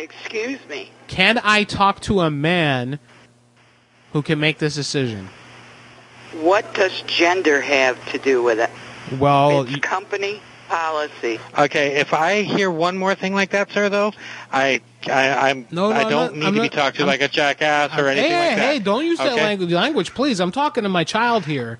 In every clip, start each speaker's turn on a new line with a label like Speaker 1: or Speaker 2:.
Speaker 1: Excuse me.
Speaker 2: Can I talk to a man who can make this decision?
Speaker 1: What does gender have to do with it?
Speaker 2: Well,
Speaker 1: it's company policy.
Speaker 3: Okay, if I hear one more thing like that, sir, though, I, I, I'm,
Speaker 2: No, no,
Speaker 3: I
Speaker 2: I'm
Speaker 3: don't
Speaker 2: not-
Speaker 3: need
Speaker 2: I'm
Speaker 3: to be
Speaker 2: not-
Speaker 3: talked to
Speaker 2: I'm-
Speaker 3: like a jackass or anything
Speaker 2: hey,
Speaker 3: like
Speaker 2: hey,
Speaker 3: that.
Speaker 2: hey, don't use that
Speaker 3: Okay?
Speaker 2: language, language, please. I'm talking to my child here.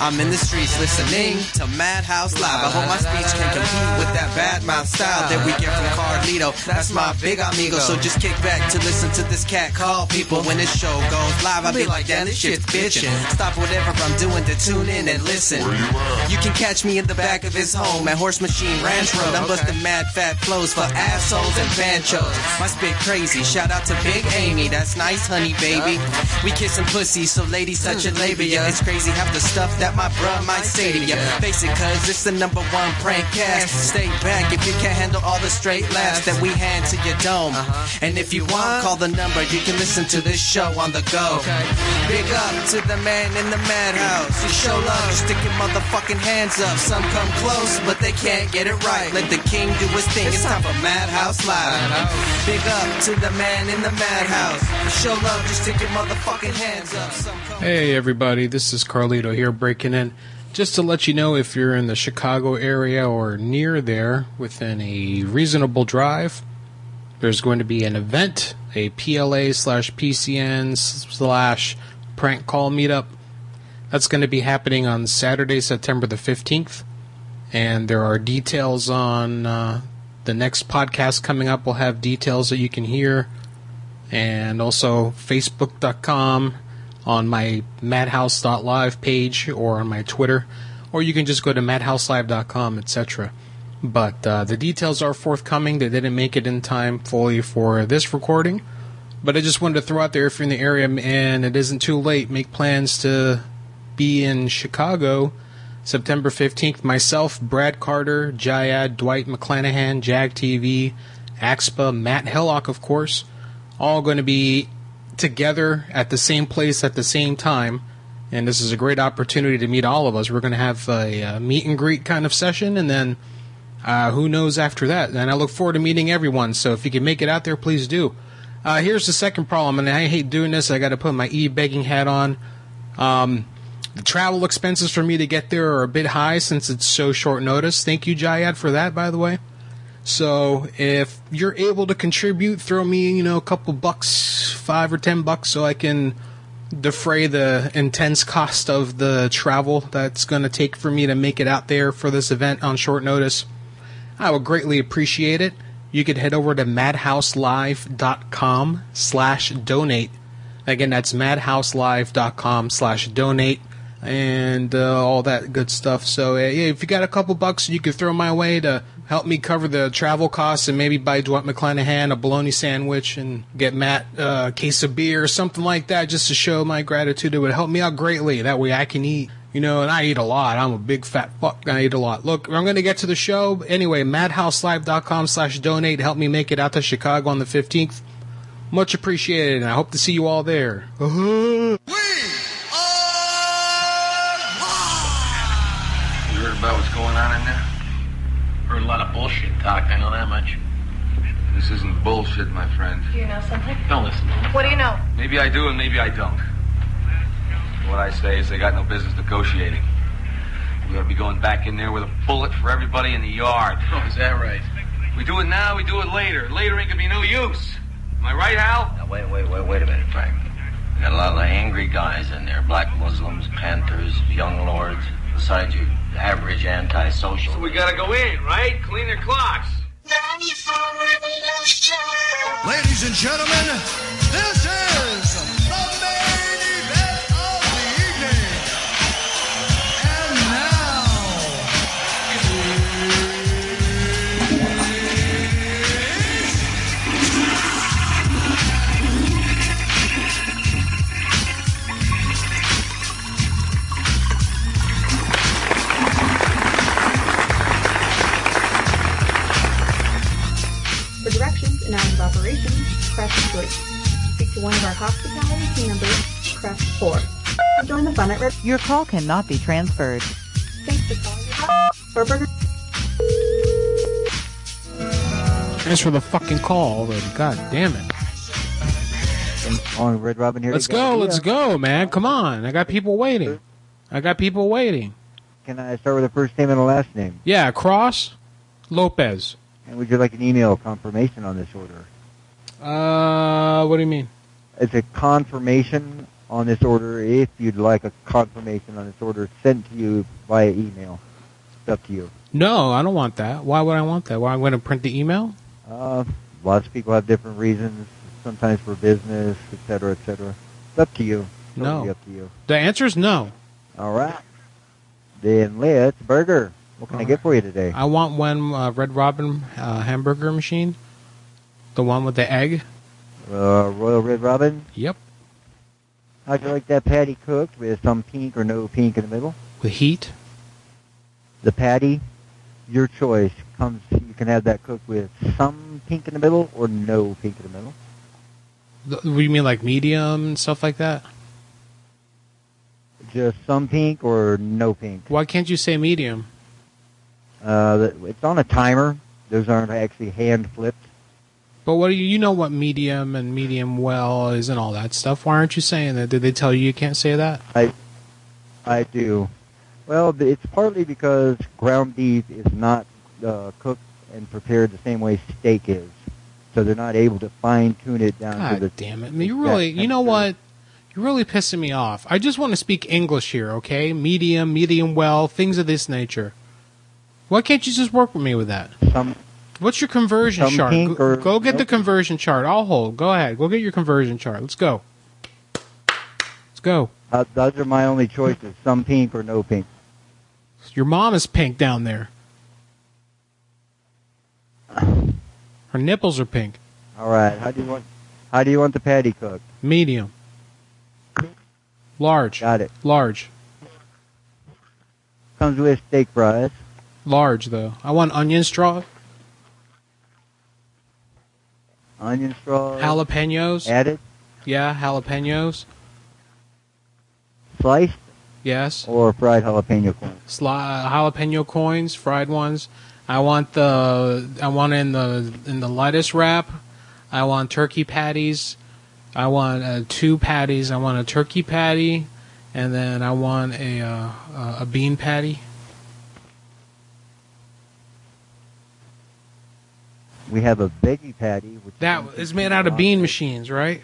Speaker 4: I'm in the streets listening to Madhouse Live. I hope my speech can compete with that bad mouth style that we get from Carlito. That's my big amigo. So just kick back to listen to this cat call people. When this show goes live, I'll be like, damn, this shit's bitchin'. Stop whatever I'm doing to tune in and listen. You can catch me in the back of his home at Horse Machine Ranch Road. I'm busting mad fat flows for assholes and banchos. My spit crazy. Shout out to Big Amy. That's nice, honey, baby. We kissing pussy, so ladies touch your labia. It's crazy half the stuff that my bruh might say to ya. Face it, cuz it's the number one prank cast. Stay back if you can't handle all the straight laughs that we hand to your dome. And if you want, call the number. You can listen to this show on the go. Big up to the man in the madhouse. You show love, stick your motherfucking hands up. Some come close, but they can't get it right. Let the king do his thing. It's time for Madhouse Live. Big up to the man in the madhouse. You show love, just stick your motherfucking hands up. Some come
Speaker 2: Hey, everybody, this is Carlito here breaking in. Just to let you know, if you're in the Chicago area or near there within a reasonable drive, there's going to be an event, a PLA slash PCN slash prank call meetup. That's going to be happening on Saturday, September the 15th. And there are details on uh, the next podcast coming up. We'll have details that you can hear and also facebook.com on my madhouse.live page or on my Twitter, or you can just go to madhouselive.com, etc. But uh, the details are forthcoming. They didn't make it in time fully for this recording, but I just wanted to throw out there if you're in the area and it isn't too late, make plans to be in Chicago September 15th. Myself, Brad Carter, Jayad, Dwight McClanahan, Jag TV, Axpa, Matt Hellock, of course all going to be together at the same place at the same time. And this is a great opportunity to meet all of us. We're going to have a, uh meet and greet kind of session, and then uh, who knows after that. And I look forward to meeting everyone. So if you can make it out there, please do. Uh, here's the second problem, and I hate doing this. I got to put my e begging hat on. Um, the travel expenses for me to get there are a bit high since it's so short notice. Thank you, Jayad, for that, by the way. So if you're able to contribute, throw me, you know, a couple bucks, five or ten bucks, so I can defray the intense cost of the travel that's going to take for me to make it out there for this event on short notice. I would greatly appreciate it. You could head over to madhouselive.com slash donate. Again, that's madhouselive.com slash donate and uh, all that good stuff. So, uh, yeah, if you got a couple bucks you could throw my way to help me cover the travel costs and maybe buy Dwight McClanahan a bologna sandwich and get Matt uh, a case of beer or something like that just to show my gratitude, it would help me out greatly. That way I can eat. You know, and I eat a lot. I'm a big fat fuck. I eat a lot. Look, I'm going to get to the show. Anyway, madhouselive.com slash donate. Help me make it out to Chicago on the 15th. Much appreciated, and I hope to see you all there.
Speaker 5: Uh-huh.
Speaker 6: You heard about what's going on in there? Heard a lot of bullshit talk, I know that much.
Speaker 7: This isn't bullshit, my friend.
Speaker 8: Do you know something?
Speaker 6: Don't listen to him.
Speaker 8: What do you know?
Speaker 7: Maybe I do and maybe I don't. What I say is they got no business negotiating. We ought to be going back in there with a bullet for everybody in the yard.
Speaker 6: Oh, is that right?
Speaker 7: We do it now, we do it later. Later ain't gonna be no use. Am I right, Hal?
Speaker 6: Now, wait, wait, wait, wait a minute, Frank. We got a lot of angry guys in there. Black Muslims, Panthers, young lords. Besides your average antisocial.
Speaker 7: We gotta go in, right? Clean their clocks.
Speaker 9: Ladies and gentlemen, this is the main event of the evening. And now,
Speaker 10: For directions and hours of operation, press 3. Speak to one of our hospitality team members, press 4. To Join the fun at Red.
Speaker 11: Your call cannot be transferred.
Speaker 10: Thanks for calling. For burger.
Speaker 2: Thanks for the fucking call, but god damn it.
Speaker 5: on Red Robin here.
Speaker 2: Let's go, let's go, man. Come on. I got people waiting. I got people waiting.
Speaker 5: Can I start with a first name and a last name?
Speaker 2: Yeah, Cross Lopez.
Speaker 5: And would you like an email confirmation on this order?
Speaker 2: Uh, what do you mean?
Speaker 5: It's a confirmation on this order. If you'd like a confirmation on this order sent to you via email, it's up to you.
Speaker 2: No, I don't want that. Why would I want that? Why I'm going to print the email?
Speaker 5: Uh, lots of people have different reasons, sometimes for business, et cetera, et cetera. It's up to you. Totally
Speaker 2: No.
Speaker 5: up to you.
Speaker 2: The answer is no.
Speaker 5: All right. Then let's burger. What can I get for you today?
Speaker 2: I want one uh, Red Robin uh, hamburger machine. The one with the egg.
Speaker 5: Uh, Royal Red Robin.
Speaker 2: Yep.
Speaker 5: How'd you like that patty cooked with some pink or no pink in the middle?
Speaker 2: With heat.
Speaker 5: The patty, your choice. Comes. You can have that cooked with some pink in the middle or no pink in the middle.
Speaker 2: Th- What do you mean, like medium and stuff like that?
Speaker 5: Just some pink or no pink.
Speaker 2: Why can't you say medium?
Speaker 5: Uh, that- it's on a timer. Those aren't actually hand flipped.
Speaker 2: But what do you, you know what medium and medium well is and all that stuff? Why aren't you saying that? Did they tell you you can't say that?
Speaker 5: I, I do. Well, th- it's partly because ground beef is not uh, cooked and prepared the same way steak is, so they're not able to fine tune it down to the.
Speaker 2: God damn it! You really, you know what? You're really pissing me off. I just want to speak English here, okay? Medium, medium well, things of this nature. Why can't you just work with me with that?
Speaker 5: Some,
Speaker 2: What's your conversion
Speaker 5: some
Speaker 2: chart?
Speaker 5: pink
Speaker 2: Go,
Speaker 5: or-
Speaker 2: go get the conversion chart. I'll hold. Go ahead. Go get your conversion chart. Let's go. Let's go.
Speaker 5: Uh, those are my only choices: some pink or no pink.
Speaker 2: Your mom is pink down there. Her nipples are pink.
Speaker 5: All right. Uh, How do you want? How do you want the patty cooked?
Speaker 2: Medium. Large.
Speaker 5: Got it.
Speaker 2: Large.
Speaker 5: Comes with steak fries.
Speaker 2: Large, though. I want onion straw,
Speaker 5: Onion straw
Speaker 2: jalapenos.
Speaker 5: added,
Speaker 2: Yeah, jalapenos.
Speaker 5: sliced,
Speaker 2: Yes.
Speaker 5: or fried jalapeno corn.
Speaker 2: Sli- jalapeno coins, fried ones. I want the I want it in the in the lightest wrap. I want turkey patties. I want uh, two patties. I want a turkey patty, and then I want a uh, a- a bean patty.
Speaker 5: We have a veggie patty, which
Speaker 2: That is made out of bean machines, right?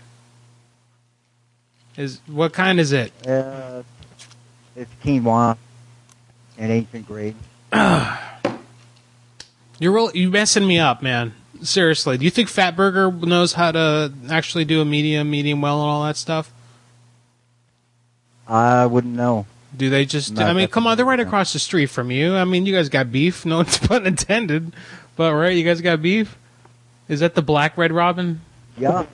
Speaker 2: Is what kind is it?
Speaker 5: Uh, it's quinoa and ancient grain.
Speaker 2: You're real, you messing me up, man. Seriously, do you think Fatburger knows how to actually do a medium, medium well, and all that stuff?
Speaker 5: I wouldn't know.
Speaker 2: Do they just?
Speaker 5: No,
Speaker 2: I mean, come on, they're right
Speaker 5: definitely not.
Speaker 2: across the street from you. I mean, you guys got beef, no pun intended, but right, you guys got beef. Is that the Black Red Robin?
Speaker 5: Yeah,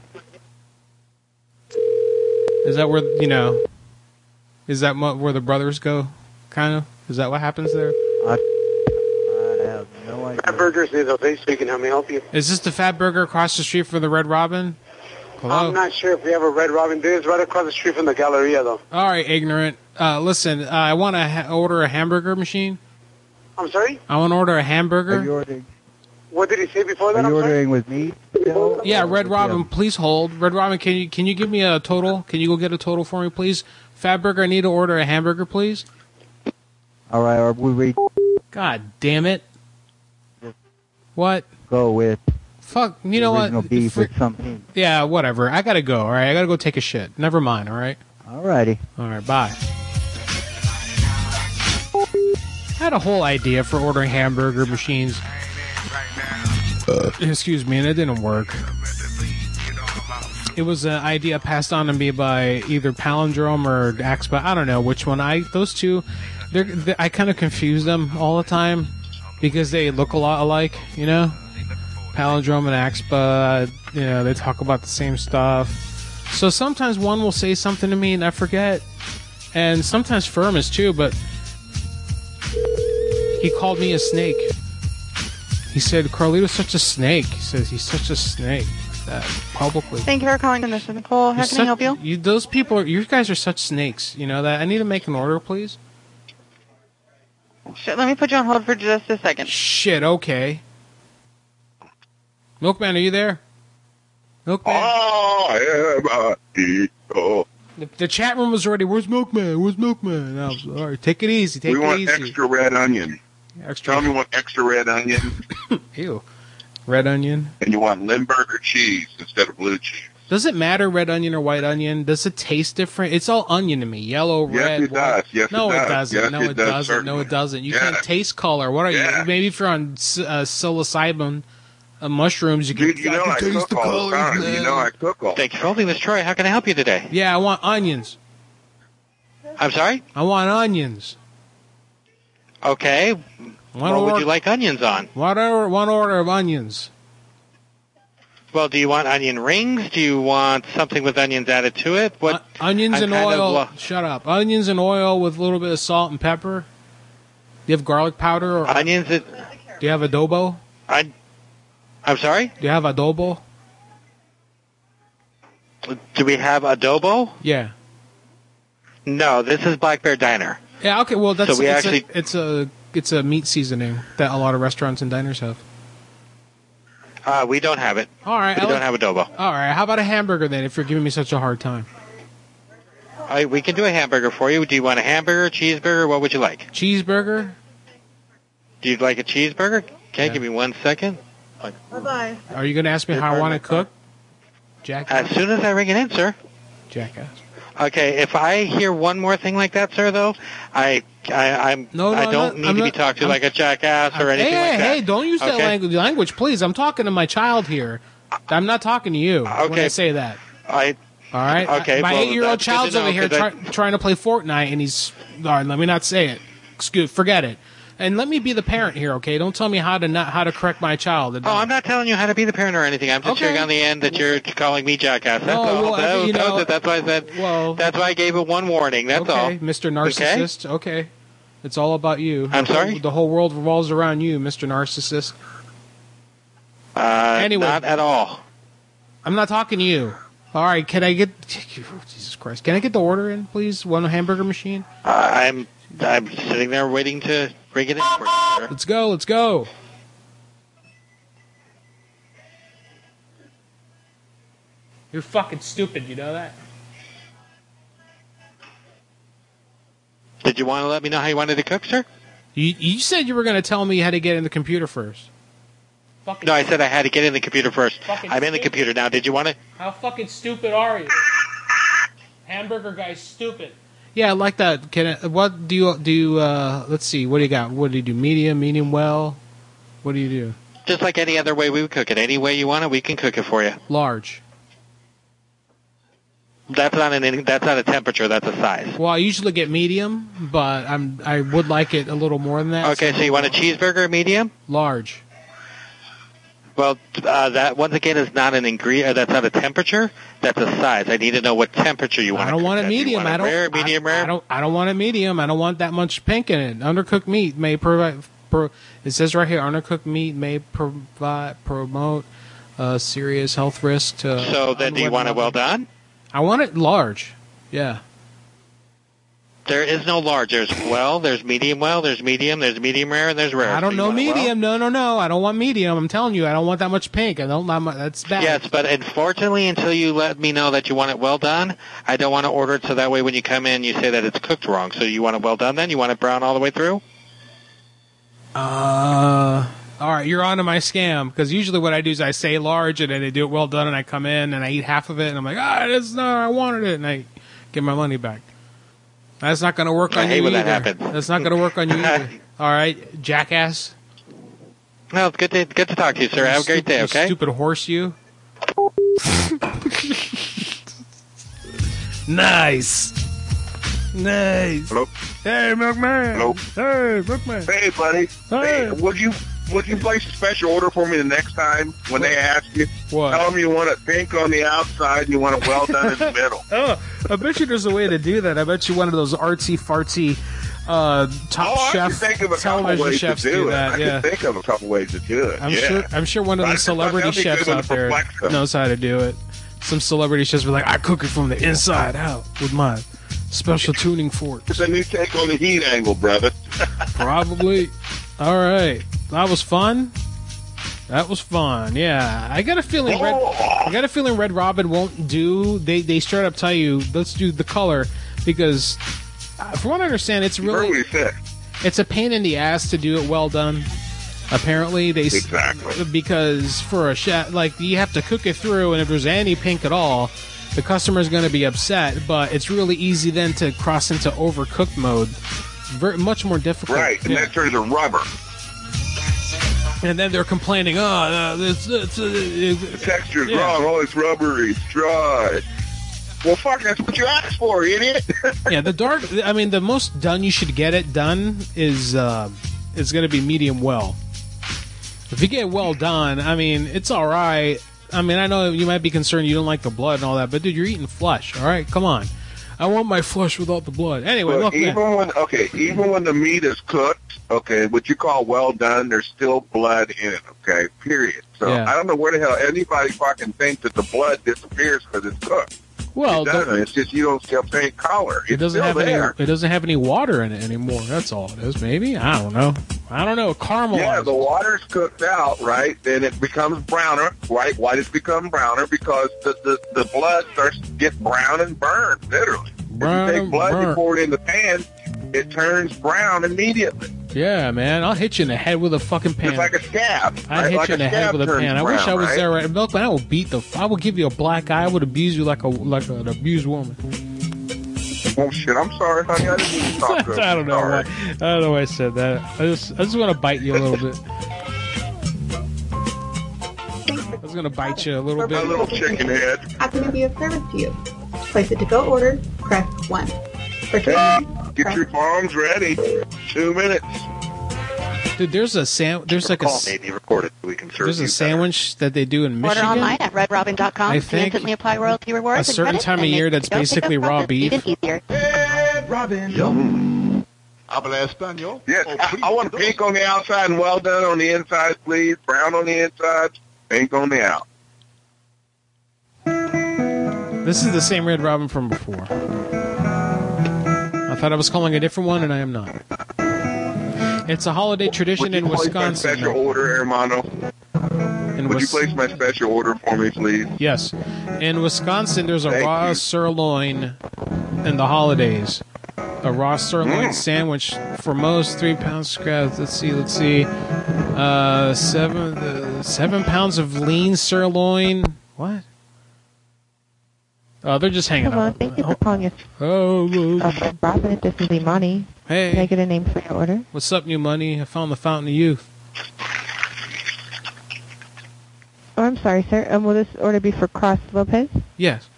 Speaker 2: Is that where you know? Is that mo- where the brothers go? Kind of. Is that what happens there?
Speaker 5: I have no idea.
Speaker 12: Burgers near the face speaking. How may I help you?
Speaker 2: Is this the Fat Burger across the street from the Red Robin? Hello.
Speaker 12: I'm not sure if we have a Red Robin. There is right across the street from the Galleria, though.
Speaker 2: All right, ignorant. Uh, listen, uh, I want to ha- order a hamburger machine.
Speaker 12: I'm sorry?
Speaker 2: I want to order a
Speaker 5: Are you
Speaker 2: hamburger.
Speaker 5: ordering?
Speaker 12: What did he say before that?
Speaker 5: Are you
Speaker 12: I'm sorry?
Speaker 5: ordering with me? Still?
Speaker 2: Yeah,
Speaker 5: Or
Speaker 2: Red
Speaker 5: with
Speaker 2: Robin,
Speaker 5: him?
Speaker 2: please hold. Red Robin, can you can you give me a total? Can you go get a total for me, please? Fatburger, I need to order a hamburger, please.
Speaker 5: All right, or would we
Speaker 2: God damn it! What?
Speaker 5: go with
Speaker 2: Fuck. You know
Speaker 5: original
Speaker 2: what?
Speaker 5: beef
Speaker 2: Fr-
Speaker 5: with something?
Speaker 2: yeah, whatever. I gotta go. All right, I gotta go take a shit. Never mind. All right.
Speaker 5: All righty.
Speaker 2: All right, bye. Had a whole idea for ordering hamburger machines. Excuse me, and it didn't work. It was an idea passed on to me by either Palindrome or Axpa. I don't know which one. I those two, they're, they, I kind of confuse them all the time because they look a lot alike. You know, Palindrome and Axpa. You know, they talk about the same stuff. So sometimes one will say something to me and I forget, and sometimes Firm is too. But he called me a snake. He said Carlito's such a snake. He says he's such a snake that publicly.
Speaker 9: Thank you for calling Commissioner Nicole. Oh, How
Speaker 2: You're
Speaker 9: can I
Speaker 2: such-
Speaker 9: help you?
Speaker 2: Those people, are, you guys are such snakes. You know that. I need to make an order, please.
Speaker 9: Shit, let me put you on hold for just a second.
Speaker 2: Shit. Okay. Milkman, are you there? Milkman.
Speaker 13: I am a eagle.
Speaker 2: The, the chat room was already. Where's Milkman? Where's Milkman? I'm sorry. Take it easy. Take
Speaker 13: we
Speaker 2: it
Speaker 13: want
Speaker 2: easy.
Speaker 13: extra red onion.
Speaker 2: Extra.
Speaker 13: Tell me you want extra red onion,
Speaker 2: Ew. Red onion.
Speaker 13: and you want Limburger cheese instead of blue cheese.
Speaker 2: Does it matter red onion or white onion? Does it taste different? It's all onion to me. Yellow,
Speaker 13: Yes,
Speaker 2: red,
Speaker 13: it
Speaker 2: white.
Speaker 13: does. Yes,
Speaker 2: no,
Speaker 13: it
Speaker 2: it,
Speaker 13: does.
Speaker 2: doesn't.
Speaker 13: Yes,
Speaker 2: no,
Speaker 13: it
Speaker 2: it
Speaker 13: does,
Speaker 2: doesn't. No, it doesn't. You can't taste color. What are you? Maybe if you're on s- uh, psilocybin uh, mushrooms, you can,
Speaker 13: Dude, you know I,
Speaker 2: can
Speaker 13: cook
Speaker 2: taste the
Speaker 13: all
Speaker 2: colors.
Speaker 13: the time. You
Speaker 2: man.
Speaker 13: know I cook all.
Speaker 3: Thanks for holding this, Troy. How can I help you today?
Speaker 2: Yeah, I want onions.
Speaker 3: I'm sorry?
Speaker 2: I want onions.
Speaker 3: Okay.
Speaker 2: What,
Speaker 3: what
Speaker 2: order,
Speaker 3: would you like onions on?
Speaker 2: what order? One order of onions.
Speaker 3: Well, do you want onion rings? Do you want something with onions added to it? What
Speaker 2: Uh, Onions
Speaker 3: I'm
Speaker 2: and
Speaker 3: kind of
Speaker 2: oil.
Speaker 3: lo-
Speaker 2: Shut up. Onions and oil with a little bit of salt and pepper. Do you have garlic powder or
Speaker 3: onions? That,
Speaker 2: do you have adobo?
Speaker 3: I, I'm sorry.
Speaker 2: Do you have adobo?
Speaker 3: Do we have adobo?
Speaker 2: Yeah.
Speaker 3: No, this is Black Bear Diner.
Speaker 2: Yeah. Okay. Well, that's
Speaker 3: So we
Speaker 2: it's,
Speaker 3: actually-
Speaker 2: a, it's a it's a meat seasoning that a lot of restaurants and diners have.
Speaker 3: Uh, we don't have it.
Speaker 2: All right.
Speaker 3: We
Speaker 2: I
Speaker 3: don't
Speaker 2: like-
Speaker 3: have adobo.
Speaker 2: All right. How about a hamburger then? If you're giving me such a hard time,
Speaker 3: All right, we can do a hamburger for you. Do you want a hamburger, cheeseburger? What would you like?
Speaker 2: cheeseburger.
Speaker 3: Do you like a cheeseburger? Okay, give me one second.
Speaker 10: Bye bye.
Speaker 2: Are you going to ask me how I want to cook? Jackass.
Speaker 3: As soon as I ring it in, sir.
Speaker 2: Jackass.
Speaker 3: Okay, if I hear one more thing like that, sir, though, I, I, I'm,
Speaker 2: No, no,
Speaker 3: I
Speaker 2: I'm
Speaker 3: don't
Speaker 2: not-
Speaker 3: need
Speaker 2: I'm
Speaker 3: to be
Speaker 2: not-
Speaker 3: talked to
Speaker 2: I'm-
Speaker 3: like a jackass or anything
Speaker 2: hey,
Speaker 3: like that.
Speaker 2: hey, don't use that
Speaker 3: Okay?
Speaker 2: language, language, please. I'm talking to my child here. I'm not talking to you when I
Speaker 3: Okay.
Speaker 2: say that.
Speaker 3: I,
Speaker 2: All right.
Speaker 3: Okay,
Speaker 2: My
Speaker 3: well,
Speaker 2: eight-year-old
Speaker 3: that's good
Speaker 2: child's
Speaker 3: to know,
Speaker 2: over here
Speaker 3: 'cause I-
Speaker 2: try, trying to play Fortnite, and he's. All right, let me not say it. Excuse, forget it. And let me be the parent here, okay? Don't tell me how to not how to correct my child.
Speaker 3: Oh, I'm not telling you how to be the parent or anything. I'm just
Speaker 2: Okay.
Speaker 3: hearing on the end that you're calling me jackass. That's
Speaker 2: No,
Speaker 3: all.
Speaker 2: well, I
Speaker 3: that,
Speaker 2: mean, you
Speaker 3: that was
Speaker 2: know-
Speaker 3: it. That's why I said.
Speaker 2: Well,
Speaker 3: That's why I gave it one warning. That's
Speaker 2: okay,
Speaker 3: all.
Speaker 2: Mr. Narcissist. Okay. it's all about you.
Speaker 3: I'm
Speaker 2: The whole-
Speaker 3: sorry?
Speaker 2: The whole world revolves around you, Mr. Narcissist.
Speaker 3: Uh,
Speaker 2: Anyway.
Speaker 3: Not at all.
Speaker 2: I'm not talking to you. All right, can I get
Speaker 3: Uh,
Speaker 2: Jesus Christ? Can I get the order in, please? One hamburger machine.
Speaker 3: I- I'm I'm sitting there waiting to ring it in for you. sir.
Speaker 2: Let's go. Let's go. You're fucking stupid. You know that.
Speaker 3: Did you want to let me know how you wanted to cook, sir?
Speaker 2: You you said you were going to tell me how to get in the computer first.
Speaker 3: No, I said I had to get in the computer first.
Speaker 2: Fucking
Speaker 3: I'm in the
Speaker 2: stupid.
Speaker 3: computer now. Did you want to?
Speaker 2: How fucking stupid are you? Hamburger guy's stupid. Yeah, I like that. Can I, what do you do? You, uh, let's see. What do you got? What do you do? Medium, medium well. What do you do?
Speaker 3: Just like any other way we would cook it. Any way you want it, we can cook it for you.
Speaker 2: Large.
Speaker 3: That's not an that's not a temperature. That's a size.
Speaker 2: Well, I usually get medium, but I'm I would like it a little more than that.
Speaker 3: Okay, so you want a cheeseburger medium?
Speaker 2: large.
Speaker 3: Well, uh, that once again is not an ingredient. That's not a temperature. That's a size. I need to know what temperature you want.
Speaker 2: I don't want it medium.
Speaker 3: want it
Speaker 2: I don't.
Speaker 3: rare, medium
Speaker 2: I,
Speaker 3: rare?
Speaker 2: I don't. I don't want it medium. I don't want that much pink in it. Undercooked meat may provide. Pro, it says right here, undercooked meat may provide promote uh, serious health risk to.
Speaker 3: So then, do you want it well done?
Speaker 2: I want it large. Yeah.
Speaker 3: There is no large. There's well. There's medium well. There's medium. There's medium rare, and there's rare.
Speaker 2: I don't
Speaker 3: So you
Speaker 2: know
Speaker 3: want it well?
Speaker 2: medium. No, no, no. I don't want medium. I'm telling you, I don't want that much pink. I don't. Not much, that's bad.
Speaker 3: Yes, but unfortunately, until you let me know that you want it well done, I don't want to order it so that way when you come in, you say that it's cooked wrong. So you want it well done then? You want it brown all the way through?
Speaker 2: Uh, all right, you're onto my scam because usually what I do is I say large and then they do it well done, and I come in and I eat half of it, and I'm like, ah, that's not how I wanted it, and I get my money back. That's not going to work
Speaker 3: I
Speaker 2: on
Speaker 3: hate
Speaker 2: you
Speaker 3: when that
Speaker 2: either.
Speaker 3: happens.
Speaker 2: That's not going to work on you either. All right, jackass.
Speaker 3: No, it's good to, good to talk to you, sir. Have a great day,
Speaker 2: You
Speaker 3: okay?
Speaker 2: Stupid horse, you. nice. Nice.
Speaker 13: Hello.
Speaker 2: Hey, Milkman.
Speaker 13: Hello.
Speaker 2: Hey, Milkman.
Speaker 13: Hey, buddy.
Speaker 2: Hey.
Speaker 13: Hey, would you would you place a special order for me the next time when they ask you?
Speaker 2: What?
Speaker 13: Tell them you want it pink on the outside and you want it well done in the middle.
Speaker 2: Oh, I bet you there's a way to do that. I bet you one of those artsy fartsy uh, top
Speaker 13: oh, I can
Speaker 2: chef
Speaker 13: think of a couple
Speaker 2: television
Speaker 13: ways to
Speaker 2: chefs
Speaker 13: do,
Speaker 2: do
Speaker 13: it. I
Speaker 2: that.
Speaker 13: can
Speaker 2: Yeah,
Speaker 13: think of a couple ways to do it.
Speaker 2: I'm
Speaker 13: yeah.
Speaker 2: sure. I'm sure one of
Speaker 13: I
Speaker 2: the
Speaker 13: just thought
Speaker 2: celebrity
Speaker 13: that'd be
Speaker 2: chefs
Speaker 13: good on
Speaker 2: out there
Speaker 13: Perplexo.
Speaker 2: knows how to do it. Some celebrity chefs were like, I cook it from the inside out with my special tuning fork.
Speaker 13: It's a new take on the heat angle, brother.
Speaker 2: Probably. All right, that was fun. That was fun. Yeah, I got a feeling. Red, I got a feeling Red Robin won't do. They they straight up tell you let's do the color because, uh, from what I understand, it's really it's a pain in the ass to do it well done. Apparently, they s-
Speaker 13: Exactly.
Speaker 2: because for a shot like you have to cook it through, and if there's any pink at all, the customer's going to be upset. But it's really easy then to cross into overcooked mode. Very, much more difficult.
Speaker 13: Right, and
Speaker 2: Yeah.
Speaker 13: that turns a rubber.
Speaker 2: And then they're complaining, oh, uh, this, this, uh,
Speaker 13: The
Speaker 2: is-
Speaker 13: texture's
Speaker 2: Yeah.
Speaker 13: wrong. All it's rubbery. It's dry. Well, fuck, that's what you asked for, idiot.
Speaker 2: yeah, the dark. I mean, the most done you should get it done is uh, is going to be medium well. If you get well done, I mean, it's all right. I mean, I know you might be concerned you don't like the blood and all that, but dude, you're eating flesh. All right, come on. I want my flesh without the blood. Anyway,
Speaker 13: But
Speaker 2: look, man.
Speaker 13: even when okay, even when the meat is cooked, okay, what you call well done, there's still blood in it. Okay, period. So
Speaker 2: Yeah.
Speaker 13: I don't know where the hell anybody fucking thinks that the blood disappears because it's cooked.
Speaker 2: Well,
Speaker 13: it doesn't. it's just you don't see a pink collar. It's
Speaker 2: Oh, it doesn't
Speaker 13: still
Speaker 2: have
Speaker 13: there.
Speaker 2: any. It doesn't have any water in it anymore. That's all it is. Maybe I don't know. I don't know. Caramel.
Speaker 13: Yeah, the water's cooked out, right? Then it becomes browner, right? Why does it become browner? Because the, the, the blood starts to get brown and burned, literally.
Speaker 2: Brown
Speaker 13: if you take
Speaker 2: and
Speaker 13: blood
Speaker 2: burnt.
Speaker 13: and pour it in the pan, it turns brown immediately.
Speaker 2: Yeah, man. I'll hit you in the head with a fucking pan.
Speaker 13: It's like a scab.
Speaker 2: I
Speaker 13: right?
Speaker 2: hit
Speaker 13: Like
Speaker 2: you in the head
Speaker 13: scab
Speaker 2: with a
Speaker 13: turns
Speaker 2: pan. I wish
Speaker 13: brown,
Speaker 2: I was
Speaker 13: right?
Speaker 2: there. Right, Milkman, I will beat the. I will give you a black eye. I would abuse you like a like an abused woman.
Speaker 13: Oh shit! I'm sorry, honey. I didn't mean to
Speaker 2: I
Speaker 13: talk to you.
Speaker 2: don't know why.
Speaker 13: Oh, Sorry.
Speaker 2: I don't know why I said that. I just I just want to bite you a little bit. I was gonna bite you a little bit.
Speaker 13: A little chicken head.
Speaker 14: How can it be of service to you? Place a to-go order, press 1. For
Speaker 13: Hey, get your bombs ready. Two minutes.
Speaker 2: Dude, there's a sand. There's like a
Speaker 13: Call
Speaker 2: s-
Speaker 13: may be recorded so we can serve
Speaker 2: there's
Speaker 13: you
Speaker 2: a sandwich that they do in
Speaker 10: Order
Speaker 2: Michigan.
Speaker 10: online at redrobin.com
Speaker 2: I
Speaker 10: to
Speaker 2: think
Speaker 10: instantly apply royalty rewards.
Speaker 2: a
Speaker 10: and
Speaker 2: certain
Speaker 10: credits
Speaker 2: time of
Speaker 10: and
Speaker 2: year
Speaker 10: make
Speaker 2: that's
Speaker 10: your pickup
Speaker 2: basically raw
Speaker 10: process
Speaker 2: beef.
Speaker 10: Even easier.
Speaker 13: Robin.
Speaker 15: Yum. Habla español.
Speaker 13: Yes, I, I want pink on the outside and well done on the inside, please. Brown on the inside, pink on the out.
Speaker 2: This is the same Red Robin from before. I thought I was calling a different one, and I am not. It's a holiday tradition
Speaker 13: Would you
Speaker 2: in
Speaker 13: place My
Speaker 2: Wisconsin.
Speaker 13: special order, Hermano. Would you
Speaker 2: Wis-
Speaker 13: place my special order for me, please?
Speaker 2: Yes. In Wisconsin, there's a raw sirloin in the holidays. A raw sirloin sandwich for most three pound scraps. Let's see, let's see. Uh, seven, uh, seven pounds of lean sirloin. What? Oh, they're just hanging
Speaker 16: Hello,
Speaker 2: out.
Speaker 16: thank you for calling us.
Speaker 2: Oh,
Speaker 16: uh, Robin, this is Imani.
Speaker 2: Hey.
Speaker 16: Can I get a name for your order?
Speaker 2: What's up, new money? I found the fountain of youth.
Speaker 16: Oh, I'm sorry, sir. Um, will this order be for Cross Lopez?
Speaker 2: Yes.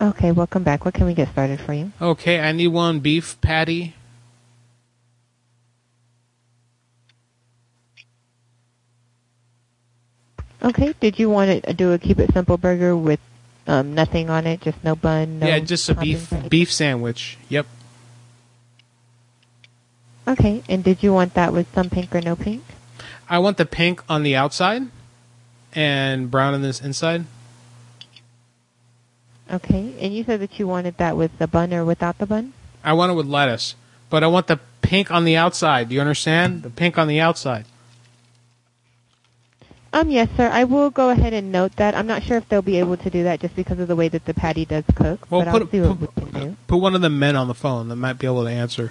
Speaker 16: Okay, welcome back. What can we get started for you?
Speaker 2: Okay, I need one beef patty.
Speaker 16: Okay, did you want to do a keep it simple burger with um, nothing on it, just no bun? No
Speaker 2: yeah, just a
Speaker 16: toppings?
Speaker 2: beef beef sandwich. Yep.
Speaker 16: Okay, and did you want that with some pink or no pink?
Speaker 2: I want the pink on the outside and brown on this inside.
Speaker 16: Okay, and you said that you wanted that with the bun or without the bun?
Speaker 2: I want it with lettuce, but I want the pink on the outside. Do you understand? The pink on the outside.
Speaker 16: Um, yes, sir. I will go ahead and note that. I'm not sure if they'll be able to do that just because of the way that the patty does cook.
Speaker 2: Well,
Speaker 16: but
Speaker 2: put
Speaker 16: I'll
Speaker 2: a-
Speaker 16: see what we can do.
Speaker 2: Put one of the men on the phone that might be able to answer.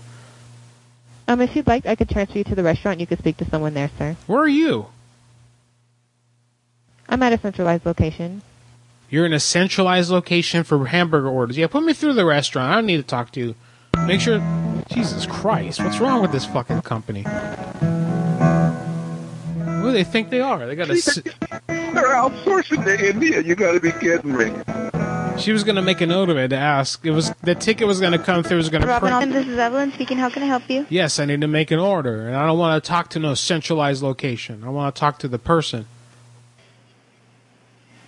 Speaker 16: Um, if you'd like, I could transfer you to the restaurant. You could speak to someone there, sir.
Speaker 2: Where are you?
Speaker 16: I'm at a centralized location.
Speaker 2: You're in a centralized location for hamburger orders. Yeah, put me through the restaurant. I don't need to talk to you. Make sure. Jesus Christ, what's wrong with this fucking company? Who do they think they are? They got a. s-
Speaker 13: They're outsourcing to India. You got to be kidding me.
Speaker 2: She was gonna make a note of it to ask. It was the ticket was gonna come through. It was gonna. print-
Speaker 17: Robin, this is Evelyn speaking. How can I help you?
Speaker 2: Yes, I need to make an order, and I don't want to talk to no centralized location. I want to talk to the person.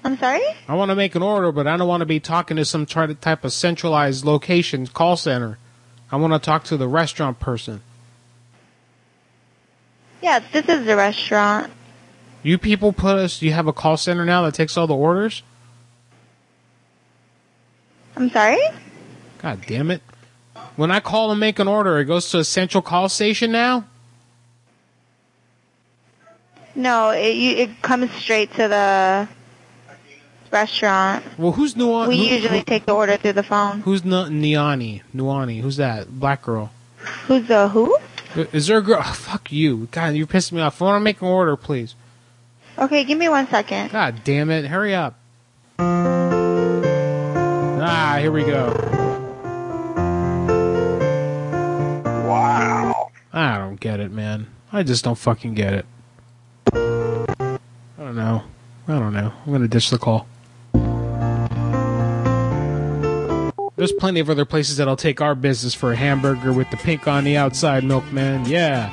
Speaker 17: I'm sorry?
Speaker 2: I want to make an order, but I don't want to be talking to some try- type of centralized location call center. I want to talk to the restaurant person.
Speaker 17: Yeah, this is the restaurant.
Speaker 2: You people put us. You have a call center now that takes all the orders.
Speaker 17: I'm sorry?
Speaker 2: God damn it! When I call and make an order, it goes to a central call station now.
Speaker 17: No, it, you, it comes straight to the restaurant.
Speaker 2: Well, who's Nuani?
Speaker 17: We usually take the order through the phone.
Speaker 2: Who's Nu- Niani? Nuani? Who's that? Black girl.
Speaker 17: Who's the who?
Speaker 2: Is there a girl? Oh, fuck you. God, you're pissing me off. I want to make an order, please.
Speaker 17: Okay, give me one second.
Speaker 2: God damn it. Hurry up. Ah, here we go.
Speaker 13: Wow.
Speaker 2: I don't get it, man. I just don't fucking get it. I don't know. I don't know. I'm going to ditch the call. There's plenty of other places that'll take our business for a hamburger with the pink on the outside, milkman. Yeah.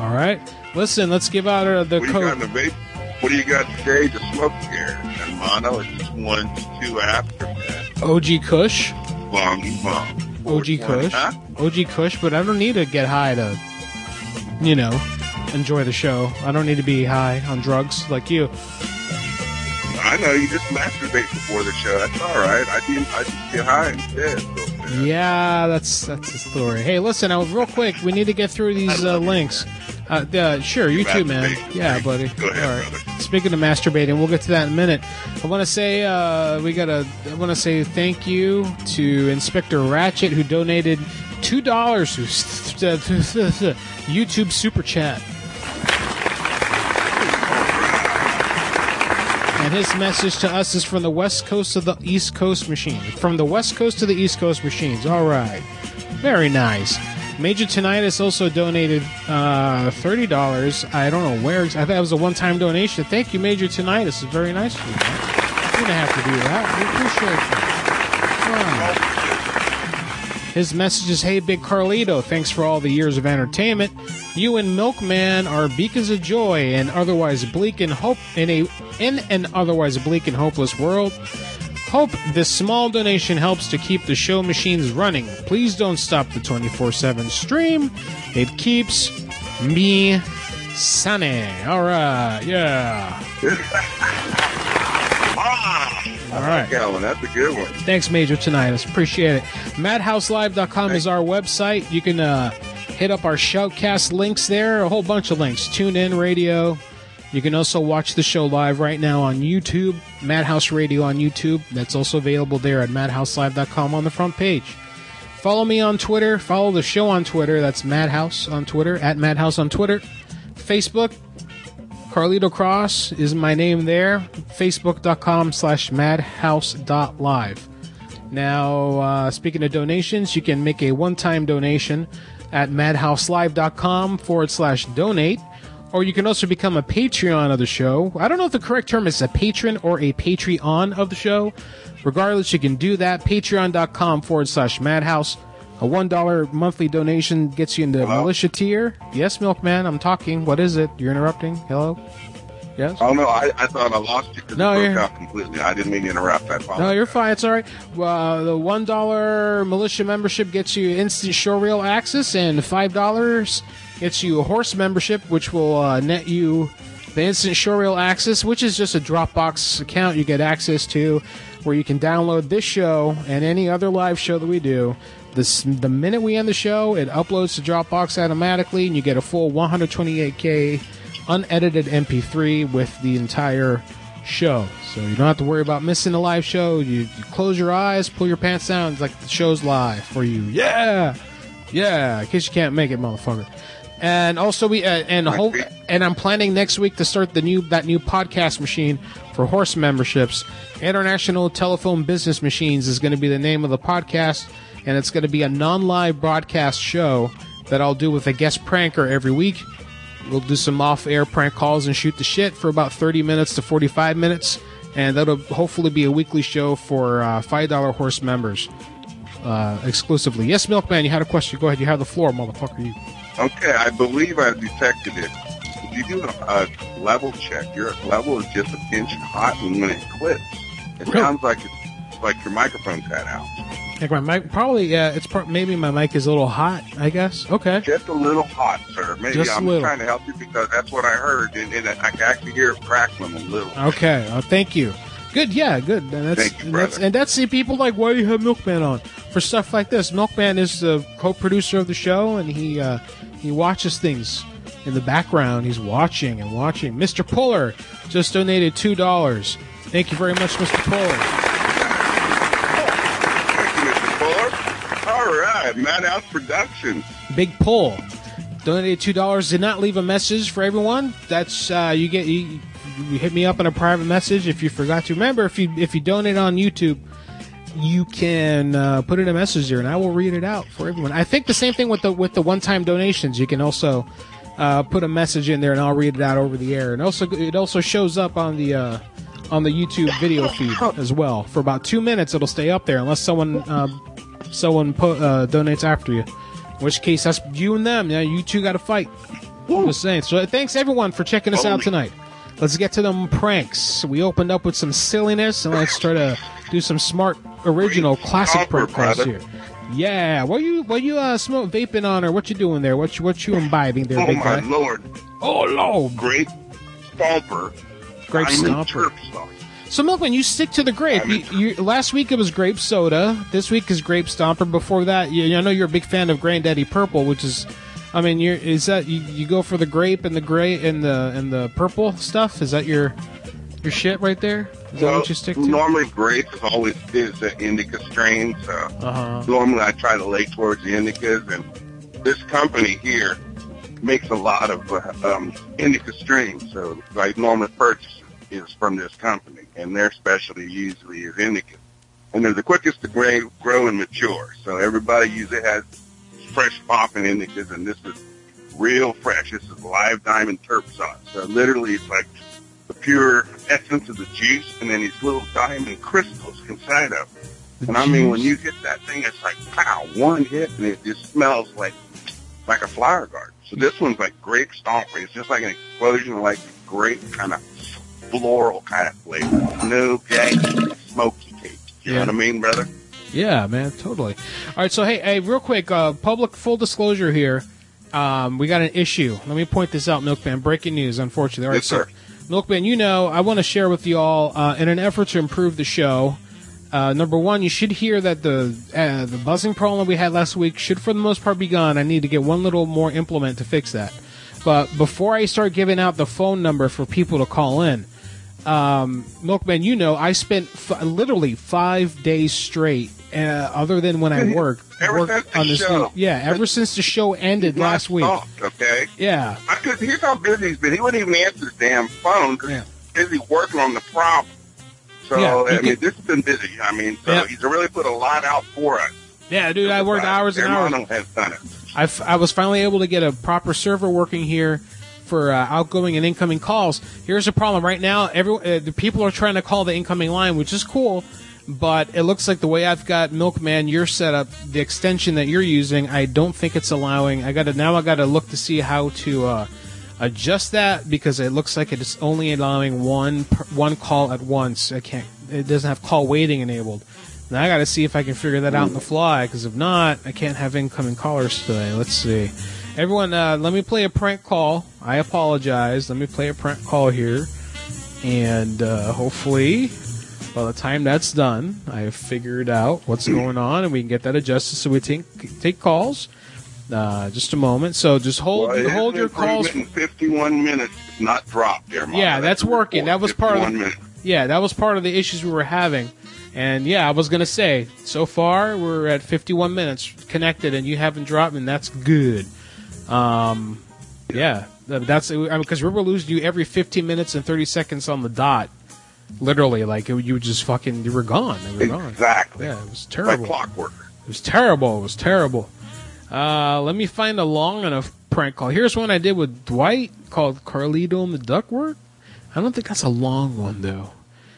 Speaker 2: All right. Listen, let's give out uh, the
Speaker 13: What do you got in
Speaker 2: code.
Speaker 13: the vape? What do you got today to smoke here? Hermano, it's just one to two after
Speaker 2: OG Kush.
Speaker 13: Bongy Bong.
Speaker 2: OG Kush. OG Kush, but I don't need to get high to, you know, enjoy the show. I don't need to be high on drugs like you.
Speaker 13: I know you just masturbate before the show. That's all right. I didn't. I just get high instead. So.
Speaker 2: Yeah, that's that's the story. Hey, listen, I, real quick, we need to get through these uh, links. Uh, uh, sure, you too, man. Yeah, buddy. Go ahead, All right. Speaking of masturbating, we'll get to that in a minute. I want to say uh, we got to I want to say thank you to Inspector Ratchet who donated two dollars to YouTube Super Chat. And his message to us is from the West Coast to the East Coast machine. From the West Coast to the East Coast machines. All right. Very nice. Major Tinnitus also donated uh, $30. I don't know where. ex- I thought it was a one time donation. Thank you, Major Tinnitus. It's very nice of you. man. You're going to have to do that. We appreciate you. Wow. His message is Hey, Big Carlito, thanks for all the years of entertainment. You and Milkman are beacons of joy and otherwise bleak and hope in a in an otherwise bleak and hopeless world. Hope this small donation helps to keep the show machines running. Please don't stop the 24 7 stream. It keeps me sunny. All right, yeah. All
Speaker 13: I
Speaker 2: right.
Speaker 13: like that one. That's a good one.
Speaker 2: Thanks, Major Tinnitus. Appreciate it. MadhouseLive.com is our website. You can uh, hit up our shoutcast links there, a whole bunch of links. Tune in radio. You can also watch the show live right now on YouTube, Madhouse Radio on YouTube. That's also available there at MadhouseLive.com on the front page. Follow me on Twitter. Follow the show on Twitter. That's Madhouse on Twitter, at Madhouse on Twitter. Facebook, Carlito Cross is my name there. Facebook.com slash madhouse.live. Now, uh, speaking of donations, you can make a one time donation at madhouselive.com forward slash donate, or you can also become a Patreon of the show. I don't know if the correct term is a patron or a Patreon of the show. Regardless, you can do that. Patreon.com forward slash madhouse. A $1 monthly donation gets you into militia tier. Yes, Milkman, I'm talking. What is it? You're interrupting? Hello? Yes?
Speaker 13: Oh no, I, I thought I lost you because
Speaker 2: No,
Speaker 13: it broke
Speaker 2: you're-
Speaker 13: out completely. I didn't mean to interrupt. I apologize.
Speaker 2: No, you're fine. It's all right. Uh, the one dollar militia membership gets you instant showreel access, and five dollars gets you a horse membership, which will uh, net you the instant showreel access, which is just a Dropbox account you get access to, where you can download this show and any other live show that we do. This, the minute we end the show, it uploads to Dropbox automatically, and you get a full 128k unedited MP3 with the entire show. So you don't have to worry about missing a live show. You, you close your eyes, pull your pants down. It's like the show's live for you. Yeah, yeah. In case you can't make it, motherfucker. And also we uh, and hope and I'm planning next week to start the new that new podcast machine for horse memberships. International Telephone Business Machines is going to be the name of the podcast, and it's going to be a non-live broadcast show that I'll do with a guest pranker every week. We'll do some off-air prank calls and shoot the shit for about 30 minutes to 45 minutes, and that'll hopefully be a weekly show for uh, $5 horse members uh, exclusively. Yes, Milkman, you had a question. Go ahead. You have the floor, motherfucker. You.
Speaker 13: Okay, I believe I've detected it. If you do a, a level check, your level is just a pinch hot, and when it clips, it sounds like it's like your microphone's had out.
Speaker 2: Like my mic, probably. Yeah, it's pro- maybe my mic is a little hot. I guess. Okay.
Speaker 13: Just a little hot, sir. Maybe
Speaker 2: Just a
Speaker 13: I'm
Speaker 2: little.
Speaker 13: trying to help you because that's what I heard, and, and I can actually hear it crackling a little.
Speaker 2: Okay. Uh, thank you. Good. Yeah. Good. And that's
Speaker 13: Thank you,
Speaker 2: and that's, and that's the people like why do you have Milkman on for stuff like this. Milkman is the co-producer of the show, and he uh, he watches things in the background. He's watching and watching. Mr. Puller just donated $2. Thank you very much, Mr. Puller.
Speaker 13: All right, Madhouse Productions.
Speaker 2: Big pull. Donated two dollars. Did not leave a message for everyone. That's uh, you get you, you hit me up in a private message if you forgot to. Remember, if you if you donate on YouTube, you can uh, put in a message there, and I will read it out for everyone. I think the same thing with the with the one time donations. You can also uh, put a message in there, and I'll read it out over the air. And also, it also shows up on the. Uh, on the YouTube video feed as well. For about two minutes, it'll stay up there unless someone um, someone po- uh, donates after you. In which case, that's you and them. Now you two got to fight. Just saying. So uh, thanks everyone for checking us out tonight. Let's get to them pranks. We opened up with some silliness, and let's try to do some smart, original, classic prank calls here. Yeah, what you what you uh smoke vaping on or what you doing there? What you what you imbibing there,
Speaker 13: oh
Speaker 2: big
Speaker 13: my
Speaker 2: guy?
Speaker 13: lord!
Speaker 2: Oh lord!
Speaker 13: Grape stomper.
Speaker 2: Grape
Speaker 13: Diamond
Speaker 2: stomper.
Speaker 13: Turp Stomper.
Speaker 2: So Milkman, you stick to the grape. You, you, last week it was grape soda. This week is grape stomper. Before that, you, I know you're a big fan of Granddaddy Purple, which is, I mean, you're, is that you, you go for the grape and the gray and the and the purple stuff? Is that your your shit right there? Is that
Speaker 13: Well,
Speaker 2: what you stick to?
Speaker 13: Normally, grape is always is an indica strain. So
Speaker 2: Uh-huh.
Speaker 13: normally, I try to lay towards the indicas, and this company here makes a lot of uh, um, indica strains. So I normally purchase is from this company, and their specialty usually is indica, and they're the quickest to grow, grow and mature. So everybody usually has fresh popping indicas, and this is real fresh. This is live diamond turp sauce. So literally, it's like the pure essence of the juice and then these little diamond crystals inside of it.
Speaker 2: The
Speaker 13: and I mean, when
Speaker 2: juice.
Speaker 13: you hit that thing, it's like, pow, one hit and it just smells like, like a flower garden. So this one's like grape stomper. It's just like an explosion of like grape kind of floral kind of flavor. No janky, smoky cake. You know
Speaker 2: Yeah.
Speaker 13: what I mean, brother?
Speaker 2: Yeah, man, totally. All right, so hey, hey, real quick, uh, public full disclosure here. Um, we got an issue. Let me point this out, Milkman. Breaking news, unfortunately. All right,
Speaker 13: Yes, sir.
Speaker 2: so Milkman, you know, I want to share with you all uh, in an effort to improve the show. Uh, number one, you should hear that the uh, the buzzing problem we had last week should, for the most part, be gone. I need to get one little more implement to fix that. But before I start giving out the phone number for people to call in, um, Milkman, you know, I spent f- literally five days straight, uh, other than when I work, work on this.
Speaker 13: show.
Speaker 2: Yeah, ever since the show ended last week.
Speaker 13: Soft, okay?
Speaker 2: Yeah,
Speaker 13: I could, here's how busy he's been. He wouldn't even answer his damn phone because he's busy working on the problem. So,
Speaker 2: Yeah,
Speaker 13: I
Speaker 2: you
Speaker 13: mean,
Speaker 2: could-
Speaker 13: this has been busy. I mean, so
Speaker 2: Yeah.
Speaker 13: he's really put a lot out for us.
Speaker 2: yeah, dude, I worked hours and hours.
Speaker 13: Hermano has done it.
Speaker 2: I, f- I was finally able to get a proper server working here for uh, outgoing and incoming calls. Here's the problem right now: every uh, the people are trying to call the incoming line, which is cool, but it looks like the way I've got Milkman, your setup, the extension that you're using, I don't think it's allowing. I got to now. I got to look to see how to. Uh, Adjust that because it looks like it's only allowing one per, one call at once. I can't. It doesn't have call waiting enabled. Now I got to see if I can figure that out on the fly, because if not, I can't have incoming callers today. Let's see. Everyone, uh, let me play a prank call. I apologize. Let me play a prank call here. And uh, hopefully, by the time that's done, I have figured out what's going on and we can get that adjusted so we take, take calls. Uh, just a moment. So just hold,
Speaker 13: Well, his
Speaker 2: hold your calls.
Speaker 13: improvement In 51 minutes, it's not dropped, Hermano.
Speaker 2: Yeah, that's working. That was part of
Speaker 13: 51
Speaker 2: the,
Speaker 13: minutes.
Speaker 2: yeah, that was part of the issues we were having. And yeah, I was gonna say, so far we're at 51 minutes connected, and you haven't dropped, and that's good. Um, yeah, th- that's because I mean, 'cause we were losing you every 15 minutes and 30 seconds on the dot, literally. Like it, you were just fucking, you were gone. You were gone.
Speaker 13: Exactly.
Speaker 2: Yeah, it was terrible.
Speaker 13: Like clockwork.
Speaker 2: It was terrible. It was terrible. Uh, let me find a long enough prank call. Here's one I did with Dwight called Carlito and the Duckworth. I don't think that's a long one though.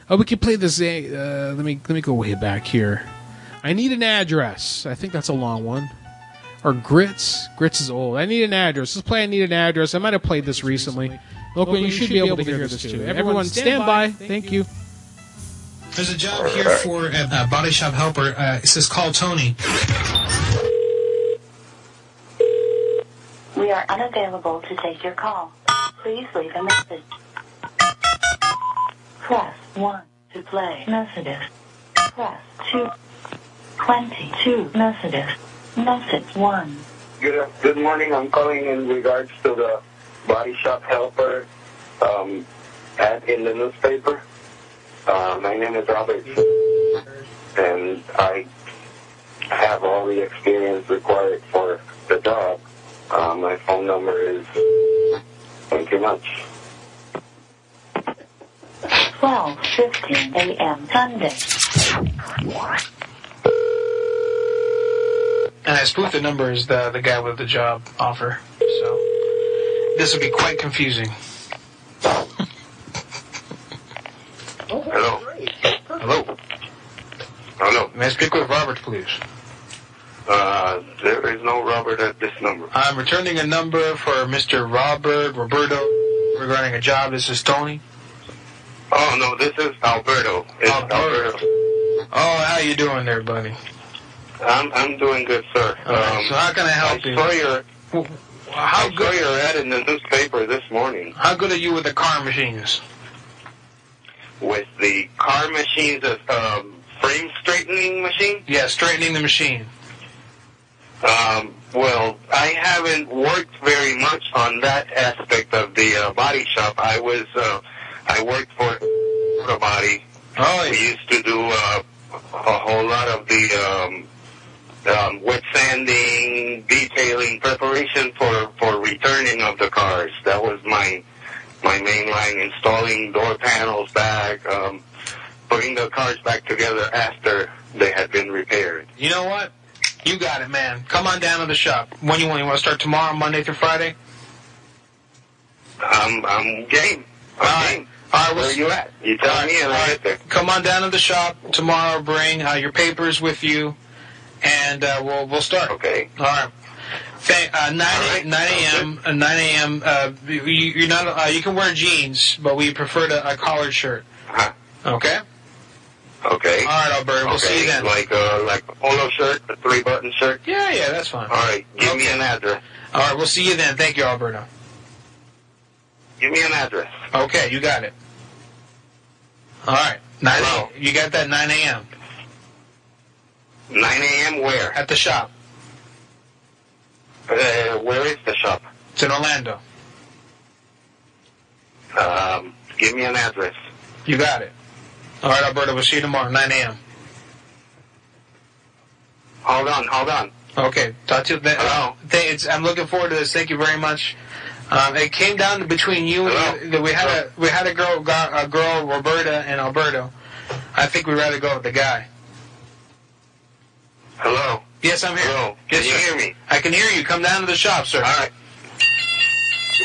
Speaker 2: Oh, we could play this. Uh, let me let me go way back here. I need an address. I think that's a long one. Or grits. Grits is old. I need an address. Let's play. I need an address. I might have played this recently. Look, you should be able to hear this too. Everyone, stand by. Thank you. There's a job here for a, a body shop helper. Uh, it says call Tony.
Speaker 18: We are unavailable to take your call. Please leave a message. Press 1 to play messages. Press 2. 22 messages. Message 1.
Speaker 9: Good, good morning. I'm calling in regards to the
Speaker 19: body shop helper um, ad in the newspaper. Uh, my name is Robert, and I have all the experience required for the job. Uh, my phone number is. Thank you much.
Speaker 20: 12:15 a.m. Sunday.
Speaker 7: And I spoofed the number as the, the guy with the job offer. So this would be quite confusing.
Speaker 13: Hello.
Speaker 7: Hello.
Speaker 13: Hello.
Speaker 7: Oh, May I speak with Robert, please?
Speaker 13: Uh, there is no Robert at this number.
Speaker 7: I'm returning a number for Mr. Robert Roberto regarding a job. This is Tony.
Speaker 13: Oh no, this is Alberto. It's Alberto.
Speaker 7: Oh, how you doing there, buddy?
Speaker 13: I'm I'm doing good, sir. Um,
Speaker 7: so how can I help
Speaker 13: I
Speaker 7: you?
Speaker 13: saw your
Speaker 7: how
Speaker 13: I saw your ad in the newspaper this morning
Speaker 7: How good are you with the car machines?
Speaker 13: with the car machines, a um, frame straightening machine.
Speaker 7: Yeah, straightening the machine.
Speaker 13: Um, well, I haven't worked very much on that aspect of the uh, body shop. I was uh, I worked for Auto Body.
Speaker 7: Oh,
Speaker 13: we used to do uh, a whole lot of the um, um, wet sanding, detailing, preparation for for returning of the cars. That was my my main line: installing door panels back, um, putting the cars back together after they had been repaired.
Speaker 7: You know what? You got it, man. Come on down to the shop. When you want? You want to start tomorrow, Monday through Friday?
Speaker 13: I'm I'm game. I'm game.
Speaker 7: All right,
Speaker 13: Where you at? You tell me, and I'll get there.
Speaker 7: Come on down to the shop tomorrow. Bring uh, your papers with you, and uh, we'll we'll start.
Speaker 13: Okay.
Speaker 7: All right. Thank, uh, 9, a- 9 a.m. Uh, 9 a.m. Uh, you, you're not. Uh, you can wear jeans, but we prefer to, a collared shirt. Okay.
Speaker 13: Uh-huh. Okay.
Speaker 7: All right, Alberta. We'll see you
Speaker 13: Okay,
Speaker 7: then.
Speaker 13: Like uh, like a polo shirt, a three button shirt.
Speaker 7: Yeah, yeah, that's fine.
Speaker 13: All right, give me an address.
Speaker 7: All right, we'll see you then. Thank you, Alberta.
Speaker 13: Give me an address.
Speaker 7: Okay, you got it. All right, nine. a- You got that 9 a.m.
Speaker 13: 9 a.m. Where?
Speaker 7: At the shop.
Speaker 13: Uh, where is the shop?
Speaker 7: It's in Orlando.
Speaker 13: Um, give me an address.
Speaker 7: You got it. All right, Alberta. We'll see you tomorrow, 9 a.m.
Speaker 13: Hold on, hold on.
Speaker 7: Okay. Talk to you. Th-
Speaker 13: Hello?
Speaker 7: th- it's, I'm looking forward to this. Thank you very much. Um, it came down to between you and we had a we had a girl go- a girl Roberta and Alberto. I think we'd rather go with the guy.
Speaker 13: Hello.
Speaker 7: Yes, I'm here.
Speaker 13: Hello.
Speaker 7: Yes,
Speaker 13: Can you
Speaker 7: sir.
Speaker 13: hear me?
Speaker 7: I can hear you. Come down to the shop, sir. All
Speaker 13: right.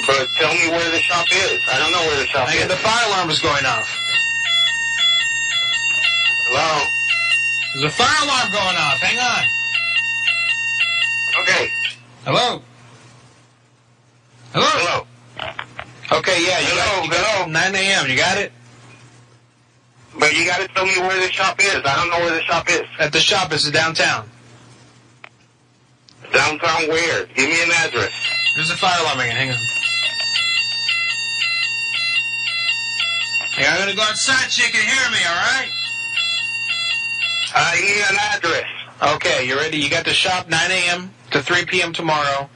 Speaker 13: But tell me where the shop is. I don't know where the shop
Speaker 7: I
Speaker 13: is.
Speaker 7: the fire alarm is going off.
Speaker 13: Hello.
Speaker 7: There's a fire alarm going off. Hang on.
Speaker 13: Okay.
Speaker 7: Hello. Hello.
Speaker 13: Hello.
Speaker 7: Okay. Yeah. You hello. Got, you hello. Got 9 a.m. You got it.
Speaker 13: But you gotta tell me where the shop is. I don't know where the shop is.
Speaker 7: At the shop. It's downtown.
Speaker 13: Downtown where? Give me an address.
Speaker 7: There's a fire alarm again. Hang on. Hey, I'm gonna go outside so you can hear me, alright?
Speaker 13: I need Uh, an address.
Speaker 7: Okay, you ready? You got the shop 9 a.m. to 3 p.m. tomorrow.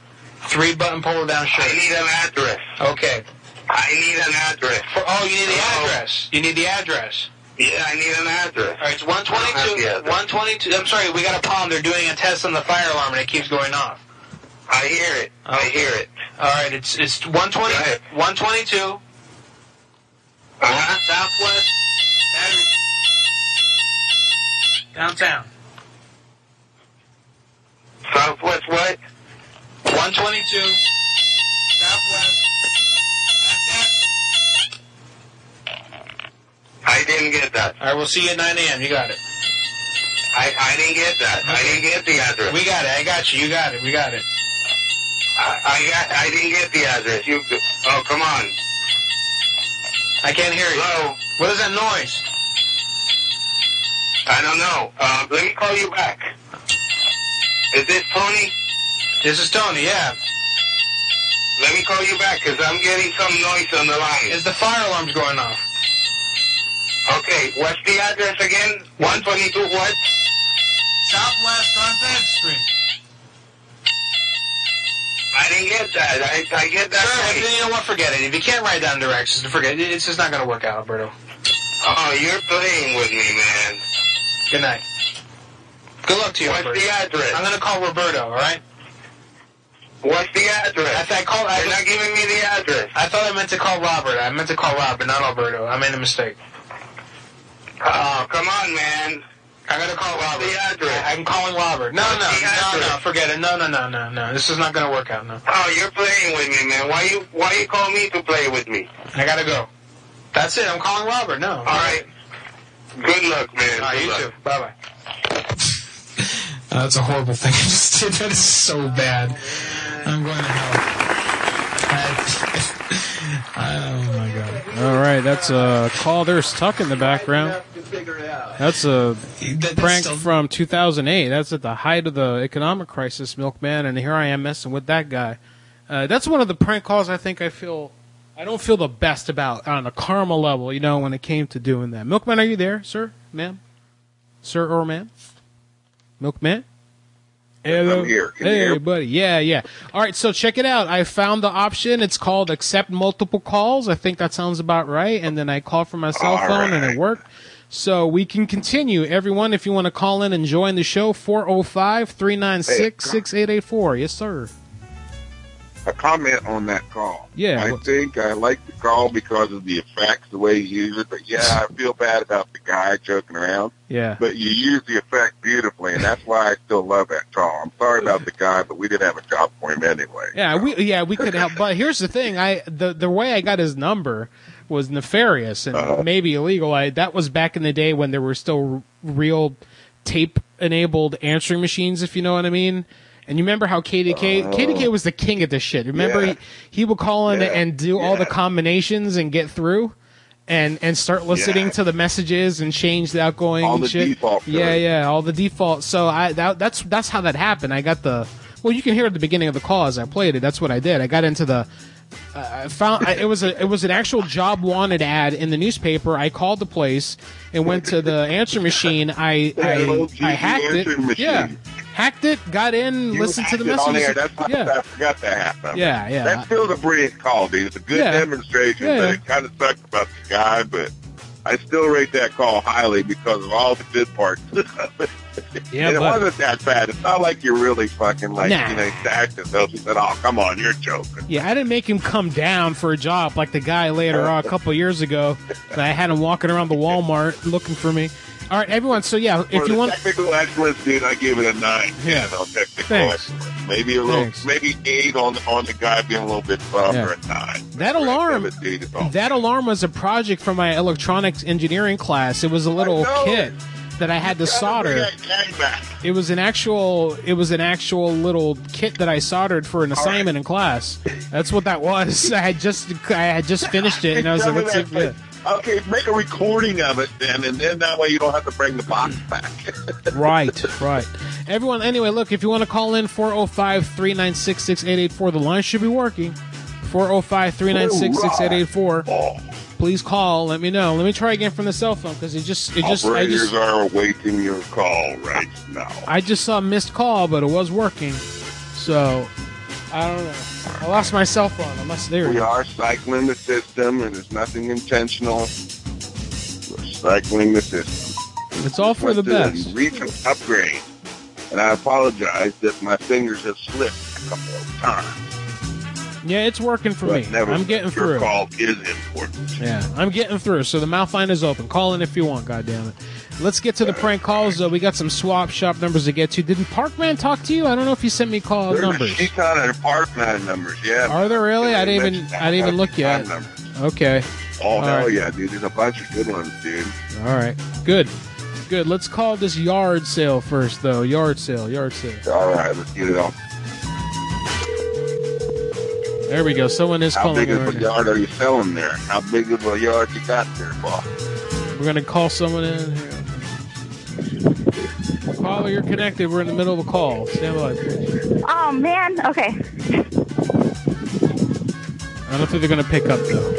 Speaker 7: Three button polo down
Speaker 13: I
Speaker 7: shirt.
Speaker 13: need an address.
Speaker 7: Okay.
Speaker 13: I need an address.
Speaker 7: For, oh, you need the address. You need the address.
Speaker 13: Yeah, I need an address.
Speaker 7: Alright, it's
Speaker 13: I don't have
Speaker 7: 122.
Speaker 13: the address.
Speaker 7: 122. I'm sorry, we got a problem. They're doing a test on the fire alarm and it keeps going off.
Speaker 13: I hear it. I hear it.
Speaker 7: Alright, it's it's 120,
Speaker 13: Go ahead.
Speaker 7: 122.
Speaker 13: Uh-huh.
Speaker 7: Southwest. Downtown.
Speaker 13: Southwest what?
Speaker 7: 122. Southwest.
Speaker 13: I didn't get that.
Speaker 7: All right, we'll see you at 9 a.m. You got it.
Speaker 13: I, I didn't get that. I didn't get the address.
Speaker 7: We got it. I got you. You got it. We got it.
Speaker 13: I, I got. I didn't get the address. You. Oh come on.
Speaker 7: I can't hear you.
Speaker 13: Hello.
Speaker 7: What is that noise?
Speaker 13: I don't know. Uh, let me call you back. Is this Tony?
Speaker 7: This is Tony. Yeah.
Speaker 13: Let me call you back because I'm getting some noise on the line.
Speaker 7: Is the fire alarm's going off?
Speaker 13: Okay. What's the address again? One twenty-two. What?
Speaker 7: Southwest on Third Street.
Speaker 19: I didn't get that. I, I get that.
Speaker 7: Sure, but you know what? Forget it. If you can't write down directions, forget it. It's just not going to work out, Alberto.
Speaker 19: Oh, you're playing with me, man.
Speaker 7: Good night. Good luck to you.
Speaker 19: What's
Speaker 7: Alberto.
Speaker 19: the address?
Speaker 7: I'm going to call Roberto. All right.
Speaker 19: What's the address?
Speaker 7: I call. I,
Speaker 19: You're not giving me the address.
Speaker 7: I thought I meant to call Robert. I meant to call Robert, not Alberto. I made a mistake.
Speaker 19: Oh, come on, man.
Speaker 7: I gotta call Robert.
Speaker 19: The address.
Speaker 7: I'm calling Robert. No, no, no, no. Forget it. No, no, no, no, no. This is not gonna work out. No.
Speaker 19: Oh, you're playing with me, man. Why you Why you call me to play with me?
Speaker 7: I gotta go. That's it. I'm calling Robert. No. All
Speaker 19: right. Good luck, man.
Speaker 7: All right.
Speaker 19: Good
Speaker 7: You
Speaker 19: luck.
Speaker 7: too. Bye bye. Uh, That's a horrible thing I just did. That is so bad. I'm going to hell. I, oh my god.
Speaker 2: All right, that's a call. There's Tuck in the background. That's a prank from 2008. That's at the height of the economic crisis, Milkman, and here I am messing with that guy. Uh, that's one of the prank calls I think I feel I don't feel the best about on a karma level. You know, when it came to doing that, Milkman, are you there, sir, ma'am, sir or ma'am, Milkman? Hello.
Speaker 13: I'm here. Can you
Speaker 2: hey,
Speaker 13: hear me?
Speaker 2: buddy. Yeah, yeah. All right, so check it out. I found the option. It's called accept multiple calls. I think that sounds about right. And then I call from my cell phone and it worked. So we can continue. Everyone, if you want to call in and join the show, 405 396 6884. Yes, sir.
Speaker 13: a comment on that call.
Speaker 2: Yeah,
Speaker 13: I
Speaker 2: well-
Speaker 13: think I like the call because of the effects, the way you use it. But yeah, I feel bad about the guy joking around.
Speaker 2: Yeah.
Speaker 13: But you use the effect beautifully, and that's why I still love that call. I'm sorry about the guy, but we did have a job for him anyway.
Speaker 2: Yeah, we yeah we could help, but here's the thing: I the the way I got his number was nefarious and maybe illegal. I that was back in the day when there were still r- real tape-enabled answering machines, if you know what I mean. And you remember how KDK KDK was the king of this shit. Remember
Speaker 5: Yeah.
Speaker 2: he, he would call in and do all the combinations and get through. And, and start listening to the messages and change the outgoing
Speaker 13: All
Speaker 2: and
Speaker 13: the
Speaker 2: shit.
Speaker 13: default to
Speaker 2: yeah,
Speaker 13: it.
Speaker 2: yeah, all the default. So I that, that's that's how that happened. I got the well, you can hear at the beginning of the call as I played it. That's what I did. I got into the uh, I found I, it was a it was an actual job wanted ad in the newspaper. I called the place and went to the answer machine. I I, I hacked it. Yeah, hacked it. Got in.
Speaker 13: You
Speaker 2: listened to the
Speaker 13: acted on
Speaker 2: messages.
Speaker 13: air. That's not, I forgot that happened.
Speaker 2: Yeah, yeah.
Speaker 13: That's still the brilliant call, dude. It's a good
Speaker 2: Yeah.
Speaker 13: demonstration,
Speaker 2: Yeah.
Speaker 13: but it kind of sucks about the guy. But I still rate that call highly because of all the good parts.
Speaker 2: Yeah,
Speaker 13: and it
Speaker 2: but-
Speaker 13: wasn't that bad. It's not like you're really fucking like
Speaker 2: Nah.
Speaker 13: you know stacked yourself. He said, "Oh, come on, you're joking."
Speaker 2: Yeah, I didn't make him come down for a job like the guy later on a couple years ago that I had him walking around the Walmart looking for me. All right, everyone. So yeah,
Speaker 13: For
Speaker 2: if
Speaker 13: the
Speaker 2: you want,
Speaker 13: technical excellence, dude, I give it a nine.
Speaker 2: Yeah.
Speaker 13: you know, technical
Speaker 2: Thanks.
Speaker 13: excellence. Maybe a little,
Speaker 2: Thanks.
Speaker 13: maybe eight on on the guy being a little bit softer at nine.
Speaker 2: That alarm,
Speaker 13: Dude, it's all
Speaker 2: that alarm was a project from my electronics engineering class. It was a little kit that I had to solder. It was an actual, it was an actual little kit that I soldered for an assignment in class. That's what that was. I had just, I had just finished it, and I was like, "What's it?"
Speaker 13: Like, okay, make a recording of it then, and then that way you don't have to bring the box back.
Speaker 2: right, right. Everyone, anyway, look, if you want to call in, 405 396 6884. The line should be working. 405 396 6884. Please call. Let me know. Let me try again from the cell phone because it just, it just, I
Speaker 13: Operators
Speaker 2: just,
Speaker 13: are awaiting your call right now.
Speaker 2: I just saw a missed call, but it was working. So, I don't know. I lost my cell phone. I must, there it
Speaker 13: We
Speaker 2: is.
Speaker 13: are cycling the system, and there's nothing intentional. We're cycling the system.
Speaker 2: It's all for the
Speaker 13: Went to
Speaker 2: best.
Speaker 13: Recent upgrade, and I apologize that my fingers have slipped a couple of times.
Speaker 2: Yeah, it's working for
Speaker 13: but
Speaker 2: me.
Speaker 13: never
Speaker 2: I'm getting
Speaker 13: your
Speaker 2: through.
Speaker 13: call is important.
Speaker 2: Yeah, I'm getting through. So the mouth line is open. Call in if you want. God damn it. Let's get to the prank calls though. We got some swap shop numbers to get to. Didn't Parkman talk to you? I don't know if he sent me call
Speaker 13: There's
Speaker 2: numbers.
Speaker 13: a sheet on it, park nine numbers. Yeah.
Speaker 2: Are there really? I didn't even I didn't even look yet.
Speaker 13: Nine numbers.
Speaker 2: Okay.
Speaker 13: Oh
Speaker 2: All
Speaker 13: hell
Speaker 2: right.
Speaker 13: yeah, dude! There's a bunch of good ones, dude.
Speaker 2: All right. Good. Good. Let's call this yard sale first though. Yard sale. Yard sale.
Speaker 13: All right, let's get it on.
Speaker 2: There we go. Someone is
Speaker 13: How
Speaker 2: calling.
Speaker 13: big of a
Speaker 2: already.
Speaker 13: yard are you selling there? How big of a yard you got there, boss?
Speaker 2: We're gonna call someone in here. Caller, you're connected. We're in the middle of a call. Stand by. please.
Speaker 21: Oh man. Okay.
Speaker 2: I don't think they're gonna pick up though.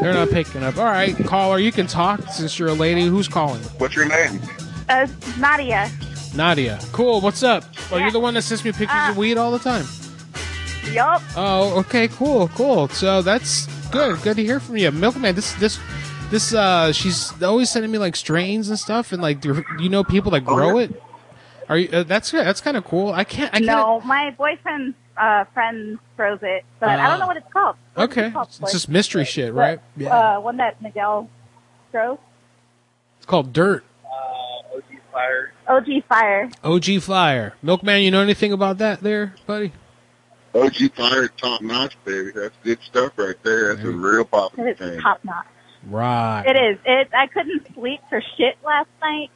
Speaker 2: They're not picking up. All right, caller, you can talk since you're a lady. Who's calling?
Speaker 13: What's your name?
Speaker 18: Uh, Nadia.
Speaker 2: Nadia. Cool. What's up? Well, you're the one that sends me pictures of weed all the time.
Speaker 18: Uh, Yup.
Speaker 2: Oh, okay. Cool. Cool. So that's good. Good to hear from you, Milkman. This this this uh, she's always sending me like strains and stuff, and like do you know people
Speaker 13: Oh,
Speaker 2: that grow it. Are you? Uh, that's good. That's kind of cool. I can't. I can't.
Speaker 18: no, my boyfriend's uh, friend grows it, but I don't know what it's called. What is it
Speaker 2: Ah. Okay.
Speaker 18: called?
Speaker 2: It's just mystery shit, right?
Speaker 18: Like, Uh, one that Miguel grows.
Speaker 2: It's called dirt.
Speaker 18: OG Fire.
Speaker 2: OG Fire. Milkman, you know anything about that there, buddy?
Speaker 13: OG Fire top notch, baby. That's good stuff right there. That's a real popular
Speaker 18: It's
Speaker 13: thing.
Speaker 18: top notch.
Speaker 2: Right.
Speaker 18: It is. It. I couldn't sleep for shit last night,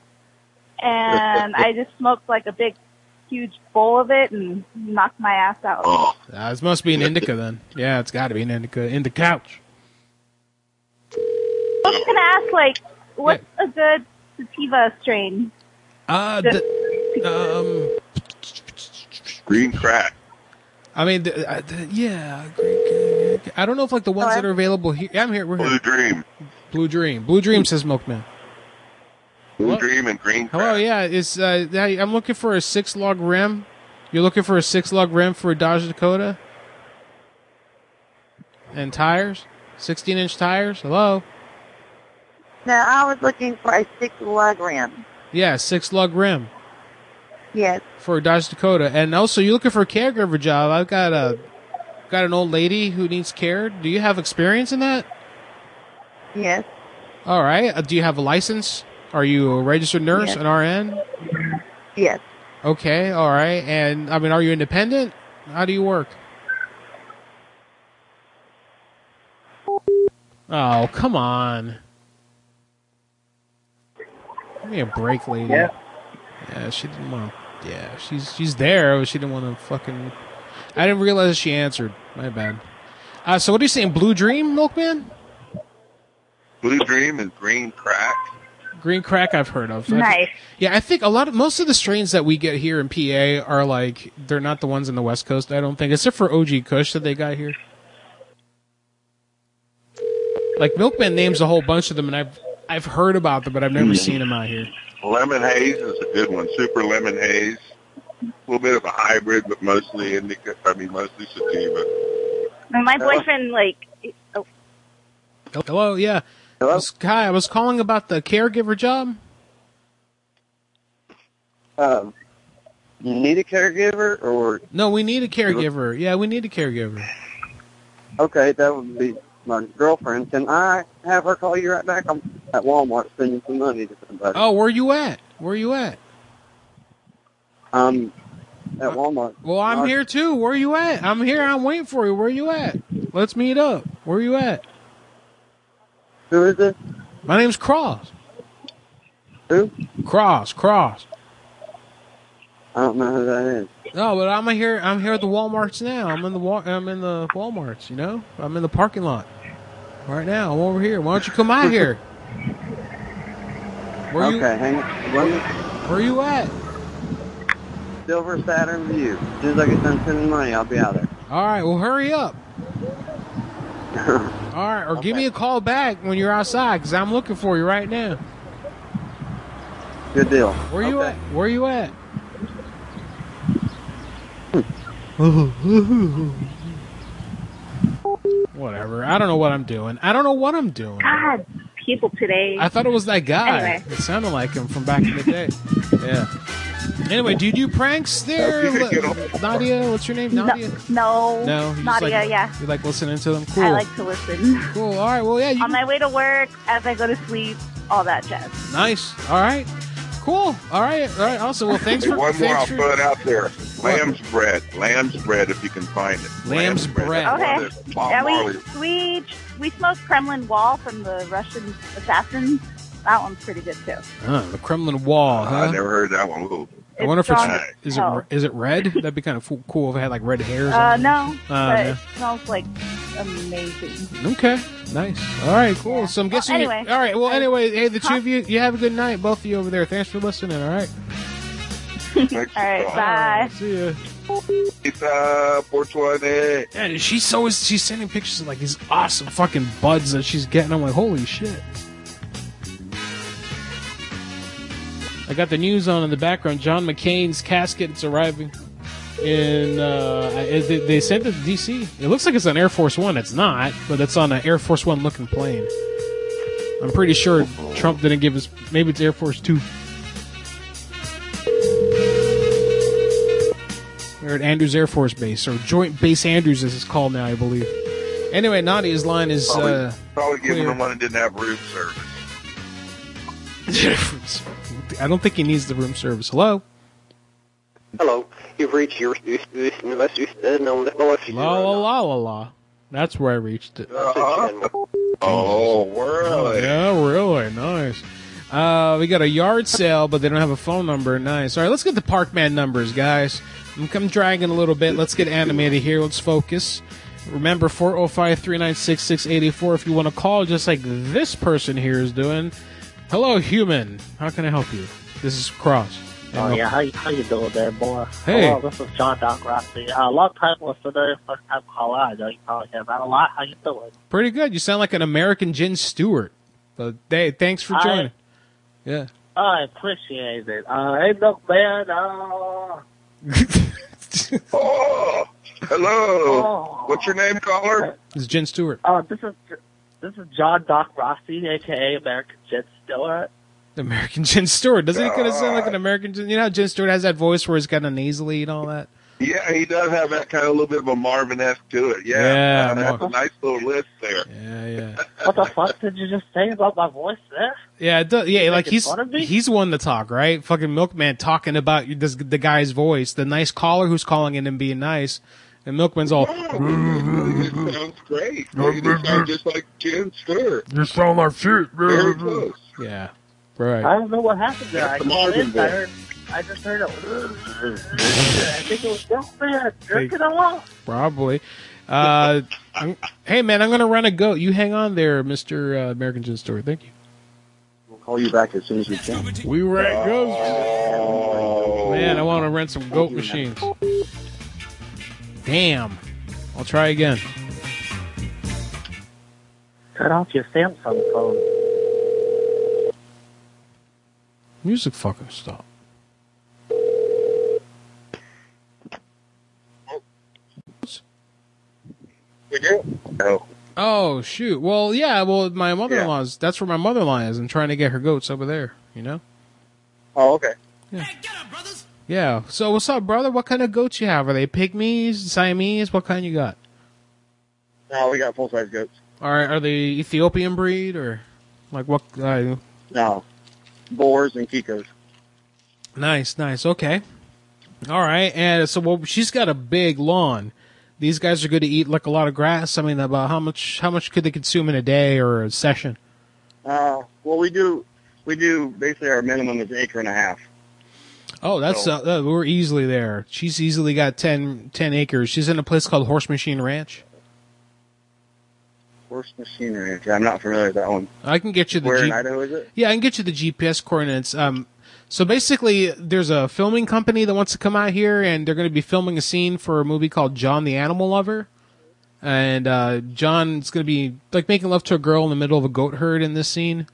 Speaker 18: and I just smoked like a big, huge bowl of it and knocked my ass out.
Speaker 2: Uh, this must be an indica then. Yeah, it's got to be an indica. In the couch.
Speaker 18: I was gonna ask, like, what's a good sativa strain?
Speaker 2: Uh,
Speaker 18: Just-
Speaker 2: um,
Speaker 13: Green crack.
Speaker 2: I mean, th- I- th- yeah. great, good. I don't know if like the ones that are available here. Yeah, I'm here. We're Blue
Speaker 13: Dream.
Speaker 2: Blue Dream. Blue Dream says Milkman.
Speaker 13: Blue
Speaker 2: What?
Speaker 13: Dream and Green
Speaker 2: Hello, yeah. It's uh, I- I'm looking for a six log rim. You're looking for a six log rim for a Dodge Dakota. And tires, sixteen inch tires. Hello.
Speaker 10: No, I was looking for a six lug rim.
Speaker 2: Yeah, six lug rim.
Speaker 10: Yes.
Speaker 2: for Dodge Dakota, and also you're looking for a caregiver job. I've got a got an old lady who needs care. Do you have experience in that?
Speaker 10: Yes.
Speaker 2: All right. Uh, do you have a license? Are you a registered nurse,
Speaker 10: Yes.
Speaker 2: an RN?
Speaker 10: Yes.
Speaker 2: Okay. All right. And I mean, are you independent? How do you work? Oh, come on. Give me a break, lady.
Speaker 22: Yeah.
Speaker 2: Yeah, she didn't want. Yeah, she's she's there, but she didn't want to fucking. I didn't realize she answered. My bad. Uh, so what are you saying? Blue Dream, Milkman?
Speaker 13: Blue Dream and Green Crack.
Speaker 2: Green Crack, I've heard of.
Speaker 13: Nice.
Speaker 2: Yeah, I think a lot of most of the strains that we get here in PA are like they're not the ones in the West Coast. I don't think, except for OG Kush that they got here. Like Milkman names a whole bunch of them, and I've I've heard about them, but I've never seen them out here.
Speaker 13: Lemon Haze is a good one. Super Lemon Haze. A little bit of a hybrid, but mostly indica. I mean, mostly sativa.
Speaker 18: And
Speaker 2: Uh.
Speaker 18: my boyfriend, like, oh,
Speaker 2: Hello, yeah. Hello? Hi, I was calling about the caregiver job.
Speaker 9: Um, you need a caregiver, or
Speaker 2: No, we need a caregiver. Yeah, we need a caregiver.
Speaker 9: okay, that would be my girlfriend. Can I have her call you right back? I'm at Walmart spending some money to somebody.
Speaker 2: Oh, where you at? Where you at?
Speaker 9: Um, at Walmart.
Speaker 2: Well, I'm here too. Where you at? I'm here. I'm waiting for you. Where you at? Let's meet up. Where you at?
Speaker 9: Who is this?
Speaker 2: My name's Cross.
Speaker 9: Who?
Speaker 2: Cross. Cross.
Speaker 9: I don't know who that is.
Speaker 2: No, but I'm here. I'm here at the WalMarts now. I'm in the Wal- I'm in the WalMarts. You know, I'm in the parking lot right now. I'm over here. Why don't you come out here? Where
Speaker 9: okay,
Speaker 2: you?
Speaker 9: hang on. Where,
Speaker 2: where you at?
Speaker 9: Silver Saturn View. As soon as I get done spending money, I'll be out there.
Speaker 2: All right. Well, hurry up. All right, or give me a call back when you're outside because I'm looking for you right now.
Speaker 9: Good deal.
Speaker 2: Where you at? Where you at? Whatever. I don't know what I'm doing. I don't know what I'm doing.
Speaker 18: God, people today.
Speaker 2: I thought it was that guy.
Speaker 18: Anyway.
Speaker 2: It sounded like him from back in the day. yeah. Anyway, do you do pranks there, Li- Nadia? What's your name, Nadia?
Speaker 18: No,
Speaker 2: No, you just
Speaker 18: Nadia.
Speaker 2: like-
Speaker 18: yeah,
Speaker 2: You like listening to them? Cool.
Speaker 18: I like to listen.
Speaker 2: Cool. All right. Well, yeah. You
Speaker 18: On my way to work, as I go to sleep, all that jazz.
Speaker 2: Nice. All right. Cool. All right. All right. Also, well, thanks
Speaker 13: Hey,
Speaker 2: for
Speaker 13: one more.
Speaker 2: thanks
Speaker 13: I'll
Speaker 2: for-
Speaker 13: put it out there. Lamb's bread. Lamb's bread, if you can find it.
Speaker 2: Lamb's bread.
Speaker 18: Okay.
Speaker 13: That's Bob
Speaker 18: Yeah,
Speaker 13: Marley.
Speaker 18: we, we we smoked Kremlin Wall from the Russian assassins. That one's pretty good too.
Speaker 2: Huh, the Kremlin Wall, huh?
Speaker 13: I never heard that one. Ooh.
Speaker 2: I wonder if
Speaker 18: It's
Speaker 2: it's
Speaker 18: strong
Speaker 2: is
Speaker 18: as
Speaker 2: it
Speaker 18: hell.
Speaker 2: is it red? That'd be kind of fo- cool if it had like red hairs.
Speaker 18: Uh,
Speaker 2: on it.
Speaker 18: no, but
Speaker 2: yeah.
Speaker 18: it smells like amazing.
Speaker 2: Okay. Nice. All right. Cool. So I'm guessing. you-
Speaker 18: anyway.
Speaker 2: all right. Well,
Speaker 18: I-
Speaker 2: anyway, hey, the two of you, you have a good night, both of you over there. Thanks for listening. All right.
Speaker 18: All right,
Speaker 13: All
Speaker 18: bye.
Speaker 13: right,
Speaker 2: see ya.
Speaker 13: It's uh, 420.
Speaker 2: Yeah, dude, she's so she's sending pictures of like these awesome fucking buds that she's getting. I'm like, holy shit. I got the news on in the background. John McCain's casket is arriving. In uh, I- they, they sent it to DC. It looks like it's on Air Force One. It's not, but it's on an Air Force One looking plane. I'm pretty sure Trump didn't give us. Maybe it's Air Force Two. We're at Andrews Air Force Base, or Joint Base Andrews, as it's called now, I believe. Anyway, Nadia's line is
Speaker 13: probably,
Speaker 2: uh,
Speaker 13: probably giving
Speaker 2: clear.
Speaker 13: them one that didn't have room service.
Speaker 2: I don't think he needs the room service. Hello?
Speaker 23: Hello, you've reached your
Speaker 2: La la Oh, la la la. That's where I reached it.
Speaker 3: Uh-huh.
Speaker 13: Oh, really?
Speaker 2: Yeah, really. Nice. Uh, we got a yard sale, but they don't have a phone number. Nice. All right, let's get the Parkman numbers, guys. I'm, I'm dragging a little bit. Let's get animated here. Let's focus. Remember, 405 396 6884 if you want to call, just like this person here is doing. Hello, human. How can I help you? This is Cross.
Speaker 9: Oh yeah, how you, how you doing there, boy?
Speaker 2: Hey.
Speaker 9: Hello, this is John Doc Rossi. Uh, long time listener, first time caller. I know you probably hear about a lot. How you doing?
Speaker 2: Pretty good. You sound like an American Jin Stewart. So, hey, thanks for
Speaker 9: I-
Speaker 2: joining. yeah.
Speaker 9: I appreciate it. Uh, hey, look, man. Uh,
Speaker 13: oh,
Speaker 9: Oh.
Speaker 13: hello. What's your name, caller?
Speaker 2: It's Jin Stewart.
Speaker 9: uh, this is this is John Doc Rossi, aka American Jet Stewart.
Speaker 2: American Jin Stewart. Doesn't he kind of sound
Speaker 9: Uh.
Speaker 2: like an American Jin? You know how Jin Stewart has that voice where he's kind of nasally and all that?
Speaker 13: Yeah, he does have that kind of little bit of a Marvin-esque to it. Yeah,
Speaker 2: Yeah,
Speaker 13: uh, that's
Speaker 2: Mar-
Speaker 13: a nice little list there.
Speaker 2: Yeah, yeah.
Speaker 9: What the fuck did you just say about my voice there?
Speaker 2: Yeah, it does, yeah, like
Speaker 9: Making
Speaker 2: he's
Speaker 9: fun of me?
Speaker 2: he's one to talk, right? Fucking Milkman talking about you- this, the guy's voice, the nice caller who's calling in and being nice, and Milkman's all.
Speaker 13: sounds great. You sound just like Jen Stewart.
Speaker 2: You sound like shit.
Speaker 13: Very close.
Speaker 2: Yeah, right.
Speaker 9: I don't know what happened there. I,
Speaker 13: That's the
Speaker 9: just
Speaker 13: Marvin
Speaker 9: think I
Speaker 13: voice.
Speaker 9: heard. I just heard a. I think it was Milkman jerking off.
Speaker 2: Probably. Uh, I'm- hey man, I'm gonna run a go. You hang on there, Mister uh, American Gin Store. Thank you.
Speaker 24: We'll call you back as soon as we can.
Speaker 2: We were
Speaker 13: Uh,
Speaker 2: at
Speaker 24: Oh.
Speaker 2: goats. Man, I want to rent some goat machines. Damn. I'll try again.
Speaker 9: Cut off your Samsung phone.
Speaker 2: Music fucking stop.
Speaker 13: Oh.
Speaker 2: Oh shoot. Well, yeah. Well, my mother-in-law's. That's where my mother-in-law is. I'm trying to get her goats over there. You know.
Speaker 24: Oh, okay.
Speaker 2: Yeah. So what's up, brother? What kind of goats you have? Are they pygmies, Siamese? What kind you got?
Speaker 24: No, we got full size goats.
Speaker 2: Are are they Ethiopian breed or like what? Uh,
Speaker 24: No, boars and kikos.
Speaker 2: Nice, nice. Okay. All right. And so, well, she's got a big lawn. These guys are good to eat like a lot of grass. I mean, about how much how much could they consume in a day or a session?
Speaker 24: Uh, well, we do we do basically our minimum is an acre and a half.
Speaker 2: Oh, that's uh, uh, we're easily there. She's easily got 10, 10 acres. She's in a place called Horse Machine Ranch.
Speaker 24: Horse machinery. I'm not familiar with that one.
Speaker 2: I can get you the
Speaker 24: Where in
Speaker 2: Jeep-
Speaker 24: Idaho is it?
Speaker 2: Yeah, I can get you the GPS coordinates. Um, so basically, there's a filming company that wants to come out here, and they're going to be filming a scene for a movie called John the Animal Lover. And uh, John's going to be like making love to a girl in the middle of a goat herd in this scene,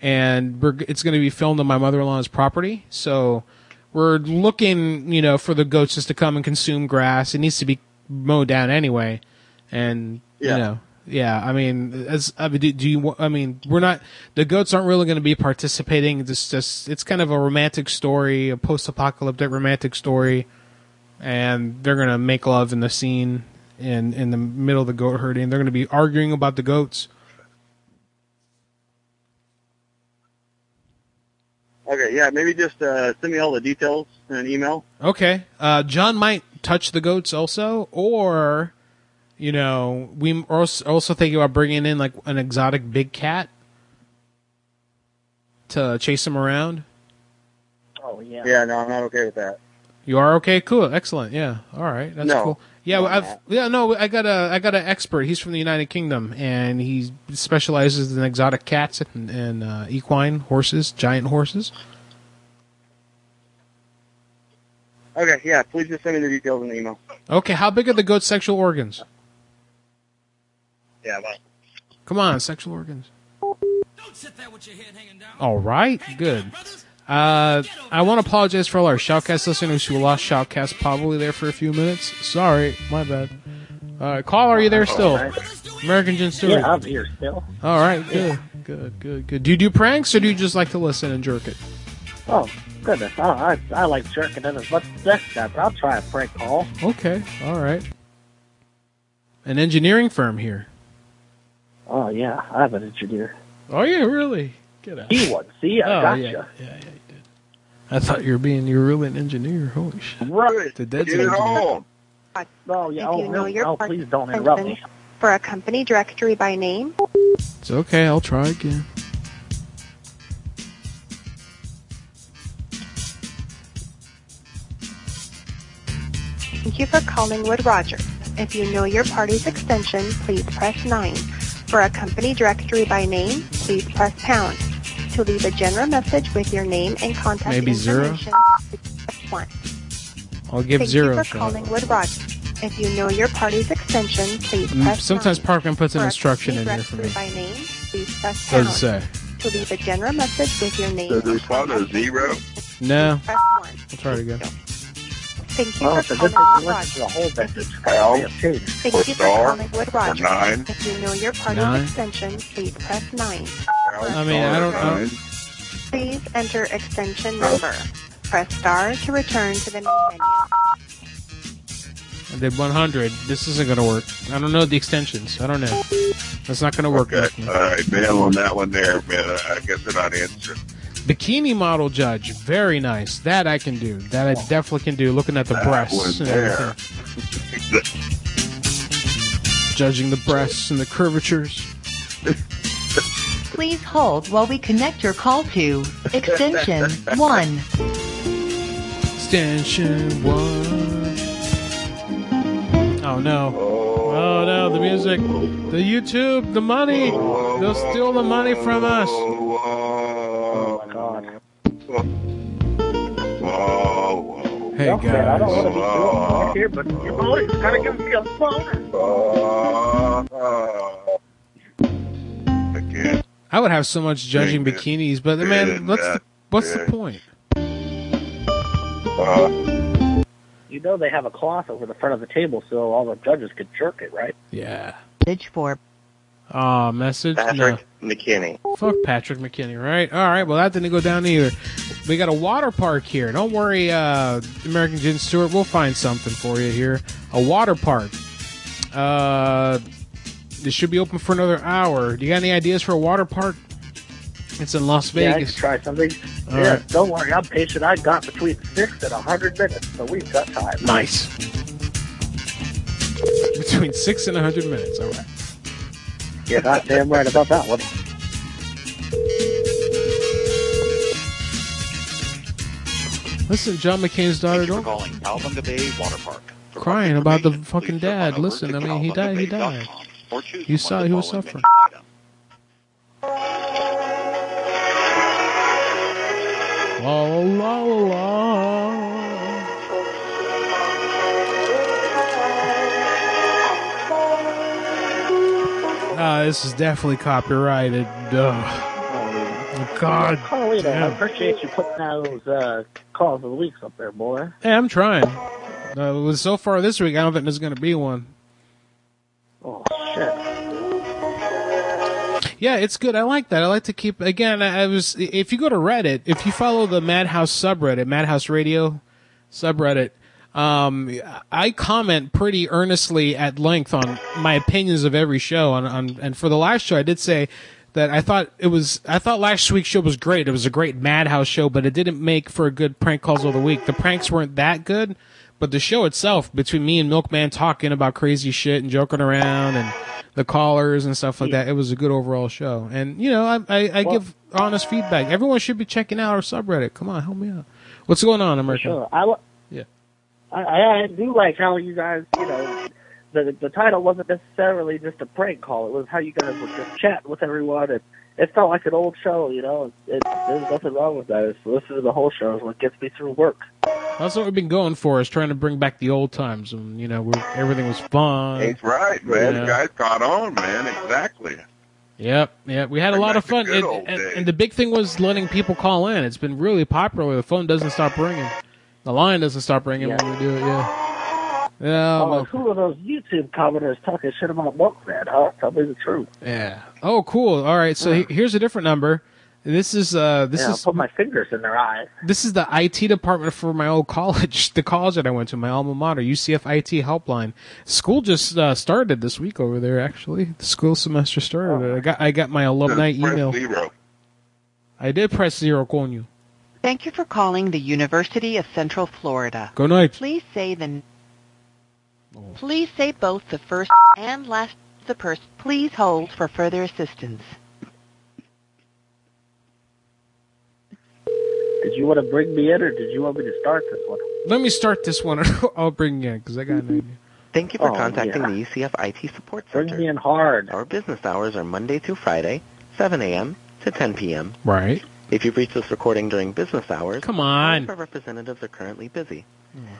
Speaker 2: and we're, it's going to be filmed on my mother-in-law's property. So we're looking, you know, for the goats just to come and consume grass. It needs to be mowed down anyway, and
Speaker 24: Yeah.
Speaker 2: you know, yeah, I mean, as I mean, do, do you? wa- I mean, we're not the goats aren't really going to be participating. This just it's kind of a romantic story, a post-apocalyptic romantic story, and they're going to make love in the scene in in the middle of the goat herding. They're going to be arguing about the goats.
Speaker 24: Okay, yeah, maybe just uh, send me all the details in an email.
Speaker 2: Okay, uh, John might touch the goats also, or you know, we are als- also thinking about bringing in like an exotic big cat to chase them around.
Speaker 9: Oh yeah.
Speaker 24: Yeah, no, I'm not okay with that.
Speaker 2: You are okay. Cool. Excellent. Yeah. All right. That's
Speaker 24: No.
Speaker 2: cool. Yeah. well, I've yeah no. I got a I got an expert. He's from the United Kingdom and he specializes in exotic cats and, and uh, equine horses, giant horses.
Speaker 24: Okay, yeah, please just send me the details in the email.
Speaker 2: Okay. How big are the goat's sexual organs?
Speaker 24: Yeah, bye.
Speaker 2: Come on, sexual organs. All right. Good. Uh, I want to apologize for all our Shoutcast listeners who lost Shoutcast probably there for a few minutes. Sorry, my bad. Uh, call, are you there still? American Jim Stewart.
Speaker 9: Yeah, I'm here still.
Speaker 2: All right, good,
Speaker 9: Yeah.
Speaker 2: good, good, good. Do you do pranks or do you just like to listen and jerk it?
Speaker 9: Oh, goodness. Oh, I, I like jerking in as much as this guy, but I'll try a prank call.
Speaker 2: Okay, all right. An engineering firm here.
Speaker 9: Oh, yeah. I have an engineer.
Speaker 2: Oh, yeah, really? Get out.
Speaker 9: He one. See, I
Speaker 2: Oh,
Speaker 9: gotcha.
Speaker 2: yeah, I thought you were being you were really an engineer. Holy shit!
Speaker 9: Right.
Speaker 2: The dead's
Speaker 9: Get it
Speaker 2: engineer.
Speaker 9: on.
Speaker 10: Oh, yeah.
Speaker 9: oh, no, no, please don't interrupt me.
Speaker 10: For a company directory by name,
Speaker 2: It's okay. I'll try again.
Speaker 10: thank you for calling Wood Rogers. If you know your party's extension, please press 9. For a company directory by name, please press pound. To leave a general message with your name and contact
Speaker 2: Maybe zero?
Speaker 10: information, press 1.
Speaker 2: I'll give
Speaker 10: Thank
Speaker 2: zero
Speaker 10: you
Speaker 2: a
Speaker 10: for
Speaker 2: shot.
Speaker 10: calling Wood Rogers. If you know your party's extension, please
Speaker 2: Mm,
Speaker 10: press
Speaker 2: Sometimes
Speaker 10: 9.
Speaker 2: Parkman puts an
Speaker 10: For a
Speaker 2: instruction in here for
Speaker 10: directory
Speaker 2: me.
Speaker 10: by name, please press
Speaker 2: What
Speaker 10: pound.
Speaker 2: does it say?
Speaker 10: To leave a general message with your name
Speaker 13: So the response is zero.
Speaker 2: No.
Speaker 10: Press one.
Speaker 2: I'll try it again.
Speaker 10: Thank you
Speaker 9: Oh,
Speaker 10: for
Speaker 9: so this is
Speaker 10: calling Wood
Speaker 9: listen to the whole message.
Speaker 10: Thank
Speaker 9: Or
Speaker 10: you for
Speaker 9: star,
Speaker 10: calling Wood Rogers.
Speaker 9: nine.
Speaker 10: If you know your party's
Speaker 2: Nine.
Speaker 10: extension, please press 9.
Speaker 2: I mean, I don't. I don't
Speaker 10: Please enter extension number. Press star to return to the main menu.
Speaker 2: I did 100. This isn't going to work. I don't know the extensions. I don't know. That's not going to work. Beckman.
Speaker 13: All right, bail on that one there, man. I guess they're not answering.
Speaker 2: Bikini model judge. Very nice. That I can do. That I definitely can do. Looking at the breasts.
Speaker 13: one
Speaker 2: and
Speaker 13: there.
Speaker 2: everything. Judging the breasts and the curvatures.
Speaker 11: Please hold while we connect your call to extension 1.
Speaker 2: Extension 1. Oh no. Oh no, the music. The YouTube, the money. They'll steal the money from us.
Speaker 13: Oh
Speaker 9: my god.
Speaker 2: Hey
Speaker 9: Well, man, I don't want to be
Speaker 2: guys.
Speaker 9: doing it here, but your boy's gotta give me a phone.
Speaker 2: I would have so much judging bikinis, but man, what's the, what's the point?
Speaker 9: You know they have a cloth over the front of the table so all the judges could jerk it, right?
Speaker 2: Yeah.
Speaker 11: Pitch for.
Speaker 2: Aw, message.
Speaker 9: Patrick
Speaker 2: McKinney. Fuck Patrick McKinney, right? All right, well, that didn't go down either. We got a water park here. Don't worry, uh, American Jim Stewart. We'll find something for you here. A water park. Uh, this should be open for another hour. Do you got any ideas for a water park? It's in Las
Speaker 9: Yeah, I
Speaker 2: Vegas.
Speaker 9: could try something.
Speaker 2: All
Speaker 9: yeah,
Speaker 2: right.
Speaker 9: don't worry, I'm patient. I got between six and a hundred minutes, so we've got time.
Speaker 2: Nice. Between six and a hundred minutes. All right.
Speaker 9: You're not damn right about that one.
Speaker 2: Listen, John McCain's daughter. Don't
Speaker 25: calling Calvin Bay Water Park.
Speaker 24: Oh,
Speaker 2: crying about the fucking dad. Listen, I mean, he died. He died. You saw he was suffering. La la la la la. Ah, this is definitely copyrighted.
Speaker 9: Oh,
Speaker 2: Ugh. God.
Speaker 9: Carlito, I
Speaker 2: damn.
Speaker 9: appreciate you putting those uh, calls of the weeks up there, boy.
Speaker 2: Hey, I'm trying. Uh, well, so far this week, I don't think there's going to be one.
Speaker 9: Oh shit.
Speaker 2: Yeah, it's good. I like that. I like to keep again. I I was if you go to Reddit, if you follow the Madhouse subreddit, Madhouse Radio subreddit, um, I comment pretty earnestly at length on my opinions of every show. On, on and for the last show, I did say that I thought it was. I thought last week's show was great. It was a great Madhouse show, but it didn't make for a good prank calls of the week. The pranks weren't that good. But the show itself, between me and Milkman talking about crazy shit and joking around and the callers and stuff like that, it was a good overall show. And you know, I I, I give honest feedback. Everyone should be checking out our subreddit. Come on, help me out. What's going on, America?
Speaker 9: Sure. I, wa-
Speaker 2: Yeah.
Speaker 9: I, I do like how you guys, you know, the the title wasn't necessarily just a prank call. It was how you guys were just chatting with everyone, and it felt like an old show. You know, it, it, there's nothing wrong with that. It's listening to the whole show is what gets me through work.
Speaker 2: That's what we've been going for is trying to bring back the old times and you know where everything was fun.
Speaker 13: That's right, man.
Speaker 2: Yeah.
Speaker 13: The guy's caught on, man. Exactly.
Speaker 2: Yep, yeah, we had a lot of fun,
Speaker 1: good
Speaker 2: and,
Speaker 1: old
Speaker 2: and, and the big thing was letting people call in. It's been really popular. The phone doesn't stop ringing, the line doesn't stop ringing when we do it. Yeah, yeah.
Speaker 9: oh,
Speaker 2: well,
Speaker 9: who are those YouTube commenters talking shit about Milkman, huh? Tell me the truth.
Speaker 2: yeah. Oh, cool. All right, so he- here's a different number. This is uh, this
Speaker 9: yeah,
Speaker 2: is
Speaker 9: I'll put my fingers in their eyes.
Speaker 2: This is the IT department for my old college, the college that I went to, my alma mater, UCF IT Helpline. School just uh, started this week over there. Actually, the school semester started. I got I got my alumni
Speaker 13: Press
Speaker 2: email.
Speaker 13: zero.
Speaker 2: I did press zero on you.
Speaker 17: Thank you for calling the University of Central Florida.
Speaker 2: Good night.
Speaker 17: Please say the. n- Please say both the first and last of the person. Please hold for further assistance.
Speaker 9: Did you want to bring me in, or did you want me to start this one?
Speaker 2: Let me start this one. I'll bring you in because I got an idea.
Speaker 4: Thank you for
Speaker 9: Oh,
Speaker 4: contacting
Speaker 9: yeah.
Speaker 4: the UCF IT Support
Speaker 9: Bring
Speaker 4: Center.
Speaker 9: me in hard.
Speaker 4: Our business hours are Monday through Friday, 7 a.m. to 10 p.m.
Speaker 2: Right.
Speaker 4: If you've reached this recording during business hours,
Speaker 2: Come on. Oh,
Speaker 4: our representatives are currently busy.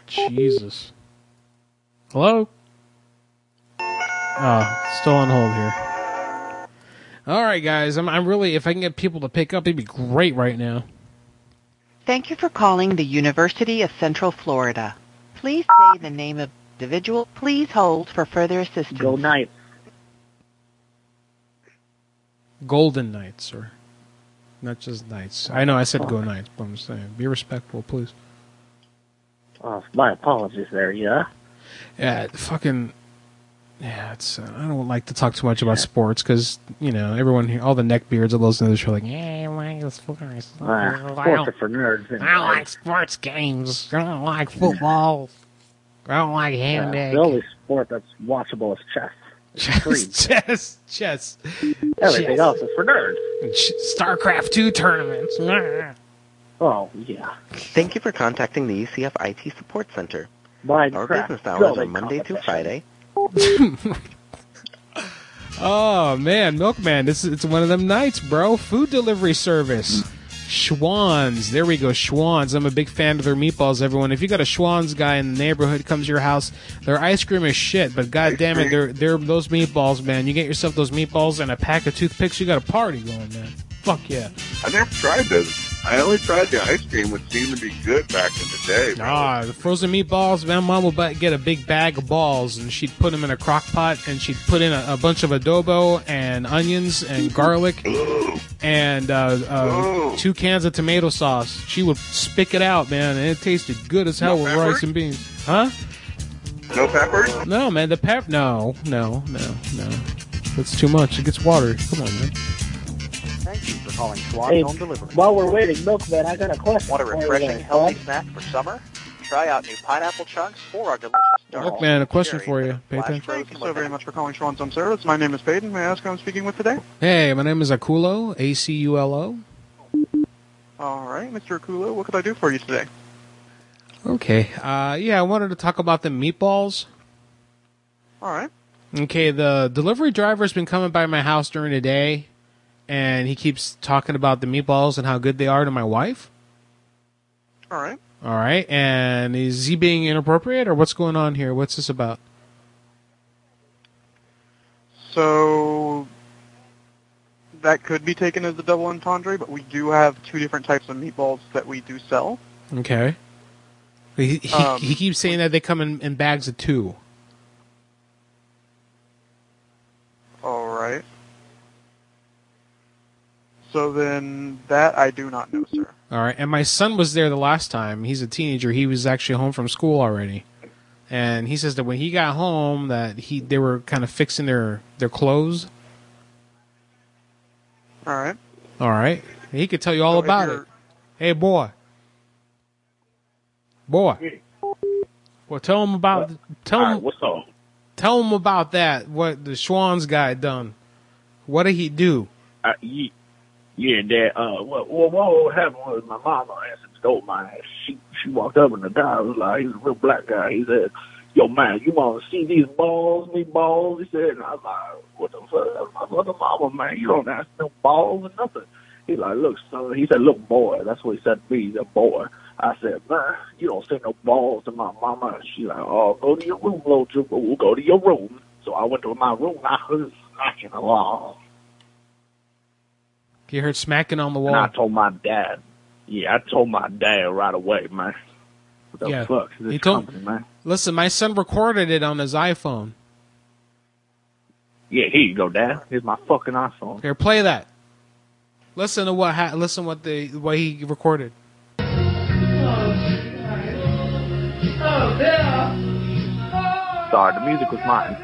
Speaker 2: Jesus. Hello? Oh, still on hold here. All right, guys. I'm, I'm really, if I can get people to pick up, it'd be great right now.
Speaker 17: Thank you for calling the University of Central Florida. Please say the name of individual. Please hold for further assistance. Go
Speaker 9: night.
Speaker 2: Golden Knights, or not just Knights. I know I said go Knights, but I'm just saying, be respectful, please.
Speaker 9: Oh, my apologies there, yeah. Uh,
Speaker 2: Yeah, it fucking. Yeah, it's. Uh, I don't like to talk too much about sports because you know everyone here, all the neckbeards that listen to the show, are like, yeah, I like sports.
Speaker 1: Ah,
Speaker 2: I don't-
Speaker 1: sports are for nerds,
Speaker 9: Uh,
Speaker 2: I don't
Speaker 1: anyway."
Speaker 2: like sports games. I don't like football. I don't like hand
Speaker 9: Yeah, the only sport that's watchable is chess.
Speaker 2: Chess, chess, chess.
Speaker 9: Everything
Speaker 2: Chess.
Speaker 9: else is for nerds.
Speaker 2: StarCraft two tournaments.
Speaker 9: Oh yeah.
Speaker 4: Thank you for contacting
Speaker 26: E
Speaker 4: the UCF IT Support Center.
Speaker 9: Mine
Speaker 4: our
Speaker 2: crap.
Speaker 4: business
Speaker 2: Go
Speaker 4: hours
Speaker 2: to
Speaker 4: are Monday through Friday.
Speaker 2: Oh man, Milkman, this is, it's one of them nights, bro. Food delivery service. Schwann's. There we go, Schwann's. I'm a big fan of their meatballs, everyone. If you got a Schwann's guy in the neighborhood comes to your house, their ice cream is shit, but god damn it, they're they're those meatballs, man. You get yourself those meatballs and a pack of toothpicks, you got a party going, man. Fuck yeah.
Speaker 13: I never tried those. I only tried the ice cream, which seemed to be good back in the day.
Speaker 2: Ah, the frozen meatballs, man. Mom would bu- get a big bag of balls and she'd put them in a crock pot and she'd put in a, a bunch of adobo and onions and garlic and uh, uh, two cans of tomato sauce. She would spick it out, man, and it tasted good as hell with rice and beans. Huh?
Speaker 13: No peppers?
Speaker 2: No, man. The pep. No, no, no, no. That's too much. It gets watery. Come on, man.
Speaker 4: Thank you for calling Swan
Speaker 9: Hey,
Speaker 4: Home Delivery.
Speaker 9: while we're waiting, Milkman, I got a question.
Speaker 4: Want a
Speaker 9: for you
Speaker 4: refreshing,
Speaker 9: there,
Speaker 4: healthy
Speaker 9: huh?
Speaker 4: snack for summer? Try out new pineapple chunks or our delicious
Speaker 2: Look, man. A question for you. Pay attention.
Speaker 26: Thank you so very much for calling Sean's Home Service. My name is Peyton. May I ask who I'm speaking with today?
Speaker 2: Hey, my name is Akulo. A C U L O.
Speaker 26: All right, Mr. Akulo, what could I do for you today?
Speaker 2: Okay. Uh, yeah, I wanted to talk about the meatballs.
Speaker 26: All right.
Speaker 2: Okay, the delivery driver's been coming by my house during the day, and he keeps talking about the meatballs and how good they are to my wife.
Speaker 26: All right.
Speaker 2: All right, and is he being inappropriate or what's going on here? What's this about?
Speaker 26: So that could be taken as a double entendre, but we do have two different types of meatballs that we do sell.
Speaker 2: Okay. He, he,
Speaker 26: Um,
Speaker 2: he keeps saying that they come in, in bags of two.
Speaker 26: All right. So then that I do not know, sir.
Speaker 2: All right, and my son was there the last time. He's a teenager. He was actually home from school already, and he says that when he got home, that he they were kind of fixing their their clothes.
Speaker 26: All right.
Speaker 2: All right, he could tell you all
Speaker 26: So if
Speaker 2: about
Speaker 26: you're-
Speaker 2: it. Hey, boy, boy. Well, tell him about tell him
Speaker 9: what's up.
Speaker 2: Tell him about that. What the Schwann's guy done? What did he do?
Speaker 9: Uh, ye- yeah, that uh, what, what what happened was my mama actually stole my ass. She she walked up and the guy was like, he's a real black guy. He said, "Yo, man, you want to see these balls, me balls?" He said, and I was like, "What the fuck? That's my mother, mama, man. You don't ask no balls or nothing." He like, "Look, son." He said, "Look, boy." That's what he said to me. He said, "Boy." I said, "Man, you don't say no balls to my mama." And she like, "Oh, go to your room, little Jewel. Go to your room." So I went to my room. I heard snatching along.
Speaker 2: You heard smacking on the wall.
Speaker 9: And I told my dad. Yeah, I told my dad right away, man. What the
Speaker 2: Yeah.
Speaker 9: fuck is this
Speaker 2: He told-
Speaker 9: company, man?
Speaker 2: Listen, my son recorded it on his iPhone.
Speaker 9: Yeah, here you go, dad. Here's my fucking iPhone.
Speaker 2: Here, play that. Listen to what ha- listen what the what he recorded.
Speaker 9: Sorry, the music was mine.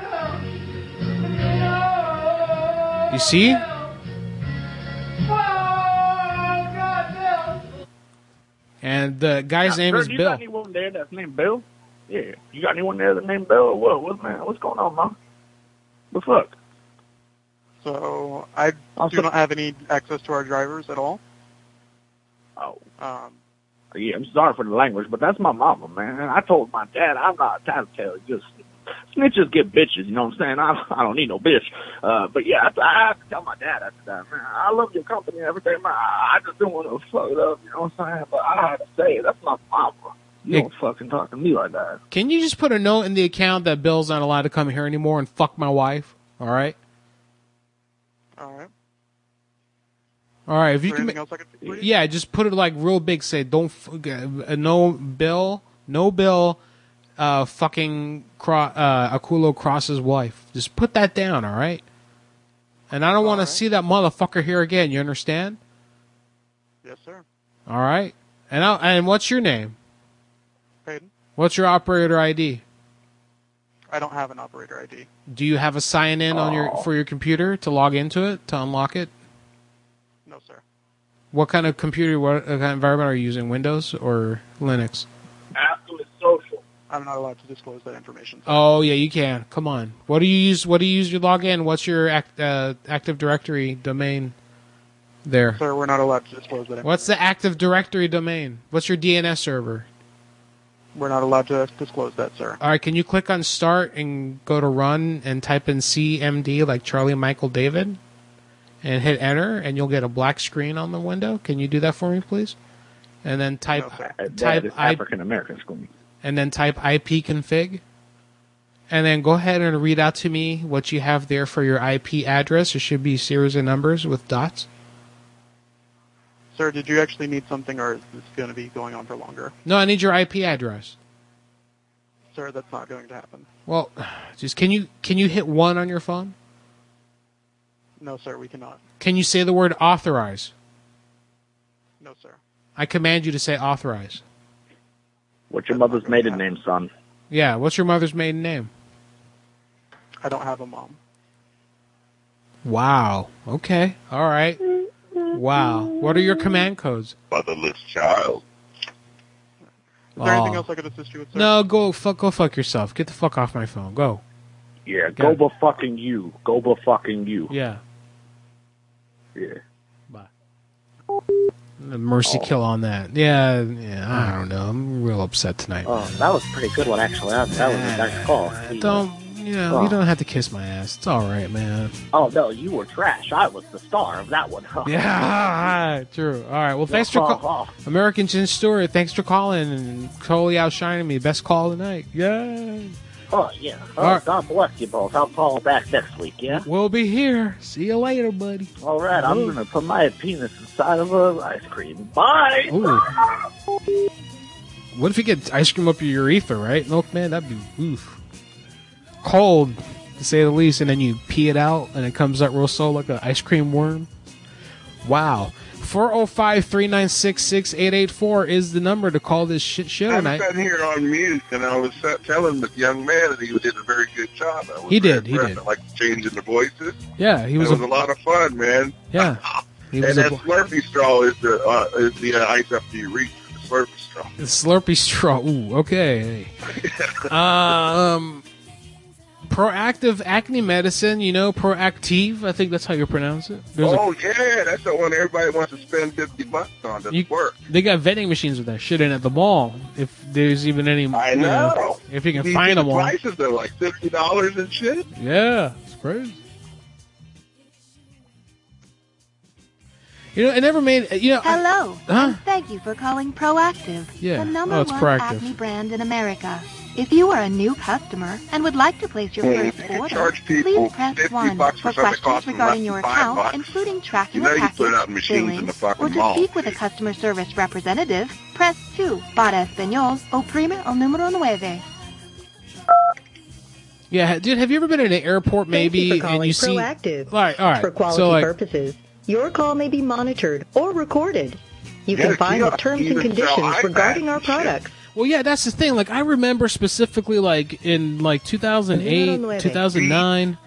Speaker 2: You see? And the guy's name
Speaker 9: Sir,
Speaker 2: is
Speaker 9: do you
Speaker 2: Bill.
Speaker 9: got anyone there that's named Bill? Yeah. You got anyone there that's named Bill or what? What man? What's going on, man? The fuck?
Speaker 25: So I do not have any access to our drivers at all.
Speaker 9: Oh.
Speaker 25: Um,
Speaker 9: Yeah, I'm sorry for the language, but that's my mama, man. And I told my dad I'm not time to tell you. Just snitches get bitches, you know what I'm saying? I I don't need no bitch. Uh, but yeah, I, I have to tell my dad after that, man. I love your company and everything, man. I, I just don't want to fuck it up, you know what I'm saying? But I had to say it. That's my mama. You
Speaker 2: Hey.
Speaker 9: don't fucking talk to me like that.
Speaker 2: Can you just put a note in the account that Bill's not allowed to come here anymore and fuck my wife? All right.
Speaker 25: all right.
Speaker 2: All right. If
Speaker 25: Is
Speaker 2: you
Speaker 25: there
Speaker 2: can,
Speaker 25: anything
Speaker 2: ma-
Speaker 25: else I can do for you?
Speaker 2: yeah, just put it like real big. Say don't f- uh, no Bill, no Bill, uh, fucking cro- uh, Akulo Cross's wife. Just put that down. All right. And I don't want to see that motherfucker here again. You understand?
Speaker 25: Yes, sir.
Speaker 2: All right. And I, and what's your name?
Speaker 25: Payton,
Speaker 2: What's your operator ID?
Speaker 25: I don't have an operator ID.
Speaker 2: Do you have a sign in on your for your computer to log into it to unlock it?
Speaker 25: No, sir.
Speaker 2: What kind of computer, what kind of environment are you using? Windows or Linux?
Speaker 9: Absolute social.
Speaker 25: I'm not allowed to disclose that information.
Speaker 2: Oh yeah, you can. Come on. What do you use? What do you use your login? What's your act, uh, Active Directory domain? There.
Speaker 25: Sir, we're not allowed to disclose that.
Speaker 2: What's the Active Directory domain? What's your DNS server?
Speaker 25: We're not allowed to disclose that, sir.
Speaker 2: All right, can you click on Start and go to Run and type in CMD like Charlie Michael David, and hit Enter, and you'll get a black screen on the window. Can you do that for me, please? And then type type
Speaker 9: Dad is
Speaker 2: I,
Speaker 9: African American school.
Speaker 2: and then type IP config. And then go ahead and read out to me what you have there for your IP address. It should be series of numbers with dots.
Speaker 25: Sir, did you actually need something, or is this going to be going on for longer?
Speaker 2: No, I need your IP address.
Speaker 25: Sir, that's not going to happen.
Speaker 2: Well, just can you can you hit one on your phone?
Speaker 25: No, sir, we cannot.
Speaker 2: Can you say the word authorize?
Speaker 25: No, sir.
Speaker 2: I command you to say authorize.
Speaker 9: What's your mother's maiden name, son?
Speaker 2: Yeah. What's your mother's maiden name?
Speaker 25: I don't have a mom.
Speaker 2: Wow. Okay. All right. Wow. What are your command codes?
Speaker 13: Motherless child.
Speaker 25: Is there anything
Speaker 2: Aw.
Speaker 25: else I could assist you with, sir?
Speaker 2: Oh. No, go fuck. Go fuck yourself. Get the fuck off my phone. Go.
Speaker 9: Yeah, Goba fucking you. Goba fucking you.
Speaker 2: Yeah.
Speaker 9: Yeah.
Speaker 2: Mercy kill on that. Yeah, yeah. I don't know. I'm real upset tonight.
Speaker 6: Oh, that was a pretty good one, actually. That, that was a nice call.
Speaker 2: Don't. Yeah,
Speaker 6: Oh.
Speaker 2: you don't have to kiss my ass. It's all right, man.
Speaker 6: Oh, no, you were trash. I was the star of that one.
Speaker 2: Yeah, true. All right. Well, thanks for
Speaker 6: Oh,
Speaker 2: call- American Chin Stewart. Thanks for calling and totally outshining me. Best call of the night. Yay.
Speaker 6: Oh, yeah. Oh,
Speaker 2: All right.
Speaker 6: God bless you both. I'll call back next week, yeah?
Speaker 2: We'll be here. See you later, buddy.
Speaker 6: All right, I'm
Speaker 2: Ooh.
Speaker 6: going to put my penis inside of a ice cream. Bye!
Speaker 2: Ooh. What if you get ice cream up your urethra, right? Milkman, that'd be oof. Cold, to say the least, and then you pee it out and it comes out real slow like an ice cream worm. Wow. 405 396 6884 is the number to call this shit show
Speaker 13: I'm
Speaker 2: tonight.
Speaker 13: sitting here on mute, and I was uh, telling the young man that he did a very good job. I was
Speaker 2: He
Speaker 13: very
Speaker 2: did, he
Speaker 13: impressed.
Speaker 2: did.
Speaker 13: I like changing the voices.
Speaker 2: Yeah, he was,
Speaker 13: it was a, lot of fun, man.
Speaker 2: Yeah. He was
Speaker 13: and
Speaker 2: a
Speaker 13: that
Speaker 2: bl-
Speaker 13: Slurpee straw is the uh, is the uh, ice up to your reach. The Slurpee straw.
Speaker 2: The Slurpee straw. Ooh, okay. um, proactive acne medicine. You know, proactive. I think that's how you pronounce it. There's a-
Speaker 13: oh yeah, that's the one everybody wants to spend fifty bucks on. Doesn't
Speaker 2: You-
Speaker 13: work.
Speaker 2: They got vending machines with that shit in at the mall. If there's even any, I
Speaker 13: know.
Speaker 2: if you can
Speaker 13: These
Speaker 2: find them all.
Speaker 13: prices are like fifty dollars and shit.
Speaker 2: Yeah, it's crazy. You know, it never made. You know, Uh, I-
Speaker 10: Hello.
Speaker 2: Huh?
Speaker 10: and Thank you for calling Proactive,
Speaker 2: Yeah.
Speaker 10: the number
Speaker 2: Oh, it's
Speaker 10: one
Speaker 2: Proactive.
Speaker 10: acne brand in America.
Speaker 17: If you are a new customer and would like to place your
Speaker 13: Hey,
Speaker 17: first
Speaker 13: you can
Speaker 17: order,
Speaker 13: charge people
Speaker 17: please press
Speaker 13: 50
Speaker 17: 1
Speaker 13: bucks
Speaker 17: for
Speaker 13: for something that costs
Speaker 17: questions
Speaker 13: them
Speaker 17: regarding
Speaker 13: less
Speaker 17: your
Speaker 13: than five
Speaker 17: account,
Speaker 13: bucks.
Speaker 17: including tracking
Speaker 13: You know
Speaker 17: a
Speaker 13: you
Speaker 17: package,
Speaker 13: put out machines in
Speaker 17: billing,
Speaker 13: the
Speaker 17: or
Speaker 13: fucking
Speaker 17: to
Speaker 13: mall.
Speaker 17: speak with a customer service representative, press 2. Para español, oprime el número nueve.
Speaker 2: Yeah, dude, have you ever been in an airport maybe
Speaker 3: Thank you for calling
Speaker 2: and you see
Speaker 3: Proactive.
Speaker 2: All right, all right.
Speaker 3: For quality
Speaker 2: so like,
Speaker 3: purposes, your call may be monitored or recorded. You
Speaker 2: Yeah,
Speaker 3: can find
Speaker 2: you
Speaker 3: the
Speaker 2: know,
Speaker 3: terms
Speaker 2: even
Speaker 3: and
Speaker 2: sell
Speaker 3: conditions
Speaker 2: iPads
Speaker 3: regarding our
Speaker 2: and shit.
Speaker 3: products.
Speaker 2: Well, yeah, that's the thing. Like, I remember specifically, like in like 2008, 2009,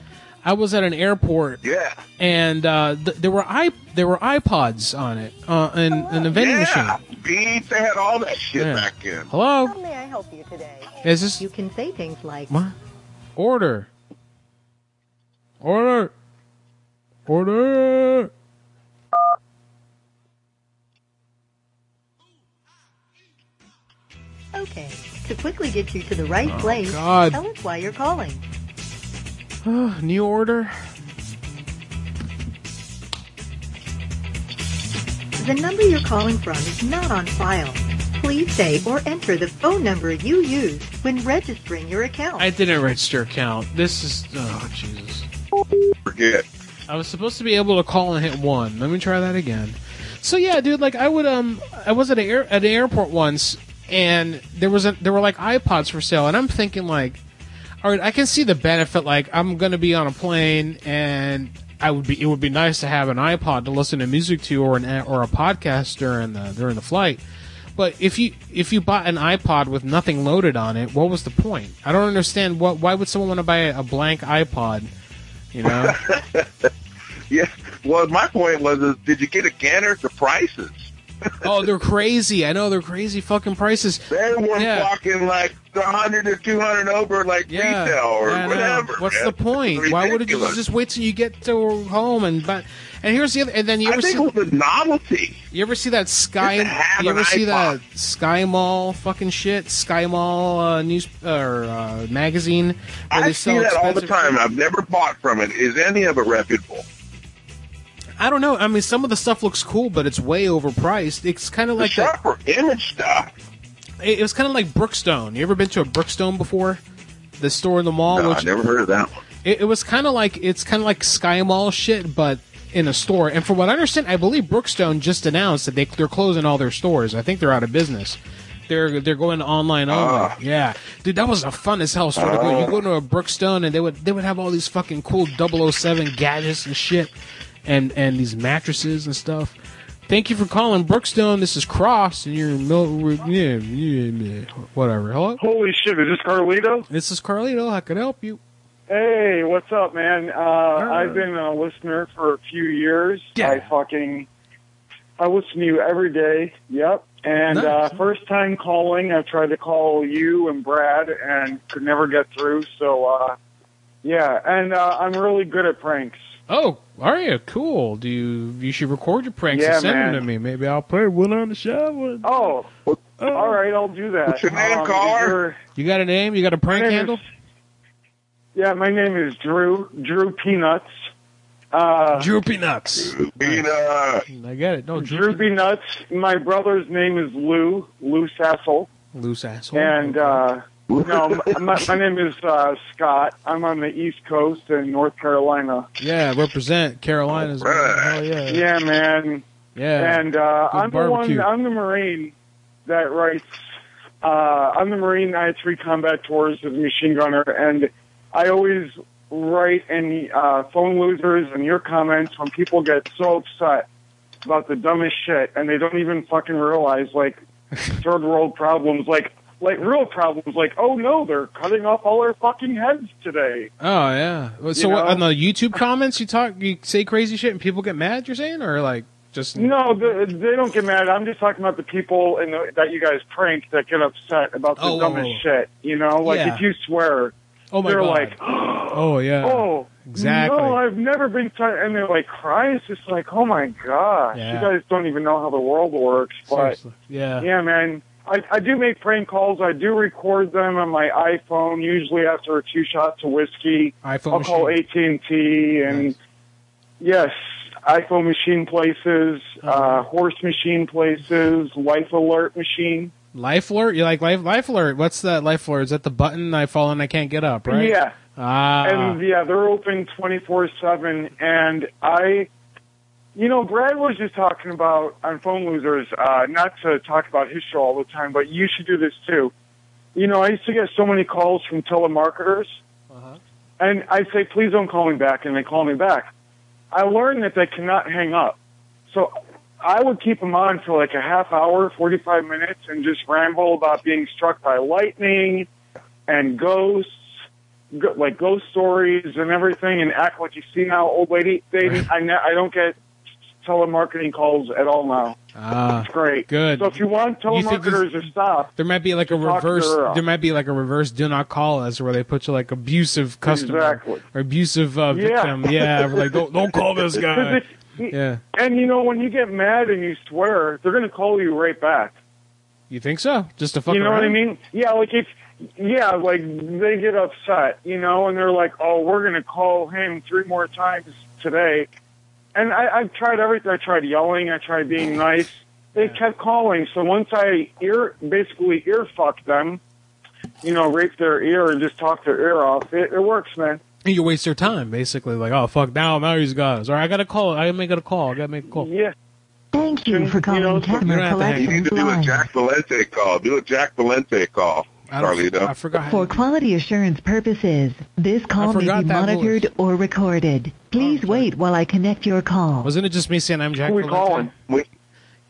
Speaker 2: I was at an airport.
Speaker 13: Yeah.
Speaker 2: And uh, th- there were i there were iPods on it, uh, in, in the vending
Speaker 13: Yeah,
Speaker 2: machine.
Speaker 13: beats. They had all that shit
Speaker 2: Yeah.
Speaker 13: back in.
Speaker 2: Hello,
Speaker 3: May I help you today?
Speaker 2: is this
Speaker 3: You can say things like,
Speaker 2: what? Order, order, order.
Speaker 3: "Okay." To quickly get you to the right
Speaker 2: Oh,
Speaker 3: place,
Speaker 2: God.
Speaker 3: tell us why you're calling.
Speaker 2: New order.
Speaker 3: The number you're calling from is not on file. Please say or enter the phone number you used when registering your account.
Speaker 2: I didn't register account. This is oh Jesus.
Speaker 13: Forget.
Speaker 2: I was supposed to be able to call and hit one. Let me try that again. So yeah, dude, like I would um I was at a air, at an airport once and there was a there were like iPods for sale and I'm thinking like all right, I can see the benefit like I'm going to be on a plane and I would be it would be nice to have an iPod to listen to music to or an a- or a podcast during the during the flight. But if you if you bought an iPod with nothing loaded on it, what was the point? I don't understand what why would someone want to buy a blank iPod, you know?
Speaker 13: Yeah. Well, my point was, is did you get a scanner? The prices.
Speaker 2: oh, they're crazy. I know they're crazy fucking prices.
Speaker 13: They were
Speaker 2: Yeah.
Speaker 13: fucking like 100 or 200 over like
Speaker 2: Yeah,
Speaker 13: retail or
Speaker 2: I know.
Speaker 13: whatever.
Speaker 2: What's
Speaker 13: man.
Speaker 2: the point?
Speaker 13: It's
Speaker 2: Why would you
Speaker 13: ridiculous.
Speaker 2: just wait till you get to home and but and here's the other and then you
Speaker 13: I
Speaker 2: ever
Speaker 13: think
Speaker 2: see
Speaker 13: it was a novelty.
Speaker 2: You ever see that Sky?
Speaker 13: have
Speaker 2: You
Speaker 13: an
Speaker 2: ever see
Speaker 13: iPod.
Speaker 2: that Sky Mall fucking shit? Sky Mall uh, news or uh, magazine where
Speaker 13: I
Speaker 2: they
Speaker 13: see
Speaker 2: sell
Speaker 13: that all the
Speaker 2: expensive
Speaker 13: time.
Speaker 2: shit?
Speaker 13: I've never bought from it. Is any of it reputable?
Speaker 2: I don't know. I mean, some of the stuff looks cool, but it's way overpriced. It's kind of like
Speaker 13: shop for image stuff.
Speaker 2: It, it was kind of like Brookstone. You ever been to a Brookstone before? The store in the mall.
Speaker 13: No,
Speaker 2: which
Speaker 13: I never heard of that one.
Speaker 2: It, it was kind of like it's kind of like Sky Mall shit, but in a store. And from what I understand, I believe Brookstone just announced that they they're closing all their stores. I think they're out of business. They're they're going online only.
Speaker 13: Ah.
Speaker 2: yeah, dude, that was a fun as hell
Speaker 27: Oh.
Speaker 2: store to go. You go to a Brookstone and they would they would have all these fucking cool 007 gadgets and shit, and and these mattresses and stuff. Thank you for calling Brookstone. This is Cross, and you're mil- yeah, yeah, yeah, whatever. Hello.
Speaker 27: Holy shit, is this Carlito?
Speaker 2: This is Carlito. How can I help you?
Speaker 27: Hey, what's up, man? Uh, I've been a listener for a few years. I fucking I listen to you every day. Yep. And uh, first time calling, I tried to call you and Brad and could never get through. So uh, yeah, and uh, I'm really good at pranks.
Speaker 2: Oh, are you cool? Do you you should record your pranks
Speaker 27: Yeah,
Speaker 2: and send
Speaker 27: man.
Speaker 2: them to me? Maybe I'll play one on the show.
Speaker 27: Oh, all right, I'll do that.
Speaker 2: What's your name,
Speaker 27: Um, is
Speaker 2: caller?
Speaker 27: there-
Speaker 2: You got a name? You got a prank
Speaker 27: My name is-
Speaker 2: handle?
Speaker 27: Yeah, my name is Drew. Drew Peanuts. Uh,
Speaker 2: Droopy nuts.
Speaker 13: Peanuts.
Speaker 2: Mm, I get it. No,
Speaker 27: Droopy nuts. My brother's name is Lou. Lou Sassel.
Speaker 2: Loose asshole.
Speaker 27: And uh, no, my, my- my name is uh, Scott. I'm on the East Coast in North Carolina.
Speaker 2: yeah, represent Carolinas. Hell Oh, yeah.
Speaker 27: Yeah, man.
Speaker 2: Yeah.
Speaker 27: And uh,
Speaker 2: Good
Speaker 27: I'm
Speaker 2: barbecue.
Speaker 27: the one. I'm the Marine that writes. Uh, I'm the Marine I had three combat tours as a machine gunner, and I always write and uh, phone losers and your comments when people get so upset about the dumbest shit and they don't even fucking realize like third world problems like like real problems like oh no they're cutting off all our fucking heads today
Speaker 2: Oh yeah. Well, So
Speaker 27: You
Speaker 2: what,
Speaker 27: know?
Speaker 2: on the YouTube comments, you talk, you say crazy shit, and people get mad. You're saying, or like just
Speaker 27: No, the, they don't get mad. I'm just talking about the people in the, that you guys prank that get upset about the
Speaker 2: Oh,
Speaker 27: dumbest shit. You know, like
Speaker 2: Yeah.
Speaker 27: if you swear,
Speaker 2: Oh, my
Speaker 27: they're
Speaker 2: God.
Speaker 27: like,
Speaker 2: oh yeah,
Speaker 27: oh,
Speaker 2: exactly.
Speaker 27: No, I've never been. T-. And they're like, cry. It's just like, oh my gosh,
Speaker 2: Yeah.
Speaker 27: you guys don't even know how the world works. But
Speaker 2: Seriously. yeah.
Speaker 27: yeah, man. I, I do make prank calls. I do record them on my iPhone, usually after two shots of whiskey.
Speaker 2: iPhone
Speaker 27: I'll call
Speaker 2: machine.
Speaker 27: AT and T, and yes, iPhone
Speaker 2: Uh-huh.
Speaker 27: machine places, uh, horse machine places, life alert machine.
Speaker 2: Life alert? You like life life alert? What's that life alert? Is that the button I fall and I can't get up? Right?
Speaker 27: Yeah.
Speaker 2: Ah.
Speaker 27: and yeah, they're open 24 7. And I, you know, Brad was just talking about on Phone Losers, uh, not to talk about his show all the time, but you should do this too. You know, I used to get so many calls from telemarketers, and I say, please don't call me back, and they call me back. I learned that they cannot hang up. So I would keep them on for like a half hour, 45 minutes, and just ramble about being struck by lightning and ghosts go, like ghost stories and everything and act like you see now, old lady. They, I, ne- I don't get telemarketing calls at all now.
Speaker 2: Ah.
Speaker 27: It's great.
Speaker 2: Good.
Speaker 27: So if you want
Speaker 2: You think this-
Speaker 27: telemarketers to stop,
Speaker 2: There might be like a
Speaker 27: Just talk to
Speaker 2: reverse.
Speaker 27: her.
Speaker 2: There might be like a reverse "do not call us" where they put you like abusive customer
Speaker 27: Exactly.
Speaker 2: or abusive uh, victim. Yeah, we're like don't don't call this
Speaker 27: 'Cause
Speaker 2: guy.
Speaker 27: if-
Speaker 2: Yeah,
Speaker 27: And you know, when you get mad and you swear, they're going to call you right back.
Speaker 2: you think so? Just to fuck
Speaker 27: you know what I
Speaker 2: around?
Speaker 27: mean? Yeah, like if yeah, like they get upset, you know, and they're like, "Oh, we're gonna call him three more times today." And I, I've tried everything. I tried yelling. I tried being nice. They kept calling. So once I ear basically ear fucked them, you know, rape their ear and just talk their ear off. It, it works, man.
Speaker 2: You waste their time basically. Like oh fuck now now he's got us. Or I gotta call. I gotta make a call. I gotta make a call.
Speaker 27: Yeah.
Speaker 2: Thank you for calling
Speaker 13: You need to do a Jack Valente call. Do a Jack Valente call, Carlito. I
Speaker 2: forgot.
Speaker 28: For quality assurance purposes, this call may
Speaker 2: forgot
Speaker 28: be
Speaker 2: that voice.
Speaker 28: monitored or recorded. Please wait while I connect your call.
Speaker 2: Wasn't it just me saying I'm Jack?
Speaker 28: Who we
Speaker 2: Valente?
Speaker 28: calling?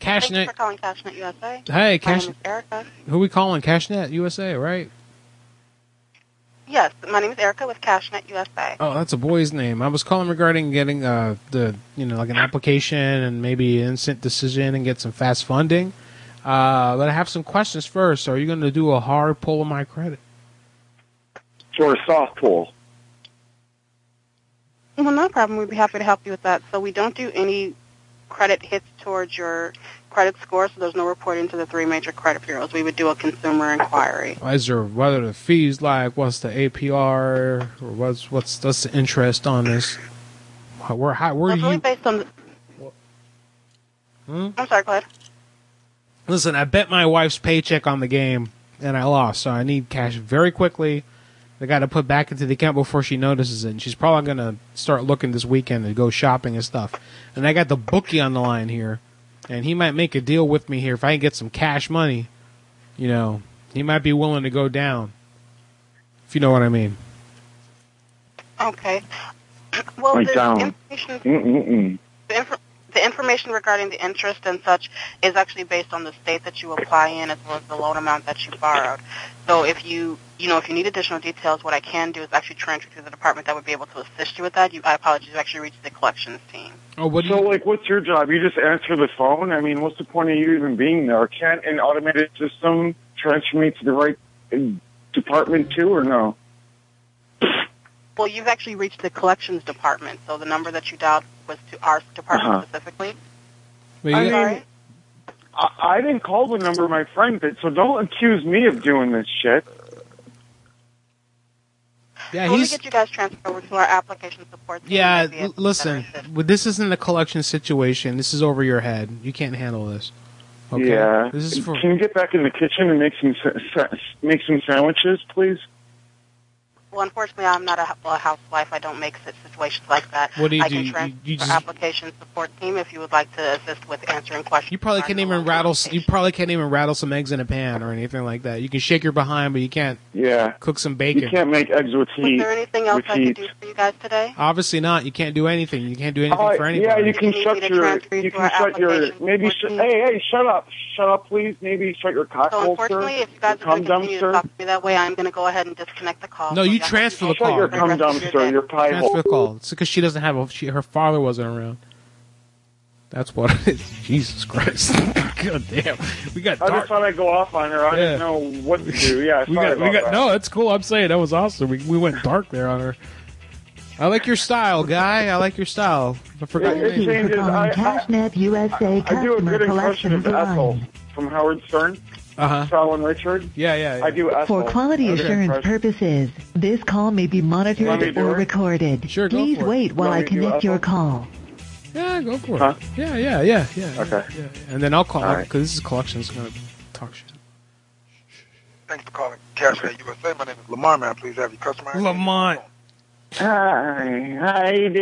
Speaker 2: Cashnet.
Speaker 20: Thanks for calling Fashionette USA.
Speaker 2: Hey,
Speaker 20: My
Speaker 2: Cash.
Speaker 20: name is Erica.
Speaker 2: Who we calling? Cashnet USA, right?
Speaker 20: Yes, my name is Erica with Cashnet USA.
Speaker 2: Oh, that's a boy's name. I was calling regarding getting uh the you know like an application and maybe an instant decision and get some fast funding. Uh, but I have some questions first. Are you going to do a hard pull on my credit?
Speaker 27: For a soft pull.
Speaker 20: Well, no problem. We'd be happy to help you with that. So we don't do any credit hits towards your credit score, so there's no reporting to the three major credit bureaus. We would do a consumer inquiry.
Speaker 2: Is there what are the fees like? What's the APR or what's what's what's the interest on this? How- Where how, where
Speaker 20: That's really
Speaker 2: you?
Speaker 20: based on. The...
Speaker 2: Hmm?
Speaker 20: I'm sorry, go ahead.
Speaker 2: Listen, I bet my wife's paycheck on the game and I lost, so I need cash very quickly. I got to put back into the account before she notices it. And she's probably going to start looking this weekend to go shopping and stuff. And I got the bookie on the line here, and he might make a deal with me here if I can get some cash money. You know, he might be willing to go down, if you know what I mean.
Speaker 20: Okay. Well,
Speaker 2: Wait,
Speaker 20: the
Speaker 2: down.
Speaker 20: information,
Speaker 2: Mm-mm-mm.
Speaker 20: the, inf- the information regarding the interest and such is actually based on the state that you apply in as well as the loan amount that you borrowed. So if you, you know, if you need additional details, what I can do is actually transfer to the department that would be able to assist you with that. You, I apologize, you actually reached the collections team.
Speaker 2: Oh, what
Speaker 27: so, like, what's your job? You just answer the phone? I mean, what's the point of you even being there? Can't an automated system transfer me to the right uh, department, too, or no?
Speaker 20: Well, you've actually reached the collections department, so the number that you dialed was to our department
Speaker 27: Uh-huh.
Speaker 20: specifically.
Speaker 27: I
Speaker 20: you-
Speaker 27: mean, I, I didn't call the number my friend did, so don't accuse me of doing this shit.
Speaker 2: Yeah,
Speaker 20: so let me
Speaker 2: he's
Speaker 20: get you guys transferred over to our application support team.
Speaker 2: Yeah,
Speaker 20: They'd be
Speaker 2: l-
Speaker 20: able to
Speaker 2: listen, w- this isn't a collection situation. This is over your head. You can't handle this. Okay?
Speaker 27: Yeah.
Speaker 2: This is for
Speaker 27: Can you get back in the kitchen and make some sa- sa- make some sandwiches, please?
Speaker 20: Well, unfortunately, I'm not a, a housewife. I don't make si- situations like that.
Speaker 2: What do you
Speaker 20: I
Speaker 2: do?
Speaker 20: can
Speaker 2: You-
Speaker 20: transfer
Speaker 2: you
Speaker 20: to
Speaker 2: just-
Speaker 20: application support team if you would like to assist with answering questions.
Speaker 2: You probably can't even rattle. s- You probably can't even rattle some eggs in a pan or anything like that. You can shake your behind, but you can't.
Speaker 27: Yeah.
Speaker 2: Cook some bacon.
Speaker 27: You can't make eggs with
Speaker 20: Was
Speaker 27: heat.
Speaker 20: there anything else
Speaker 2: with
Speaker 20: I could
Speaker 2: heat.
Speaker 20: do for you guys today?
Speaker 2: Obviously not. You can't do anything. You can't do anything
Speaker 27: Uh,
Speaker 2: for anything.
Speaker 27: yeah, you can shut
Speaker 20: to
Speaker 27: your
Speaker 20: transfer
Speaker 27: you
Speaker 20: to
Speaker 27: can
Speaker 20: our
Speaker 27: shut your
Speaker 20: application
Speaker 27: maybe sh- hey hey shut up shut up please maybe shut your cock
Speaker 20: So
Speaker 27: holster
Speaker 20: unfortunately, if you guys are
Speaker 27: cum
Speaker 20: going to continue to
Speaker 27: dumpster
Speaker 20: talk to me that way, I'm going to go ahead and disconnect the call. So
Speaker 2: No, you
Speaker 20: guys-
Speaker 2: transfer the
Speaker 27: Shut
Speaker 2: call.
Speaker 27: your cum dumpster, your pie
Speaker 2: Transfer the
Speaker 27: hole.
Speaker 2: call. It's because she doesn't have. A, she, her father wasn't around. That's what it is. Jesus Christ. God damn. We got.
Speaker 27: I just thought I'd go off on her I didn't know what to do yeah
Speaker 2: we
Speaker 27: sorry
Speaker 2: got. We
Speaker 27: about
Speaker 2: got.
Speaker 27: that.
Speaker 2: No, that's cool. I'm saying that was awesome. We we went dark there on her. I like your style, guy. I like your style. I forgot your
Speaker 27: It
Speaker 28: Thank
Speaker 2: name.
Speaker 28: you
Speaker 27: changes.
Speaker 28: for
Speaker 27: I-
Speaker 28: calling CashNet USA
Speaker 27: I do a
Speaker 28: Customer
Speaker 27: good impression
Speaker 28: Collections
Speaker 27: of Ethel
Speaker 28: Line.
Speaker 27: from Howard Stern
Speaker 2: uh-huh
Speaker 27: Sal and Richard
Speaker 2: yeah yeah,
Speaker 27: I do Ethel
Speaker 28: For
Speaker 27: I
Speaker 28: quality
Speaker 27: do an
Speaker 28: assurance
Speaker 27: impression.
Speaker 28: purposes, this call may be
Speaker 27: Want me
Speaker 28: monitored
Speaker 27: to do
Speaker 28: or
Speaker 27: it?
Speaker 28: recorded.
Speaker 27: Sure, go
Speaker 28: Please
Speaker 27: for it.
Speaker 28: wait while
Speaker 27: Want
Speaker 28: I
Speaker 27: me to do
Speaker 28: connect your
Speaker 27: Ethel?
Speaker 28: call.
Speaker 2: Yeah, go for it.
Speaker 27: Huh?
Speaker 2: Yeah, yeah, yeah, yeah.
Speaker 27: Okay.
Speaker 2: yeah. And then I'll call
Speaker 27: All
Speaker 2: because
Speaker 27: right.
Speaker 2: this is collections. I'm gonna talk shit.
Speaker 12: Thanks for calling Cash App USA. My name is Lamar. May I please have your customer? ID?
Speaker 2: Lamont.
Speaker 29: Hi, how you doing?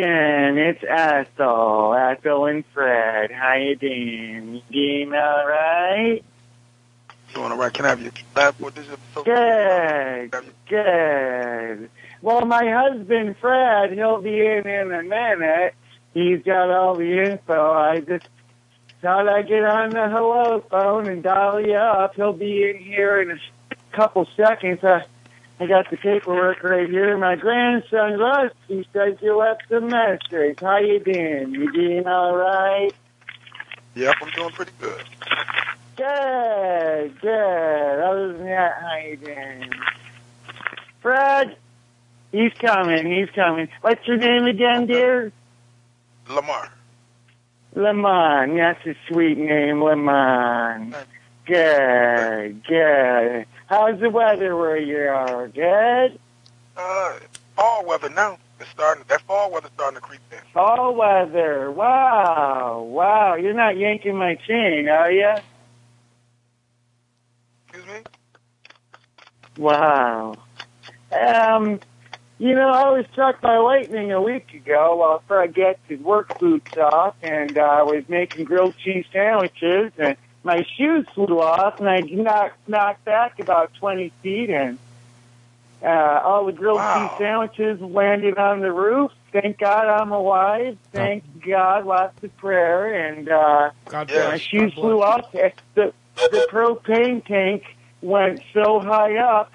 Speaker 29: It's Ethel, Ethel and Fred. How you doing? You doing all right?
Speaker 12: Doing all right. Can I have your last four digits?
Speaker 29: Good, good. Well, my husband Fred, he'll be in in a minute. He's got all the info. I just thought I'd get on the hello phone and dial you up. He'll be in here in a couple seconds. I, I got the paperwork right here. My grandson Rusty says you left a message. How you doing? You doing all right?
Speaker 12: Yep, I'm doing pretty good.
Speaker 29: Good, good. Other than that, how you doing? Fred, he's coming, he's coming. What's your name again, dear?
Speaker 12: Lamar.
Speaker 29: Lemon, that's a sweet name, Lemon. Good, good. How's the weather where you are? Good?
Speaker 12: Uh, fall weather now. It's starting. That fall weather's starting to creep in.
Speaker 29: Fall weather. Wow, wow. You're not yanking my chain, are you?
Speaker 12: Excuse me.
Speaker 29: Wow. Um, you know, I was struck by lightning a week ago while Fred gets his work boots off and uh, I was making grilled cheese sandwiches and my shoes flew off and I knocked, knocked back about 20 feet and uh, all the grilled cheese sandwiches landed on the roof. Thank God I'm alive. Thank God, lots of prayer and uh,
Speaker 12: God
Speaker 29: my
Speaker 12: bless.
Speaker 29: shoes
Speaker 12: God bless.
Speaker 29: flew off. The, the propane tank went so high up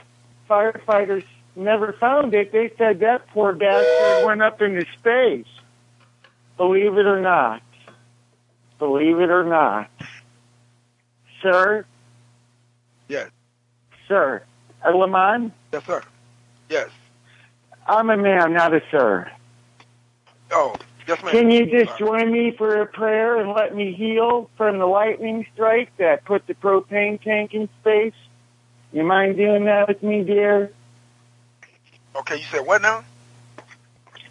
Speaker 29: firefighters never found it. They said that poor bastard went up into space. Believe it or not. Believe it or not. Sir?
Speaker 12: Yes.
Speaker 29: Sir. Uh, Lamont?
Speaker 12: Yes, sir. Yes.
Speaker 29: I'm a man, not a sir.
Speaker 12: Oh, yes, ma'am.
Speaker 29: Can you just join me for a prayer and let me heal from the lightning strike that put the propane tank in space? You mind doing that with me, dear?
Speaker 12: Okay, you said what now?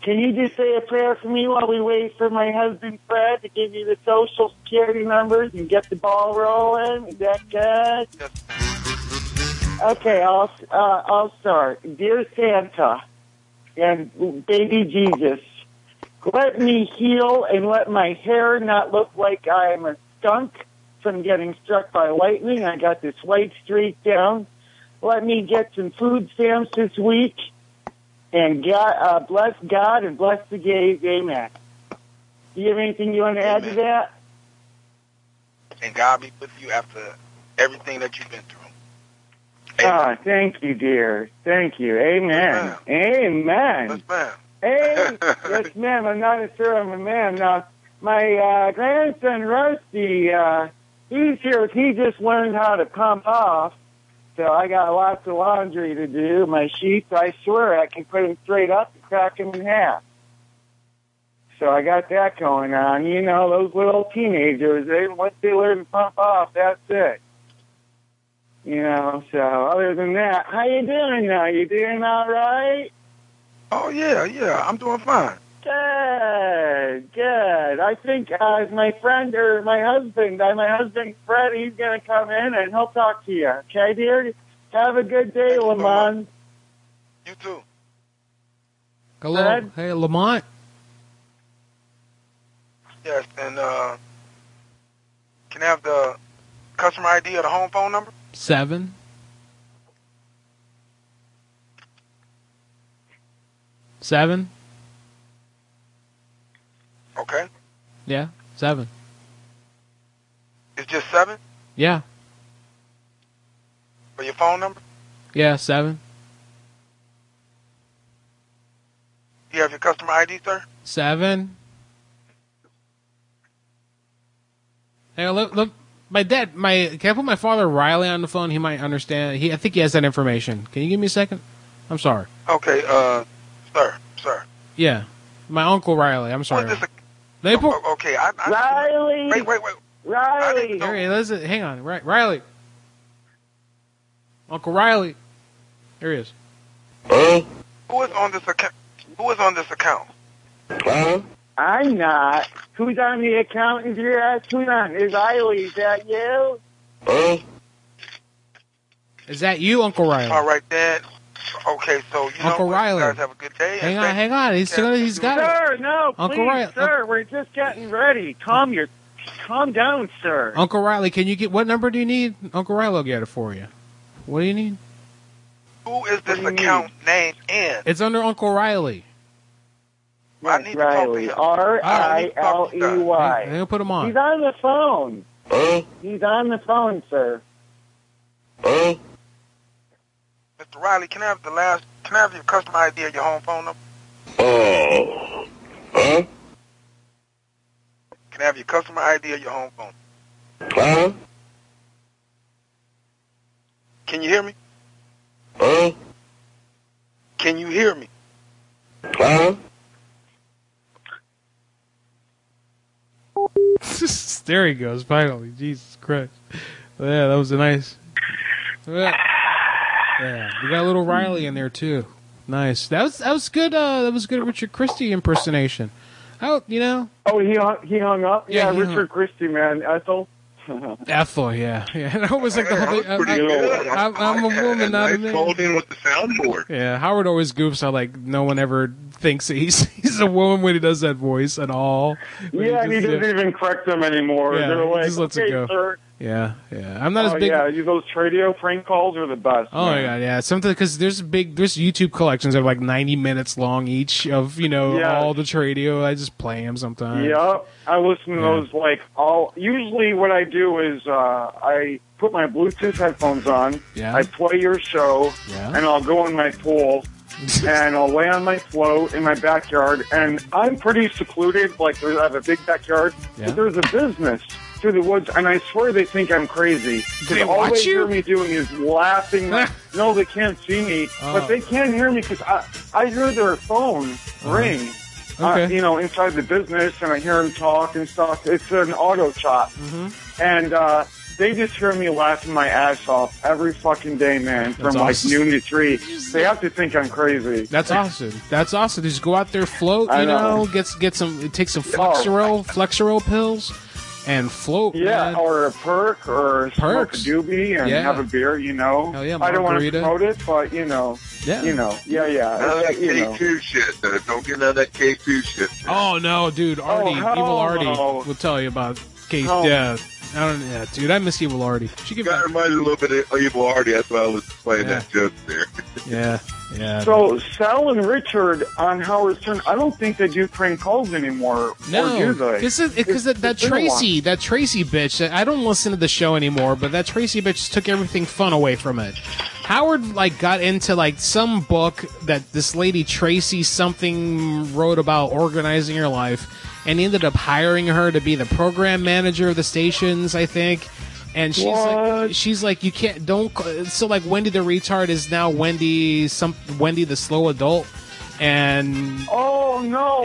Speaker 29: Can you just say a prayer for me while we wait for my husband Fred to give you the social security numbers and get the ball rolling? Is that good? Okay, I'll uh, I'll start. Dear Santa and baby Jesus, let me heal and let my hair not look like I am a skunk from getting struck by lightning. I got this white streak down. Let me get some food stamps this week and God, uh, bless God and bless the gays. Amen. Do you have anything you want to add to that?
Speaker 12: And God be with you after everything that you've been through.
Speaker 29: Ah, thank you, dear. Thank you. Amen. Amen.
Speaker 12: Ma'am.
Speaker 29: Hey, yes, ma'am. I'm not a sir. I'm a man. Now, my uh, grandson Rusty, uh, he's here. He just learned how to pump off, so I got lots of laundry to do. My sheets, I swear, I can put them straight up and crack them in half. So I got that going on. You know, those little teenagers, they once they learn to pump
Speaker 27: Ah,
Speaker 29: off, that's it. You know, so other than that, how you doing now? You doing all right?
Speaker 12: Oh yeah, yeah. I'm doing fine.
Speaker 29: Good, good. I think uh, my friend or my husband, uh, my husband Fred, he's gonna come in and he'll talk to you. Okay, dear. Have a good day, Lamont.
Speaker 12: You too.
Speaker 5: Hello.
Speaker 2: Fred?
Speaker 5: Hey, Lamont.
Speaker 12: Yes, and uh, can I have the customer ID or the home phone number?
Speaker 5: Seven. Seven.
Speaker 12: Okay.
Speaker 5: Yeah. Seven.
Speaker 12: It's just seven
Speaker 5: Yeah.
Speaker 12: for your phone number.
Speaker 5: Yeah. Seven.
Speaker 12: Do you have your customer ID, sir?
Speaker 2: Seven. Hey, look, look, my dad, my can I put my father Riley on the phone? He might understand. He, I think he has that information. Can you give me a second? I'm sorry.
Speaker 12: Okay, uh, sir, sir.
Speaker 2: Yeah, my uncle Riley. I'm sorry. They put
Speaker 12: Oh, Okay, I, I
Speaker 29: Riley.
Speaker 12: Wait, wait, wait.
Speaker 29: Riley.
Speaker 2: Hey, listen, hang on. Right, Riley. Uncle Riley. Here he is.
Speaker 12: Huh? Who is on this account? Who is on this account?
Speaker 29: I'm not. Who's on the account? Is uh, your ass? Who's on? Is Eileen? Is that you?
Speaker 12: Huh?
Speaker 2: Is that you, Uncle Riley?
Speaker 12: All right, Dad. Okay, so you
Speaker 2: Uncle
Speaker 12: know, what?
Speaker 2: Riley.
Speaker 12: You guys have a good day.
Speaker 2: Hang
Speaker 12: and
Speaker 2: on,
Speaker 12: thank
Speaker 2: hang on. He's still, he's got it.
Speaker 29: Sir, no,
Speaker 2: Uncle
Speaker 29: please,
Speaker 2: Ry-
Speaker 29: sir. We're just getting ready. Calm your, calm down, sir.
Speaker 2: Uncle Riley, can you get what number do you need? Uncle Riley will get it for you. What do you need?
Speaker 12: Who is this account name in?
Speaker 2: It's under Uncle Riley.
Speaker 12: I need to
Speaker 29: Riley,
Speaker 12: talk to him.
Speaker 29: R I L E Y.
Speaker 2: Hang- hang on, put him on.
Speaker 29: He's on the phone. He's on the phone, sir.
Speaker 12: Mr. Riley, can I have the last? Can I have your customer ID or your home phone number? Can I have your customer ID or your home phone? Can you hear me? Can you hear me?
Speaker 2: there he goes. Finally, Jesus Christ. Yeah, that was a nice. Yeah, yeah. we got a little Riley in there too. Nice. That was that was good. Uh, that was good Richard Christie impersonation. Oh, you know.
Speaker 27: Oh, he hung, he hung up.
Speaker 2: Yeah,
Speaker 27: Yeah,
Speaker 2: he hung
Speaker 27: Richard Christie, man, Ethel.
Speaker 2: Ethel, yeah, yeah. That was like the whole thing. I- I- I'm, I'm a woman, not a man.
Speaker 13: with the soundboard.
Speaker 2: Yeah, Howard always goofs how like no one ever thinks that he's he's a woman when he does that voice at all. When
Speaker 27: Yeah, and he
Speaker 2: just-
Speaker 27: doesn't even correct them anymore.
Speaker 2: Yeah,
Speaker 27: They're
Speaker 2: he
Speaker 27: like,
Speaker 2: just lets it
Speaker 27: okay,
Speaker 2: go.
Speaker 27: sir.
Speaker 2: yeah, yeah. I'm not
Speaker 27: oh,
Speaker 2: as big.
Speaker 27: Yeah, you- those radio prank calls are the best.
Speaker 2: Oh my god, yeah. Something because there's big there's YouTube collections that are like 90 minutes long each of you know
Speaker 27: Yeah.
Speaker 2: all the tradio. I just play them sometimes.
Speaker 27: Yep, I listen to
Speaker 2: Yeah.
Speaker 27: those like all. Usually, what I do is uh, I put my Bluetooth headphones on.
Speaker 2: Yeah.
Speaker 27: I play your show,
Speaker 2: Yeah.
Speaker 27: and I'll go in my pool, and I'll lay on my float in my backyard, and I'm pretty secluded. Like there- I have a big backyard,
Speaker 2: Yeah.
Speaker 27: but there's a business through the woods, and I swear they think I'm crazy.
Speaker 2: Do they
Speaker 27: all
Speaker 2: watch
Speaker 27: they
Speaker 2: you?
Speaker 27: hear me doing is laughing. like- no, they can't see me,
Speaker 2: Oh.
Speaker 27: but they can hear me because I I hear their phone
Speaker 2: Uh-huh.
Speaker 27: ring
Speaker 2: Okay.
Speaker 27: uh, you know, inside the business, and I hear him talk and stuff. It's an auto shop,
Speaker 2: Mm-hmm.
Speaker 27: and uh, they just hear me laughing my ass off every fucking day, man, from
Speaker 2: That's
Speaker 27: like
Speaker 2: awesome.
Speaker 27: noon to three. They have to think I'm crazy.
Speaker 2: That's awesome. That's awesome. Just go out there, float.
Speaker 27: I
Speaker 2: You know.
Speaker 27: know.
Speaker 2: get get some. Take some Flexeril, Flexeril pills, and float.
Speaker 27: Yeah,
Speaker 2: man.
Speaker 27: or a perk, or smoke a
Speaker 2: Perks.
Speaker 27: doobie and
Speaker 2: Yeah.
Speaker 27: have a beer. You know,
Speaker 2: Hell yeah,
Speaker 27: I don't want to
Speaker 2: margarita.
Speaker 27: promote it, but you know,
Speaker 2: Yeah.
Speaker 27: you know, yeah, yeah,
Speaker 13: None of that
Speaker 27: you know.
Speaker 13: K2 shit, though. Don't get none of that K2 shit.
Speaker 2: Oh no, dude, Artie,
Speaker 13: hell
Speaker 2: evil Artie
Speaker 13: no.
Speaker 2: will tell you about Kate.
Speaker 13: Oh.
Speaker 2: Yeah, I don't. Yeah, dude, I miss evil Artie. She could
Speaker 13: got reminded a little bit
Speaker 12: oh,
Speaker 13: of Evil Hardy. That's why I was playing
Speaker 2: Yeah.
Speaker 13: that joke there.
Speaker 2: Yeah, yeah.
Speaker 27: So Sal and Richard on Howard's turn. I don't think they do prank calls anymore. or
Speaker 2: No,
Speaker 27: do they?
Speaker 2: this is because that,
Speaker 27: It's-
Speaker 2: that
Speaker 27: it's been a while.
Speaker 2: Tracy, that Tracy bitch. That, I don't listen to the show anymore, but that Tracy bitch took everything fun away from it. Howard like got into like some book that this lady Tracy something wrote about organizing your life, and he ended up hiring her to be the program manager of the stations, I think. And she's like, she's like, you can't, don't. c- So like, Wendy the retard is now Wendy, some Wendy the slow adult, and
Speaker 27: Oh no!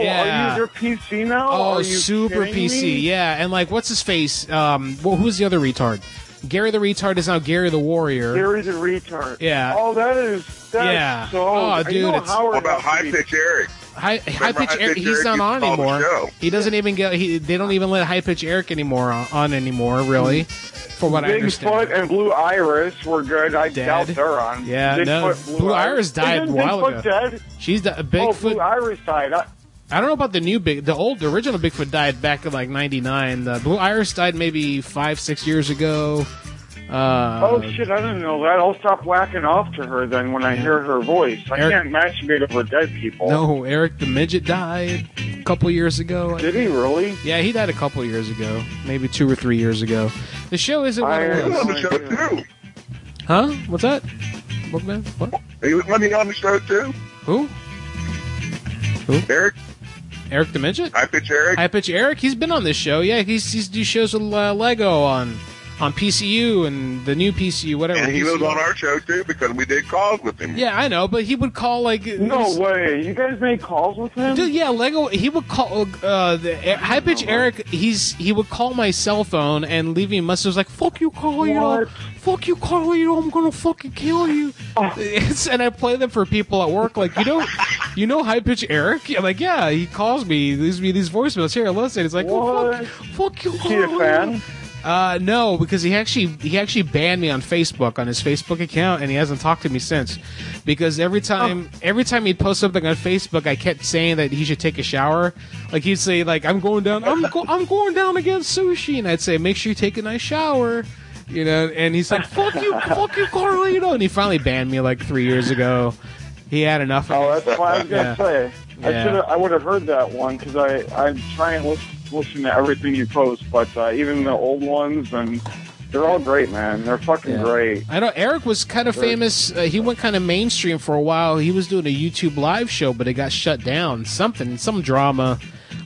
Speaker 27: Are
Speaker 2: Yeah.
Speaker 27: you your PC now?
Speaker 2: Oh,
Speaker 27: Are you
Speaker 2: super
Speaker 27: kidding me?
Speaker 2: PC, yeah. And like, what's his face? Um, well, who's the other retard? Gary the retard is now Gary the warrior.
Speaker 27: Gary's a retard.
Speaker 2: Yeah.
Speaker 27: Oh, that is. That is
Speaker 2: Yeah.
Speaker 27: so.
Speaker 2: Oh,
Speaker 27: I
Speaker 2: dude,
Speaker 27: know
Speaker 2: it's-
Speaker 27: Howard
Speaker 13: What about
Speaker 27: has to
Speaker 13: High
Speaker 27: be-
Speaker 13: Pitch Eric?
Speaker 2: High, high pitch
Speaker 13: High
Speaker 2: Eric,
Speaker 13: Pitch Eric
Speaker 2: he's not
Speaker 13: used to
Speaker 2: on
Speaker 13: call the
Speaker 2: anymore.
Speaker 13: show.
Speaker 2: He doesn't even get. He, they don't even let high pitch Eric anymore on, on anymore. Really, for what I understand.
Speaker 27: Bigfoot and Blue Iris were good. I doubt they're on.
Speaker 2: Yeah,
Speaker 27: Bigfoot,
Speaker 2: no.
Speaker 27: Blue,
Speaker 2: Blue Iris died
Speaker 27: Isn't
Speaker 2: a while
Speaker 27: Bigfoot
Speaker 2: ago.
Speaker 27: dead?
Speaker 2: She's the
Speaker 27: Oh,
Speaker 2: Bigfoot.
Speaker 27: Blue Iris died. I,
Speaker 2: I don't know about the new Big, the old, the original Bigfoot died back in like '99. The Blue Iris died maybe five, six years ago. Uh,
Speaker 27: oh shit! I didn't know that. I'll stop whacking off to her then when I hear her voice. I
Speaker 2: Eric-
Speaker 27: can't masturbate over dead people.
Speaker 2: No, Eric the Midget died a couple years ago.
Speaker 27: Did he really?
Speaker 2: Yeah, he died a couple years ago. Maybe two or three years ago. The show isn't what
Speaker 27: I-
Speaker 2: it
Speaker 13: He was on
Speaker 2: was.
Speaker 13: the show too.
Speaker 2: Huh? What's that? Bookman? What?
Speaker 13: He was wasn't he on the show too.
Speaker 2: Who? Who?
Speaker 13: Eric.
Speaker 2: Eric the Midget?
Speaker 13: High Pitch Eric.
Speaker 2: I pitch Eric. He's been on this show. Yeah, he's, he's do shows with uh, Lego on on PCU and the new PCU, whatever.
Speaker 13: and he
Speaker 2: PCU.
Speaker 13: was on our show too because we did calls with him.
Speaker 2: Yeah, I know, but he would call like
Speaker 27: No
Speaker 2: he's-
Speaker 27: way. You guys made calls with him?
Speaker 2: Dude, yeah, Lego. He would call uh, the uh, high pitch Eric. He's he would call my cell phone and leave me a message like "fuck you, Carlito,
Speaker 1: What?
Speaker 2: fuck you, Carlito, I'm gonna fucking kill you." It's- and I play them for people at work. Like you know, you know high pitch Eric. I'm like, yeah, he calls me, he leaves me these voicemails. Here, listen. It's like, oh, fuck, fuck you,
Speaker 27: Is he a
Speaker 2: Carlito.
Speaker 27: fan?
Speaker 2: Uh, no, because he actually he actually banned me on Facebook on his Facebook account, and he hasn't talked to me since. Because
Speaker 27: Oh.
Speaker 2: every time every time he'd post something on Facebook, I kept saying that he should take a shower. Like he'd say like I'm going down I'm go- I'm going down against sushi, and I'd say make sure you take a nice shower. You know, and he's like, "Fuck you, fuck you, Carlito," and he finally banned me like three years ago. He had enough.
Speaker 27: Oh, that's what I was
Speaker 2: Yeah.
Speaker 27: gonna say. I
Speaker 2: Yeah.
Speaker 27: should I would have heard that one because I I try and listen, listen to everything you post, but uh, even the old ones and they're all great, man. They're fucking great.
Speaker 2: I know Eric was kind of
Speaker 27: Sure.
Speaker 2: famous. Uh, he went kind of mainstream for a while. He was doing a YouTube live show, but it got shut down. Something, some drama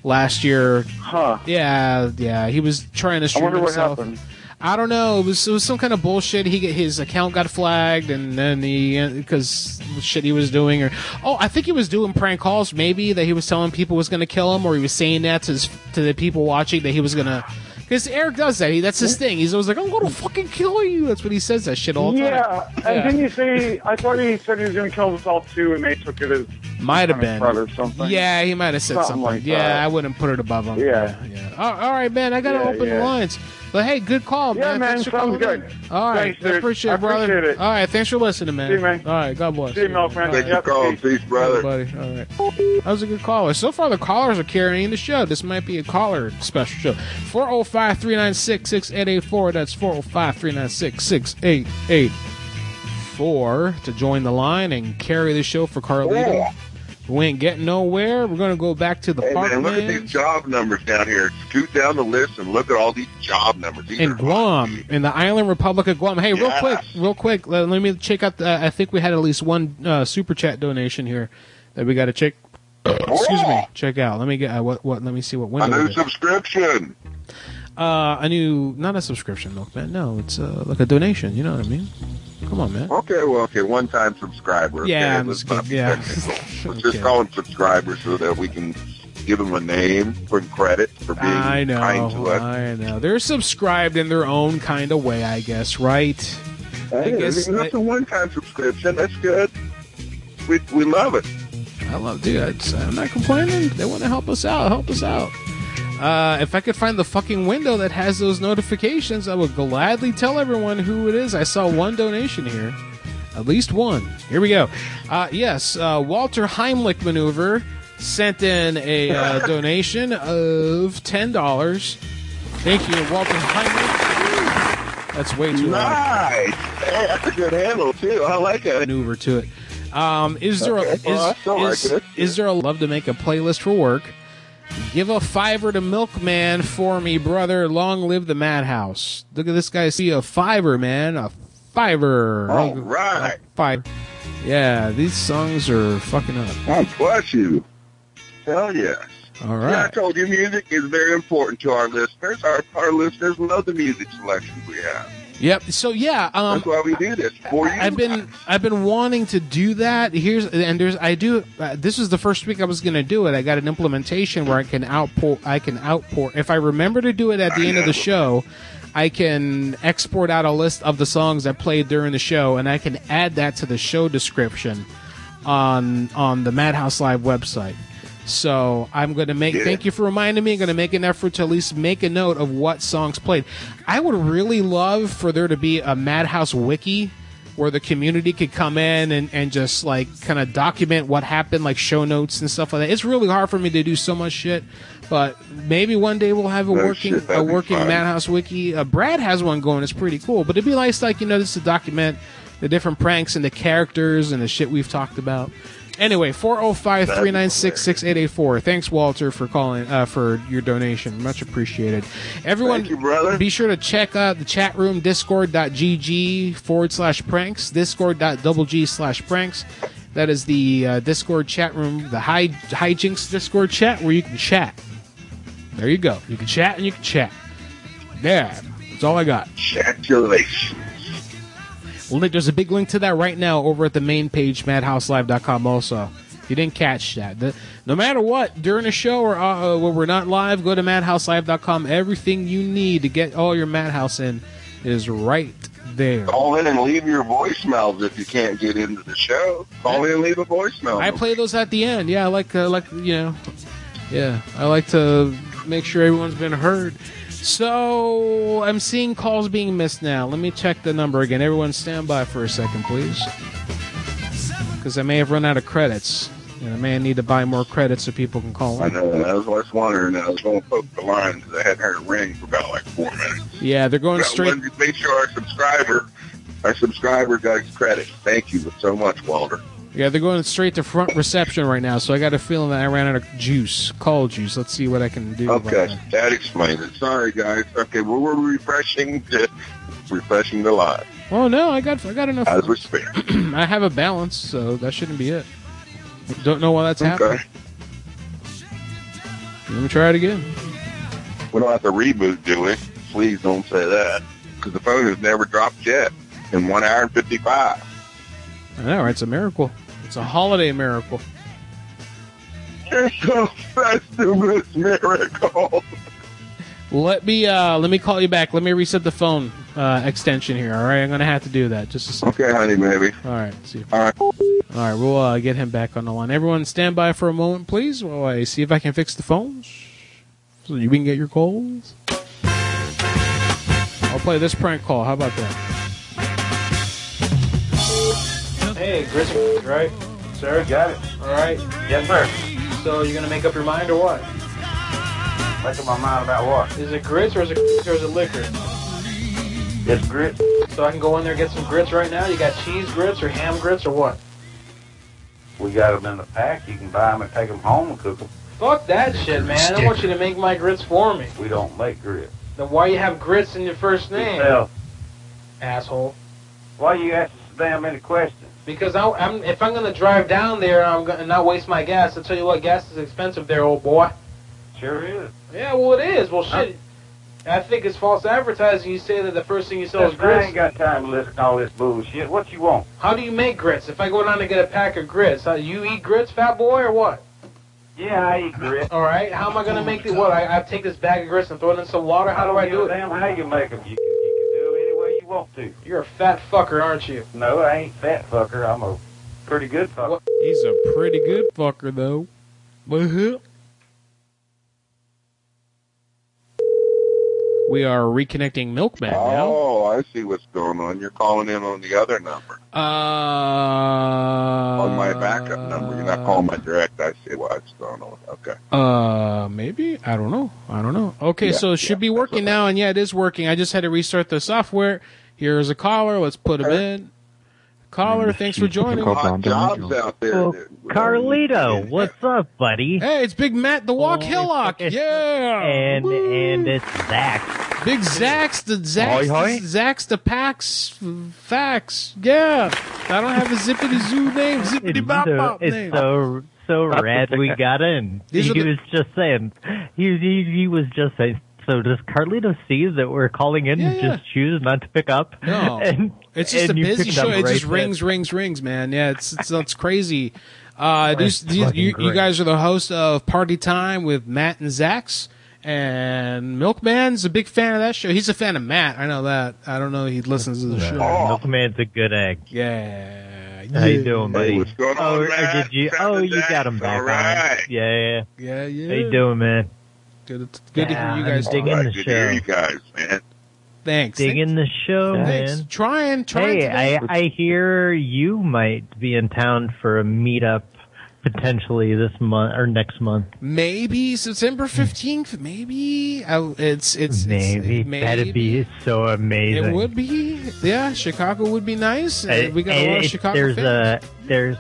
Speaker 2: last year.
Speaker 27: Huh?
Speaker 2: Yeah, yeah. He was trying to stream
Speaker 27: wonder what
Speaker 2: himself.
Speaker 27: happened.
Speaker 2: I don't know. It was it was some kind of bullshit. He get, his account got flagged, and then he because shit he was doing, or oh, I think he was doing prank calls. Maybe that he was telling people was going to kill him, or he was saying that to his, to the people watching that he was going to. Because Eric does that. He, that's his thing. He's always like, "I'm going to fucking kill you." That's what he says. That shit all the
Speaker 27: Yeah,
Speaker 2: time.
Speaker 27: and didn't you say I thought he said he was gonna kill himself too, and they took it as
Speaker 2: Might have been.
Speaker 27: or something.
Speaker 2: Yeah, he might have said something.
Speaker 27: Something like
Speaker 2: yeah,
Speaker 27: that.
Speaker 2: I wouldn't put it above him.
Speaker 27: Yeah.
Speaker 2: yeah. All, all right, man. I got to
Speaker 27: Yeah,
Speaker 2: open the
Speaker 27: yeah.
Speaker 2: lines. But hey, good call,
Speaker 27: Yeah,
Speaker 2: man.
Speaker 27: man,
Speaker 2: Thanks for
Speaker 27: sounds
Speaker 2: calling in.
Speaker 27: good.
Speaker 2: All right,
Speaker 27: Thanks, dude.
Speaker 2: I appreciate
Speaker 27: I
Speaker 2: it, brother.
Speaker 27: appreciate it.
Speaker 2: All right, thanks for listening, man.
Speaker 27: See you, man.
Speaker 2: All right, God bless.
Speaker 27: See you, my friend.
Speaker 2: Thanks
Speaker 27: Thanks for Yep. calling.
Speaker 13: Peace, brother.
Speaker 2: buddy. All right. That was a good caller. So far, the callers are carrying the show. This might be a caller special show. 405 396 6884. That's 405 396 6884 to join the line and carry the show for Carlito.
Speaker 13: Yeah.
Speaker 2: We ain't getting nowhere. We're going to go back to the
Speaker 13: Hey,
Speaker 2: park.
Speaker 13: man, look at
Speaker 2: man.
Speaker 13: these job numbers down here. Scoot down the list and look at all these job numbers. These
Speaker 2: in Guam, in the island republic of Guam. Hey, real
Speaker 13: Yeah.
Speaker 2: quick, real quick, let, let me check out. The, I think we had at least one uh, super chat donation here that we got to check. excuse me, check out. Let me get uh, what what. Let me see what
Speaker 13: a
Speaker 2: window.
Speaker 13: new
Speaker 2: it is.
Speaker 13: subscription.
Speaker 2: uh, a new, not a subscription, milkman. No, it's uh, like a donation. You know what I mean? Come on, man.
Speaker 13: Okay, well, okay, one-time subscriber. okay?
Speaker 2: Yeah,
Speaker 13: It
Speaker 2: I'm
Speaker 13: was
Speaker 2: just
Speaker 13: not
Speaker 2: kidding, yeah.
Speaker 13: technical. Let's just call them subscribers so that we can give them a name for credit for being
Speaker 2: I know,
Speaker 13: kind to us.
Speaker 2: I know. They're subscribed in their own kind of way, I guess. Right?
Speaker 13: Hey,
Speaker 2: guess
Speaker 13: that's a one-time subscription. That's good. We, we love it.
Speaker 2: I love, dude. I just- I'm not complaining. They want to help us out. Help us out. Uh, if I could find the fucking window that has those notifications, I would gladly tell everyone who it is. I saw one donation here, at least one. Here we go. Uh, yes, uh, Walter Heimlich maneuver sent in a uh, donation of ten dollars. Thank you, Walter Heimlich. That's way too loud.
Speaker 13: Nice. Hey, that's a good handle too. I like it.
Speaker 2: Maneuver to it. Um, is there a,
Speaker 13: Okay,
Speaker 2: is,
Speaker 13: well, I still like
Speaker 2: is,
Speaker 13: it.
Speaker 2: is there a love to make a playlist for work? Give a fiver to Milkman for me, brother. Long live the madhouse. Look at this guy. See a fiver, man. A fiver.
Speaker 13: All
Speaker 2: A
Speaker 13: right.
Speaker 2: fiver. Yeah, these songs are fucking up.
Speaker 13: God bless you. Hell yeah.
Speaker 2: All
Speaker 13: Yeah, I
Speaker 2: right.
Speaker 13: told you, music is very important to our listeners. Our, our listeners love the music selections we have.
Speaker 2: Yep. So yeah, um,
Speaker 13: That's why we do this for you.
Speaker 2: I've been I've been wanting to do that. Here's and there's I do. Uh, this was the first week I was going to do it. I got an implementation where I can outpour. I can outpour. If I remember to do it at the end of the show, I can export out a list of the songs I played during the show, and I can add that to the show description on on the Madhouse Live website. So I'm going to make.
Speaker 5: Yeah.
Speaker 2: Thank you for reminding me. I'm going to make an effort to at least make a note of what songs played. I would really love for there to be a Madhouse wiki where the community could come in and, and just like kind of document what happened, like show notes and stuff like that. It's really hard for me to do so much shit, but maybe one day we'll have a
Speaker 5: No
Speaker 2: working
Speaker 5: shit, that'd
Speaker 2: a
Speaker 5: be
Speaker 2: working
Speaker 5: fun.
Speaker 2: Madhouse wiki. Uh, Brad has one going. It's pretty cool, but it'd be nice, like you know, just to document the different pranks and the characters and the shit we've talked about. Anyway, 405 396 6884. Thanks, Walter, for calling, uh, for your donation. Much appreciated. Everyone, be sure to check out the chat room, discord.gg forward slash pranks, discord.gg slash pranks. That is the uh, Discord chat room, the high hijinks Discord chat where you can chat. There you go. You can chat and you can chat. There. That's all I got.
Speaker 13: Congratulations.
Speaker 2: Link, there's a big link to that right now over at the main page, madhouselive.com. Also, if you didn't catch that, the, no matter what, during a show or uh, uh, when we're not live, go to madhouselive.com. Everything you need to get all your madhouse in is right there.
Speaker 13: Call in and leave your voicemails if you can't get into the show. Call in and leave a voicemail.
Speaker 2: I play those at the end. Yeah, I like uh, like you know, yeah, I like to make sure everyone's been heard. So I'm seeing calls being missed now. Let me check the number again. Everyone, stand by for a second, please, because I may have run out of credits, and I may need to buy more credits so people can call
Speaker 13: I
Speaker 2: in.
Speaker 13: know, and I was just wondering, I was going to poke the line because I hadn't heard a ring for about like four minutes.
Speaker 2: Yeah, they're going
Speaker 13: I
Speaker 2: straight.
Speaker 13: wanted to make sure our subscriber, our subscriber got his credit. Thank you so much, Walter.
Speaker 2: Yeah, they're going straight to front reception right now. So I got a feeling that I ran out of juice, call juice. Let's see what I can do. about
Speaker 13: Okay,
Speaker 2: that.
Speaker 13: that explains it. Sorry, guys. Okay, well, we're refreshing the, refreshing the line
Speaker 2: Oh no, I got I got enough.
Speaker 13: as we speak.
Speaker 2: I have a balance, so that shouldn't be it. Don't know why that's happening. Let me try it again.
Speaker 13: We don't have to reboot, do we? Please don't say that because the phone has never dropped yet in one hour and fifty-five.
Speaker 2: I know, right? It's a miracle. It's a holiday miracle.
Speaker 13: It's a festivus miracle.
Speaker 2: Let me uh, let me call you back. Let me reset the phone uh, extension here. All right, I'm gonna have to do that. Just a second.
Speaker 13: Okay, honey, baby.
Speaker 2: All right, see.
Speaker 13: All right. All
Speaker 2: right, we'll uh, get him back on the line. Everyone, stand by for a moment, please, while I see if I can fix the phones, so you can get your calls. I'll play this prank call. How about that?
Speaker 19: Hey, Grizzly, right? Sir? Got it. All right. Yes, sir. So you're going to make up your mind or what? Make up my mind about what? Is it grits or is it, or is it liquor? It's grits. So I can go in there and get some grits right now? You got cheese grits or ham grits or what?
Speaker 7: We got them in the pack. You can buy them and take them home and cook them.
Speaker 19: Fuck that shit, man. I want you to make my grits for me.
Speaker 7: We don't make grits.
Speaker 19: Then why you have grits in your first name?
Speaker 7: Yourself.
Speaker 19: Asshole.
Speaker 7: Why you ask so damn many questions?
Speaker 19: Because I, I'm, if I'm gonna drive down there, I'm gonna not waste my gas. I tell you what, gas is expensive there, old boy.
Speaker 7: Sure is.
Speaker 19: Yeah, well it is. Well shit. I think it's false advertising. You say that the first thing you sell is
Speaker 7: I
Speaker 19: grits.
Speaker 7: ain't got time to listen to all this bullshit. What you want?
Speaker 19: How do you make grits? If I go down and get a pack of grits, uh, you eat grits, fat boy, or what?
Speaker 7: Yeah, I eat grits.
Speaker 19: All right. How am I gonna make the what? I, I take this bag of grits and throw it in some water. How do I do it?
Speaker 7: Damn, how you make them? You, can- you can do it any way you want to.
Speaker 19: You're a fat fucker, aren't you?
Speaker 7: No, I ain't fat fucker. I'm a pretty good fucker.
Speaker 2: He's a pretty good fucker, though. Uh-huh. Woohoo. We are reconnecting Milkman now.
Speaker 13: Oh, I see what's going on. You're calling in on the other number,
Speaker 2: Uh,
Speaker 13: on my backup number. You're not calling my direct. I see what's going on. Okay.
Speaker 2: Uh, maybe I don't know. I don't know. Okay,
Speaker 13: Yeah,
Speaker 2: so it should be working now, and yeah, it is working. I just had to restart the software. Here's a caller. Let's put him in. Caller, thanks for joining.
Speaker 13: Hot jobs out there.
Speaker 6: Well, Carlito, what's up, buddy? Oh,
Speaker 2: Hey, it's Big Matt, the Walk Hillock. Yeah,
Speaker 6: and and it's Zach.
Speaker 2: Big Zax, the
Speaker 6: Hoi,
Speaker 2: Zax,
Speaker 6: hoi.
Speaker 2: the Zax, the Pax, Fax. Yeah, I don't have a zippity zoo name. Zippity bop
Speaker 6: So,
Speaker 2: bop name.
Speaker 6: it's so so rad we got in.
Speaker 2: These
Speaker 6: he
Speaker 2: are the-
Speaker 6: was just saying. He, he he was just saying. So does Carlito see that we're calling in and
Speaker 2: yeah.
Speaker 6: just choose not to pick up?
Speaker 2: No,
Speaker 6: and,
Speaker 2: it's just
Speaker 6: and
Speaker 2: a
Speaker 6: you
Speaker 2: busy
Speaker 6: picked up
Speaker 2: show. It
Speaker 6: right
Speaker 2: just
Speaker 6: then.
Speaker 2: rings, rings, rings, man. Yeah, it's it's, it's crazy. Uh, these,
Speaker 6: That's
Speaker 2: these, you,
Speaker 6: fucking
Speaker 2: you
Speaker 6: great.
Speaker 2: guys are the host of Party Time with Matt and Zax, and Milkman's a big fan of that show. He's a fan of Matt. I know that. I don't know he listens to the
Speaker 6: Yeah, Oh,
Speaker 2: show.
Speaker 6: Milkman's a good egg.
Speaker 2: Yeah.
Speaker 6: How you doing, buddy?
Speaker 2: what's
Speaker 13: going
Speaker 6: oh, or did you? Oh, you got him back on. Yeah, yeah.
Speaker 2: Yeah, yeah.
Speaker 6: How you doing, man?
Speaker 2: Good. Good to hear
Speaker 6: Yeah,
Speaker 2: you guys.
Speaker 6: I'm digging
Speaker 2: talk.
Speaker 6: the show.
Speaker 13: guys, man.
Speaker 2: Thanks.
Speaker 6: Digging the show,
Speaker 2: Thanks.
Speaker 6: man.
Speaker 2: Trying, trying.
Speaker 6: Hey,
Speaker 2: today.
Speaker 6: I, I hear you might be in town for a meetup potentially this month or next month.
Speaker 2: maybe September fifteenth. Maybe I, it's it's
Speaker 6: Maybe.
Speaker 2: It's, maybe
Speaker 6: That'd be so amazing.
Speaker 2: It would be, yeah. Chicago would be nice.
Speaker 6: I-
Speaker 2: Uh, we got a
Speaker 6: and
Speaker 2: lot of
Speaker 6: it-
Speaker 2: Chicago
Speaker 6: there's
Speaker 2: fans.
Speaker 6: a there's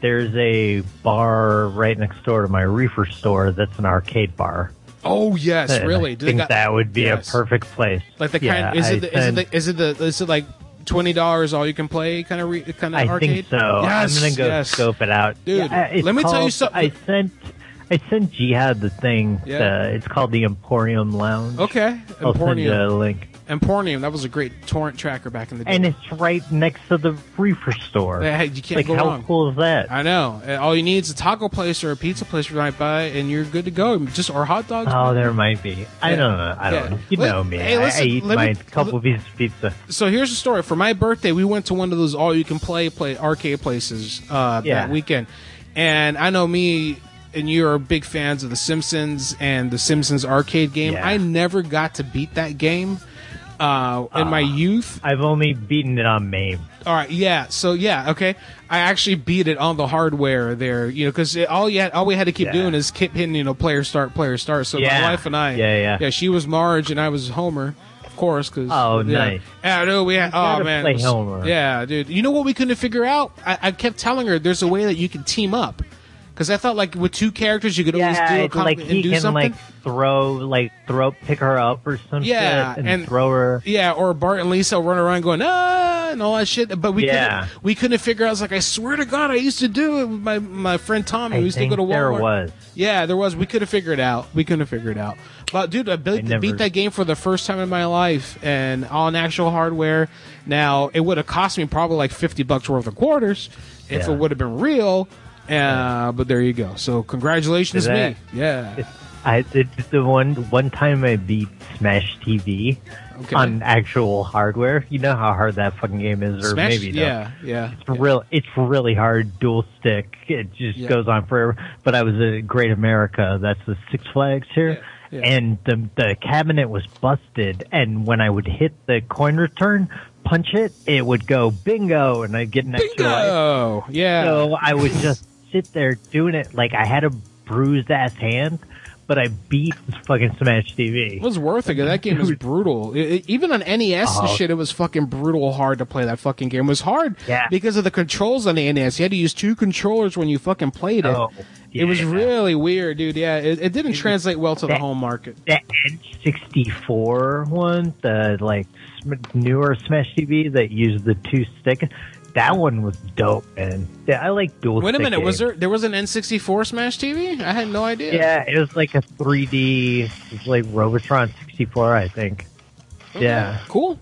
Speaker 6: there's a bar right next door to my reefer store that's an arcade bar. Uh,
Speaker 2: oh yes,
Speaker 6: And
Speaker 2: really.
Speaker 6: I
Speaker 2: Do they
Speaker 6: think
Speaker 2: got-
Speaker 6: that would be
Speaker 2: yes.
Speaker 6: a perfect place.
Speaker 2: like the
Speaker 6: yeah,
Speaker 2: kind. Is
Speaker 6: I
Speaker 2: it, the, is, it
Speaker 6: send-
Speaker 2: the, is it the is it like twenty dollars all you can play kind of re, kind of
Speaker 6: I
Speaker 2: arcade?
Speaker 6: think so.
Speaker 2: Yes,
Speaker 6: I'm gonna go
Speaker 2: yes.
Speaker 6: scope it out,
Speaker 2: Dude,
Speaker 6: Yeah, Uh, it's
Speaker 2: let me tell you
Speaker 6: called-
Speaker 2: something.
Speaker 6: I sent, I sent Jihad the thing.
Speaker 2: Yeah.
Speaker 6: the- it's called the Emporium Lounge.
Speaker 2: Okay,
Speaker 6: I'll send you
Speaker 2: Emporium.
Speaker 6: a link.
Speaker 2: Empornium, that was a great torrent tracker back in the day.
Speaker 6: And it's right next to the reefer store.
Speaker 2: Yeah, you can't
Speaker 6: like,
Speaker 2: go
Speaker 6: how
Speaker 2: wrong.
Speaker 6: cool is that?
Speaker 2: I know. Uh, All you need is a taco place or a pizza place right by, and you're good to go. Just or hot dogs.
Speaker 6: Oh, there might be. I
Speaker 2: Yeah.
Speaker 6: don't know. I don't.
Speaker 2: Yeah.
Speaker 6: know. You
Speaker 2: Let-
Speaker 6: know me.
Speaker 2: hey,
Speaker 6: I-
Speaker 2: listen,
Speaker 6: I eat
Speaker 2: let
Speaker 6: my
Speaker 2: me-
Speaker 6: couple pieces of pizza.
Speaker 2: so here's the story. For my birthday, we went to one of those all you can play play arcade places uh,
Speaker 6: Yeah.
Speaker 2: that weekend, and I know me. and you are big fans of The Simpsons and The Simpsons arcade game. I never got to beat that game uh, in my youth.
Speaker 6: Ah. I've only beaten it on MAME.
Speaker 2: All right, yeah. So yeah, okay. I actually beat it on the hardware there, you know, because all you had, all we had to keep
Speaker 6: Yeah.
Speaker 2: doing is keep hitting, you know, player start, player start. So
Speaker 6: Yeah.
Speaker 2: my wife and I,
Speaker 6: Yeah, yeah.
Speaker 2: she was Marge and I was Homer, of course, because
Speaker 6: Oh,
Speaker 2: yeah.
Speaker 6: nice.
Speaker 2: Yeah, no, we had. Oh
Speaker 6: gotta
Speaker 2: man,
Speaker 6: play
Speaker 2: it was-
Speaker 6: Homer.
Speaker 2: Yeah, dude. You know what we couldn't figure out? I, I kept telling her there's a way that you can team up, because I thought like with two characters you could always do a
Speaker 6: it's
Speaker 2: com-
Speaker 6: like
Speaker 2: and
Speaker 6: he
Speaker 2: do
Speaker 6: can
Speaker 2: something.
Speaker 6: like throw, like throw, pick her up or some
Speaker 2: Yeah,
Speaker 6: shit, and,
Speaker 2: and-
Speaker 6: throw her.
Speaker 2: Yeah, or Bart and Lisa run around going ah and all that shit. But we
Speaker 6: Yeah.
Speaker 2: couldn't we couldn't figure out. I was like, I swear to God, I used to do it with my my friend Tommy.
Speaker 6: I
Speaker 2: we used to go to
Speaker 6: think there
Speaker 2: Walmart.
Speaker 6: was.
Speaker 2: Yeah, there was. We could have figured it out. We couldn't figure it out. But dude, I, beat-
Speaker 6: never-
Speaker 2: beat that game for the first time in my life and on actual hardware. Now it would have cost me probably like fifty bucks worth of quarters if
Speaker 6: Yeah.
Speaker 2: it would have been real. Uh, but there you go. So congratulations,
Speaker 6: Did
Speaker 2: me.
Speaker 6: that-
Speaker 2: Yeah.
Speaker 6: I did the one one time I beat Smash TV
Speaker 2: Okay.
Speaker 6: on actual hardware. You know how hard that fucking game is, or
Speaker 2: Smash-
Speaker 6: maybe no.
Speaker 2: yeah, yeah.
Speaker 6: It's real. It's really hard. Dual stick. It just
Speaker 2: Yeah.
Speaker 6: goes on forever. But I was at Great America. That's the Six Flags here.
Speaker 2: yeah.
Speaker 6: And the the cabinet was busted, and when I would hit the coin return, punch it, it would go bingo, and I'd get an extra life.
Speaker 2: Oh yeah.
Speaker 6: So I would just sit there doing it like I had a bruised ass hand, but I beat fucking Smash TV.
Speaker 2: It was worth it. 'cause That game was brutal. It- it- even on NES and
Speaker 6: Oh.
Speaker 2: shit, it was fucking brutal hard to play that fucking game. It was hard
Speaker 6: Yeah.
Speaker 2: because of the controls on the NES. You had to use two controllers when you fucking played it.
Speaker 6: Oh,
Speaker 2: It was really weird, dude. Yeah, it, it didn't translate well to the
Speaker 6: that-
Speaker 2: home market.
Speaker 6: That Edge 64 one, the like sm- newer Smash TV that used the two stick, that one was dope, man. Yeah, I like dual.
Speaker 2: Wait a
Speaker 6: stick
Speaker 2: minute, was
Speaker 6: games.
Speaker 2: there there was an N64 Smash TV? I had no idea.
Speaker 6: Yeah, it was like a 3D, it was like Robotron 64, I think.
Speaker 2: Okay.
Speaker 6: Yeah.
Speaker 2: Cool.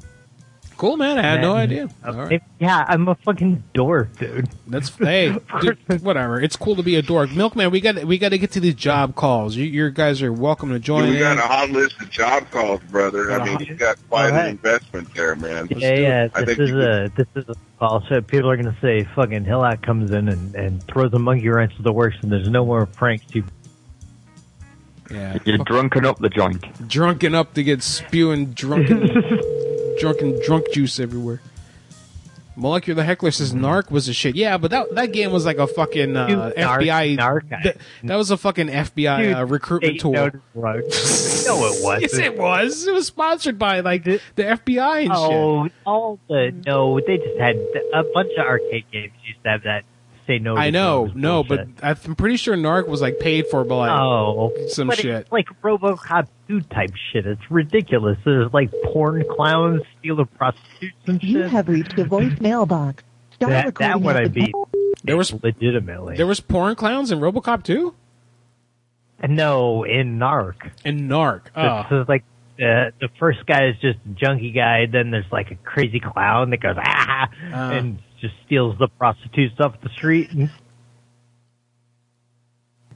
Speaker 2: Cool, man. I had no
Speaker 6: Then-
Speaker 2: idea.
Speaker 6: Uh,
Speaker 2: All right.
Speaker 6: if- yeah, I'm a fucking dork, dude.
Speaker 2: That's hey, dude, whatever. It's cool to be a dork, Milkman. We got we got to get to these job calls. You, your guys are welcome to join.
Speaker 13: we
Speaker 2: in.
Speaker 13: got a hot list of job calls, brother.
Speaker 2: Got a
Speaker 13: I mean,
Speaker 2: hot-
Speaker 13: you got quite
Speaker 6: Alright.
Speaker 13: an investment there, man.
Speaker 6: Yeah, yeah.
Speaker 13: I
Speaker 6: This
Speaker 13: think
Speaker 6: is
Speaker 13: you could-
Speaker 6: a this is a also people are gonna say fucking Hillock comes in and, and throws a monkey wrench to the works and there's no more pranks you
Speaker 2: Yeah.
Speaker 21: You're drunken up the joint.
Speaker 2: drunken up to get spewing drunken, drunken drunk juice everywhere. Molecular Heckler says Narc was a shit. Yeah, but that that game was like a fucking uh,
Speaker 6: Mm-hmm. Dude, Narc-
Speaker 2: FBI.
Speaker 6: Narc, I-
Speaker 2: that, that was a fucking FBI uh,
Speaker 6: Dude,
Speaker 2: recruitment
Speaker 6: they
Speaker 2: tool.
Speaker 6: know drugs. no it wasn't.
Speaker 2: Yes, it was. It was sponsored by like the, the FBI and shit.
Speaker 6: Oh, all the no, they just had a bunch of arcade games used to have that say no. to
Speaker 2: I know,
Speaker 6: drugs
Speaker 2: no, but
Speaker 6: bullshit.
Speaker 2: I'm pretty sure Narc was like paid for by like
Speaker 6: oh,
Speaker 2: some
Speaker 6: but
Speaker 2: shit.
Speaker 6: It's like RoboCop two type shit. It's ridiculous. There's like porn clowns steal a prostitution.
Speaker 30: You have reached the voicemail box. Start
Speaker 6: That,
Speaker 30: recording
Speaker 6: that
Speaker 30: at
Speaker 6: one I
Speaker 30: the
Speaker 6: beat.
Speaker 2: There was
Speaker 6: legitimately
Speaker 2: There was porn clowns in RoboCop 2?
Speaker 6: No, in Narc.
Speaker 2: In Narc. Oh.
Speaker 6: This is like the the first guy is just a junkie guy. Then there's like a crazy clown that goes ah and just steals the prostitutes off the street. And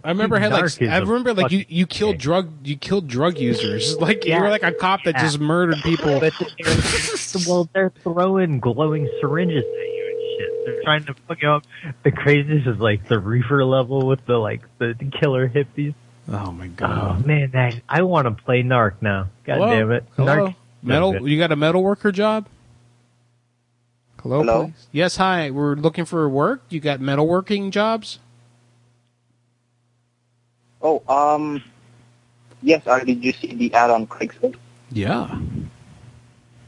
Speaker 2: I remember had like
Speaker 6: Narc is
Speaker 2: I
Speaker 6: a
Speaker 2: remember like you,
Speaker 6: fucking
Speaker 2: you killed drug you killed drug users like you
Speaker 6: Yeah.
Speaker 2: were like a cop that
Speaker 6: Yeah.
Speaker 2: just murdered people.
Speaker 6: But they're, well, they're throwing glowing syringes at you and shit. They're trying to fuck you up. The craziest is like the reefer level with the like the killer hippies.
Speaker 2: Oh my
Speaker 6: god! Oh man, that, I want to play Narc now. God
Speaker 2: Hello?
Speaker 6: damn it!
Speaker 2: Hello?
Speaker 6: Narc,
Speaker 2: metal you got a metal worker job? Hello,
Speaker 6: Hello?
Speaker 2: please. Yes, hi. We're looking for work. You got metalworking jobs?
Speaker 25: Oh, um, yes, uh, did you see the ad on Craigslist?
Speaker 2: Yeah.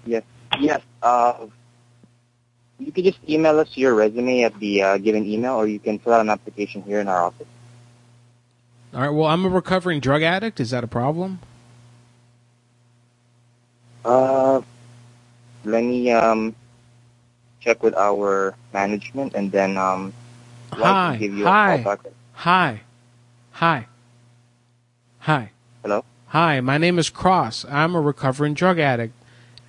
Speaker 25: Yes. Yes, uh, you could just email us your resume at the uh, given email, or you can fill out an application here in our office.
Speaker 2: All right. Well, I'm a recovering drug addict. Is that a problem?
Speaker 25: Uh, let me, um, check with our management, and then, um, I'd like
Speaker 2: Hi.
Speaker 25: to give you a
Speaker 2: Hi.
Speaker 25: call back.
Speaker 2: Hi. Hi. Hi.
Speaker 25: Hello?
Speaker 2: Hi, my name is Cross. I'm a recovering drug addict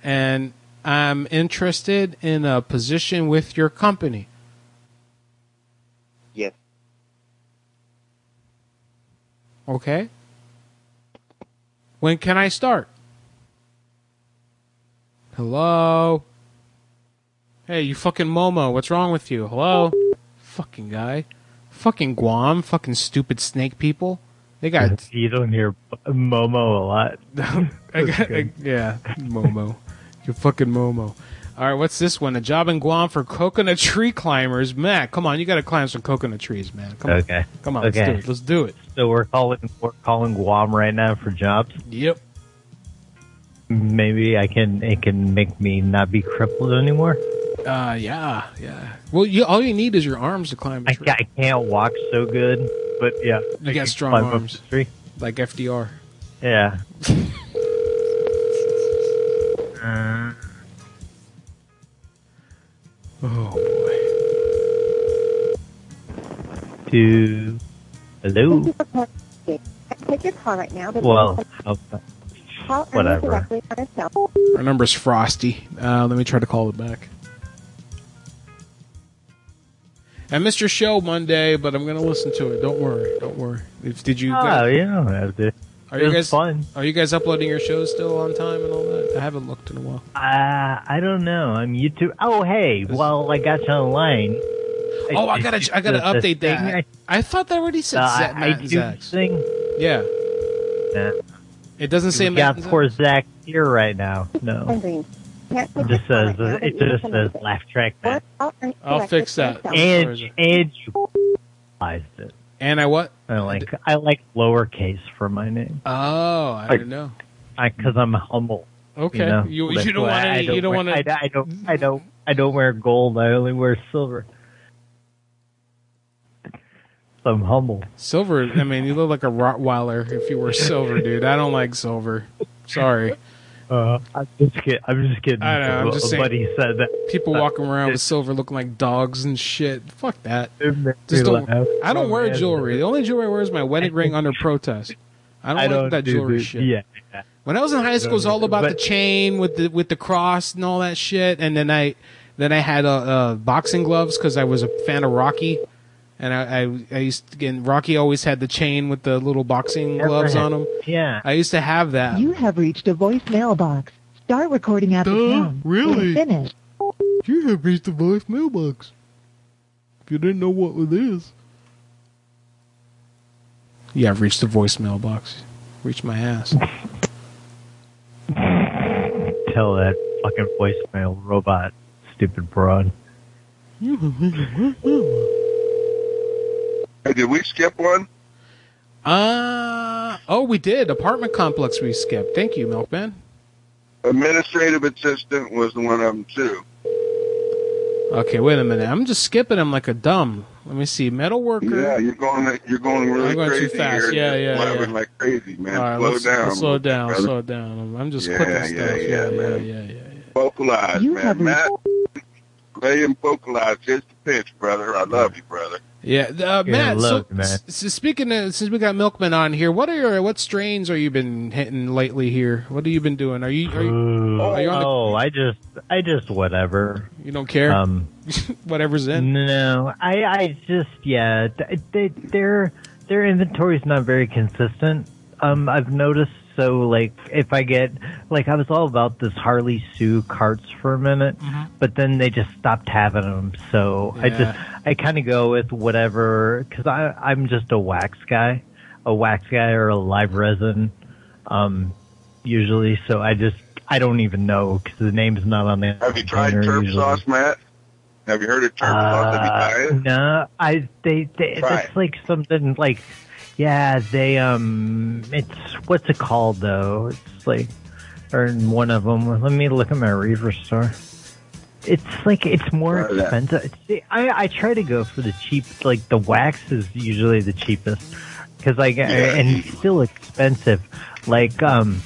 Speaker 2: and I'm interested in a position with your company.
Speaker 25: Yes.
Speaker 2: Okay? When can I start? Hello? Hey, you fucking Momo, what's wrong with you? Hello? Fucking guy. Fucking Guam, fucking stupid snake people. They got
Speaker 6: You don't hear Momo a lot.
Speaker 2: I got, I- yeah, Momo. you fucking Momo. All right, what's this one? A job in Guam for coconut tree climbers. Matt, come on, you got to climb some coconut trees, man. Come
Speaker 6: okay.
Speaker 2: on, come on,
Speaker 6: Okay.
Speaker 2: let's do it. Let's do it.
Speaker 6: So we're calling we're calling Guam right now for jobs.
Speaker 2: Yep.
Speaker 6: Maybe I can it can make me not be crippled anymore.
Speaker 2: Uh, yeah, yeah. Well, you all you need is your arms to climb a tree.
Speaker 6: I can't walk so good, but yeah,
Speaker 2: You
Speaker 6: I
Speaker 2: got
Speaker 6: can
Speaker 2: strong
Speaker 6: climb up
Speaker 2: arms.
Speaker 6: the tree.
Speaker 2: Like FDR.
Speaker 6: Yeah. Uh,
Speaker 2: Oh boy.
Speaker 6: to hello.
Speaker 20: Take your call right now. but-
Speaker 6: Well, oh,
Speaker 20: Call Ernie
Speaker 2: whatever.
Speaker 20: directly on his cell.
Speaker 2: Our number's Frosty. Uh, let me try to call it back. I missed your show Monday, but I'm gonna listen to it. Don't worry. Don't worry. If, did you?
Speaker 6: oh yeah, I don't have to.
Speaker 2: Are
Speaker 6: It
Speaker 2: you
Speaker 6: was
Speaker 2: guys
Speaker 6: fun?
Speaker 2: Are you guys uploading your shows still on time and all that? I haven't looked in a while.
Speaker 6: Uh, I don't know. I'm YouTube. Oh, hey, while I got you online.
Speaker 2: Oh, I gotta, I gotta
Speaker 6: the- the
Speaker 2: update
Speaker 6: thing
Speaker 2: that. I, thought that already said
Speaker 6: Uh,
Speaker 2: Zach,
Speaker 6: I-
Speaker 2: Matt
Speaker 6: I
Speaker 2: and
Speaker 6: do
Speaker 2: Zach's.
Speaker 6: thing.
Speaker 2: Yeah,
Speaker 6: Yeah.
Speaker 2: it doesn't say
Speaker 6: we
Speaker 2: Matt.
Speaker 6: got
Speaker 2: and Zach.
Speaker 6: poor Zach here right now. No,
Speaker 20: Hungry. Can't
Speaker 6: it
Speaker 20: take your call
Speaker 6: just says
Speaker 20: right now, but
Speaker 6: it
Speaker 20: you
Speaker 6: just
Speaker 20: can
Speaker 6: says
Speaker 20: make it.
Speaker 6: laugh track that.
Speaker 20: Call Ernie
Speaker 2: I'll
Speaker 20: directly
Speaker 2: fix
Speaker 20: to his
Speaker 2: that.
Speaker 20: cell.
Speaker 6: And
Speaker 2: Where's it?
Speaker 6: and you realized it.
Speaker 2: And I what?
Speaker 6: I like I like lowercase for my name.
Speaker 2: Oh, I
Speaker 6: Like-
Speaker 2: didn't know.
Speaker 6: because I'm humble.
Speaker 2: Okay,
Speaker 6: you, know?
Speaker 2: you, you
Speaker 6: That's why
Speaker 2: don't want
Speaker 6: I
Speaker 2: any. You don't
Speaker 6: wear-
Speaker 2: want to.
Speaker 6: I, I don't. I don't. I don't wear gold. I only wear silver. So I'm humble.
Speaker 2: Silver. I mean, you look like a Rottweiler if you were silver, dude. I don't like silver. Sorry.
Speaker 6: Uh, I'm just kidding. I'm just kidding.
Speaker 2: I know, I'm just
Speaker 6: a
Speaker 2: saying-
Speaker 6: buddy said that
Speaker 2: People
Speaker 6: Uh,
Speaker 2: walking around with silver looking like dogs and shit. Fuck that.
Speaker 6: it made
Speaker 2: Just
Speaker 6: me
Speaker 2: don't.
Speaker 6: laugh.
Speaker 2: I don't
Speaker 6: Oh,
Speaker 2: wear
Speaker 6: man.
Speaker 2: jewelry. The only jewelry I wear is my wedding ring under protest. I don't
Speaker 6: I
Speaker 2: like
Speaker 6: don't
Speaker 2: that
Speaker 6: do
Speaker 2: jewelry
Speaker 6: the-
Speaker 2: shit.
Speaker 6: yeah, yeah.
Speaker 2: When I was in high school, it was all about the
Speaker 6: But-
Speaker 2: chain with the with the cross and all that shit. And then I then I had uh, uh, boxing gloves because I was a fan of Rocky. And I, I, I used to, and Rocky always had the chain with the little boxing
Speaker 28: Never
Speaker 2: gloves
Speaker 28: had-
Speaker 2: on him.
Speaker 6: Yeah.
Speaker 2: I used to have that.
Speaker 28: You have reached a voicemail box. Start recording at the
Speaker 2: Duh,
Speaker 28: tone.
Speaker 2: really?
Speaker 28: When finished.
Speaker 2: You have reached the voice mailbox. If you didn't know what it is. Yeah, I've reached the voicemail box. Reached my ass.
Speaker 6: Tell that fucking voicemail robot, stupid broad.
Speaker 13: Hey, did we skip one?
Speaker 2: Uh, oh, we did. Apartment complex we skipped. Thank you, Milkman.
Speaker 13: Administrative assistant was the one of them too.
Speaker 2: Okay, wait a minute. I'm just skipping them like a dumb. Let me see. Metal worker.
Speaker 13: Yeah, you're going you're going really
Speaker 2: I'm going too
Speaker 13: crazy
Speaker 2: fast.
Speaker 13: here.
Speaker 2: Yeah,
Speaker 13: Just
Speaker 2: yeah,
Speaker 13: blabbing
Speaker 2: yeah.
Speaker 13: like crazy, man.
Speaker 2: All right,
Speaker 13: slow
Speaker 2: let's,
Speaker 13: down.
Speaker 2: let's slow down.
Speaker 13: brother.
Speaker 2: Slow down. I'm- I'm just
Speaker 13: Yeah,
Speaker 2: clicking
Speaker 13: yeah,
Speaker 2: stuff.
Speaker 13: yeah,
Speaker 2: Yeah, yeah,
Speaker 13: man.
Speaker 2: yeah, yeah.
Speaker 13: Vocalize,
Speaker 28: You
Speaker 13: man.
Speaker 28: have reached-
Speaker 13: Matt, play and vocalize. Just the pitch, brother. I love you, brother.
Speaker 2: Yeah, th- uh,
Speaker 13: Yeah,
Speaker 2: Matt. so,
Speaker 13: look, man.
Speaker 2: s- so speaking of, since we got Milkman on here, what are your what strains are you been hitting lately here? What have you been doing? Are you are you, are you on the,
Speaker 6: Oh, I just, I just whatever.
Speaker 2: You don't care?
Speaker 6: Um,
Speaker 2: whatever's in?
Speaker 6: No, I, I just, yeah, th- they, their, their inventory's not very consistent. Um, I've noticed. So, like, if I get, like, I was all about this Harley Sue carts for a minute, but then they just stopped having them. So I just,
Speaker 2: Yeah.
Speaker 6: I kind of go with whatever, because I, I'm just a wax guy, a wax guy or a live resin, um, usually. So I just, I don't even know because the name's not on there.
Speaker 13: Have you tried turp
Speaker 6: usually.
Speaker 13: sauce, Matt? Have you heard of turp sauce? Have you tried it?
Speaker 6: Uh, no, I they, they
Speaker 13: Try
Speaker 6: that's like something like yeah they um it's what's it called though it's like or one of them let me look at my reaver store it's like it's more
Speaker 23: Try that.
Speaker 6: expensive it's, I I try to go for the cheap like the wax is usually the cheapest because like and it's still expensive like um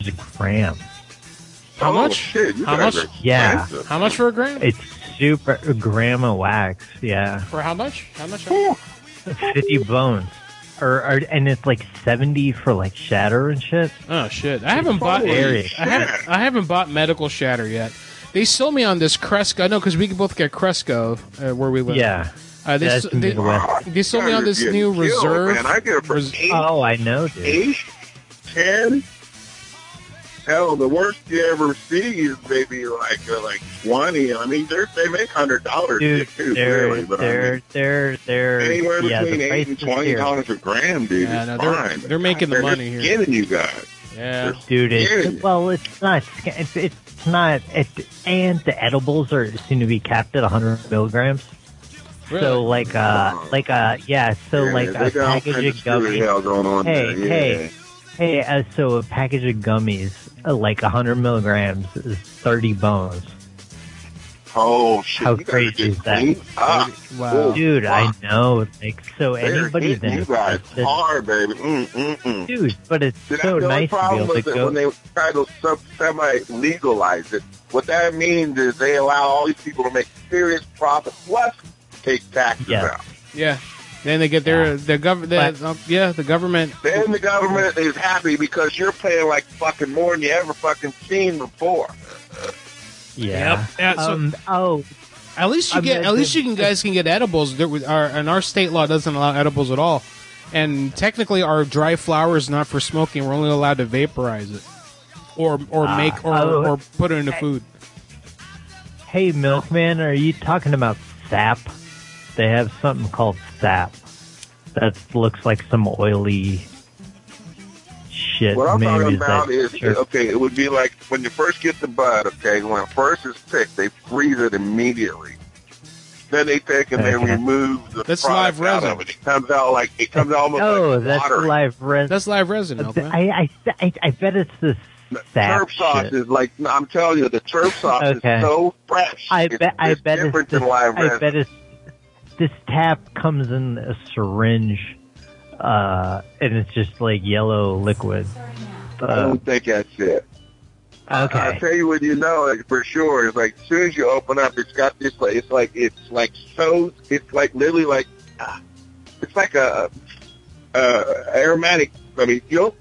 Speaker 6: there's a gram
Speaker 2: How much? how much?
Speaker 6: yeah
Speaker 2: How much for a gram?
Speaker 6: it's super grandma wax, yeah.
Speaker 2: For how much? How much?
Speaker 6: Fifty bones, or, or and it's like seventy for like shatter and shit.
Speaker 2: Oh shit! I haven't bought
Speaker 6: Holy
Speaker 2: I
Speaker 6: shit.
Speaker 2: haven't, I haven't bought medical shatter yet. They sold me on this Cresco. I know because we can both get Cresco uh, where we live.
Speaker 6: Yeah.
Speaker 2: Uh, they,
Speaker 6: That's
Speaker 2: so-
Speaker 6: in the
Speaker 2: they,
Speaker 6: Midwest.
Speaker 2: they sold me on this
Speaker 6: You're
Speaker 2: new
Speaker 6: getting killed,
Speaker 2: reserve.
Speaker 6: man. Oh, I
Speaker 13: get it for
Speaker 2: res-
Speaker 6: Oh, I know, dude.
Speaker 13: Eight, ten. hell, the worst you ever see is maybe like uh, like twenty. I mean, they're, they make hundred dollars
Speaker 6: Dude,
Speaker 13: too,
Speaker 6: they're,
Speaker 13: clearly, but I
Speaker 6: they're,
Speaker 13: mean,
Speaker 6: they're, they're,
Speaker 13: anywhere
Speaker 6: yeah, the
Speaker 13: between eight
Speaker 6: price
Speaker 13: and
Speaker 6: is
Speaker 13: twenty
Speaker 6: here.
Speaker 13: dollars a gram, dude.
Speaker 6: Yeah,
Speaker 13: is
Speaker 6: no, they're-
Speaker 13: fine.
Speaker 6: they're making the
Speaker 13: they're
Speaker 6: money here.
Speaker 13: just Getting you guys.
Speaker 2: Yeah,
Speaker 13: Dude.
Speaker 6: dude. It's, well, it's not. sca- It's, it's not. It, and the edibles are seem to be capped at 100 milligrams. So like uh like uh yeah so
Speaker 13: Yeah,
Speaker 6: like
Speaker 13: they
Speaker 6: a
Speaker 13: got all
Speaker 6: package
Speaker 13: kinds of
Speaker 6: of gummies.
Speaker 13: screwy hell going on
Speaker 6: hey
Speaker 13: there, yeah.
Speaker 6: hey hey uh, so a package of gummies uh, like 100 milligrams is 30 bones.
Speaker 13: Oh shit!
Speaker 6: How
Speaker 13: you guys are
Speaker 6: crazy is
Speaker 13: just
Speaker 6: that?
Speaker 13: clean up. Whoa,
Speaker 6: dude! I
Speaker 13: fuck.
Speaker 6: know. Like so,
Speaker 13: They're
Speaker 6: anybody
Speaker 13: hitting
Speaker 6: that
Speaker 13: you guys
Speaker 6: that-
Speaker 13: hard, baby. Mm, mm, mm.
Speaker 6: dude, but it's
Speaker 13: See, that's
Speaker 6: so
Speaker 13: the only
Speaker 6: nice to be
Speaker 13: problem
Speaker 6: able to
Speaker 13: with it
Speaker 6: go.
Speaker 13: when they try to sub- semi legalize it. What that means is they allow all these people to make serious profit plus take taxes out.
Speaker 2: Yeah. Then they get their the government.
Speaker 13: But-
Speaker 2: yeah, the government.
Speaker 13: Then the government is happy because you're paying like fucking more than you ever fucking seen before.
Speaker 6: Yeah.
Speaker 2: Yep. Yeah, so-
Speaker 6: um, oh,
Speaker 2: At least you
Speaker 6: I'm
Speaker 2: get.
Speaker 6: gonna
Speaker 2: At least
Speaker 6: say-
Speaker 2: you can guys can get edibles. There was, our, and our state law doesn't allow edibles at all. And technically, our dry flour is not for smoking. We're only allowed to vaporize it, or or
Speaker 6: Ah.
Speaker 2: make or,
Speaker 6: Oh.
Speaker 2: or put it into food.
Speaker 6: Hey, Milkman, are you talking about sap? They have something called sap. That looks like some oily shit.
Speaker 13: What I'm
Speaker 6: Maybe
Speaker 13: talking
Speaker 6: is that-
Speaker 13: about is
Speaker 6: sure.
Speaker 13: okay. It would be like when you first get the bud. Okay, when it first is picked, they freeze it immediately. Then they take and they
Speaker 6: Okay.
Speaker 13: remove the
Speaker 2: That's
Speaker 13: product
Speaker 2: live
Speaker 13: out
Speaker 2: resin.
Speaker 13: of it. It comes out like it comes out almost
Speaker 6: oh,
Speaker 13: like
Speaker 6: that's
Speaker 13: water.
Speaker 6: live resin.
Speaker 2: That's live resin.
Speaker 6: I, I, I, I bet it's the sap.
Speaker 13: Turf sauce
Speaker 6: shit.
Speaker 13: is like no, I'm telling you, the turf sauce
Speaker 6: Okay.
Speaker 13: is so fresh.
Speaker 6: I
Speaker 13: it's,
Speaker 6: bet. I
Speaker 13: it's
Speaker 6: bet
Speaker 13: different
Speaker 6: it's this,
Speaker 13: than live
Speaker 6: I
Speaker 13: resin.
Speaker 6: bet it's this tap comes in a syringe, uh, and it's just like yellow liquid.
Speaker 13: I
Speaker 6: Uh,
Speaker 2: Oh,
Speaker 13: don't think that's it.
Speaker 6: Okay.
Speaker 13: I, will tell you what you know like, for sure. It's like as soon as you open up, it's got this like it's like it's like so it's like literally like ah, it's like a uh, aromatic. I mean, you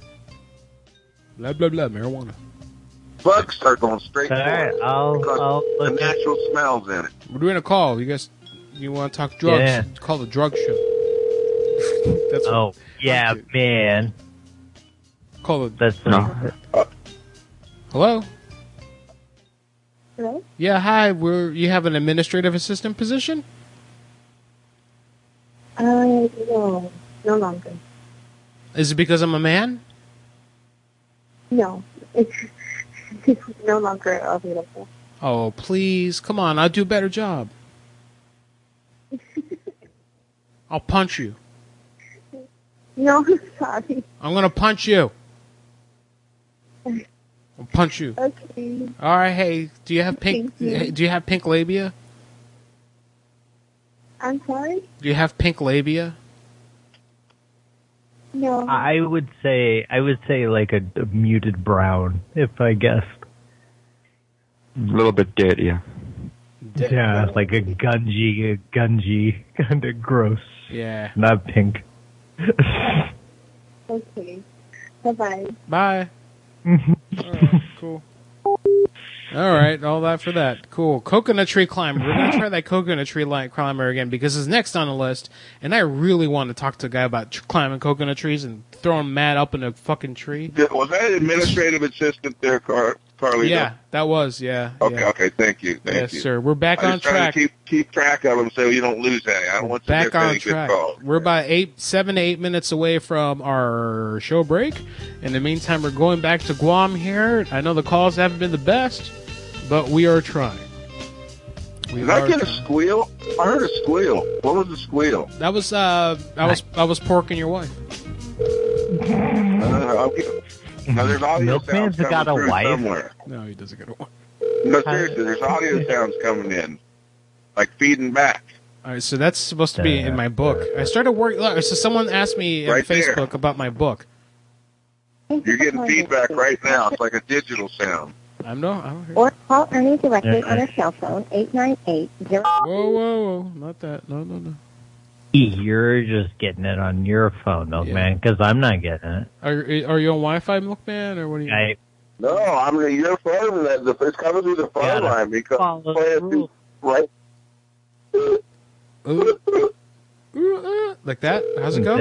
Speaker 2: Blah blah blah. Marijuana.
Speaker 13: bugs are going straight
Speaker 2: All
Speaker 13: for
Speaker 2: right,
Speaker 13: it
Speaker 2: I'll-
Speaker 13: because
Speaker 2: I'll
Speaker 13: the natural smells in it.
Speaker 2: We're doing a call. You guys, you want to talk drugs?
Speaker 6: Yeah.
Speaker 2: Call the drug show. That's
Speaker 6: oh yeah, man.
Speaker 2: Call the.
Speaker 6: That's no.
Speaker 2: Hello.
Speaker 23: Hello?
Speaker 2: Yeah. Hi. We're you have an administrative assistant position?
Speaker 23: Uh, no, no longer.
Speaker 2: Is it because I'm a man?
Speaker 23: No, it's, it's no longer available.
Speaker 2: Oh please, come on! I'll do a better job. I'll punch you.
Speaker 23: No, sorry.
Speaker 2: I'm gonna punch you. I'll punch you.
Speaker 23: Okay.
Speaker 2: All right. Hey, do you have pink?
Speaker 23: Thank you.
Speaker 2: hey, Do you have pink labia?
Speaker 23: I'm sorry?
Speaker 2: Do you have pink labia?
Speaker 23: No.
Speaker 6: I would say I would say like a, a muted brown, if I guessed.
Speaker 21: A little bit dirtier.
Speaker 6: Yeah, like a gungy, a gungy, kind of gross.
Speaker 2: Yeah.
Speaker 6: Not pink.
Speaker 23: Okay. Bye-bye.
Speaker 2: Bye. cool. All right, all that for that. Cool. Coconut tree climber. We're gonna try that coconut tree li- climber again because it's next on the list, and I really want to talk to a guy about tr- climbing coconut trees and throwing Matt up in a fucking tree.
Speaker 13: Yeah, Was that administrative assistant there, Car- Carly?
Speaker 2: Yeah, that was yeah.
Speaker 13: Okay.
Speaker 2: yeah.
Speaker 13: Okay. Thank you. Thank
Speaker 2: Yes,
Speaker 13: you.
Speaker 2: sir. We're back
Speaker 13: I
Speaker 2: on
Speaker 13: just trying
Speaker 2: track.
Speaker 13: To keep keep track of them so you don't lose any. I don't want you to
Speaker 2: back
Speaker 13: miss
Speaker 2: on
Speaker 13: any
Speaker 2: track.
Speaker 13: good calls.
Speaker 2: We're about eight, seven to eight minutes away from our show break. In the meantime, we're going back to Guam here. I know the calls haven't been the best, but we are trying. We
Speaker 13: Did I
Speaker 2: are
Speaker 13: get a
Speaker 2: trying.
Speaker 13: squeal? I heard a squeal. What was the squeal?
Speaker 2: That was uh, that was that was porking your wife.
Speaker 13: Uh, I'll get, now there's audio
Speaker 2: Milkman's
Speaker 13: sounds
Speaker 2: got
Speaker 13: coming
Speaker 2: a
Speaker 13: through
Speaker 2: wife.
Speaker 13: somewhere.
Speaker 2: No, he doesn't get a wife.
Speaker 13: No, seriously, there's audio sounds coming in, like feeding back.
Speaker 2: All right, so that's supposed to be in my book. I started work. look, So someone asked me on
Speaker 13: Right there.
Speaker 2: Facebook about my book.
Speaker 13: You're getting feedback right now. It's like a digital sound.
Speaker 2: I'm no. I don't hear.
Speaker 23: Or call Ernie directly
Speaker 13: Yeah,
Speaker 23: on
Speaker 13: I-
Speaker 23: her cell phone, 898
Speaker 2: Whoa, whoa, whoa! Not that. No, no, no.
Speaker 6: You're just getting it on your phone, Milkman, because I'm not getting it.
Speaker 2: Are are you on Wi-Fi, Milkman, or what are you?
Speaker 6: I,
Speaker 13: No, I'm mean, your phone. that- the- It's coming through the phone line because playing through, right.
Speaker 2: Uh, Like that? How's it go?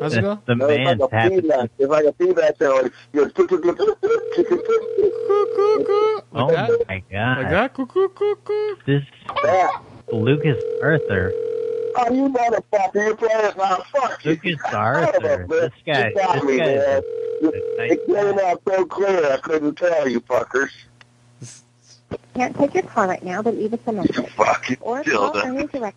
Speaker 2: How's it go?
Speaker 6: The
Speaker 13: No, it's
Speaker 6: man's
Speaker 13: like a
Speaker 6: happy.
Speaker 13: feedback. It's like a feedback sound. Like, you know,
Speaker 6: Oh my god.
Speaker 13: Like that?
Speaker 6: This Lucas Arthur.
Speaker 13: Oh, you motherfucker! You playing us now? Fuck you!
Speaker 6: Lucas
Speaker 13: Son of a
Speaker 6: Arthur.
Speaker 13: bitch.
Speaker 6: This guy.
Speaker 13: You got
Speaker 6: This
Speaker 13: me,
Speaker 6: guy is
Speaker 13: man. It came out so clear, I couldn't tell you fuckers.
Speaker 23: Can't take your call right now, but leave us a message. Or call
Speaker 13: dildo.
Speaker 23: Ernie direct.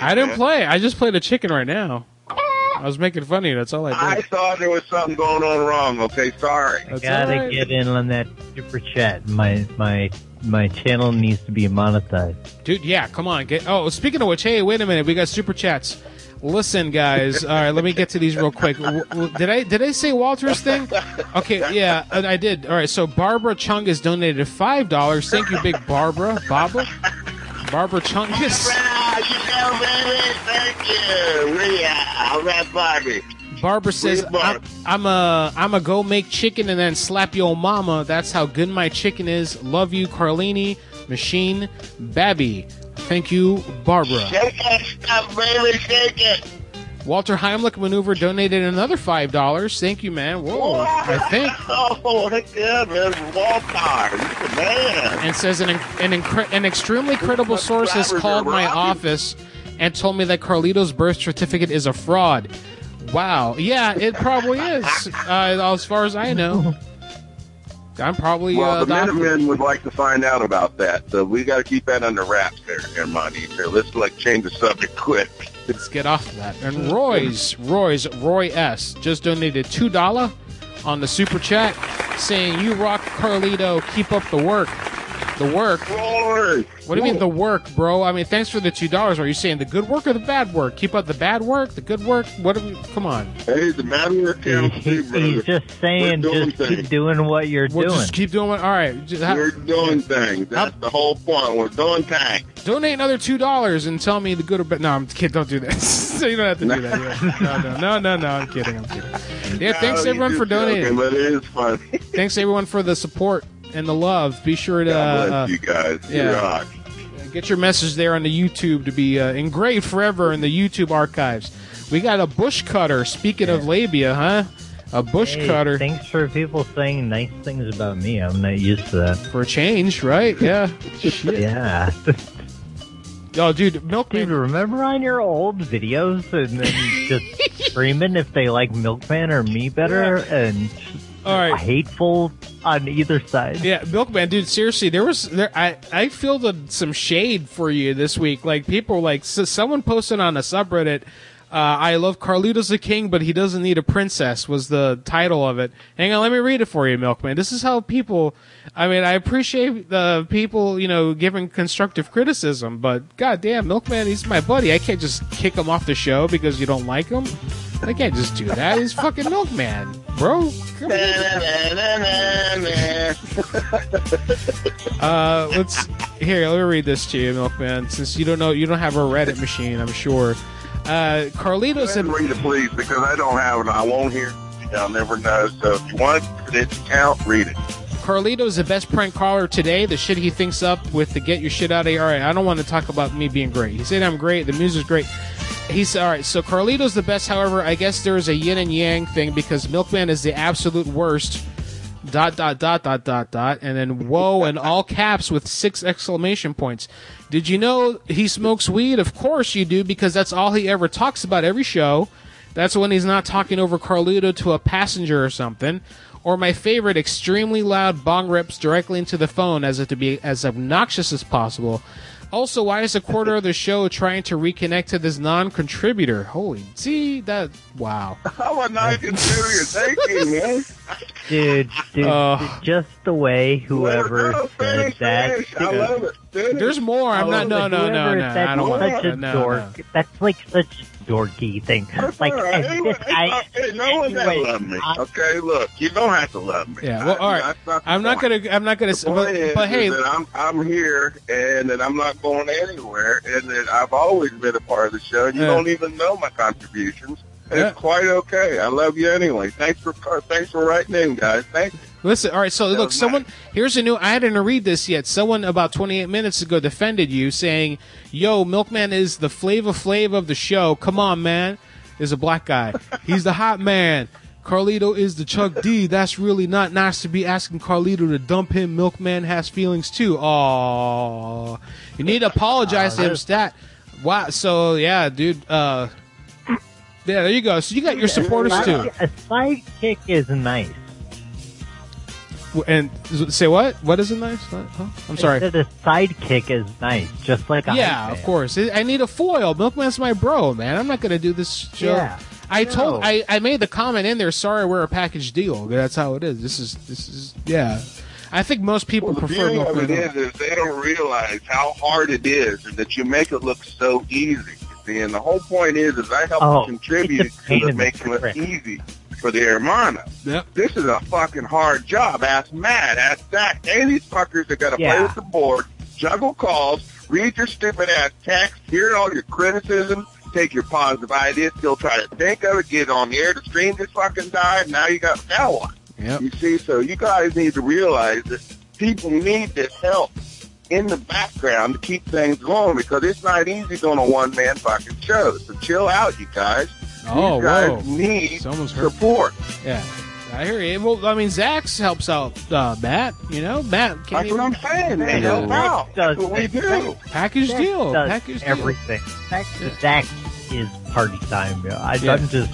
Speaker 2: I didn't play. I just played a chicken right now. I was making fun of you. That's all I
Speaker 13: I
Speaker 2: did.
Speaker 13: thought there was something going on wrong. Okay, sorry.
Speaker 2: That's
Speaker 6: Gotta
Speaker 2: alright.
Speaker 6: get in on that super chat. My my my channel needs to be monetized.
Speaker 2: Dude, yeah, come on. Get Oh, speaking of which, hey, wait a minute. We got super chats. Listen, guys. All right, let me get to these real quick. W- w- Did I did I say Walter's thing? Okay, yeah, uh, I I did. All right, so Barbara Chung has donated five dollars. Thank you, Big Barbara. Barbara. Barbara Chungus.
Speaker 13: Thank you, Leah. All right, Bobby.
Speaker 2: Barbara says,
Speaker 13: Please,
Speaker 2: I'm,
Speaker 13: Barb.
Speaker 2: I'm a I'm a go make chicken and then slap your mama. That's how good my chicken is. Love you, Carlini, Machine, Babby. Thank you, Barbara.
Speaker 1: Shake it, stop, baby, shake it.
Speaker 2: Walter Heimlich Maneuver donated another five dollars. Thank you, man. Whoa, I think.
Speaker 13: Oh, my God, man. Walter. You're the man.
Speaker 2: And says an an, incre- an extremely credible source has called my office and told me that Carlito's birth certificate is a fraud. Wow. Yeah, it probably is. Uh, as far as I know, I'm probably
Speaker 13: Well,
Speaker 2: uh,
Speaker 13: the
Speaker 2: doc-
Speaker 13: Minutemen would like to find out about that, so we got to keep that under wraps there, Armani. So let's like change the subject quick.
Speaker 2: Let's get off of that. And Roy's, Roy's, Roy S. just donated $2 on the super chat saying, You rock, Carlito. Keep up the work. The work. What do you mean the work, bro? I mean, thanks for the two dollars. Are you saying the good work or the bad work? Keep up the bad work, the good work. What? Are we, come on.
Speaker 13: Hey, the bad work counts too, brother.
Speaker 6: He's just saying, just keep doing what you're
Speaker 2: We'll
Speaker 6: doing.
Speaker 2: just keep doing. what- All right. Just, ha-
Speaker 13: We're doing things. That's the whole point. We're doing things.
Speaker 2: donate another two dollars and tell me the good or bad. No, I'm kidding. Don't do that. so you don't have to do that. Yeah. No, no, no, no, no. I'm kidding. I'm kidding. Yeah. Thanks
Speaker 13: No,
Speaker 2: everyone
Speaker 13: you're
Speaker 2: for
Speaker 13: just joking,
Speaker 2: donating.
Speaker 13: but it is fun.
Speaker 2: Thanks everyone for the support and the love. Be sure to
Speaker 13: God bless
Speaker 2: uh,
Speaker 13: you guys. You
Speaker 2: yeah.
Speaker 13: rock.
Speaker 2: get your message there on the YouTube to be uh, engraved forever in the YouTube archives. We got a bush cutter. Speaking of labia, huh? A bush
Speaker 6: Hey,
Speaker 2: cutter
Speaker 6: Thanks for people saying nice things about me. I'm not used to that.
Speaker 2: for a change, right? Yeah. Shit.
Speaker 6: Yeah.
Speaker 2: Oh, dude, Milkman.
Speaker 6: Dude, remember on your old videos and then just screaming if they like Milkman or me better and
Speaker 2: All right.
Speaker 6: hateful on either side?
Speaker 2: Yeah, Milkman, dude. Seriously, there was there. I I fielded some shade for you this week. Like people, like s someone posted on a subreddit. Uh, I love Carlito's the king, but he doesn't need a princess was the title of it. Hang on, let me read it for you, Milkman. This is how people. I mean, I appreciate the people, you know, giving constructive criticism, but goddamn, Milkman, he's my buddy. I can't just kick him off the show because you don't like him. I can't just do that. He's fucking Milkman, bro. Come Uh, let's here. Let me read this to you, Milkman. Since you don't know, you don't have a Reddit machine, I'm sure. Uh, Carlito said,
Speaker 13: Read it, please, because I don't have it. I won't hear. it. I'll never know. So if you want it to count, read it.
Speaker 2: "Carlito's the best prank caller today. The shit he thinks up with the get your shit out of here." All right, I don't want to talk about me being great. He said I'm great. The music's great. He said, "All right, so Carlito's the best." However, I guess there is a yin and yang thing because Milkman is the absolute worst. Dot dot dot dot dot dot, and then whoa, in all caps with six exclamation points. Did you know he smokes weed? Of course you do, because that's all he ever talks about every show. That's when he's not talking over Carlito to a passenger or something. Or my favorite, extremely loud bong rips directly into the phone as if to be as obnoxious as possible. Also, why is a quarter of the show trying to reconnect to this non-contributor? Holy, see that? Wow.
Speaker 13: Oh, I'm not even serious. Thank you, man.
Speaker 6: Dude, dude, just the way whoever said that.
Speaker 13: I love it.
Speaker 2: There's more. I'm not. No, no, no,
Speaker 6: Whoever-
Speaker 2: no.
Speaker 6: That's
Speaker 2: I don't want
Speaker 6: such
Speaker 2: that.
Speaker 6: a
Speaker 2: No, no.
Speaker 6: dork. That's like such a dorky thing. Like,
Speaker 13: All right.
Speaker 6: as
Speaker 13: Hey,
Speaker 6: if I,
Speaker 13: hey, no one's gonna love me. Okay, look, you don't have to love me.
Speaker 2: Yeah. Well, all right.
Speaker 13: That's not the
Speaker 2: I'm not
Speaker 13: point.
Speaker 2: gonna. I'm not gonna. s-
Speaker 13: The point
Speaker 2: But,
Speaker 13: is,
Speaker 2: but
Speaker 13: is
Speaker 2: hey,
Speaker 13: that I'm I'm here and that I'm not going anywhere and that I've always been a part of the show. You
Speaker 2: Yeah.
Speaker 13: don't even know my contributions. And
Speaker 2: Yeah.
Speaker 13: It's quite okay. I love you anyway. Thanks for thanks for writing in, guys. Thank you.
Speaker 2: Listen, all right. So look, someone here's a new. I didn't read this yet. Someone about 28 minutes ago defended you, saying, "Yo, Milkman is the flavor flave of the show. Come on, man." is a black guy. He's the hot man. Carlito is the Chuck D. That's really not nice to be asking Carlito to dump him. Milkman has feelings too. Aww. You need to
Speaker 6: Uh,
Speaker 2: apologize to him, Stat. Wow. So, yeah, dude. Uh, yeah, there you go. So you got your supporters too.
Speaker 6: A sidekick is nice.
Speaker 2: And say what? What is it nice? What? Huh? I'm sorry.
Speaker 6: I said a sidekick is nice, just like a
Speaker 2: yeah,
Speaker 6: hype
Speaker 2: of
Speaker 6: man.
Speaker 2: course. I I need a foil. Milkman's my bro, man. I'm not gonna do this show.
Speaker 6: Yeah.
Speaker 2: I
Speaker 6: No.
Speaker 2: told I, I made the comment in there. Sorry, we're a package deal. That's how it is. This is this is yeah. I think most people
Speaker 13: The
Speaker 2: prefer
Speaker 13: beauty of
Speaker 2: Milkman.
Speaker 13: it is, is they don't realize how hard it is and that you make it look so easy. See, and the whole point is, is I help
Speaker 2: Oh,
Speaker 13: contribute
Speaker 2: it's a
Speaker 13: to
Speaker 2: pain
Speaker 13: the
Speaker 2: in the
Speaker 13: making it
Speaker 2: prick.
Speaker 13: easy for the hermano.
Speaker 2: Yep.
Speaker 13: This is a fucking hard job. Ask Matt, ask Zach. Any of these fuckers that got to play
Speaker 6: Yeah.
Speaker 13: with the board, juggle calls, read your stupid ass text, hear all your criticism, take your positive ideas, still try to think of it, get on the air, the stream just fucking died. Now you got now what? You see, so you guys need to realize that people need this help in the background to keep things going because it's not easy doing a one man fucking show. So chill out, you guys.
Speaker 2: Oh,
Speaker 13: These guys
Speaker 2: whoa.
Speaker 13: need support.
Speaker 2: Yeah, I hear you. Well, I mean, Zach's helps out uh, Matt. You know, Matt. Can't
Speaker 13: That's
Speaker 2: even,
Speaker 13: what I'm saying, man.
Speaker 2: Yeah.
Speaker 13: Help out. That's what we do.
Speaker 2: Package
Speaker 6: Zach
Speaker 2: deal.
Speaker 6: does
Speaker 2: Package
Speaker 6: everything.
Speaker 2: deal.
Speaker 6: Zach is party time. bro. I,
Speaker 2: Yeah.
Speaker 6: I'm just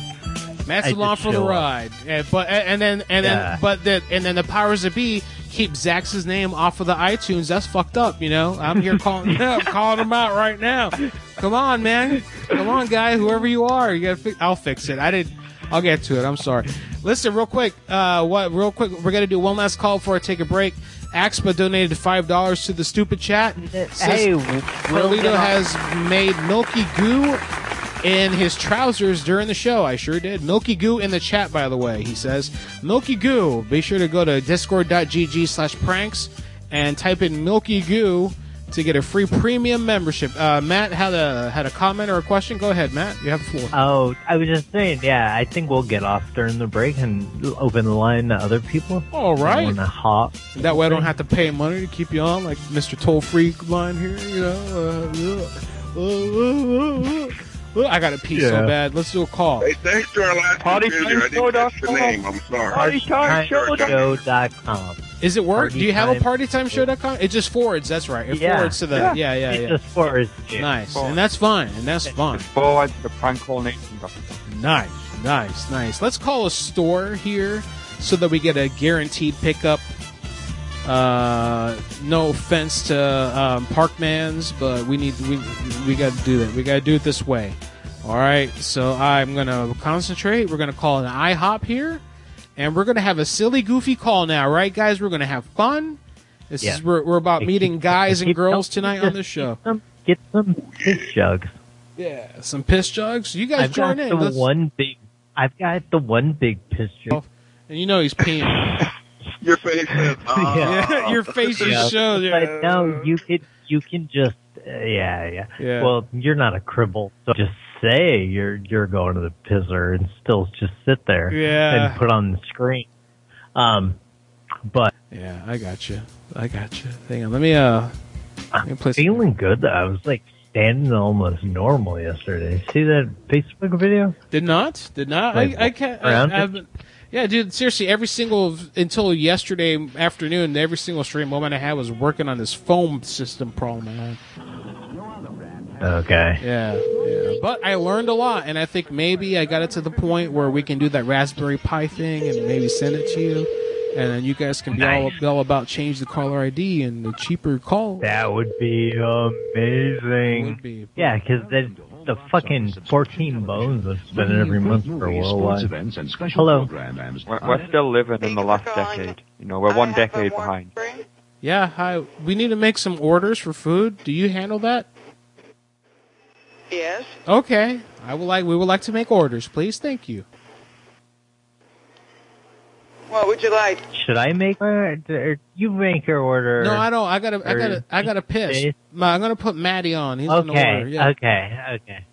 Speaker 2: Matt's
Speaker 6: I
Speaker 2: along
Speaker 6: just
Speaker 2: for the
Speaker 6: chill out.
Speaker 2: ride, and, but and then and then
Speaker 6: Yeah.
Speaker 2: but the and then the powers that be keep Zax's name off of the iTunes. That's fucked up, you know. I'm here calling I'm calling him out right now. Come on, man. Come on, guy. Whoever you are, you gotta. Fi- I'll fix it. I did. I'll get to it. I'm sorry. Listen, real quick. Uh, what? Real quick. We're gonna do one last call before I take a break. Axpa donated five dollars to the stupid chat.
Speaker 6: Hey,
Speaker 2: Says,
Speaker 6: w- we'll
Speaker 2: Carlito
Speaker 6: get on-
Speaker 2: has made milky goo in his trousers during the show. I sure did. Milky goo in the chat, by the way. He says milky goo. Be sure to go to discord.gg slash pranks and type in milky goo to get a free premium membership. Uh, Matt had a had a comment or a question. Go ahead, Matt. You have the floor.
Speaker 6: Oh, I was just saying, yeah, I think we'll get off during the break and open the line to other people.
Speaker 2: All right.
Speaker 6: Wanna hop.
Speaker 2: That way I don't have to pay money to keep you on, like Mr. Toll Free line here, you know. Uh, uh, uh, uh, uh, uh. I got to pee so
Speaker 13: Yeah.
Speaker 2: bad. Let's do a call.
Speaker 13: Hey, thanks to our last
Speaker 2: Party
Speaker 13: contributor. I didn't catch the name. I'm sorry.
Speaker 6: Partytimeshow.com.
Speaker 2: Is it work?
Speaker 6: Party
Speaker 2: Do you have a
Speaker 6: time-
Speaker 2: partytimeshow.com? It just forwards. That's right. It
Speaker 6: Yeah.
Speaker 2: forwards to the yeah, yeah, yeah.
Speaker 6: It just forwards to you.
Speaker 2: Nice,
Speaker 6: Forward.
Speaker 2: and that's fine, and that's fine.
Speaker 21: Forward the prank call nation.
Speaker 2: Nice, nice, nice. Let's call a store here so that we get a guaranteed pickup. Uh, no offense to um, Parkman's, but we need we we got to do that. We got to do it this way. All right. So I'm gonna concentrate. We're gonna call an IHOP here, and we're gonna have a silly, goofy call now, right, guys? We're gonna have fun. This
Speaker 6: Yeah.
Speaker 2: is we're, we're about
Speaker 6: Hey,
Speaker 2: meeting
Speaker 6: keep-
Speaker 2: guys and
Speaker 6: keep-
Speaker 2: girls
Speaker 6: don't-
Speaker 2: tonight on the show.
Speaker 6: Get some piss jugs.
Speaker 2: Yeah, some piss jugs. You guys
Speaker 6: I've
Speaker 2: join
Speaker 6: got
Speaker 2: in.
Speaker 6: the
Speaker 2: Let's-
Speaker 6: one big. I've got the one big piss jug.
Speaker 2: and you know he's peeing.
Speaker 13: Your face is.
Speaker 2: Yeah, your face is showed, yeah.
Speaker 6: But no, you could. You can just. Uh, yeah, yeah,
Speaker 2: Yeah.
Speaker 6: Well, you're not a cripple, so just say you're you're going to the pisser and still just sit there.
Speaker 2: Yeah.
Speaker 6: And put on the screen. Um, but
Speaker 2: yeah, I got you. I got you. Hang on, let me uh.
Speaker 6: I'm feeling good. Though. I was like standing almost normal yesterday. See that Facebook video?
Speaker 2: Did not. Did not.
Speaker 6: Like,
Speaker 2: I, I can't.
Speaker 6: around
Speaker 2: I, I've been- yeah, dude. Seriously, every single until yesterday afternoon, every single stream moment I had was working on this foam system problem. I had.
Speaker 6: Okay.
Speaker 2: Yeah, yeah. But I learned a lot, and I think maybe I got it to the point where we can do that Raspberry Pi thing and maybe send it to you, and then you guys can be all, all about change the caller ID and the cheaper call.
Speaker 6: That would be amazing.
Speaker 2: Would be.
Speaker 6: Yeah, because the, the fucking 14 bones are spending every month for worldwide. Hello.
Speaker 21: We're, we're still living in the last decade. You know, we're one decade behind.
Speaker 2: Yeah, hi. We need to make some orders for food. Do you handle that?
Speaker 1: Yes.
Speaker 2: Okay. I would like. We would like to make orders, please. Thank you.
Speaker 1: What would you like?
Speaker 6: Should I make my, or you make your order?
Speaker 2: No, I don't. I gotta. I
Speaker 6: or-
Speaker 2: gotta. I gotta piss.
Speaker 6: Dave?
Speaker 2: Ma, I'm gonna put Matty on. He's gonna
Speaker 6: Okay,
Speaker 2: order. Yeah.
Speaker 6: okay, okay.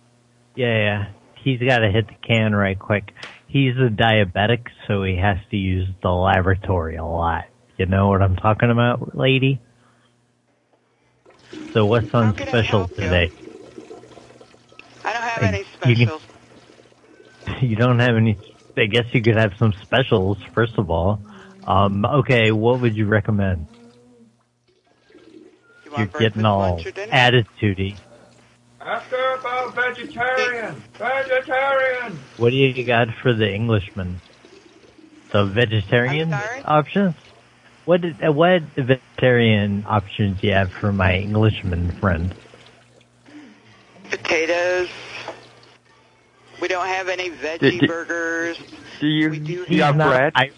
Speaker 6: Yeah, yeah. He's got to hit the can right quick. He's a diabetic, so he has to use the laboratory a lot. You know what I'm talking about, lady? So what's on special today?
Speaker 1: I don't have
Speaker 6: any specials. you don't have any. I guess you could have some specials first of all. Um, okay, what would you recommend? You are getting all attitudey.
Speaker 31: After about vegetarian, vegetarian.
Speaker 6: What do you got for the Englishman? The vegetarian options? What did, uh, what vegetarian options do you have for my Englishman friend?
Speaker 1: Potatoes. We don't have any veggie
Speaker 6: Did- did-
Speaker 1: burgers.
Speaker 21: Do you,
Speaker 1: do
Speaker 21: do you have
Speaker 6: not
Speaker 21: bread?
Speaker 6: Irish.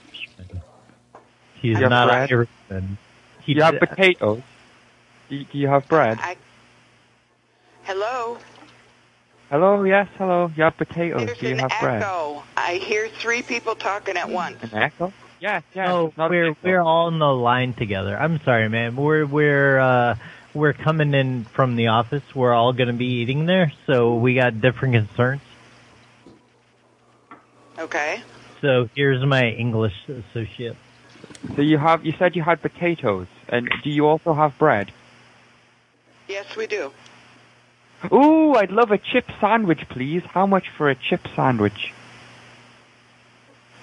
Speaker 6: He's
Speaker 21: You have
Speaker 6: not
Speaker 21: bread?
Speaker 6: Irishman.
Speaker 21: Do you have potatoes? Do you, do you have bread?
Speaker 1: Hello.
Speaker 21: Hello, yes, hello. You have potatoes. Do you
Speaker 1: An
Speaker 21: have bread?
Speaker 1: echo. I hear three people talking at once.
Speaker 21: An echo? Yes, yes.
Speaker 6: No, Oh, we're we're all on the line together. I'm sorry, man. We're we're uh, we're coming in from the office. We're all going to be eating there, so we got different concerns.
Speaker 1: Okay.
Speaker 6: So here's my English associate.
Speaker 21: So you have you said you had potatoes, and do you also have bread?
Speaker 1: Yes, we do.
Speaker 21: Ooh, I'd love a chip sandwich, please. How much for a chip sandwich?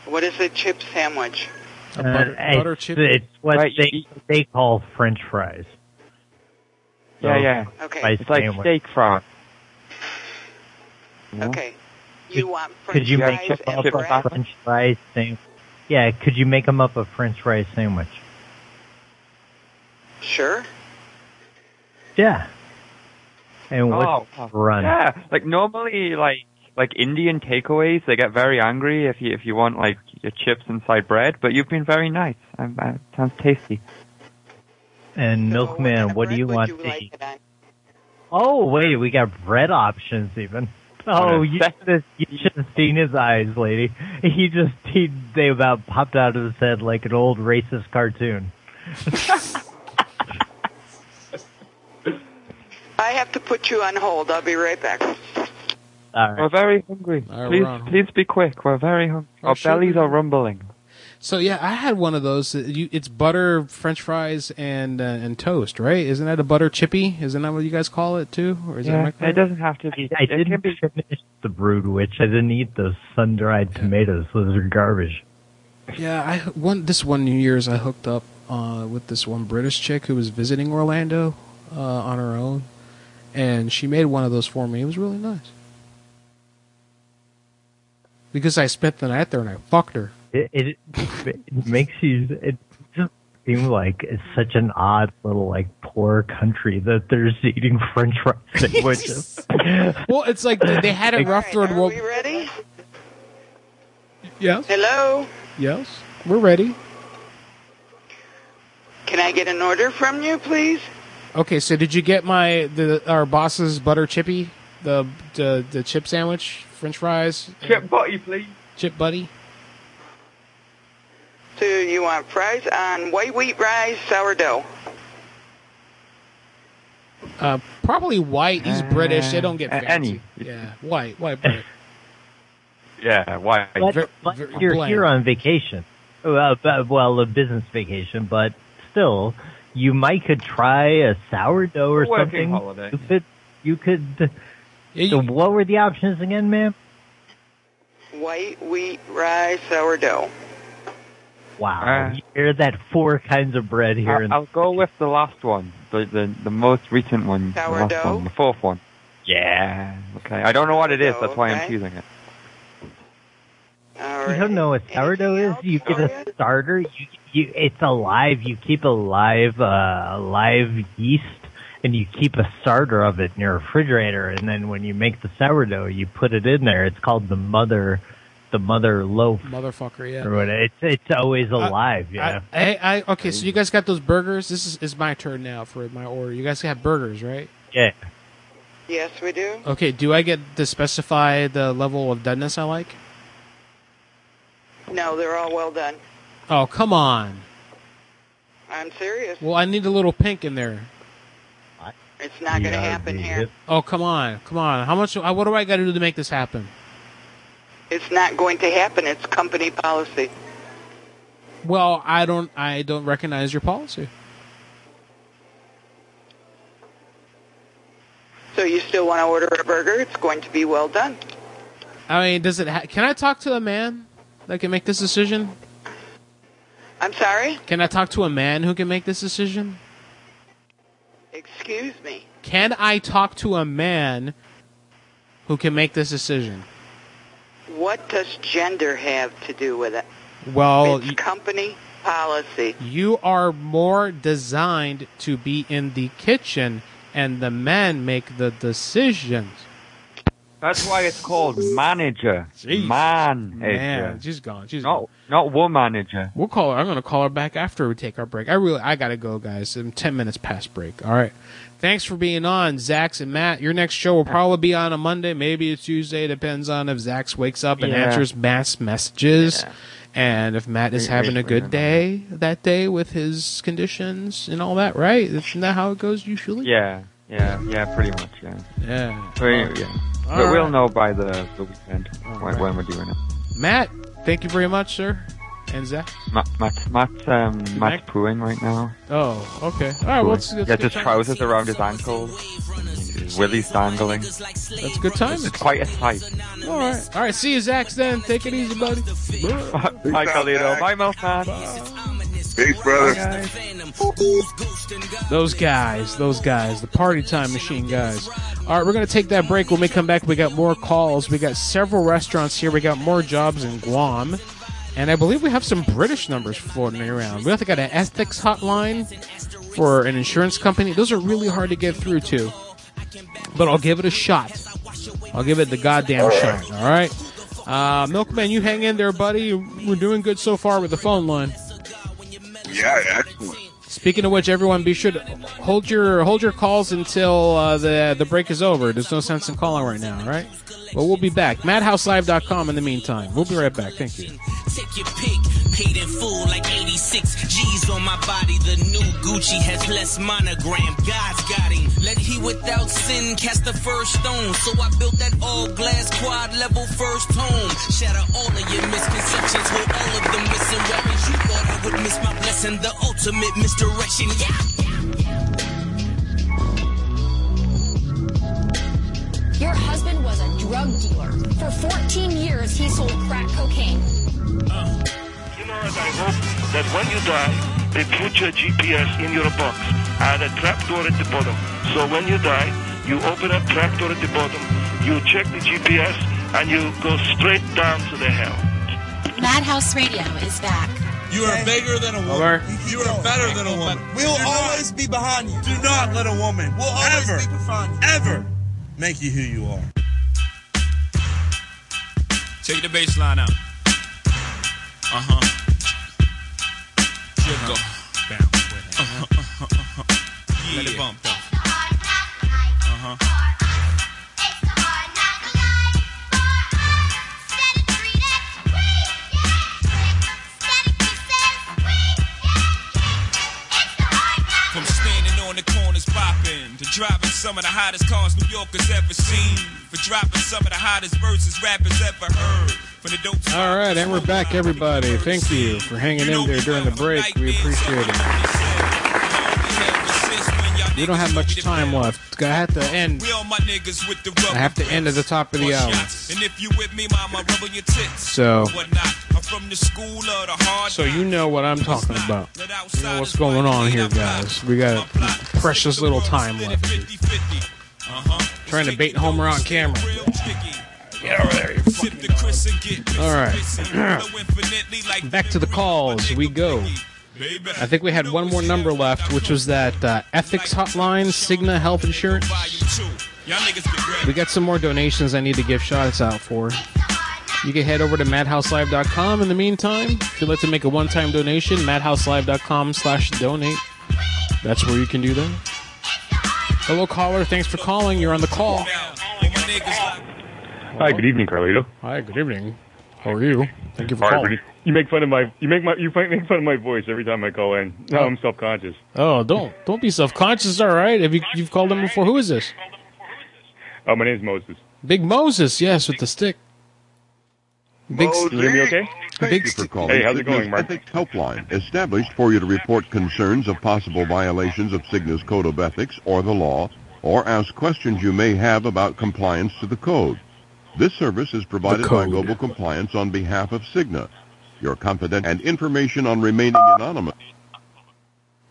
Speaker 1: What is a chip sandwich?
Speaker 21: A butter-
Speaker 6: uh, it's-
Speaker 21: butter chicken?
Speaker 6: It's what
Speaker 21: Right,
Speaker 6: they they call French fries.
Speaker 21: Yeah,
Speaker 6: So,
Speaker 21: yeah.
Speaker 1: Okay.
Speaker 6: Oh, spice
Speaker 21: It's like
Speaker 6: sandwich.
Speaker 21: steak fries.
Speaker 1: Okay. You want French
Speaker 6: Could you
Speaker 1: fries
Speaker 6: make them
Speaker 1: and
Speaker 6: up a
Speaker 1: bread?
Speaker 6: French fries sandwich? Yeah, could you make them up a French fries sandwich?
Speaker 1: Sure.
Speaker 6: Yeah. And
Speaker 21: Oh,
Speaker 6: what's run?
Speaker 21: Yeah, like normally, like like Indian takeaways, they get very angry if you if you want like your chips inside bread. But you've been very nice. I'm, I, sounds tasty.
Speaker 6: And milkman, what do you want to eat? Oh wait, we got bread options even. Oh, you should have you should have seen his eyes, lady. He just he they about popped out of his head like an old racist cartoon.
Speaker 1: I have to put you on hold. I'll be right back.
Speaker 21: We're very hungry.
Speaker 2: right,
Speaker 21: please,
Speaker 2: we're on.
Speaker 21: please be quick. We're very hungry.
Speaker 2: Oh,
Speaker 21: Our
Speaker 2: sure.
Speaker 21: bellies are rumbling.
Speaker 2: So yeah, I had one of those. that you- It's butter, French fries, and uh, and toast, right? Isn't that a butter chippy? Isn't that what you guys call it too? Or is
Speaker 21: Yeah,
Speaker 2: that my
Speaker 21: it doesn't have to be.
Speaker 6: I didn't finish the brood witch. I didn't eat those sun dried tomatoes. Those are garbage.
Speaker 2: Yeah, I one this one New Year's I hooked up uh, with this one British chick who was visiting Orlando uh, on her own, and she made one of those for me. It was really nice because I spent the night there and I fucked her.
Speaker 6: It it, it makes you it just seems like it's such an odd little like poor country that they're just eating French fries sandwiches.
Speaker 2: well, it's like they they had it rough during World.
Speaker 1: You ready?
Speaker 2: Yes,
Speaker 1: Hello.
Speaker 2: yes, we're ready.
Speaker 1: Can I get an order from you, please?
Speaker 2: Okay, so did you get my the our boss's butter chippy, the the, the chip sandwich, French fries,
Speaker 21: Chip butty, please.
Speaker 2: chip buddy?
Speaker 1: So you want fries on white wheat rice sourdough?
Speaker 2: Uh, probably white. He's British. They don't get
Speaker 21: Uh,
Speaker 2: fancy.
Speaker 21: any.
Speaker 2: Yeah, white, white bread.
Speaker 21: Yeah, why?
Speaker 6: But, but you're
Speaker 2: bland.
Speaker 6: here on vacation. Well, but- well, a business vacation, but still, you might could try a sourdough or
Speaker 21: A
Speaker 6: something.
Speaker 21: working holiday.
Speaker 6: You could. You could so what were the options again, ma'am?
Speaker 1: White wheat rice sourdough.
Speaker 6: Wow, you hear that four kinds of bread here.
Speaker 21: I,
Speaker 6: in
Speaker 21: Uh, I'll go with the last one, the the, the most recent one, the, last
Speaker 6: Sourdough?
Speaker 21: one, the fourth one. Yeah. Okay. I don't know what it is. That's why I'm choosing it.
Speaker 1: you
Speaker 6: don't know what sourdough is. You get a starter. You, you, it's alive. You keep alive, uh, live yeast, and you keep a starter of it in your refrigerator. And then when you make the sourdough, you put it in there. It's called the mother, the mother loaf.
Speaker 2: Motherfucker, yeah.
Speaker 6: Or whatever. It's it's always alive. yeah.
Speaker 2: Hey, I okay. So you guys got those burgers. This is is my turn now for my order. You guys have burgers, right?
Speaker 6: Yeah.
Speaker 1: Yes, we do.
Speaker 2: Okay. Do I get to specify the level of doneness I like?
Speaker 1: No, they're all well done.
Speaker 2: Oh come on.
Speaker 1: I'm serious.
Speaker 2: Well, I need a little pink in there.
Speaker 1: It's not going to happen here.
Speaker 2: Oh come on, come on. How much? uh, What do I got to do to make this happen?
Speaker 1: It's not going to happen. It's company policy.
Speaker 2: Well, I don't. I don't recognize your policy.
Speaker 1: So you still want to order a burger? It's going to be well done.
Speaker 2: I mean, does it? Ha- can I talk to a man that can make this decision?
Speaker 1: I'm sorry?
Speaker 2: Can I talk to a man who can make this decision?
Speaker 1: Excuse me.
Speaker 2: Can I talk to a man who can make this decision?
Speaker 1: What does gender have to do with it?
Speaker 2: Well,
Speaker 1: It's company policy.
Speaker 2: You are more designed to be in the kitchen, and the men make the decisions.
Speaker 21: That's why it's called manager. Man,
Speaker 2: Man, she's gone. She's
Speaker 21: not not woman manager.
Speaker 2: We'll call her. I'm gonna call her back after we take our break. I really, I gotta go, guys. I'm ten minutes past break. All right. Thanks for being on, Zax and Matt. Your next show will probably be on a Monday, maybe a Tuesday. Depends on if Zax wakes up and
Speaker 5: Yeah.
Speaker 2: answers mass messages, and if Matt is
Speaker 5: Great-
Speaker 2: having a
Speaker 5: great
Speaker 2: good day that day with his conditions and all that. Right? Isn't that how it goes usually?
Speaker 21: Yeah, yeah, yeah, pretty much. Yeah,
Speaker 2: Yeah.
Speaker 21: Pretty- yeah.
Speaker 2: All
Speaker 21: but we'll
Speaker 2: right.
Speaker 21: know by the, the weekend when,
Speaker 2: right.
Speaker 21: when we're doing it.
Speaker 2: Matt, thank you very much, sir, and Zax.
Speaker 21: Matt, Matt, Matt's, um, Matt's pooing right now.
Speaker 2: Oh, okay. All right. Well, let's, let's
Speaker 21: yeah,
Speaker 2: get
Speaker 21: just
Speaker 2: back-
Speaker 21: trousers around his ankles. His willy's dangling.
Speaker 2: That's good timing.
Speaker 21: It's quite a sight.
Speaker 2: All right. All right. See you, Zax. Then take it easy, buddy.
Speaker 21: Bye, Carlito. Bye, Melfan.
Speaker 13: Peace, brother.
Speaker 2: Those guys, those guys, the party time machine guys. All right, we're going to take that break. When we come back, we got more calls. We got several restaurants here. We got more jobs in Guam. And I believe we have some British numbers floating around. We also got an ethics hotline for an insurance company. Those are really hard to get through to. But I'll give it a shot. I'll give it the goddamn shot. All right. Uh, Milkman, you hang in there, buddy. We're doing good so far with the phone line.
Speaker 13: Yeah, excellent.
Speaker 2: Speaking of which, everyone, be sure to hold your hold your calls until uh, the the break is over. There's no sense in calling right now, all right? But we'll be back. MadhouseLive.com in the meantime. We'll be right back. Thank you.
Speaker 26: Take your pick, paid in full like 86 G's on my body. The new Gucci has less monogram. God's got him. Let he without sin cast the first stone. So I built that all glass quad level first home. Shatter all of your misconceptions with all of the missing weapons. You thought I would miss my blessing, the ultimate misdirection. Yeah.
Speaker 24: Your husband was a drug dealer. For 14 years, he sold crack cocaine.
Speaker 9: I hope that when you die, they put your GPS in your box and a trapdoor at the bottom. So when you die, you open up trapdoor at the bottom, you check the GPS, and you go straight down to the hell.
Speaker 18: Madhouse Radio is back.
Speaker 32: You are bigger than a woman. You are better than a woman. We'll always be behind you. Do not let a woman we'll always ever, be behind you. ever make you who you are.
Speaker 33: Take the bass line out. Uh huh. Jiggle. Uh-huh, uh-huh, uh-huh. Let it bump though. Uh huh.
Speaker 34: From standing on the corners popping to driving some of the hottest cars New Yorkers ever seen. For dropping some of the hottest verses rappers ever heard. From the dope
Speaker 5: All right, and we're back, everybody. Thank you for hanging in there during the break. We appreciate it.
Speaker 2: We don't have much time left. I have to end.
Speaker 34: We all my niggas with the
Speaker 2: I
Speaker 34: rubber.
Speaker 2: have to end at the top of the hour.
Speaker 34: And if you with me, mama, rubber your tits.
Speaker 2: So,
Speaker 34: Whatnot. I'm from the school of the hard.
Speaker 2: so you know what I'm talking about. You know what's going on here, guys? We got precious little time left. Uh-huh. Trying to bait Homer on camera. Get over there, you fucking dog. All right. Back to the calls. We go. I think we had one more number left, which was that uh, ethics hotline, Cigna Health Insurance. We got some more donations I need to give shots out for. You can head over to madhouselive.com in the meantime. If you'd like to make a one-time donation, madhouselive.com slash donate. That's where you can do that. Hello, caller. Thanks for calling. You're on the call.
Speaker 35: Hi, good evening, Carlito.
Speaker 2: Hi, good evening. How are you? Thank you for
Speaker 35: All right,
Speaker 2: calling.
Speaker 35: buddy. You make fun of my you make my you fi- make fun of my voice every time I call in. Now I'm self conscious.
Speaker 2: Oh, don't don't be self-conscious. All right. Have you you've called him before? Who is this?
Speaker 35: Uh, my name's Moses.
Speaker 2: Big Moses. Yes, with the stick. Big
Speaker 35: Moses. You hear me okay?
Speaker 36: Thank
Speaker 35: Big
Speaker 36: you for
Speaker 35: st-
Speaker 36: calling.
Speaker 35: Hey, how's it
Speaker 36: Cigna's
Speaker 35: going, Mark?
Speaker 36: Ethics Helpline, established for you to report concerns of possible violations of Cigna's Code of Ethics or the law, or ask questions you may have about compliance to the code. This service is provided
Speaker 2: The
Speaker 36: by
Speaker 2: code.
Speaker 36: Global Compliance on behalf of Cigna. Your confidential and information on remaining anonymous.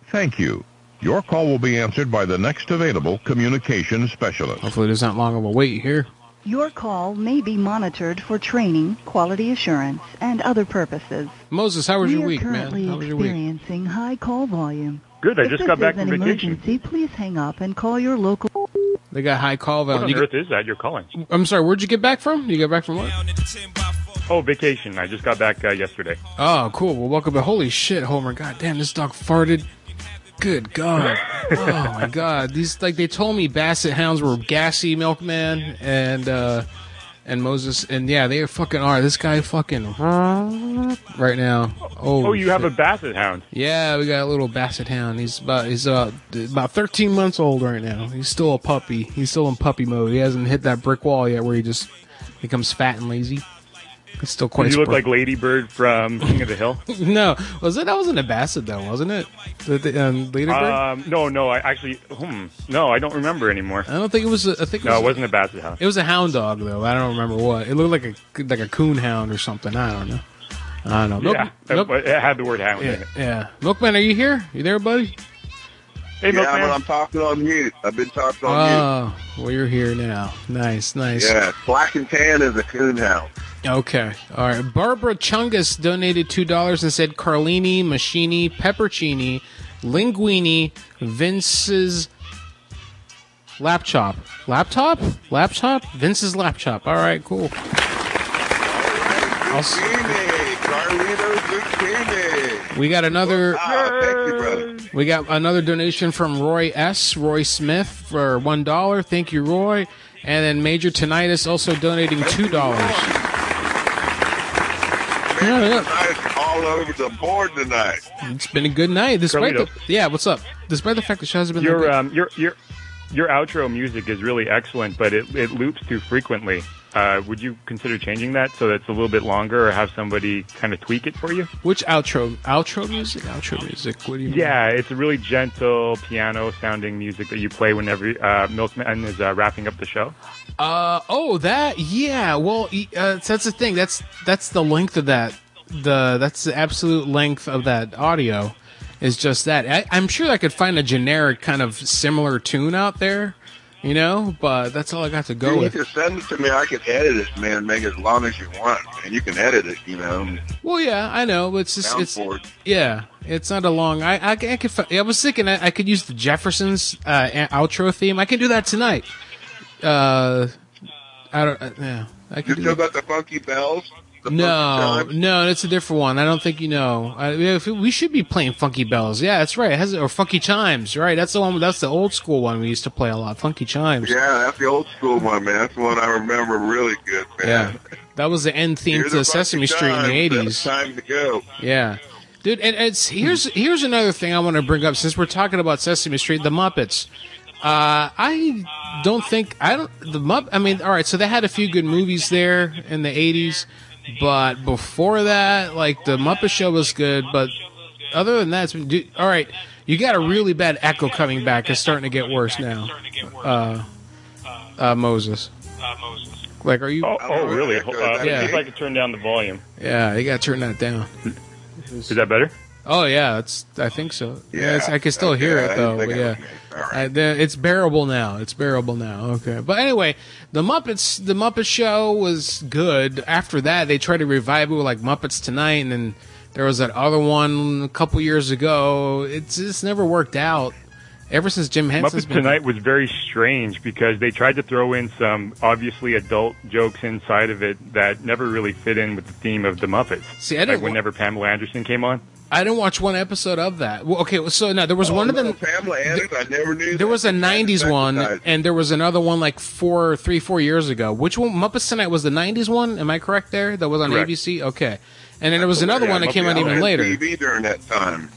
Speaker 36: Thank you. Your call will be answered by the next available communication specialist.
Speaker 2: Hopefully, there's not long of a wait here.
Speaker 11: Your call may be monitored for training, quality assurance, and other purposes.
Speaker 2: Moses, how was
Speaker 11: we
Speaker 2: your
Speaker 11: are
Speaker 2: week, man?
Speaker 11: currently
Speaker 2: How was your week?
Speaker 11: experiencing high call volume.
Speaker 2: Good, I
Speaker 11: if
Speaker 2: just
Speaker 11: this
Speaker 2: got back
Speaker 11: is
Speaker 2: from
Speaker 11: an
Speaker 2: vacation.
Speaker 11: emergency, please hang up and call your local.
Speaker 2: They got high call
Speaker 35: What
Speaker 2: volume.
Speaker 35: on
Speaker 2: You
Speaker 35: earth is that you're calling?
Speaker 2: get- I'm sorry, where'd you get back from? You got back from what?
Speaker 35: Oh, vacation. I just got back uh, yesterday.
Speaker 2: Oh, cool. Well, welcome back. Holy shit, Homer. God damn, this dog farted. Good God. oh, my God. These, like, they told me basset hounds were gassy, milkman, and, uh, and Moses. And yeah, they fucking are. This guy fucking right now. Oh,
Speaker 35: oh, you have a
Speaker 2: shit.
Speaker 35: basset hound.
Speaker 2: Yeah, we got a little basset hound. He's about he's about about 13 months old right now. He's still a puppy. He's still in puppy mode. He hasn't hit that brick wall yet where he just becomes fat and lazy. He's still quite.
Speaker 35: you look
Speaker 2: spry.
Speaker 35: like Ladybird from King of the Hill.
Speaker 2: no, was it? That wasn't a basset though, wasn't it? The, the, um, Ladybird?
Speaker 35: Um, no, no, I actually, hmm, no, I don't remember anymore.
Speaker 2: I don't think it was. A, I think it
Speaker 35: no,
Speaker 2: was
Speaker 35: it wasn't a basset hound.
Speaker 2: It was a hound dog though. I don't remember what. It looked like a like a coon hound or something. I don't know. I don't know.
Speaker 35: yeah,
Speaker 2: Milk-
Speaker 35: it- it, had the word hound in
Speaker 2: yeah,
Speaker 35: it.
Speaker 2: yeah. Milkman, are you here? You there, buddy?
Speaker 35: Hey,
Speaker 13: yeah,
Speaker 2: Milkman.
Speaker 13: but I'm talking on mute. I've been talking on mute.
Speaker 2: Oh, well, you're here now. Nice, nice.
Speaker 13: Yeah, black and tan is a coon hound.
Speaker 2: Okay. All right. Barbara Chungus donated two dollars and said Carlini, Machini, Peppercini, Linguini, Vince's laptop, laptop, laptop, Vince's laptop. All right, cool. I'll s- we got another.
Speaker 13: Ah,
Speaker 2: We got another donation from Roy S. Roy Smith for one dollar. Thank you, Roy. And then Major Tinnitus also donating two dollars.
Speaker 13: Nice all over the board tonight.
Speaker 2: It's been a good night, despite
Speaker 35: Carlito.
Speaker 2: the yeah. What's up? Despite the fact the show has been
Speaker 35: Your
Speaker 2: like,
Speaker 35: um, your your your outro music is really excellent, but it it loops too frequently. Uh, would you consider changing that so that's a little bit longer, or have somebody kind of tweak it for you?
Speaker 2: which outro outro music outro music. What do you?
Speaker 35: Yeah, it's a really gentle piano sounding music that you play whenever uh, Milkman is uh, wrapping up the show.
Speaker 2: Uh oh, that yeah. Well, e- uh, that's the thing. That's that's the length of that. The that's the absolute length of that audio is just that. I, I'm sure I could find a generic kind of similar tune out there, you know. But that's all I got to go
Speaker 13: you
Speaker 2: with.
Speaker 13: can send it to me. I can edit it, man. Make it as long as you want, and you can edit it. You know.
Speaker 2: Well, yeah, I know. But it's just
Speaker 13: Sound
Speaker 2: it's
Speaker 13: board.
Speaker 2: yeah, it's not a long. I I, I could. fi- I was thinking I, I could use the Jeffersons uh, a- outro theme. I can do that tonight. Uh, I don't. Uh, yeah, I
Speaker 13: You
Speaker 2: can. do
Speaker 13: still got
Speaker 2: that.
Speaker 13: the funky bells? The
Speaker 2: No,
Speaker 13: funky chimes?
Speaker 2: no, that's a different one. I don't think you know. I, if it- we should be playing Funky Bells. Yeah, that's right. It has or Funky Chimes. Right, that's the one. That's the old school one we used to play a lot. Funky Chimes.
Speaker 13: Yeah, that's the old school one, man. That's the one I remember really good,
Speaker 2: Yeah.
Speaker 13: man.
Speaker 2: That was the end theme
Speaker 13: Hear
Speaker 2: to
Speaker 13: the
Speaker 2: Sesame
Speaker 13: funky
Speaker 2: Street in the
Speaker 13: chimes. That's
Speaker 2: eighties.
Speaker 13: Time to go.
Speaker 2: Yeah. Dude, and it's here's here's another thing I want to bring up since we're talking about Sesame Street, the Muppets. Uh, I don't think I don't the Mupp. I mean, all right, so they had a few good movies there in the '80s, but before that, like the Muppet Show was good, but other than that, it's been dude, all right. You got a really bad echo coming back. It's starting to get worse now. Uh, uh, Moses. Like, are you?
Speaker 35: Oh, oh really? Uh,
Speaker 2: Yeah.
Speaker 35: yeah. If I could turn down the volume,
Speaker 2: Yeah, you got to turn that down.
Speaker 35: is that better?
Speaker 2: Oh yeah, it's. I think so. Yeah, it's, I can still
Speaker 35: okay,
Speaker 2: hear
Speaker 35: I
Speaker 2: it
Speaker 35: didn't
Speaker 2: though.
Speaker 35: think
Speaker 2: But
Speaker 35: I
Speaker 2: yeah, I- the- it's bearable now. It's bearable now. Okay, but anyway, the Muppets, the Muppet Show was good. After that, they tried to revive it with like Muppets Tonight, and then there was that other one a couple years ago. It's just never worked out. Ever since Jim Henson's
Speaker 35: Muppets
Speaker 2: been
Speaker 35: Tonight was very strange because they tried to throw in some obviously adult jokes inside of it that never really fit in with the theme of the Muppets.
Speaker 2: See, I didn't
Speaker 35: like whenever Pamela Anderson came on.
Speaker 2: I didn't watch one episode of that. Well, okay, well, so no, there was one of them.
Speaker 13: Oh, Pamela Anderson, I never knew.
Speaker 2: There was a '90s one, and there was another one like four, three, four years ago. Which one? Muppets Tonight was the '90s one. Am I correct there? That was on
Speaker 13: Correct.
Speaker 2: ABC. Okay, and then there was another
Speaker 13: Yeah,
Speaker 2: one that
Speaker 13: Muppet
Speaker 2: came out
Speaker 13: Show
Speaker 2: even
Speaker 13: on
Speaker 2: later.
Speaker 13: TV during that time.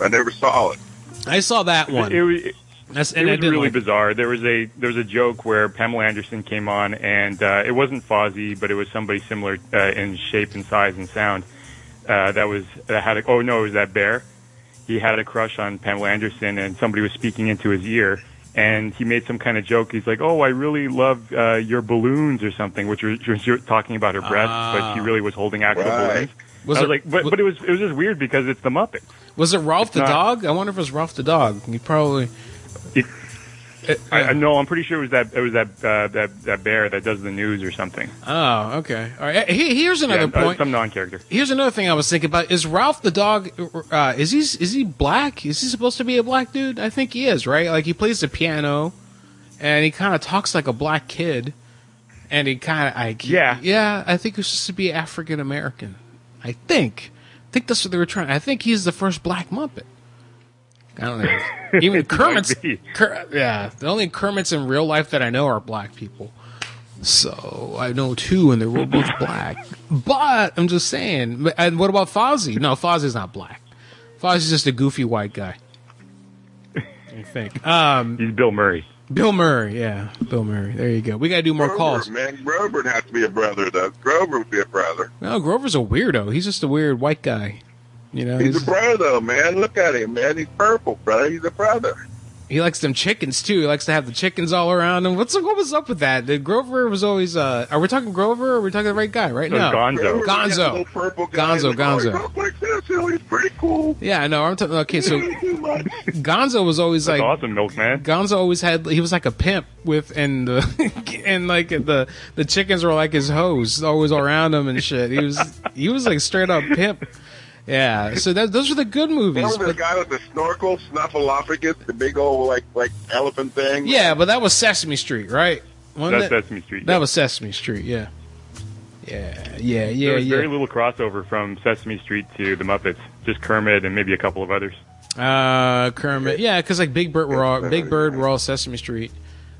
Speaker 13: I never saw it.
Speaker 2: I saw that one.
Speaker 35: It, was-
Speaker 2: That's,
Speaker 35: it
Speaker 2: and I
Speaker 35: was
Speaker 2: didn't
Speaker 35: really
Speaker 2: like-
Speaker 35: bizarre. There was a there was a joke where Pamela Anderson came on, and uh, it wasn't Fozzie, but it was somebody similar uh, in shape and size and sound. Uh, that was that had a, oh no, it was that bear. He had a crush on Pamela Anderson, and somebody was speaking into his ear, and he made some kind of joke. He's like, "Oh, I really love uh, your balloons or something," which was, was you're talking about her breasts,
Speaker 2: Ah.
Speaker 35: but she really was holding actual
Speaker 2: Right.
Speaker 35: balloons.
Speaker 2: Was
Speaker 35: I was
Speaker 2: it-
Speaker 35: like, but, but it was it was just weird because it's the Muppets.
Speaker 2: Was it Ralph
Speaker 35: It's
Speaker 2: the
Speaker 35: not-
Speaker 2: dog? I wonder if it was Ralph the dog. You probably. Uh,
Speaker 35: I, I no, I'm pretty sure it was that it was that uh, that that bear that does the news or something.
Speaker 2: Oh, okay. All right. He- Here's another
Speaker 35: Yeah, uh,
Speaker 2: point.
Speaker 35: Some non-character.
Speaker 2: Here's another thing I was thinking about: Is Ralph the dog? Uh, is he is he black? Is he supposed to be a black dude? I think he is, right? Like he plays the piano, and he kind of talks like a black kid, and he kind of I yeah yeah I think he's supposed to be African American. I think I think that's what they were trying. I think he's the first black Muppet. I don't know. Even Kermit's Ker, yeah. The only Kermit's in real life that I know are black people. So I know two, and they're both black. But I'm just saying. but- And what about Fozzie? No, Fozzie's not black. Fozzie's just a goofy white guy. I think. Um,
Speaker 35: He's Bill Murray.
Speaker 2: Bill Murray, yeah, Bill Murray. There you go. We gotta do more
Speaker 13: Grover,
Speaker 2: calls.
Speaker 13: man. Grover would have to be a brother, though. Grover would be a brother.
Speaker 2: No, Grover's a weirdo. He's just a weird white guy. You know,
Speaker 13: He's
Speaker 2: he's-
Speaker 13: a brother, man. Look at him, man. He's purple, brother. He's a brother.
Speaker 2: he likes them chickens too. He likes to have the chickens all around him. What's what was up with that? The Grover was always. uh Are we talking Grover? or Are we talking the right guy right
Speaker 13: No,
Speaker 2: now?
Speaker 13: Gonzo.
Speaker 2: Gonzo.
Speaker 13: Little purple guy in
Speaker 2: Gonzo.
Speaker 13: the car.
Speaker 2: Gonzo.
Speaker 13: Like this, you know, he's pretty cool.
Speaker 2: Yeah, I know. I'm talking. Okay, so
Speaker 13: Too much.
Speaker 2: Gonzo was always like
Speaker 35: awesome, milkman.
Speaker 2: Gonzo always had. He was like a pimp with, and the and like the the chickens were like his hoes, always around him and shit. He was he was like straight up pimp. Yeah. So that those were the good movies.
Speaker 13: Remember the
Speaker 2: But,
Speaker 13: guy with the snorkel, snuffleupagus, the big old like like elephant thing?
Speaker 2: yeah, but that was Sesame Street, right? Wasn't
Speaker 35: That's
Speaker 2: that-
Speaker 35: Sesame Street,
Speaker 2: That
Speaker 35: yeah.
Speaker 2: was Sesame Street. Yeah. Yeah. Yeah. Yeah.
Speaker 35: there was
Speaker 2: yeah.
Speaker 35: very little crossover from Sesame Street to the Muppets. Just Kermit and maybe a couple of others.
Speaker 2: Uh, Kermit. Yeah, because like Big Bird were all Big Bird were all Sesame Street.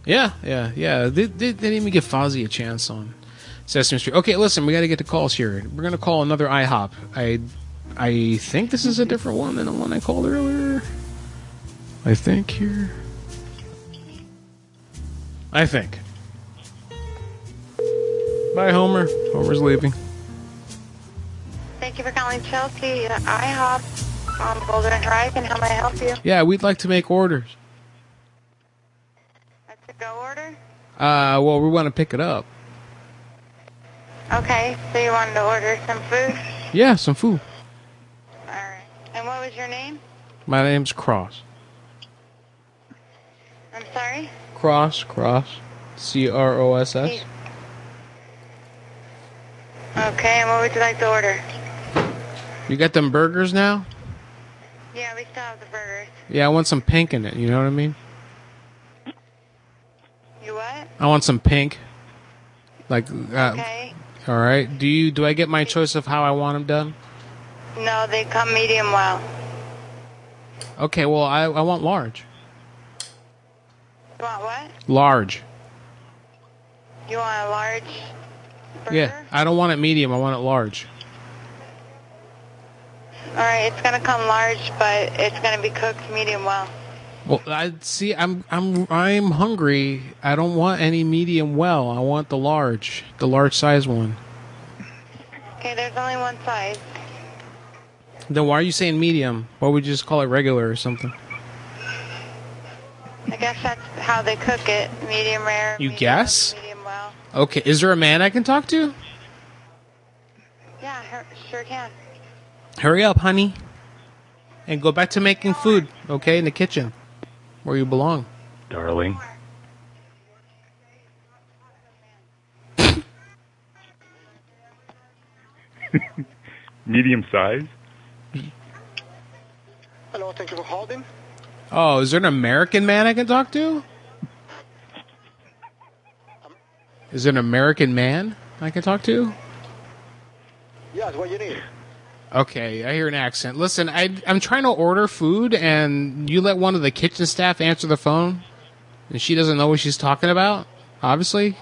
Speaker 2: Yeah, yeah, yeah. They, they, they didn't even give Fozzie a chance on Sesame Street. Okay, listen, we got to get to calls here. We're gonna call another IHOP. I I think this is a different one than the one I called earlier. I think here. I think. Bye, Homer. Homer's leaving.
Speaker 10: Thank you for calling Chelsea uh, IHOP on Golden Drive, and how may I help you?
Speaker 2: Yeah, we'd like to make orders. That's a go order. Uh, well, we want to pick it up.
Speaker 10: Okay, so you wanted to order some food,
Speaker 2: Yeah, some food.
Speaker 10: and what was your name?
Speaker 2: My name's Cross.
Speaker 10: I'm sorry.
Speaker 2: Cross, Cross. C R O S S.
Speaker 10: Okay, and what would you like to order?
Speaker 2: You got them burgers now?
Speaker 10: Yeah, we still have the burgers.
Speaker 2: Yeah, I want some pink in it. You know what I mean?
Speaker 10: You what?
Speaker 2: I want some pink. Like, uh,
Speaker 10: Okay.
Speaker 2: all right. Do you? Do I get my choice of how I want them done?
Speaker 10: No, they come medium well.
Speaker 2: Okay. Well, I I want large.
Speaker 10: You want what?
Speaker 2: Large.
Speaker 10: You want a large?
Speaker 2: Yeah. I don't want it medium. I want it large.
Speaker 10: All right, it's gonna come large, but it's gonna be cooked medium well.
Speaker 2: Well, I see. I'm I'm I'm hungry. I don't want any medium. Well, I want the large, the large size one.
Speaker 10: Okay, there's only one size.
Speaker 2: Then why are you saying medium? Why would you just call it regular or something?
Speaker 10: I guess that's how they cook it, medium rare.
Speaker 2: You guess? Okay, is there a man I can talk to?
Speaker 10: Yeah, her, sure can.
Speaker 2: Hurry up, honey. And go back to making food, okay, in the kitchen. Where you belong.
Speaker 35: Darling. Medium size.
Speaker 3: Hello, thank you for holding.
Speaker 2: Oh, is there an American man I can talk to? Is there an American man I can talk to?
Speaker 3: Yes, what you need?
Speaker 2: Okay, I hear an accent. Listen, I, I'm trying to order food, and you let one of the kitchen staff answer the phone, and she doesn't know what she's talking about, obviously.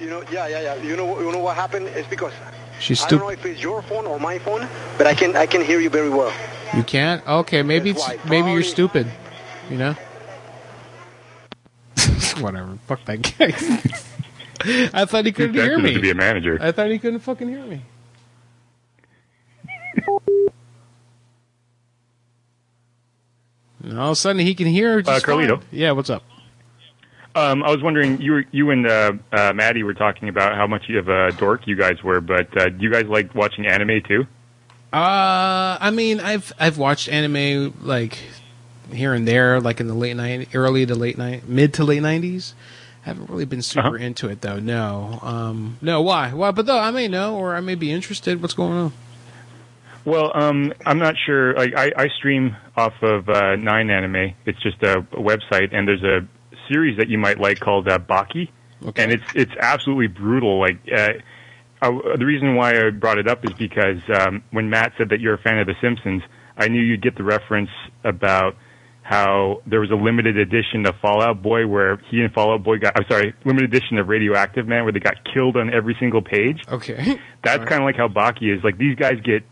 Speaker 3: You know, yeah, yeah, yeah. You know, you know what happened? It's because
Speaker 2: She's
Speaker 3: I don't know
Speaker 2: stupid.
Speaker 3: if it's your phone or my phone, but I can I can hear you very well.
Speaker 2: You can't? Okay, maybe it's, maybe you're stupid. You know? Whatever. Fuck that guy. I thought he couldn't
Speaker 35: Too
Speaker 2: hear
Speaker 35: sensitive
Speaker 2: me.
Speaker 35: to be a manager.
Speaker 2: I thought he couldn't fucking hear me. and all of a sudden he can hear.
Speaker 35: Uh,
Speaker 2: Just
Speaker 35: Carlito. Uh,
Speaker 2: fine. Yeah, what's up?
Speaker 35: Um, I was wondering, you were, you and uh, uh, Maddie were talking about how much of a dork you guys were, but uh, do you guys like watching anime too?
Speaker 2: Uh, I mean, I've I've watched anime like here and there, like in the late night, early to late night, mid to late nineties. I haven't really been super
Speaker 35: Uh-huh.
Speaker 2: into it though. No, um, no. Why? Why? But though I may know, or I may be interested. What's going on?
Speaker 35: Well, um, I'm not sure. Like, I, I stream off of uh, Nine Anime. It's just a, a website, and there's a series that you might like called uh, Baki, and it's it's absolutely brutal. Like, uh, I, the reason why I brought it up is because um, when Matt said that you're a fan of The Simpsons, I knew you'd get the reference about how there was a limited edition of Fallout Boy where he and Fallout Boy got. I'm sorry, limited edition of Radioactive Man where they got killed on every single page.
Speaker 2: Okay.
Speaker 35: That's kind of like how Baki is. Like these guys get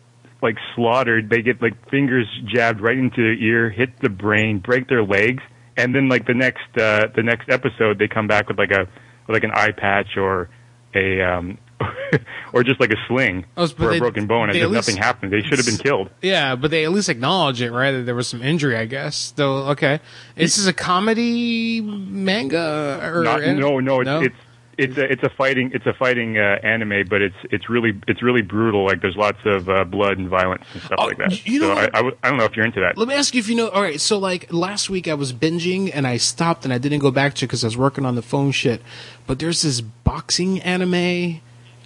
Speaker 35: like slaughtered. They get like fingers jabbed right into their ear, hit the brain, break their legs, and then like the next uh, the next episode they come back with like a with, like an eye patch or a um, or just like a sling
Speaker 2: Oh, but
Speaker 35: or
Speaker 2: they-
Speaker 35: a broken bone. As
Speaker 2: they
Speaker 35: if
Speaker 2: at least-
Speaker 35: nothing happened. They should have been killed.
Speaker 2: Yeah, but they at least acknowledge it, right? That there was some injury, I guess. Though, okay, this is a comedy manga or
Speaker 35: Not- no, no, it's,
Speaker 2: no?
Speaker 35: it's it's a it's a fighting it's a fighting uh, anime, but it's it's really it's really brutal. Like there's lots of uh, blood and violence and stuff like that.
Speaker 2: Oh, you know
Speaker 35: so I,
Speaker 2: what?
Speaker 35: I, w- I don't know if you're into that.
Speaker 2: Let me ask you if you know. All right, so like last week I was binging and I stopped and I didn't go back to it because I was working on the phone shit. But there's this boxing anime.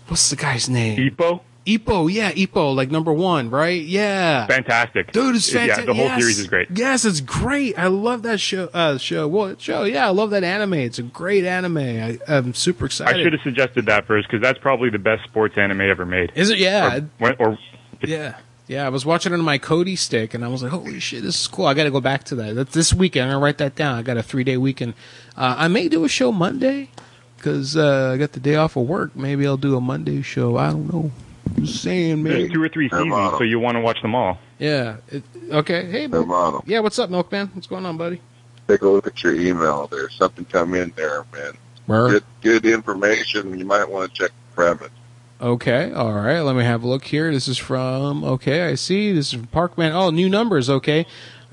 Speaker 2: What's the guy's name?
Speaker 35: Ipo.
Speaker 2: Ipo, yeah, Ipo, like number one, right? Yeah,
Speaker 35: Fantastic,
Speaker 2: dude, it's fantastic.
Speaker 35: Yeah, the whole
Speaker 2: yes.
Speaker 35: series is great.
Speaker 2: Yes, it's great. I love that show. Uh, show, well, show, yeah, I love that anime. It's a great anime. I, I'm super excited.
Speaker 35: I should have suggested that first because that's probably the best sports anime ever made.
Speaker 2: Is it? Yeah.
Speaker 35: Or, or
Speaker 2: Yeah. Yeah, I was watching it on my Cody stick, and I was like, "Holy shit, this is cool! I got to go back to that. That's this weekend. I'm gonna write that down. I got a three day weekend. Uh, I may do a show Monday because uh, I got the day off of work. Maybe I'll do a Monday show. I don't know. Just saying, man.
Speaker 35: there's two or three seasons, so you want to watch them all.
Speaker 2: Yeah. It, okay. Hey,
Speaker 13: Hey, Ronald.
Speaker 2: yeah. What's up, Milkman? What's going on, buddy?
Speaker 13: take a look at your email. There's something come in there, man. Good, good information. You might want to check the premise.
Speaker 2: Okay, all right. Let me have a look here. This is from okay. I see. This is from Parkman. Oh, new numbers. Okay,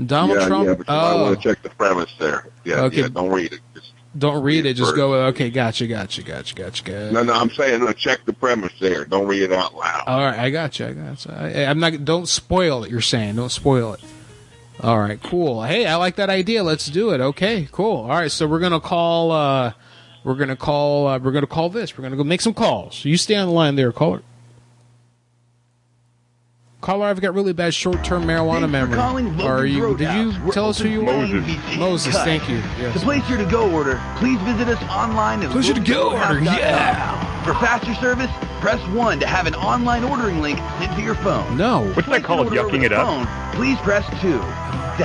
Speaker 2: Donald
Speaker 13: yeah,
Speaker 2: Trump.
Speaker 13: Yeah, but you might
Speaker 2: oh,
Speaker 13: want to check the premise there. Yeah,
Speaker 2: Okay.
Speaker 13: yeah. Don't read it. Just,
Speaker 2: don't read it. Just
Speaker 13: first.
Speaker 2: go. Okay, gotcha, gotcha, gotcha, gotcha, gotcha.
Speaker 13: no, no. I'm saying no. Check the premise there. Don't read it out loud.
Speaker 2: All right, I got you. I got you. I, I'm not. Don't spoil it. You're saying don't spoil it. All right, cool. Hey, I like that idea. Let's do it. Okay, cool. All right, so we're gonna call. uh We're gonna call. Uh, we're gonna call this. We're gonna go make some calls. You stay on the line there, caller. Caller, I've got really bad short-term marijuana memory. Are you? Did you tell us who you are? Moses. Moses,
Speaker 1: Cut.
Speaker 2: thank you.
Speaker 1: To
Speaker 2: Yes.
Speaker 1: place your to-go order, please visit us online at
Speaker 2: Place your to-go order,
Speaker 1: roadhouse.com.
Speaker 2: yeah.
Speaker 1: For faster service, press 1 to have an online ordering link sent to your phone.
Speaker 2: No.
Speaker 1: What's that
Speaker 35: called, yucking it up?
Speaker 1: Phone, please press 2. To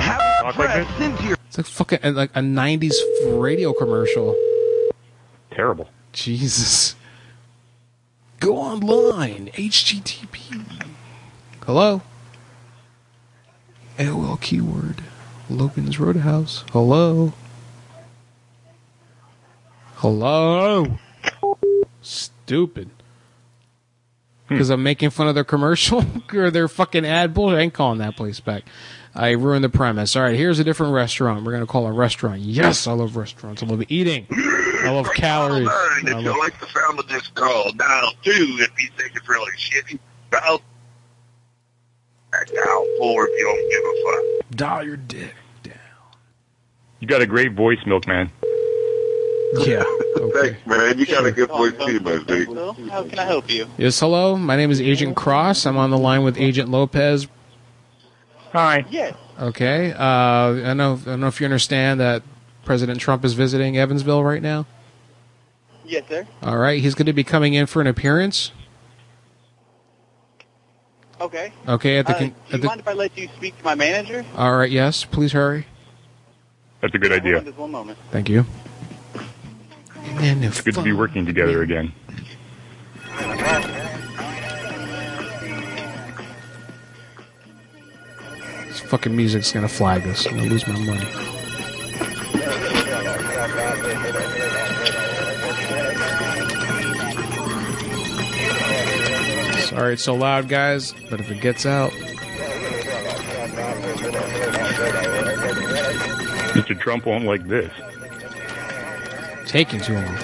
Speaker 1: have it pressed, sent to your
Speaker 2: It's like fucking uh, like a '90s radio commercial.
Speaker 35: Terrible.
Speaker 2: Jesus. Go online. HTTP. Hello. AOL keyword. Logan's Roadhouse. Hello. Hello. Stupid. Because I'm making fun of their commercial or their fucking ad bullshit. I ain't calling that place back. I ruined the premise. All right, here's a different restaurant. We're gonna call a restaurant. Yes, I love restaurants. I love eating. I love calories.
Speaker 13: And
Speaker 2: I
Speaker 13: if you
Speaker 2: love-
Speaker 13: like the sound of this call, dial two. If you think it's really shitty, dial. And dial four if you don't give a fuck.
Speaker 2: Dial your dick.
Speaker 35: You got a great voice, Milkman.
Speaker 2: Yeah.
Speaker 13: Thanks, man. You got a good voice too, man. dude.
Speaker 25: How can I help you?
Speaker 2: Yes, hello. My name is Agent Cross. I'm on the line with Agent Lopez.
Speaker 35: Hi.
Speaker 25: Yes.
Speaker 2: Okay. Uh, I know. I don't know if you understand that President Trump is visiting Evansville right now.
Speaker 25: Yes, sir.
Speaker 2: All right. He's going to be coming in for an appearance.
Speaker 25: Okay.
Speaker 2: Okay. At the.
Speaker 25: Uh,
Speaker 2: con-
Speaker 25: do
Speaker 2: at
Speaker 25: you
Speaker 2: the
Speaker 25: mind if I let you speak to my manager?
Speaker 2: all right. Yes. Please hurry.
Speaker 35: That's a good
Speaker 25: Hold
Speaker 35: idea.
Speaker 25: on just one moment.
Speaker 2: Thank you.
Speaker 35: It's good to be working together again.
Speaker 2: This fucking music's going to flag us. I'm going to lose my money. Sorry it's so loud, guys, but if it gets out.
Speaker 35: Mr. Trump won't like this.
Speaker 2: taking too long.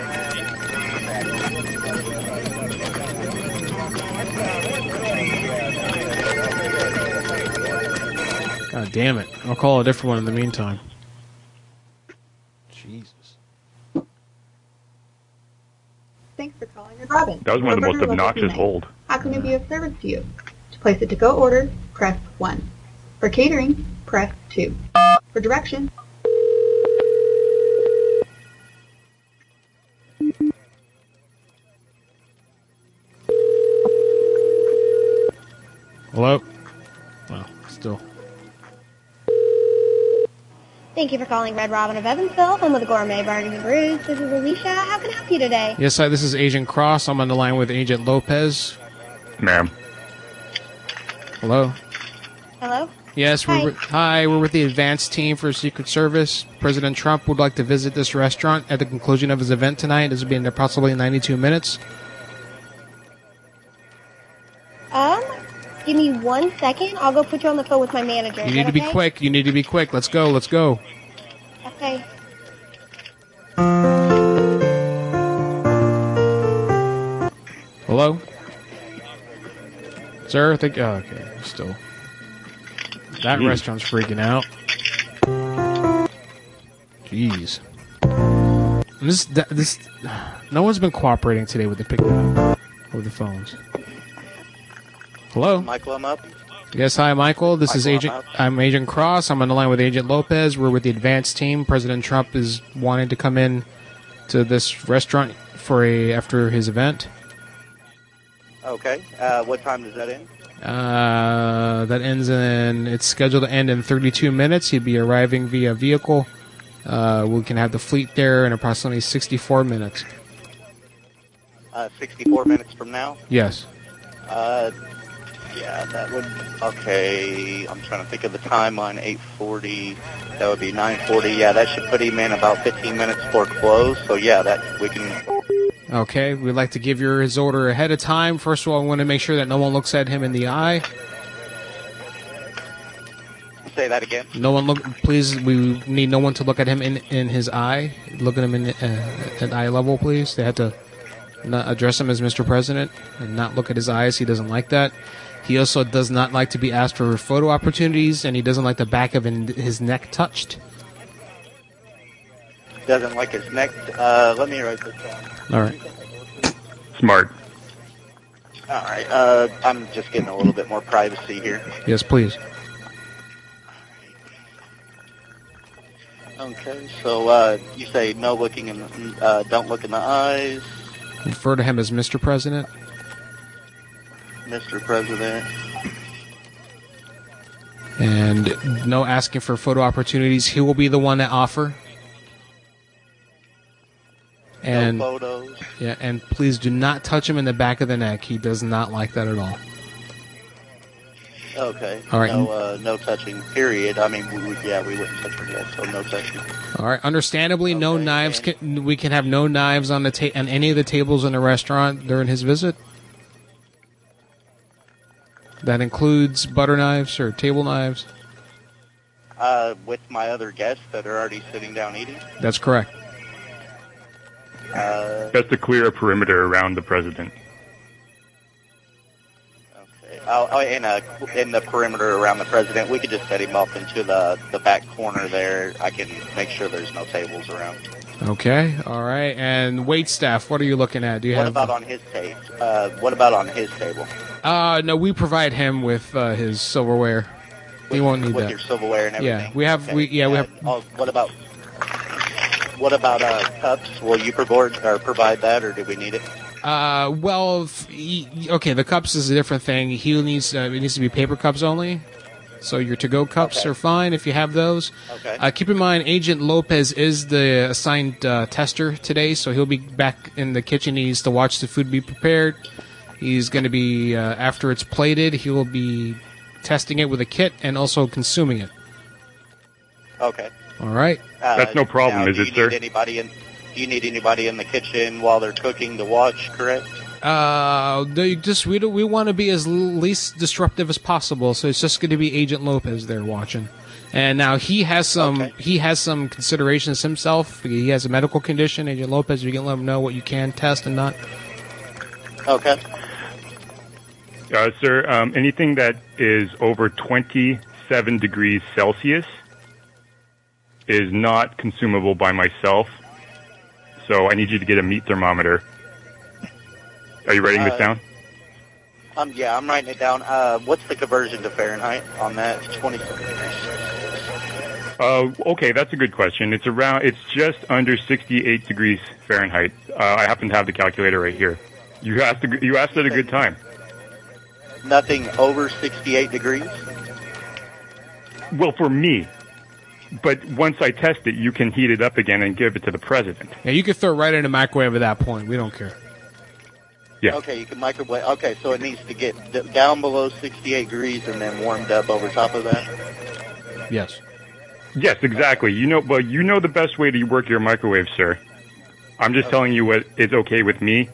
Speaker 2: God damn it. I'll call a different one in the meantime. Jesus.
Speaker 20: Thanks for calling Red Robin.
Speaker 35: That was one of the
Speaker 20: Roberta
Speaker 35: most
Speaker 20: Wilson
Speaker 35: obnoxious
Speaker 20: Knight.
Speaker 35: hold.
Speaker 20: How can we be of service to you? To place a to-go order, press 1. For catering, press 2. For direction,
Speaker 2: Hello? Well, still.
Speaker 23: Thank you for calling Red Robin of Evansville, home of the gourmet Barney's Brews. This is Alicia. How can I help you today?
Speaker 2: Yes, hi, this is Agent Cross. I'm on the line with Agent Lopez.
Speaker 35: Ma'am.
Speaker 2: Hello?
Speaker 23: Hello?
Speaker 2: Yes, we're with, hi. We're with the advance team for Secret Service. President Trump would like to visit this restaurant at the conclusion of his event tonight. This will be in approximately 92 minutes.
Speaker 23: Um, give me one second. I'll go put you on the phone with my manager. Is
Speaker 2: You need
Speaker 23: that
Speaker 2: to be
Speaker 23: okay?
Speaker 2: quick. You need to be quick. Let's go. Let's go.
Speaker 23: Okay.
Speaker 2: Hello, sir. I think. Oh, okay, still. That
Speaker 5: Hmm.
Speaker 2: restaurant's freaking out. Jeez. And This, that, this, no one's been cooperating today with the pickup of the phones. Hello.
Speaker 25: Michael, I'm up.
Speaker 2: Yes, hi, Michael. This is
Speaker 25: Michael,
Speaker 2: Agent.
Speaker 25: I'm out.
Speaker 2: I'm Agent Cross. I'm on the line with Agent Lopez. We're with the advance team. President Trump is wanting to come in to this restaurant for a after his event.
Speaker 25: Okay. Uh, what time does that end?
Speaker 2: Uh, that ends in it's scheduled to end in 32 minutes. He'd be arriving via vehicle. Uh, we can have the fleet there in approximately 64 minutes.
Speaker 25: Uh, 64 minutes from now?
Speaker 2: Yes.
Speaker 25: Uh, yeah, that would. Okay, I'm trying to think of the time on 8:40. That would be 9:40. Yeah, that should put him in about 15 minutes before close. So yeah, that we can.
Speaker 2: Okay, we'd like to give your his order ahead of time. First of all, I want to make sure that no one looks at him in the eye.
Speaker 25: Say that again.
Speaker 2: No one look. Please, we need no one to look at him in, in his eye. Look at him in uh, at eye level, please. They have to not address him as Mr. President and not look at his eyes. He doesn't like that. He also does not like to be asked for photo opportunities, and he doesn't like the back of in- his neck touched.
Speaker 25: Doesn't like his neck. Uh, let me write this down.
Speaker 2: All right.
Speaker 35: Smart.
Speaker 25: All right. Uh, I'm just getting a little bit more privacy here.
Speaker 2: Yes, please.
Speaker 25: Okay. So uh, you say no looking in. The, uh, don't look in the eyes,
Speaker 2: Refer to him as Mr. President.
Speaker 25: Mr. President.
Speaker 2: and no asking for photo opportunities. He will be the one to offer. And
Speaker 25: photos.
Speaker 2: Yeah, and please do not touch him in the back of the neck. He does not like that at all.
Speaker 25: Okay.
Speaker 2: All right.
Speaker 25: No, uh, no touching. Period. I mean, we, would- yeah, we wouldn't touch her yet, so no touching.
Speaker 2: All right. Understandably, no knives. Can, we can have no knives on the ta- on any of the tables in the restaurant during his visit. That includes butter knives or table knives.
Speaker 25: Uh, with my other guests that are already sitting down eating.
Speaker 2: That's correct.
Speaker 25: Uh,
Speaker 35: That's to clear a perimeter around the president.
Speaker 25: oh, oh, in a in the perimeter around the president, we could just set him up into the the back corner there. I can make sure there's no tables around.
Speaker 2: Okay. All right. And wait staff, what are you looking at? Do you
Speaker 25: what
Speaker 2: have
Speaker 25: about on his table? Uh, what about on his table?
Speaker 2: Uh, no, we provide him with uh, his silverware. He won't need
Speaker 25: with
Speaker 2: that.
Speaker 25: your silverware and everything.
Speaker 2: yeah, we have. We yeah, we have.
Speaker 25: Oh, what about what about uh, cups? Will you provide or provide that, or do we need it?
Speaker 2: Uh, well, if he- okay, the cups is a different thing. He needs. Uh, it needs to be paper cups only. So your to-go cups are fine if you have those.
Speaker 25: Okay.
Speaker 2: Uh, keep in mind, Agent Lopez is the assigned uh, tester today, so he'll be back in the kitchen. He needs to watch the food be prepared. He's going to be uh, after it's plated. He will be testing it with a kit and also consuming it.
Speaker 25: Okay.
Speaker 2: All right.
Speaker 25: Uh, now, do you need
Speaker 36: sir?
Speaker 25: Anybody in? Do you need anybody in the kitchen while they're cooking to watch? Correct.
Speaker 2: Uh, they just we don't, we want to be as least disruptive as possible, so it's just going to be Agent Lopez there watching. And now he has some he has some considerations himself. He has a medical condition. Agent Lopez, you can let him know what you can test and not.
Speaker 25: Okay.
Speaker 35: Uh, sir, um, anything that is over 27 degrees Celsius is not consumable by myself. So I need you to get a meat thermometer. Are you writing
Speaker 25: Uh,
Speaker 35: this down?
Speaker 25: Um, yeah, I'm writing it down. Uh, what's the conversion to Fahrenheit on that? It's 20.
Speaker 35: Uh, okay, that's a good question. It's around. It's just under 68 degrees Fahrenheit. Uh, I happen to have the calculator right here. You asked. A, g- you asked at a good time.
Speaker 25: Nothing over 68 degrees.
Speaker 35: Well, for me. But once I test it, you can heat it up again and give it to the president.
Speaker 2: Yeah, you can throw it right in the microwave at that point. We don't care.
Speaker 35: Yeah.
Speaker 25: Okay, you can microwave. Okay, so it needs to get d- down below 68 degrees and then warmed up over top of that.
Speaker 2: Yes.
Speaker 35: Yes, exactly. You know. Well, you know the best way to work your microwave, sir. I'm just telling you what is okay with me.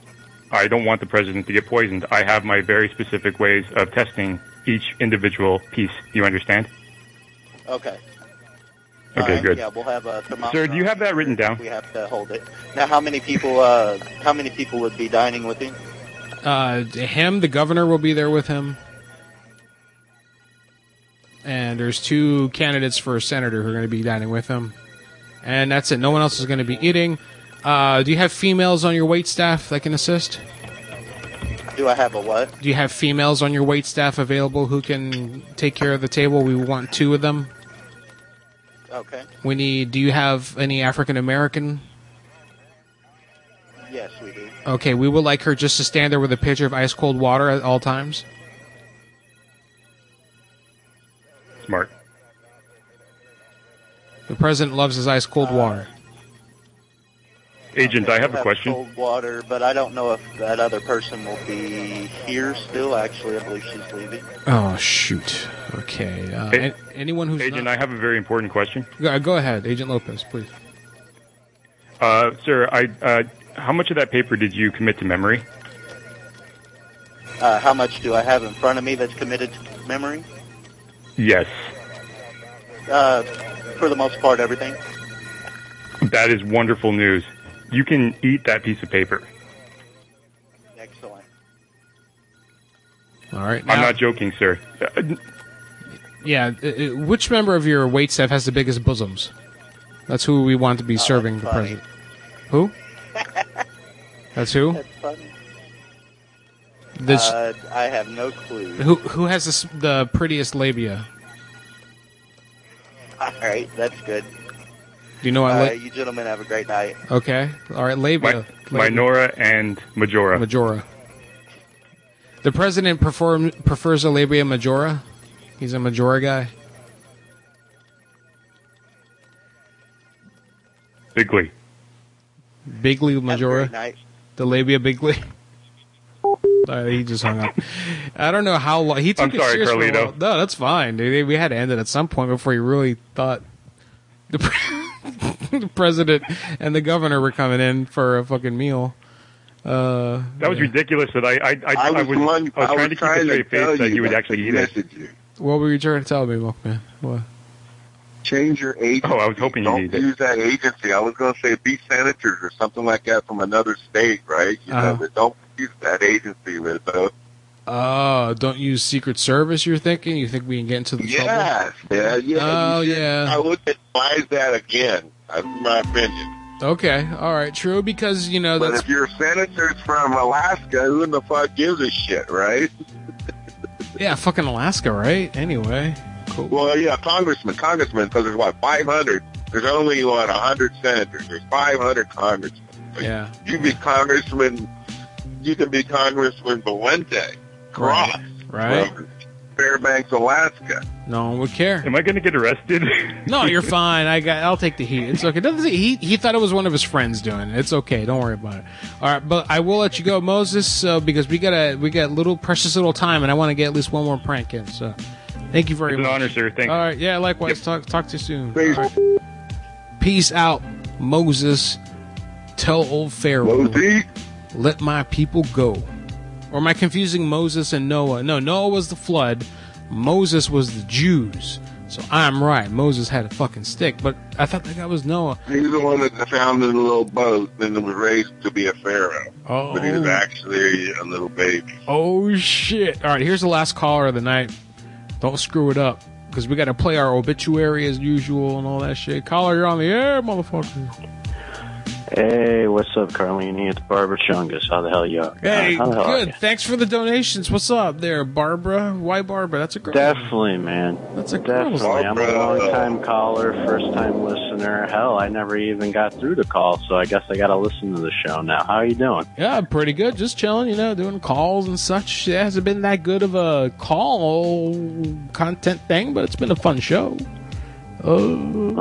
Speaker 35: I don't want the president to get poisoned. I have my very specific ways of testing each individual piece. You understand?
Speaker 25: Okay.
Speaker 35: Okay,
Speaker 25: Alright,
Speaker 35: good.
Speaker 25: Yeah, we'll have a thermometer.
Speaker 35: Sir, do you
Speaker 25: on
Speaker 35: have that written
Speaker 25: here.
Speaker 35: down?
Speaker 25: We have to hold it. Now, how many people? Uh, how many people would be dining with him?
Speaker 2: Uh, him, the governor will be there with him. And there's two candidates for senator who are going to be dining with him. And that's it. No one else is going to be eating. Uh, do you have females on your wait staff that can assist?
Speaker 25: Do I have a what?
Speaker 2: Do you have females on your wait staff available who can take care of the table? We want two of them.
Speaker 25: Okay.
Speaker 2: We need. Do you have any African American?
Speaker 25: Yes, we do.
Speaker 2: Okay, we would like her just to stand there with a pitcher of ice cold water at all times.
Speaker 35: Smart.
Speaker 2: The president loves his ice cold water.
Speaker 35: Agent, I have
Speaker 25: We'll
Speaker 35: a question.
Speaker 25: Cold water, but I don't know if that other person will be here still. Actually, I believe she's leaving.
Speaker 2: Oh shoot. Okay. Uh,
Speaker 35: A-
Speaker 2: an- anyone who's
Speaker 35: Agent, I have a very important question.
Speaker 2: go- go ahead, Agent Lopez, please.
Speaker 35: Uh, sir, I uh, how much of that paper did you commit to memory?
Speaker 25: Uh, how much do I have in front of me that's committed to memory?
Speaker 35: Yes,
Speaker 25: Uh, for the most part, everything.
Speaker 35: that is wonderful news. You can eat that piece of paper.
Speaker 25: Excellent.
Speaker 2: All right.
Speaker 35: I'm
Speaker 2: now-
Speaker 35: not joking, sir. Uh,
Speaker 2: Yeah. uh, uh, which member of your wait staff has the biggest bosoms? That's who we want to
Speaker 25: Oh,
Speaker 2: be serving the president. Who? that's who.
Speaker 25: That's funny.
Speaker 2: This-
Speaker 25: Uh, I have no clue.
Speaker 2: Who who has the, s- the prettiest labia?
Speaker 25: All right, that's good.
Speaker 2: Do you know what?
Speaker 25: uh,
Speaker 2: la-
Speaker 25: you gentlemen have a great night.
Speaker 2: okay. All right. Labia. Labia.
Speaker 35: Minora and Majora.
Speaker 2: Majora. The president perform, prefers a labia majora. He's a majora guy.
Speaker 35: Bigly.
Speaker 2: Bigly majora.
Speaker 25: Great night.
Speaker 2: The labia bigly. Sorry, he just hung up. I don't know how long he took
Speaker 35: I'm sorry,
Speaker 2: it seriously.
Speaker 35: Carlito.
Speaker 2: No, that's fine, dude. We had to end it at some point before he really thought the, pre- the president and the governor were coming in for a fucking meal. Uh,
Speaker 35: That was
Speaker 2: yeah.
Speaker 35: ridiculous. That I I I,
Speaker 13: I was
Speaker 35: was,
Speaker 13: wondering-
Speaker 35: I was
Speaker 13: I
Speaker 35: trying
Speaker 13: was
Speaker 35: to keep
Speaker 13: trying
Speaker 35: a
Speaker 13: to
Speaker 35: straight
Speaker 13: tell
Speaker 35: face that
Speaker 13: you
Speaker 35: you would
Speaker 13: that
Speaker 35: actually eat it.
Speaker 13: Message you.
Speaker 2: What were you trying to tell me, Wolfman? What?
Speaker 13: Change your agency.
Speaker 35: Oh, I was hoping you
Speaker 13: Don't
Speaker 35: needed it.
Speaker 13: use that agency. I was going to say be senators or something like that from another state, right? You
Speaker 2: Uh-huh.
Speaker 13: know, but don't use that agency, Lizzo.
Speaker 2: Oh, don't use Secret Service. You're thinking? You think we can get into the
Speaker 13: Yes, yeah, yeah.
Speaker 2: Oh,
Speaker 13: you should-
Speaker 2: yeah.
Speaker 13: I would advise that again. That's my opinion.
Speaker 2: trouble? Okay, all right, true. Because you know
Speaker 13: But
Speaker 2: that's
Speaker 13: if your senator's from Alaska, who in the fuck gives a shit, right?
Speaker 2: yeah, fucking Alaska, right? Anyway,
Speaker 13: Well, yeah, congressman, congressman, because there's what 500. There's only what 100 senators. There's 500 congressmen.
Speaker 2: yeah.
Speaker 13: You be congressman. You can be congressman Valente, Cross,
Speaker 2: Right?
Speaker 13: from Fairbanks, Alaska.
Speaker 2: No one would care.
Speaker 35: Am I going to get arrested?
Speaker 2: No, you're fine. I got. I'll take the heat. It's okay. Doesn't he? He thought it was one of his friends doing it. It's okay. Don't worry about it. All right, but I will let you go, Moses, uh, because we got a we got little precious little time, and I want to get at least one more prank in. So, thank you very
Speaker 35: It's an
Speaker 2: much.
Speaker 35: honor, sir. Thank you.
Speaker 2: All right. Yeah. Likewise. Talk. Talk to you soon. All right. Peace out, Moses. Tell old Pharaoh. Let my people go. Or am I confusing Moses and Noah? No, Noah was the flood. Moses was the Jews. So I'm right. Moses had a fucking stick, but I thought that guy was Noah.
Speaker 13: He's the one that founded a little boat and was raised to be a pharaoh.
Speaker 2: Oh.
Speaker 13: But he was actually a little baby.
Speaker 2: Oh shit! All right, here's the last caller of the night. Don't screw it up because we got to play our obituary as usual and all that shit. Caller, you're on the air, motherfucker.
Speaker 24: Hey, what's up, Carlini? It's Barbara Chungus. How the hell you are?
Speaker 2: Hey,
Speaker 24: Uh, How the hell are
Speaker 2: good. Thanks for the donations. What's up there, Barbara? Why Barbara? That's a girl.
Speaker 24: Definitely, man.
Speaker 2: That's a
Speaker 24: Definitely. I'm a long time caller, first time listener. Hell, I never even got through the call, so I guess I got to listen to the show now. How you doing?
Speaker 2: Yeah, pretty good. Just chilling, you know, doing calls and such. It hasn't been that good of a call content thing, but it's been a fun show. Oh.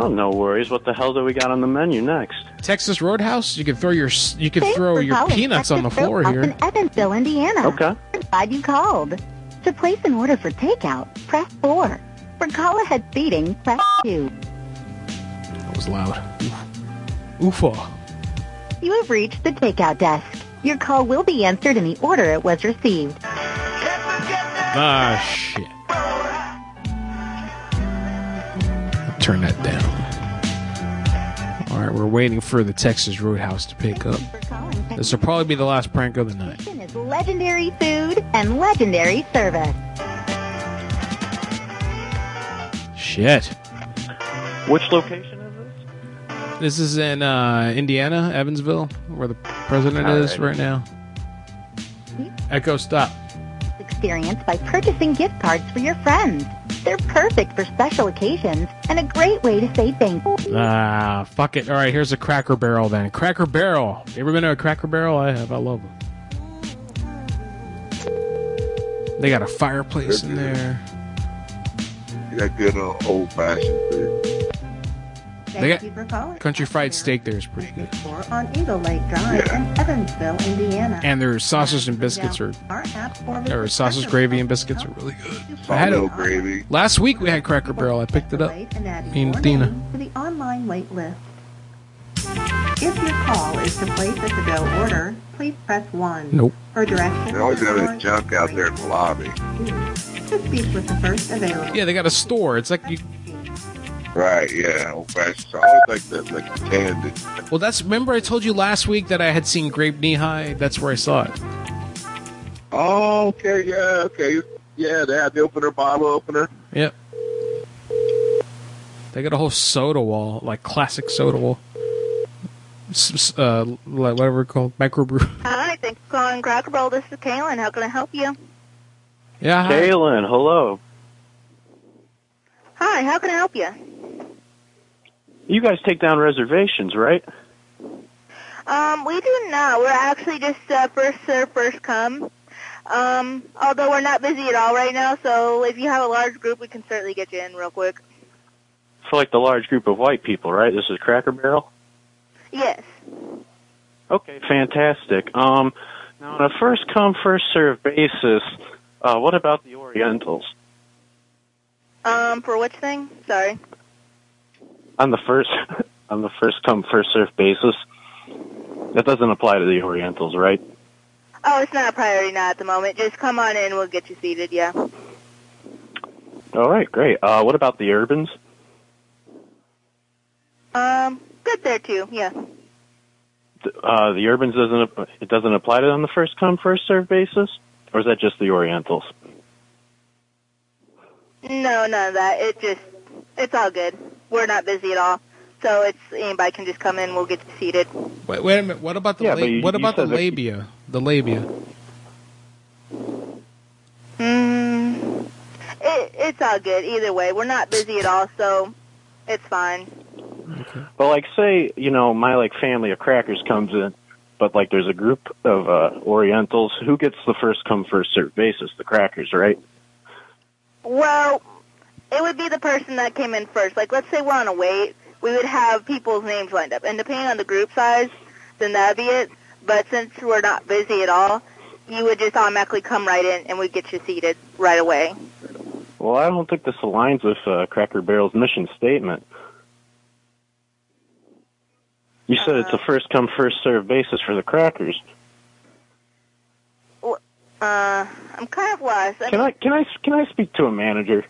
Speaker 24: Oh, no worries. What the hell do we got on the menu next?
Speaker 2: Texas Roadhouse. You can throw your s- you can throw
Speaker 28: for
Speaker 2: your
Speaker 28: calling
Speaker 2: peanuts on the
Speaker 28: Texas
Speaker 2: floor
Speaker 28: Roadhouse
Speaker 2: here.
Speaker 28: in Evansville, Indiana.
Speaker 24: Okay.
Speaker 28: We're glad you called. To place an order for takeout, press 4. For call-ahead seating, press 2.
Speaker 2: That was loud. Oof. Oofa.
Speaker 28: You have reached the takeout desk. Your call will be answered in the order it was received.
Speaker 2: Ah shit. Turn that down. All right, we're waiting for the Texas Roadhouse to pick up. This will probably be the last prank of the night.
Speaker 28: Kitchen is legendary food and legendary service.
Speaker 2: Shit.
Speaker 24: Which location is
Speaker 2: it? This is in uh, Indiana, Evansville, where the president is
Speaker 28: Alrighty.
Speaker 2: right now. Echo, stop.
Speaker 28: Experience by purchasing gift cards for your friends. They're perfect for special occasions and a great way to say thank you.
Speaker 2: Ah, fuck it. All right, here's a Cracker Barrel then. Cracker Barrel. You ever been to a Cracker Barrel? I have. I love them. They got a fireplace in there.
Speaker 13: That good old, old fashioned food.
Speaker 2: They got
Speaker 28: you for calling.
Speaker 2: country fried steak there is pretty good.
Speaker 28: On Eagle Lake Drive in Evansville, Indiana.
Speaker 2: And their sausage and biscuits are,
Speaker 28: Our app for
Speaker 2: or sausage gravy and biscuits are really good. I had
Speaker 13: Salted
Speaker 2: it
Speaker 13: gravy.
Speaker 2: last week. We had Cracker Barrel. I picked it up. Me
Speaker 28: and add
Speaker 2: and
Speaker 28: your
Speaker 2: Dina.
Speaker 28: name to the online wait list. If your call is to place a to-go order, please press 1.
Speaker 2: Nope.
Speaker 28: For directions,
Speaker 13: They always have that junk out there in the lobby.
Speaker 28: to speak with the first available.
Speaker 2: Yeah, they got a store. It's like you.
Speaker 13: Right, yeah, old fashioned. I always like that, like candy.
Speaker 2: Well, that's remember I told you last week that I had seen Grape Knee High. That's where I saw it.
Speaker 13: Oh, okay, yeah, okay. Yeah, they have the opener, bottle opener.
Speaker 2: Yep. They got a whole soda wall, like classic soda wall. S- s- Uh, like whatever it's called, microbrew.
Speaker 28: Hi, thanks for calling Cracker Barrel. This is Kaylin. How can I help you?
Speaker 2: Yeah. hi.
Speaker 24: Kaylin, hello.
Speaker 28: Hi, how can I help you?
Speaker 24: You guys take down reservations, right?
Speaker 17: Um, we do not. We're actually just uh, first serve, first come. Um, although we're not busy at all right now, so if you have a large group, we can certainly get you in real quick.
Speaker 24: For like the large group of white people, right? This is Cracker Barrel.
Speaker 17: Yes.
Speaker 24: Okay, fantastic. Um, now on a first come first serve basis, uh, what about the Orientals?
Speaker 17: Um, for which thing? Sorry.
Speaker 24: On the first on the first come first serve basis, that doesn't apply to the Orientals, right?
Speaker 17: Oh, it's not a priority now at the moment. Just come on in. We'll get you seated. Yeah.
Speaker 24: All right, great. Uh, what about the Urbans?
Speaker 17: Um, good there too. Yeah.
Speaker 24: Th- Uh, the Urbans doesn't it doesn't apply to them on the first come first serve basis, or is that just the Orientals?
Speaker 17: No, none of that. It just, it's all good. We're not busy at all. So it's anybody can just come in. We'll get you seated.
Speaker 2: Wait, wait a minute. What about the
Speaker 24: Yeah,
Speaker 2: la-
Speaker 24: but you-
Speaker 2: what
Speaker 24: you
Speaker 2: about the
Speaker 24: said that-
Speaker 2: labia? The labia.
Speaker 17: Mm, it, it's all good. Either way, we're not busy at all, so it's fine.
Speaker 24: Well, like say you know my like family of crackers comes in, but like there's a group of uh, Orientals. Who gets the first come first serve basis? The crackers, right?
Speaker 17: Well, it would be the person that came in first. Like, let's say we're on a wait, we would have people's names lined up, and depending on the group size, then that'd be it. But since we're not busy at all, you would just automatically come right in, and we'd get you seated right away.
Speaker 24: Well, I don't think this aligns with uh, Cracker Barrel's mission statement. You said it's a first come first serve basis for the crackers.
Speaker 17: Uh, I'm kind of lost. I mean,
Speaker 24: Can I can I can I speak to a manager?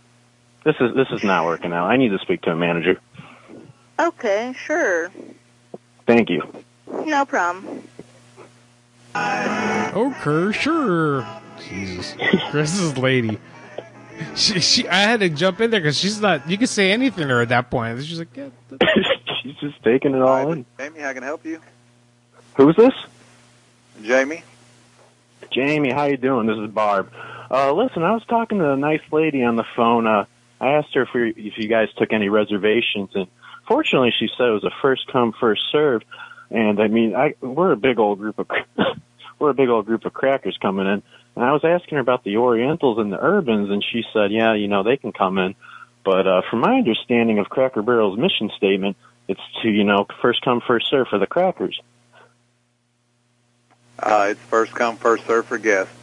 Speaker 24: This is this is not working out. I need to speak to a manager.
Speaker 17: Okay, sure.
Speaker 24: Thank you.
Speaker 17: No problem.
Speaker 2: Okay, sure. Jesus, Chris's lady. She, she, I had to jump in there because she's not. You can say anything to her at that point. She's like, yeah.
Speaker 24: she's just taking it all in.
Speaker 25: Jamie, how can I help you?
Speaker 24: Who's this?
Speaker 25: Jamie?
Speaker 24: Jamie, how you doing? This is Barb. Uh, listen, I was talking to a nice lady on the phone. Uh, I asked her if, we, if you guys took any reservations, and fortunately, she said it was a first come, first served. And I mean, I we're a big old group of we're a big old group of crackers coming in. And I was asking her about the Orientals and the Urbans, and she said, yeah, you know, they can come in, but uh, from my understanding of Cracker Barrel's mission statement, it's to you know first come, first serve for the crackers.
Speaker 25: Uh, it's first come, first serve for guests.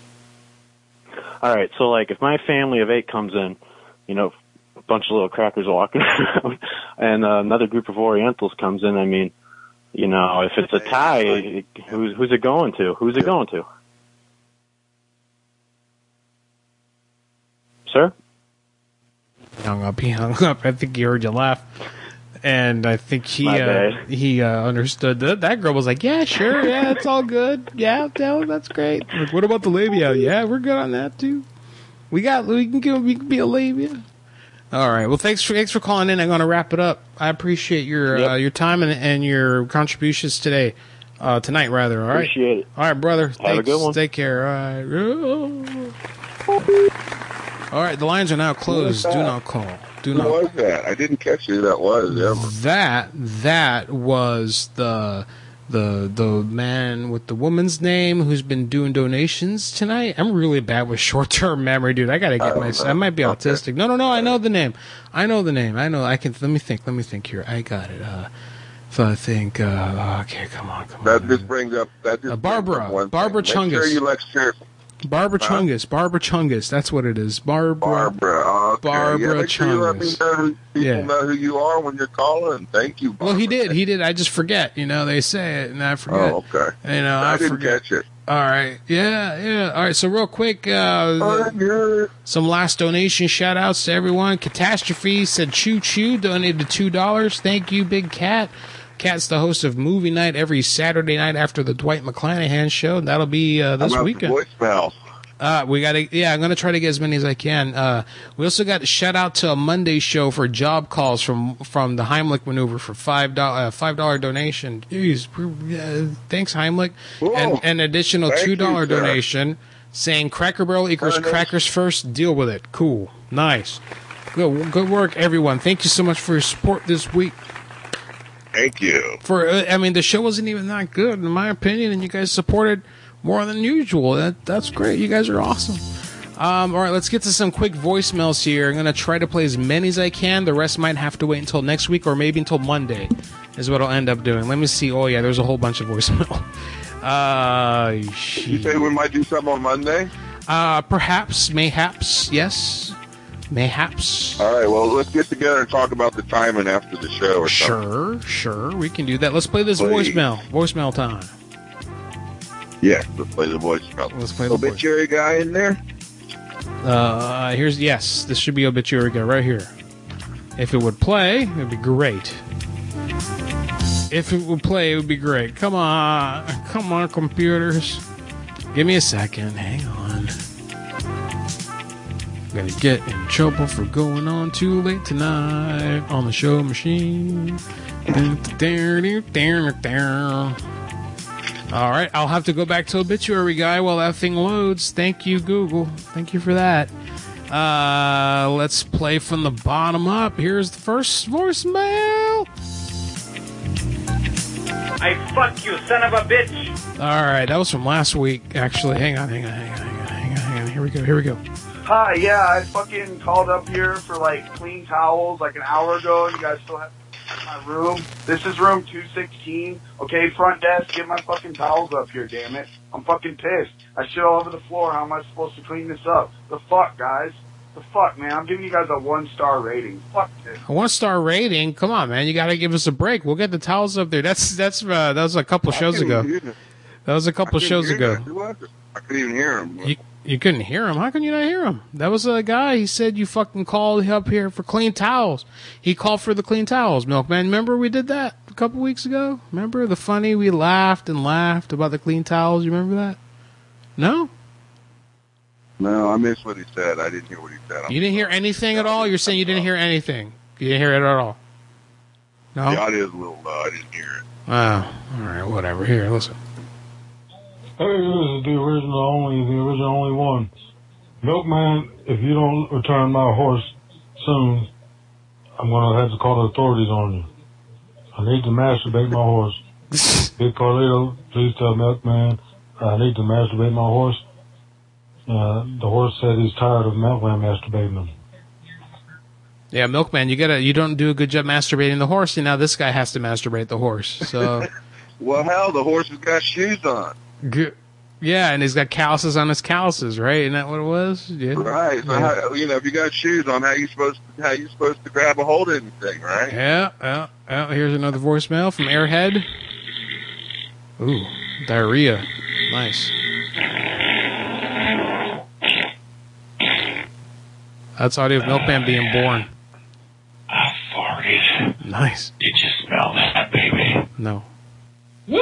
Speaker 24: All right, so like if my family of eight comes in, you know, a bunch of little crackers walking around, and uh, another group of Orientals comes in, I mean, you know, if it's a tie, it- who's who's it going to? Who's it going to? Sir?
Speaker 2: hung up. He hung up. I think he heard you laugh, and I think he
Speaker 9: My
Speaker 2: uh, he uh, understood that. That girl was like, "Yeah, sure, yeah, it's all good. Yeah, no, that's great." Like, what about the labia? Yeah, we're good on that too. We got we can give we can be a labia. All right. Well, thanks for thanks for calling in. I'm going to wrap it up. I appreciate your uh, your time and, and your contributions today, uh, tonight rather. All right.
Speaker 24: Appreciate it.
Speaker 2: All right, brother.
Speaker 24: a good one.
Speaker 2: Take care. All right. All right. The lines are now closed. Do not call. Do
Speaker 13: Who
Speaker 2: not.
Speaker 13: was that? I didn't catch who that was ever.
Speaker 2: That that was the the the man with the woman's name who's been doing donations tonight. I'm really bad with short term memory, dude. I gotta get my. I might be autistic. No, no, no. I know the name. I know the name. I know. I can. Let me think. Let me think here. I got it. Uh, if I think. Uh, okay, come on, come
Speaker 13: That just brings up that just
Speaker 2: Mm. Uh, Barbara.
Speaker 13: brings up one
Speaker 2: Barbara
Speaker 13: thing. Make sure
Speaker 2: Chungus.
Speaker 13: you let Sheriff
Speaker 2: on. Barbara Chungus. Barbara Chungus. That's what it is. Barbara.
Speaker 13: Barbara. Okay. yeah,
Speaker 2: Barbara
Speaker 13: make sure you let me
Speaker 2: Chungus.
Speaker 13: know who, people
Speaker 2: Yeah.
Speaker 13: know who you are when you're calling. Thank you.
Speaker 2: Well, he did. He did. I just forget. You know, they say it, and I forget.
Speaker 13: Oh, okay.
Speaker 2: You know, I,
Speaker 13: I, didn't
Speaker 2: forget.
Speaker 13: catch it.
Speaker 2: All right. Yeah, yeah. All right. So real quick, uh,
Speaker 13: th-
Speaker 2: some last donation shout outs to everyone. Catastrophe said choo choo donated two dollars. Thank you, Big Cat. Cat's the host of Movie Night every Saturday night after the Dwight McClanahan show. That'll be uh, this
Speaker 13: How about
Speaker 2: weekend.
Speaker 13: The voicemail.
Speaker 2: Uh, we gotta, yeah, I'm gonna try to get as many as I can. Uh, we also got a shout out to a Monday show for job calls from, from the Heimlich maneuver for five dollar, uh, five dollar donation. Jeez, we- uh, thanks Heimlich. And an additional
Speaker 9: Thank
Speaker 2: two
Speaker 9: you,
Speaker 2: dollar
Speaker 9: sir.
Speaker 2: donation saying Cracker Barrel equals crackers first. Deal with it. Cool. Nice. Good, good work, everyone. Thank you so much for your support this week.
Speaker 13: Thank you.
Speaker 2: For, uh, I mean, the show wasn't even that good in my opinion, and you guys supported more than usual. That, that's great. You guys are awesome. Um, all right, let's get to some quick voicemails here. I'm gonna try to play as many as I can. The rest might have to wait until next week or maybe until Monday, is what I'll end up doing. Let me see. Oh yeah, there's a whole bunch of voicemail. Uh,
Speaker 13: You
Speaker 2: shit.
Speaker 13: say we might do something on Monday?
Speaker 2: uh, perhaps, mayhaps, yes, mayhaps.
Speaker 13: All right. Well, let's get together and talk about the timing after the show. Or
Speaker 2: Sure, sure, we can do that. Let's play this
Speaker 13: Please.
Speaker 2: voicemail. Voicemail time.
Speaker 13: Something. Yes. Let's play the voicemail.
Speaker 2: Let's play the
Speaker 13: obituary guy in there.
Speaker 2: Uh, here's yes. This should be obituary guy right here. If it would play, it'd be great. If it would play, it would be great. Come on, come on, computers. Give me a second. Hang on. I'm gonna get in trouble for going on too late tonight on the show machine. All right, I'll have to go back to obituary guy while that thing loads. Thank you, Google. Thank you for that. Uh, let's play from the bottom up. Here's the first voicemail.
Speaker 1: I fuck you, son of a bitch.
Speaker 2: All right, that was from last week, actually. Hang on, hang on, hang on, hang on, hang on, hang on. Here we go, here we go.
Speaker 27: Hi, yeah, I fucking called up here for like clean towels like an hour ago. You guys still have my room. This is room 216. Okay, front desk, get my fucking towels up here, damn it. I'm fucking pissed. I shit all over the floor. How am I supposed to clean this up? The fuck, guys? The fuck, man? I'm giving you guys a one star rating. Fuck this.
Speaker 2: A one star rating. Come on, man. You got to give us a break. We'll get the towels up there. That's that's uh, that was a couple shows ago. That was a couple shows ago.
Speaker 13: I couldn't even hear him.
Speaker 2: You, You couldn't hear him. How can you not hear him? That was a guy. He said you fucking called up here for clean towels. He called for the clean towels, Milkman. Remember we did that a couple weeks ago? Remember the funny? We laughed and laughed about the clean towels. You remember that? No?
Speaker 13: No, I missed what he said. I didn't hear what he said.
Speaker 2: You didn't hear anything at all? You're saying you didn't hear anything. You didn't hear it at all. No?
Speaker 13: The audio's a little low. I didn't hear it.
Speaker 2: Oh, all right, whatever. Here, listen.
Speaker 12: Hey, this is the original only, the original only one. Milkman, if you don't return my horse soon, I'm gonna have to call the authorities on you. I need to masturbate my horse. Big Carlito, please tell Milkman I need to masturbate my horse. Uh, the horse said he's tired of Milkman masturbating him.
Speaker 2: Yeah, Milkman, you gotta you don't do a good job masturbating the horse, and now this guy has to masturbate the horse. So
Speaker 13: Well, hell, the horse has got shoes on.
Speaker 2: G- yeah, and he's got calluses on his calluses, right? Isn't that what it was? Yeah.
Speaker 13: Right. So
Speaker 2: Yeah.
Speaker 13: how, you know, if you got shoes on, how you supposed to, how you supposed to grab a hold of anything, right?
Speaker 2: Yeah, yeah, yeah. Here's another voicemail from Airhead. Ooh, diarrhea. Nice. That's audio of Milkman being born. I farted. Nice.
Speaker 37: Did you smell that, baby?
Speaker 2: No.
Speaker 37: Woo!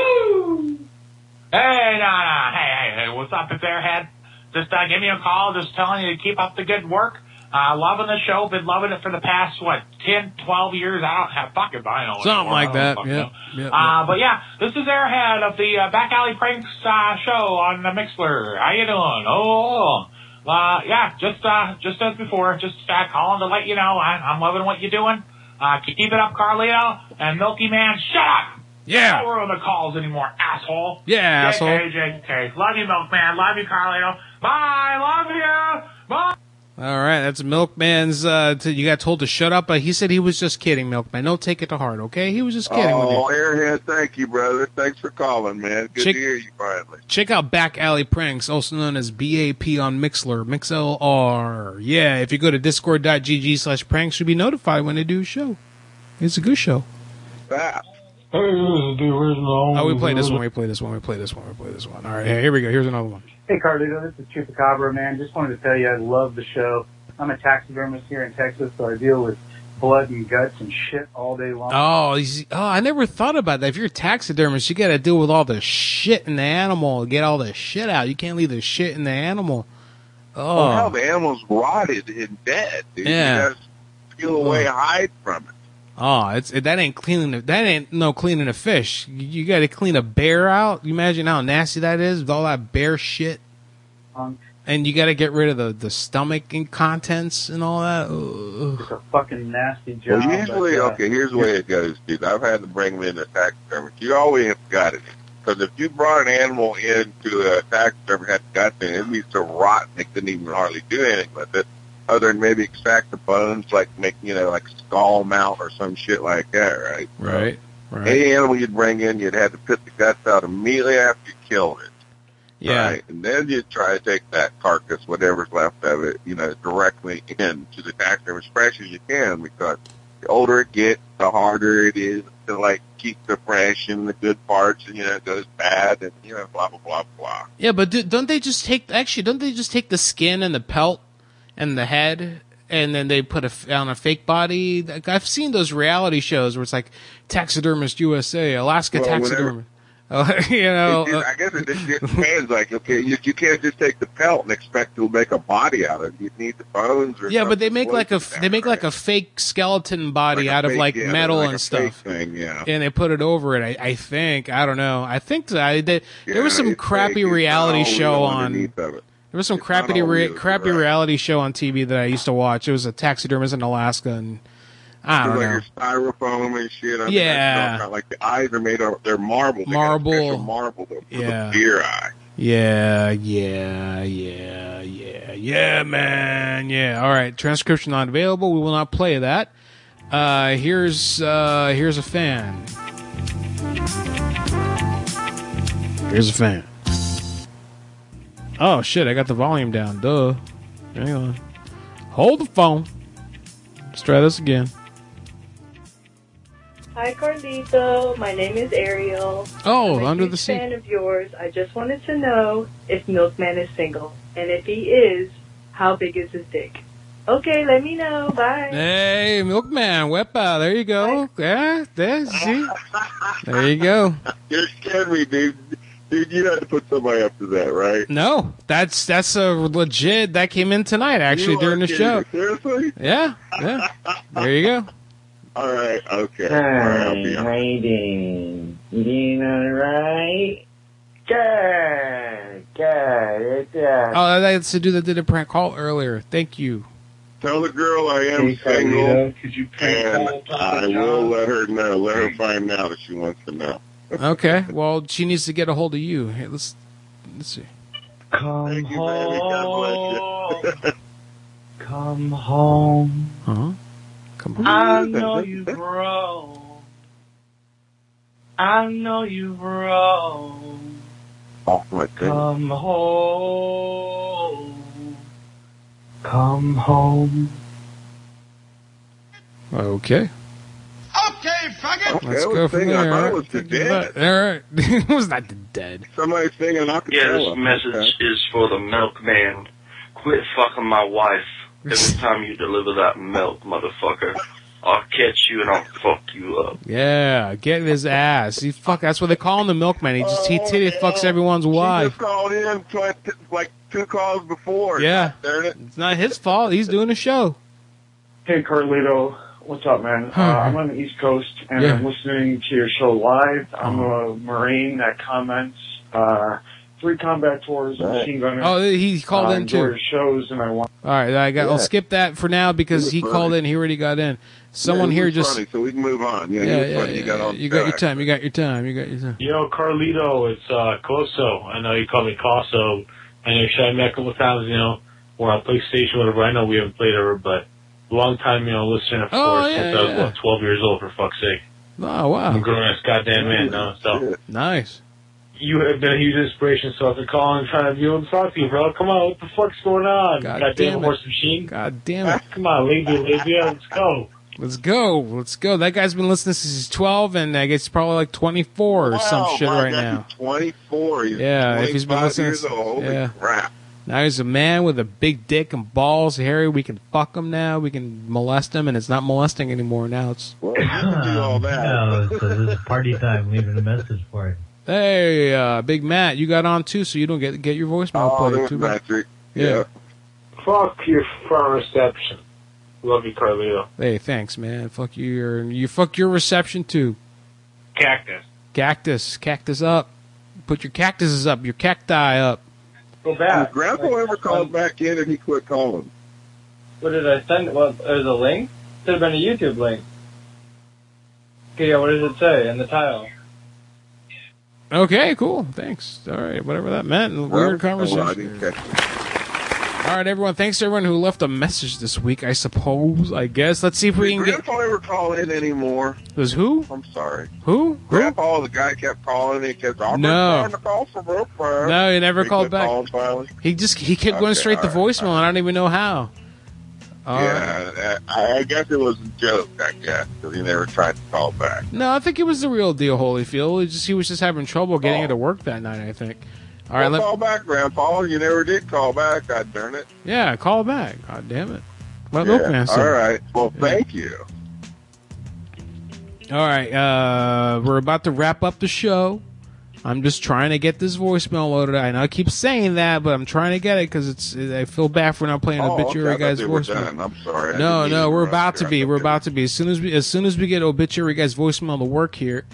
Speaker 37: Hey, no, no, hey, hey, hey, what's up, it's Airhead? Just uh, give me a call, just telling you to keep up the good work. Uh, loving the show, been loving it for the past, what, 10, 12 years? I don't have fucking vinyl.
Speaker 2: Something
Speaker 37: anymore. I
Speaker 2: like
Speaker 37: don't
Speaker 2: that.
Speaker 37: fucking know.
Speaker 2: Yeah. yeah,
Speaker 37: Uh, but yeah, this is Airhead of the uh, Back Alley Pranks uh, show on the Mixler. How you doing? Oh, uh, yeah, just uh, just as before, just uh, calling to let you know I, I'm loving what you're doing. Uh, keep it up, Carlito and Milky Man. Shut up.
Speaker 2: Yeah.
Speaker 37: Don't on the calls anymore, asshole.
Speaker 2: Yeah, asshole.
Speaker 37: JK, JK. Love you, Milkman. Love you, Carlito. Bye. Love you. Bye.
Speaker 2: All right, that's Milkman's. Uh, t- you got told to shut up, but he said he was just kidding, Milkman. Don't take it to heart, okay? He was just kidding with you.
Speaker 13: Oh, Airhead, thank you, brother. Thanks for calling, man. Good
Speaker 2: Chick-
Speaker 13: to hear you finally.
Speaker 2: Check out Back Alley Pranks, also known as BAP on Mixler, MixLR. Yeah, if you go to discord.gg slash pranks, you'll be notified when they do a show. It's a good show.
Speaker 13: Bap.
Speaker 12: Hey, this is the original only.
Speaker 2: Oh, we play
Speaker 12: the
Speaker 2: this
Speaker 12: original-
Speaker 2: one, we play this one, we play this one, we play this one. All right, here we go. Here's another one.
Speaker 9: Hey, Carlito, this is Chupacabra, man. Just wanted to tell you I love the show. I'm a taxidermist here in Texas, so I deal with blood and guts and shit all day long.
Speaker 2: Oh, you see- oh, I never thought about that. If you're a taxidermist, you got to deal with all the shit in the animal, get all the shit out. You can't leave the shit in the animal.
Speaker 13: Oh, hell,
Speaker 2: Oh,
Speaker 13: the animal's rotted and dead, dude.
Speaker 2: Yeah.
Speaker 13: You gotta peel away, hide from it.
Speaker 2: oh, it's it, that ain't cleaning. the- That ain't no cleaning a fish. You, you got to clean a bear out. You imagine how nasty that is with all that bear shit.
Speaker 9: Um,
Speaker 2: And you got to get rid of the, the stomach and contents and all that. Ugh.
Speaker 9: It's a fucking nasty job.
Speaker 13: Well, usually,
Speaker 9: but, uh,
Speaker 13: okay, here's the way it goes, dude. I've had to bring them in a taxidermist. You always have got it. Because if you brought an animal into a taxidermist, had got there, it'd be so rotten they couldn't even hardly do anything with it, other than maybe extract the bones, like make you know, like skull 'em out or some shit like that, right?
Speaker 2: Right.
Speaker 13: Any animal you'd bring in, you'd have to put the guts out immediately after you killed it.
Speaker 2: Yeah.
Speaker 13: Right? And then you try to take that carcass, whatever's left of it, you know, directly into the taxiderm as fresh as you can because the older it gets, the harder it is to like keep the fresh and the good parts and you know, it goes bad and you know, blah blah blah blah.
Speaker 2: Yeah, but do, don't they just take actually? Don't they just take the skin and the pelt and the head, and then they put a f on a fake body? Like, I've seen those reality shows where it's like taxidermist USA, Alaska
Speaker 13: Well,
Speaker 2: taxidermist. Uh, you know, uh,
Speaker 13: It just- I guess it just it depends. Like, okay, you, you can't just take the pelt and expect to make a body out of it. You need the bones. Or
Speaker 2: yeah, but they
Speaker 13: something
Speaker 2: make like a f- they make like a fake skeleton body out of
Speaker 13: fake-
Speaker 2: like
Speaker 13: yeah,
Speaker 2: metal
Speaker 13: like a
Speaker 2: and
Speaker 13: fake
Speaker 2: stuff.
Speaker 13: Thing, yeah.
Speaker 2: and they put it over it. I, I think I don't know. I think that I, that there was some crappy reality show on.
Speaker 13: There
Speaker 2: was some crappy re- crappy reality show on TV that I used to watch. It was a taxidermist in Alaska, and I don't
Speaker 13: like
Speaker 2: know.
Speaker 13: your styrofoam and shit. I mean,
Speaker 2: Yeah.
Speaker 13: that's not- like the eyes are made of they're marble. They got a
Speaker 2: Marble.
Speaker 13: special marble to put
Speaker 2: Yeah.
Speaker 13: a deer eye.
Speaker 2: Yeah, yeah, yeah, yeah, yeah, man, yeah. All right, transcription not available. We will not play that. Uh, here's uh, here's a fan. Here's a fan. Oh shit! I got the volume down. Duh. Hang on. Hold the phone. Let's try this again.
Speaker 38: Hi, Carlito. My name is Ariel.
Speaker 2: Oh,
Speaker 38: I'm a
Speaker 2: under
Speaker 38: huge
Speaker 2: the sea.
Speaker 38: Fan of yours. I just wanted to know if Milkman is single.
Speaker 19: And if he is, how big is his dick? Okay, let me know. Bye.
Speaker 2: Hey, Milkman, Wepa, there you go. Yeah, there, see? There you go.
Speaker 13: You're scared me, dude. Dude, you had to put somebody up to that, right?
Speaker 2: No, that's that's a legit. That came in tonight, actually,
Speaker 13: You
Speaker 2: during the
Speaker 13: are
Speaker 2: show.
Speaker 13: kidding. Seriously?
Speaker 2: Yeah, yeah. There you go.
Speaker 13: All right. Okay. All right. I'll be
Speaker 7: Hi,
Speaker 13: on.
Speaker 7: how you doing? You doing alright? Good, good, good.
Speaker 2: Oh, that's the dude that did a prank call earlier. Thank you.
Speaker 13: Tell the girl I am
Speaker 7: Hey,
Speaker 13: single,
Speaker 7: Carlito,
Speaker 13: and I will let her know. Let her find out if she wants to know.
Speaker 2: Okay, well, she needs to get a hold of you. Hey, let's let's see.
Speaker 7: Come
Speaker 13: home.
Speaker 7: Come home.
Speaker 2: Huh? Uh-huh. Come
Speaker 7: on.
Speaker 19: I know you bro. I know you bro.
Speaker 13: Oh my goodness.
Speaker 7: Come home. Come home.
Speaker 2: Okay.
Speaker 13: Okay, fuck
Speaker 2: Let's go from
Speaker 13: I
Speaker 2: there.
Speaker 13: thought it was the dead.
Speaker 2: All right. it was not the dead.
Speaker 13: Somebody's singing acapella.
Speaker 39: Yeah, this message is for the milkman. Quit fucking my wife. Every time you deliver that milk, motherfucker, I'll catch you and I'll fuck you up.
Speaker 2: Yeah, get his ass. He fuck. That's what they call him, the milkman. He just
Speaker 24: Oh,
Speaker 2: he titty fucks everyone's
Speaker 13: She
Speaker 2: wife.
Speaker 13: just called in twice, like two calls before.
Speaker 2: Yeah.
Speaker 13: Darn it.
Speaker 2: It's not his fault. He's doing a show.
Speaker 24: Hey, Carlito. What's up, man? Uh, I'm on the East Coast, and
Speaker 2: Yeah. Oh.
Speaker 24: I'm listening to your show live. I'm a Marine that comments. Uh, three combat tours, machine gunner.
Speaker 2: Oh, he called
Speaker 24: Uh,
Speaker 2: in,
Speaker 24: enjoy
Speaker 2: too.
Speaker 24: your shows, and I want.
Speaker 2: All right, I got. I'll
Speaker 24: Yeah.
Speaker 2: skip that for now because
Speaker 24: was
Speaker 2: he
Speaker 24: funny.
Speaker 2: called in. He already got in. Someone
Speaker 24: Yeah, he
Speaker 2: here
Speaker 24: was
Speaker 2: just
Speaker 24: funny,
Speaker 13: so we can move on.
Speaker 24: Yeah, he was funny. You got on
Speaker 2: you got your
Speaker 24: track.
Speaker 2: time. You got your time. You got your time.
Speaker 9: Yo, Carlito, it's uh, Coso. I know you call me Coso. I know you shot me a couple times, you know, or on PlayStation, whatever. I know we haven't played ever, but long time, you know, listener, of
Speaker 2: Oh,
Speaker 9: course,
Speaker 2: yeah,
Speaker 9: since I was,
Speaker 2: yeah.
Speaker 9: what, 12 years old, for fuck's sake.
Speaker 2: Oh wow,
Speaker 9: I'm a grown-ass goddamn man now, so.
Speaker 2: nice.
Speaker 9: You have been a huge inspiration, so I've been calling trying to be able to talk to you, bro. Come on, what the fuck's going on?
Speaker 2: damn
Speaker 9: goddamn
Speaker 2: it.
Speaker 9: horse machine.
Speaker 2: God damn it.
Speaker 9: Come on, lady, lady, let's go.
Speaker 2: Let's go. Let's go. That guy's been listening since he's 12, and I guess probably like 24 or some
Speaker 13: Oh,
Speaker 2: shit
Speaker 13: my
Speaker 2: right
Speaker 13: God,
Speaker 2: now.
Speaker 13: he's 24. He's
Speaker 2: Yeah, if he's been
Speaker 13: 25
Speaker 2: listening,
Speaker 13: years old. Holy
Speaker 2: yeah.
Speaker 13: crap.
Speaker 2: Now he's a man with a big dick and balls, Harry. We can fuck him now. We can molest him, and it's not molesting anymore. Now it's
Speaker 13: do all
Speaker 6: that. No, so this is party time. Leaving a message for it.
Speaker 2: hey, uh, Big Matt, you got on too, so you don't get get your voicemail
Speaker 24: Oh,
Speaker 2: played
Speaker 24: there's
Speaker 2: too.
Speaker 13: Patrick.
Speaker 2: Yeah.
Speaker 9: Fuck your phone reception. Love you, Carlito.
Speaker 2: Hey, thanks, man. Fuck you. Your, you fuck your reception too.
Speaker 9: Cactus.
Speaker 2: Cactus, cactus up. Put your cactuses up. Your cacti up.
Speaker 24: Go back. um,
Speaker 13: Has Grandpa ever called back in and he quit calling?
Speaker 24: What did I send? Well, it was a link. Should have been a YouTube link. Okay, yeah, what does it say in the title?
Speaker 2: Okay, cool. Thanks. All right, whatever that meant.
Speaker 13: Oh,
Speaker 2: Weird conversation. All right, everyone. Thanks to everyone who left a message this week. I suppose. I guess. Let's see if we
Speaker 13: Did
Speaker 2: can get.
Speaker 13: Grandpa ever call in anymore?
Speaker 2: Does who?
Speaker 13: I'm sorry.
Speaker 2: Who?
Speaker 13: Grandpa, the guy kept calling. He kept, I'm
Speaker 2: No.
Speaker 13: trying to call for real fast."
Speaker 2: No, he never called
Speaker 13: quit
Speaker 2: back.
Speaker 13: calling finally.
Speaker 2: He just he kept going
Speaker 13: Okay,
Speaker 2: straight to
Speaker 13: all
Speaker 2: voicemail, and I don't even know how. All right.
Speaker 13: yeah, I, I guess it was a joke, I guess, because he never tried to call back.
Speaker 2: No, I think it was the real deal, Holyfield. It just he was just having trouble getting
Speaker 13: Oh.
Speaker 2: it to work that night. I think. All right,
Speaker 13: Don't
Speaker 2: let,
Speaker 13: call back, Grandpa. You never did call back. God darn it.
Speaker 2: yeah, call back. God damn it. Let
Speaker 13: Yeah,
Speaker 2: Milkman say.
Speaker 13: All right. Well, thank you.
Speaker 2: All right, uh, we're about to wrap up the show. I'm just trying to get this voicemail loaded. I know I keep saying that, but I'm trying to get it because it's. I feel bad for not playing
Speaker 13: oh, okay,
Speaker 2: obituary
Speaker 13: I thought
Speaker 2: guy's
Speaker 13: they were
Speaker 2: voicemail.
Speaker 13: done. I'm sorry. I
Speaker 2: No,
Speaker 13: didn't
Speaker 2: no,
Speaker 13: mean
Speaker 2: we're
Speaker 13: interrupt
Speaker 2: about to
Speaker 13: you.
Speaker 2: be. We're about to be. As soon as we, as soon as we get obituary guys voicemail to work here,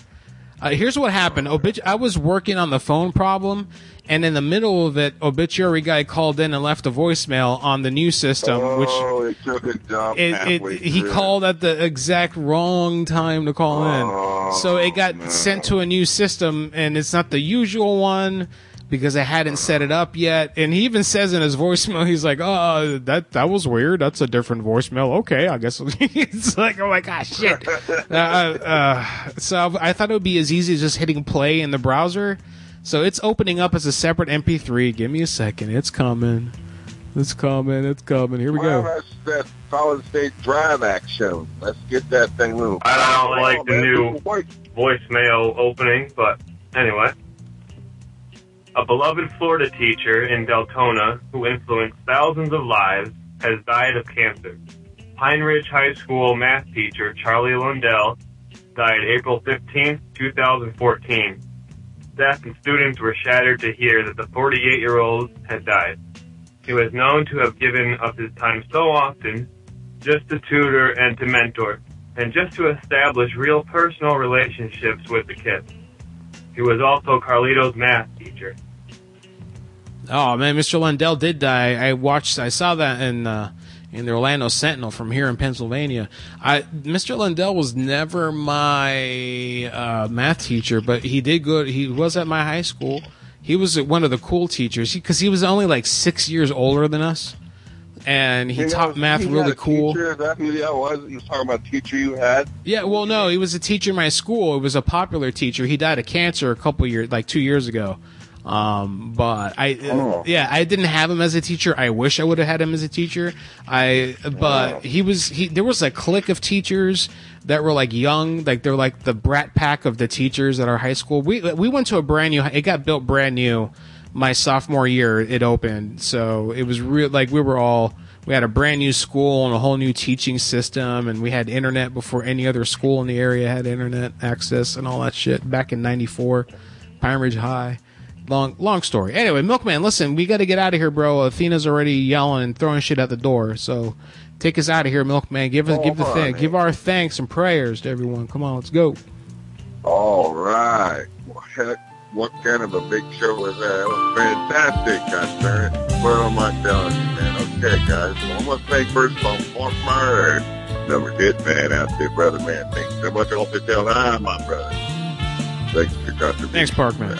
Speaker 2: uh, here's what happened.
Speaker 13: Oh,
Speaker 2: Obit- I was working on the phone problem, and in the middle of it, obituary guy called in and left a voicemail on the new system, which
Speaker 13: Oh, it took a dump.
Speaker 2: it,
Speaker 13: halfway
Speaker 2: it, he
Speaker 13: through.
Speaker 2: called at the exact wrong time to call
Speaker 13: Oh,
Speaker 2: in. So it got sent to a new system, and it's not the usual one because I hadn't set it up yet. And he even says in his voicemail, he's like, "Oh, that that was weird. That's a different voicemail. Okay, I guess." it's like, "Oh my gosh, shit." uh, uh, so I thought it would be as easy as just hitting play in the browser. So it's opening up as a separate MP3. Give me a second. It's coming. It's coming. It's coming. Here we
Speaker 13: Well,
Speaker 2: go.
Speaker 13: that's that solid state drive action. Let's get that thing moving.
Speaker 6: I don't like the
Speaker 13: man,
Speaker 6: new
Speaker 13: people work.
Speaker 6: voicemail opening, but anyway.
Speaker 23: A beloved Florida teacher in Deltona who influenced thousands of lives has died of cancer. Pine Ridge High School math teacher Charlie Lundell died April 15, 2014. Staff and students were shattered to hear that the 48 year old had died. He was known to have given up his time so often just to tutor and to mentor, and just to establish real personal relationships with the kids. He was also Carlito's math teacher.
Speaker 2: Oh man, Mr. Lundell did die. I watched, I saw that in uh, in the Orlando Sentinel from here in Pennsylvania. I Mr. Lundell was never my uh, math teacher, but he did go. He was at my high school. He was one of the cool teachers because he, was only like six years older than us, and he,
Speaker 13: You know,
Speaker 2: taught math
Speaker 13: you had
Speaker 2: really
Speaker 13: a
Speaker 2: cool.
Speaker 13: Teacher, that, yeah, was. You was talking about teacher you had.
Speaker 2: Yeah, well, no, he was a teacher in my school. It was a popular teacher. He died of cancer a couple years, like two years ago. Um, but I,
Speaker 40: Oh.
Speaker 2: yeah, I didn't have him as a teacher. I wish I would have had him as a teacher. I, but he was he. There was a clique of teachers that were like young, like they're like the brat pack of the teachers at our high school. We we went to a brand new. It got built brand new. My sophomore year, it opened, so it was real. Like we were all we had a brand new school and a whole new teaching system and we had internet before any other school in the area had internet access and all that shit back in 94 pine ridge high long long story anyway milkman listen we got to get out of here bro athena's already yelling and throwing shit at the door so take us out of here milkman give us give the
Speaker 13: All
Speaker 2: thing
Speaker 13: right.
Speaker 2: give our thanks and prayers to everyone come on let's go
Speaker 13: All right. Well, heck, what kind of a big show was that? It was fantastic, guys. Barry. What am I telling you, man? Okay, guys. Well, I want to thank first of all, Mark Meyer, number did man out there, brother man. Thanks so much. Also tell I, my brother. Thanks for your contribution.
Speaker 2: thanks parkman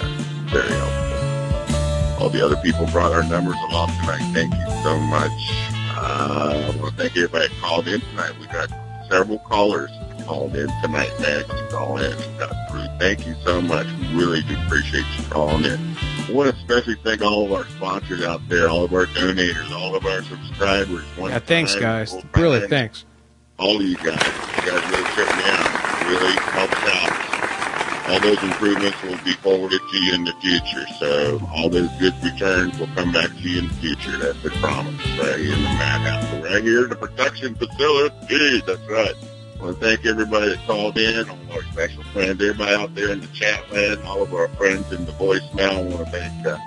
Speaker 13: Very helpful. All the other people brought our numbers along tonight. Thank you so much. Uh, I want to thank everybody that called in tonight. We got several callers that called in tonight that actually called in and got through. Thank you so much. We really do appreciate you calling in. I want to especially thank all of our sponsors out there, all of our donators, all of our subscribers. One
Speaker 2: yeah thanks
Speaker 13: time,
Speaker 2: guys
Speaker 13: we'll
Speaker 2: really
Speaker 13: find
Speaker 2: thanks
Speaker 13: all of you guys. You guys really trip me out. Really helps out. All those improvements will be forwarded to you in the future. So all those good returns will come back to you in the future. That's the promise right here in the madhouse. Right here in the production facility. That's right. I want to thank everybody that called in, all our special friends, everybody out there in the chat land, all of our friends in the voicemail. I want to thank uh,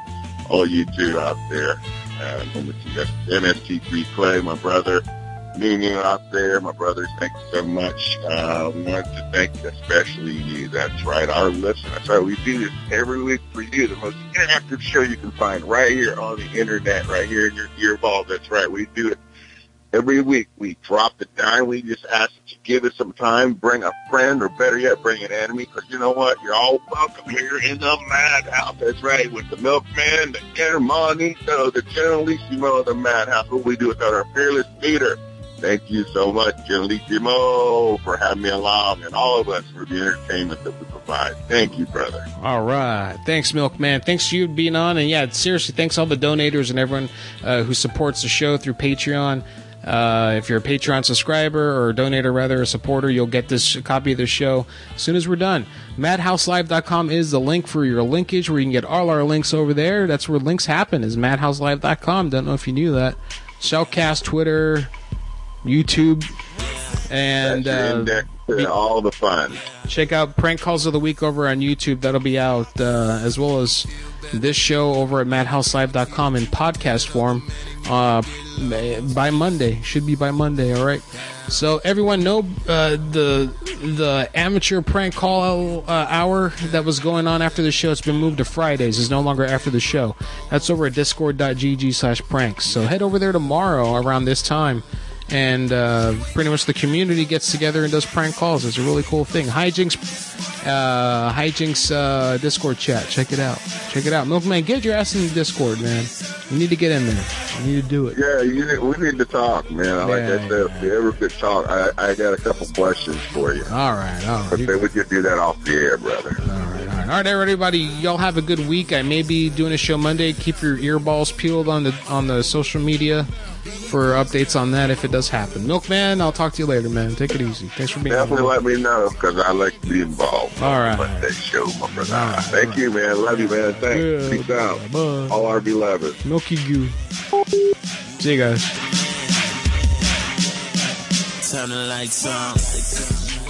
Speaker 13: all you two out there. Uh, I'm with you guys. MST3 Clay, my brother, Nunu out there, my brothers, thank you so much. Uh, I wanted to thank especially you. That's right, our listeners. That's right, we do this every week for you, the most interactive show you can find right here on the internet, right here in your ear ball. That's right, we do it every week. We drop the dime. We just ask that you give us some time, bring a friend, or better yet, bring an enemy, because you know what? You're all welcome here in the madhouse. That's right, with the milkman, the hermanito, the generalissimo of the madhouse. What we do without our fearless leader. Thank you so much, generalissimo, for having me along, and all of us for the entertainment that we provide. Thank you, brother.
Speaker 2: All right. Thanks, Milkman. Thanks to you being on. And yeah, seriously, thanks all the donators and everyone uh, who supports the show through Patreon. Uh, if you're a Patreon subscriber or a donator, rather, a supporter, you'll get this a copy of the show as soon as we're done. MadhouseLive.com is the link for your linkage where you can get all our links over there. That's where links happen, is MadhouseLive.com. Don't know if you knew that. Shellcast, Twitter, YouTube, and.
Speaker 13: That's your
Speaker 2: uh,
Speaker 13: index to all the fun.
Speaker 2: check out prank calls of the week over on youtube that'll be out uh, as well as this show over at madhouselive.com in podcast form uh, by monday should be by monday all right so everyone know uh, the the amateur prank call uh, hour that was going on after the show it's been moved to fridays it's no longer after the show that's over at discord.gg slash pranks so head over there tomorrow around this time and uh, pretty much the community gets together and does prank calls. It's a really cool thing. Hijinks, uh, hijinks uh, Discord chat. Check it out. Check it out, Milkman. Get your ass in the Discord, man. You need to get in there. You need to do it.
Speaker 13: Yeah, you need, we need to talk, man. I Like I said, if you ever could talk, I, I got a couple questions for you.
Speaker 2: All right, all right.
Speaker 13: But they would you do that off the air, brother.
Speaker 2: All right, all All right, everybody, y'all have a good week. I may be doing a show Monday. Keep your earballs peeled on the on the social media for updates on that if it does happen. Milkman, I'll talk to you later, man. Take it easy. Thanks for being on.
Speaker 13: Definitely let me know because I like to be involved.
Speaker 2: All right.
Speaker 13: But that show, my brother. Thank you, man. Love you, man. Thanks. Peace out. All our beloved.
Speaker 2: Milky Goo. See you guys.
Speaker 26: Turn the lights on.